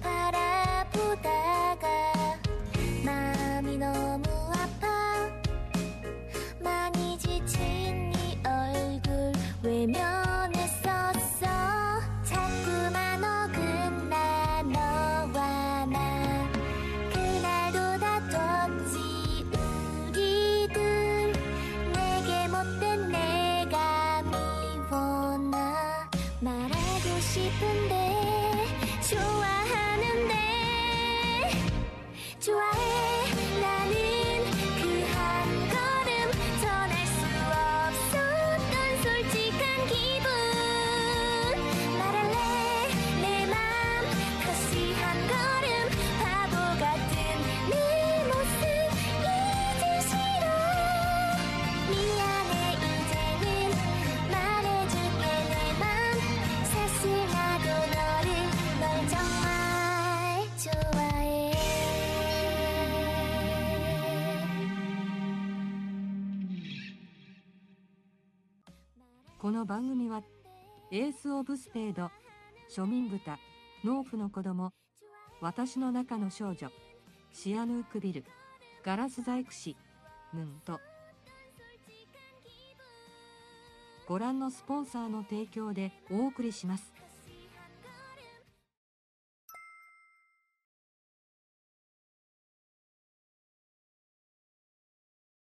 S11: 바라보다가 마음이 너무 아파 많이 지친 네 얼굴 외면했었어 자꾸만 어긋나 너와 나 그날도 다퉜지 우리들 내게 못된 내가 미워 나 말하고 싶은데 좋아하는데 좋아해 나는 그 한 걸음 전할 수 없었던 솔직한 기분 말할래 내 맘 다시 한 걸음 바보 같은 내 모습 이제 싫어 미안해 이제는 말해줄게 내 맘 사실 나도 너를 널 정말 좋아해
S12: この番組はエース・オブ・スペード庶民豚農夫の子供私の中の少女シアヌークビルガラス細工師ムントご覧のスポンサーの提供でお送りします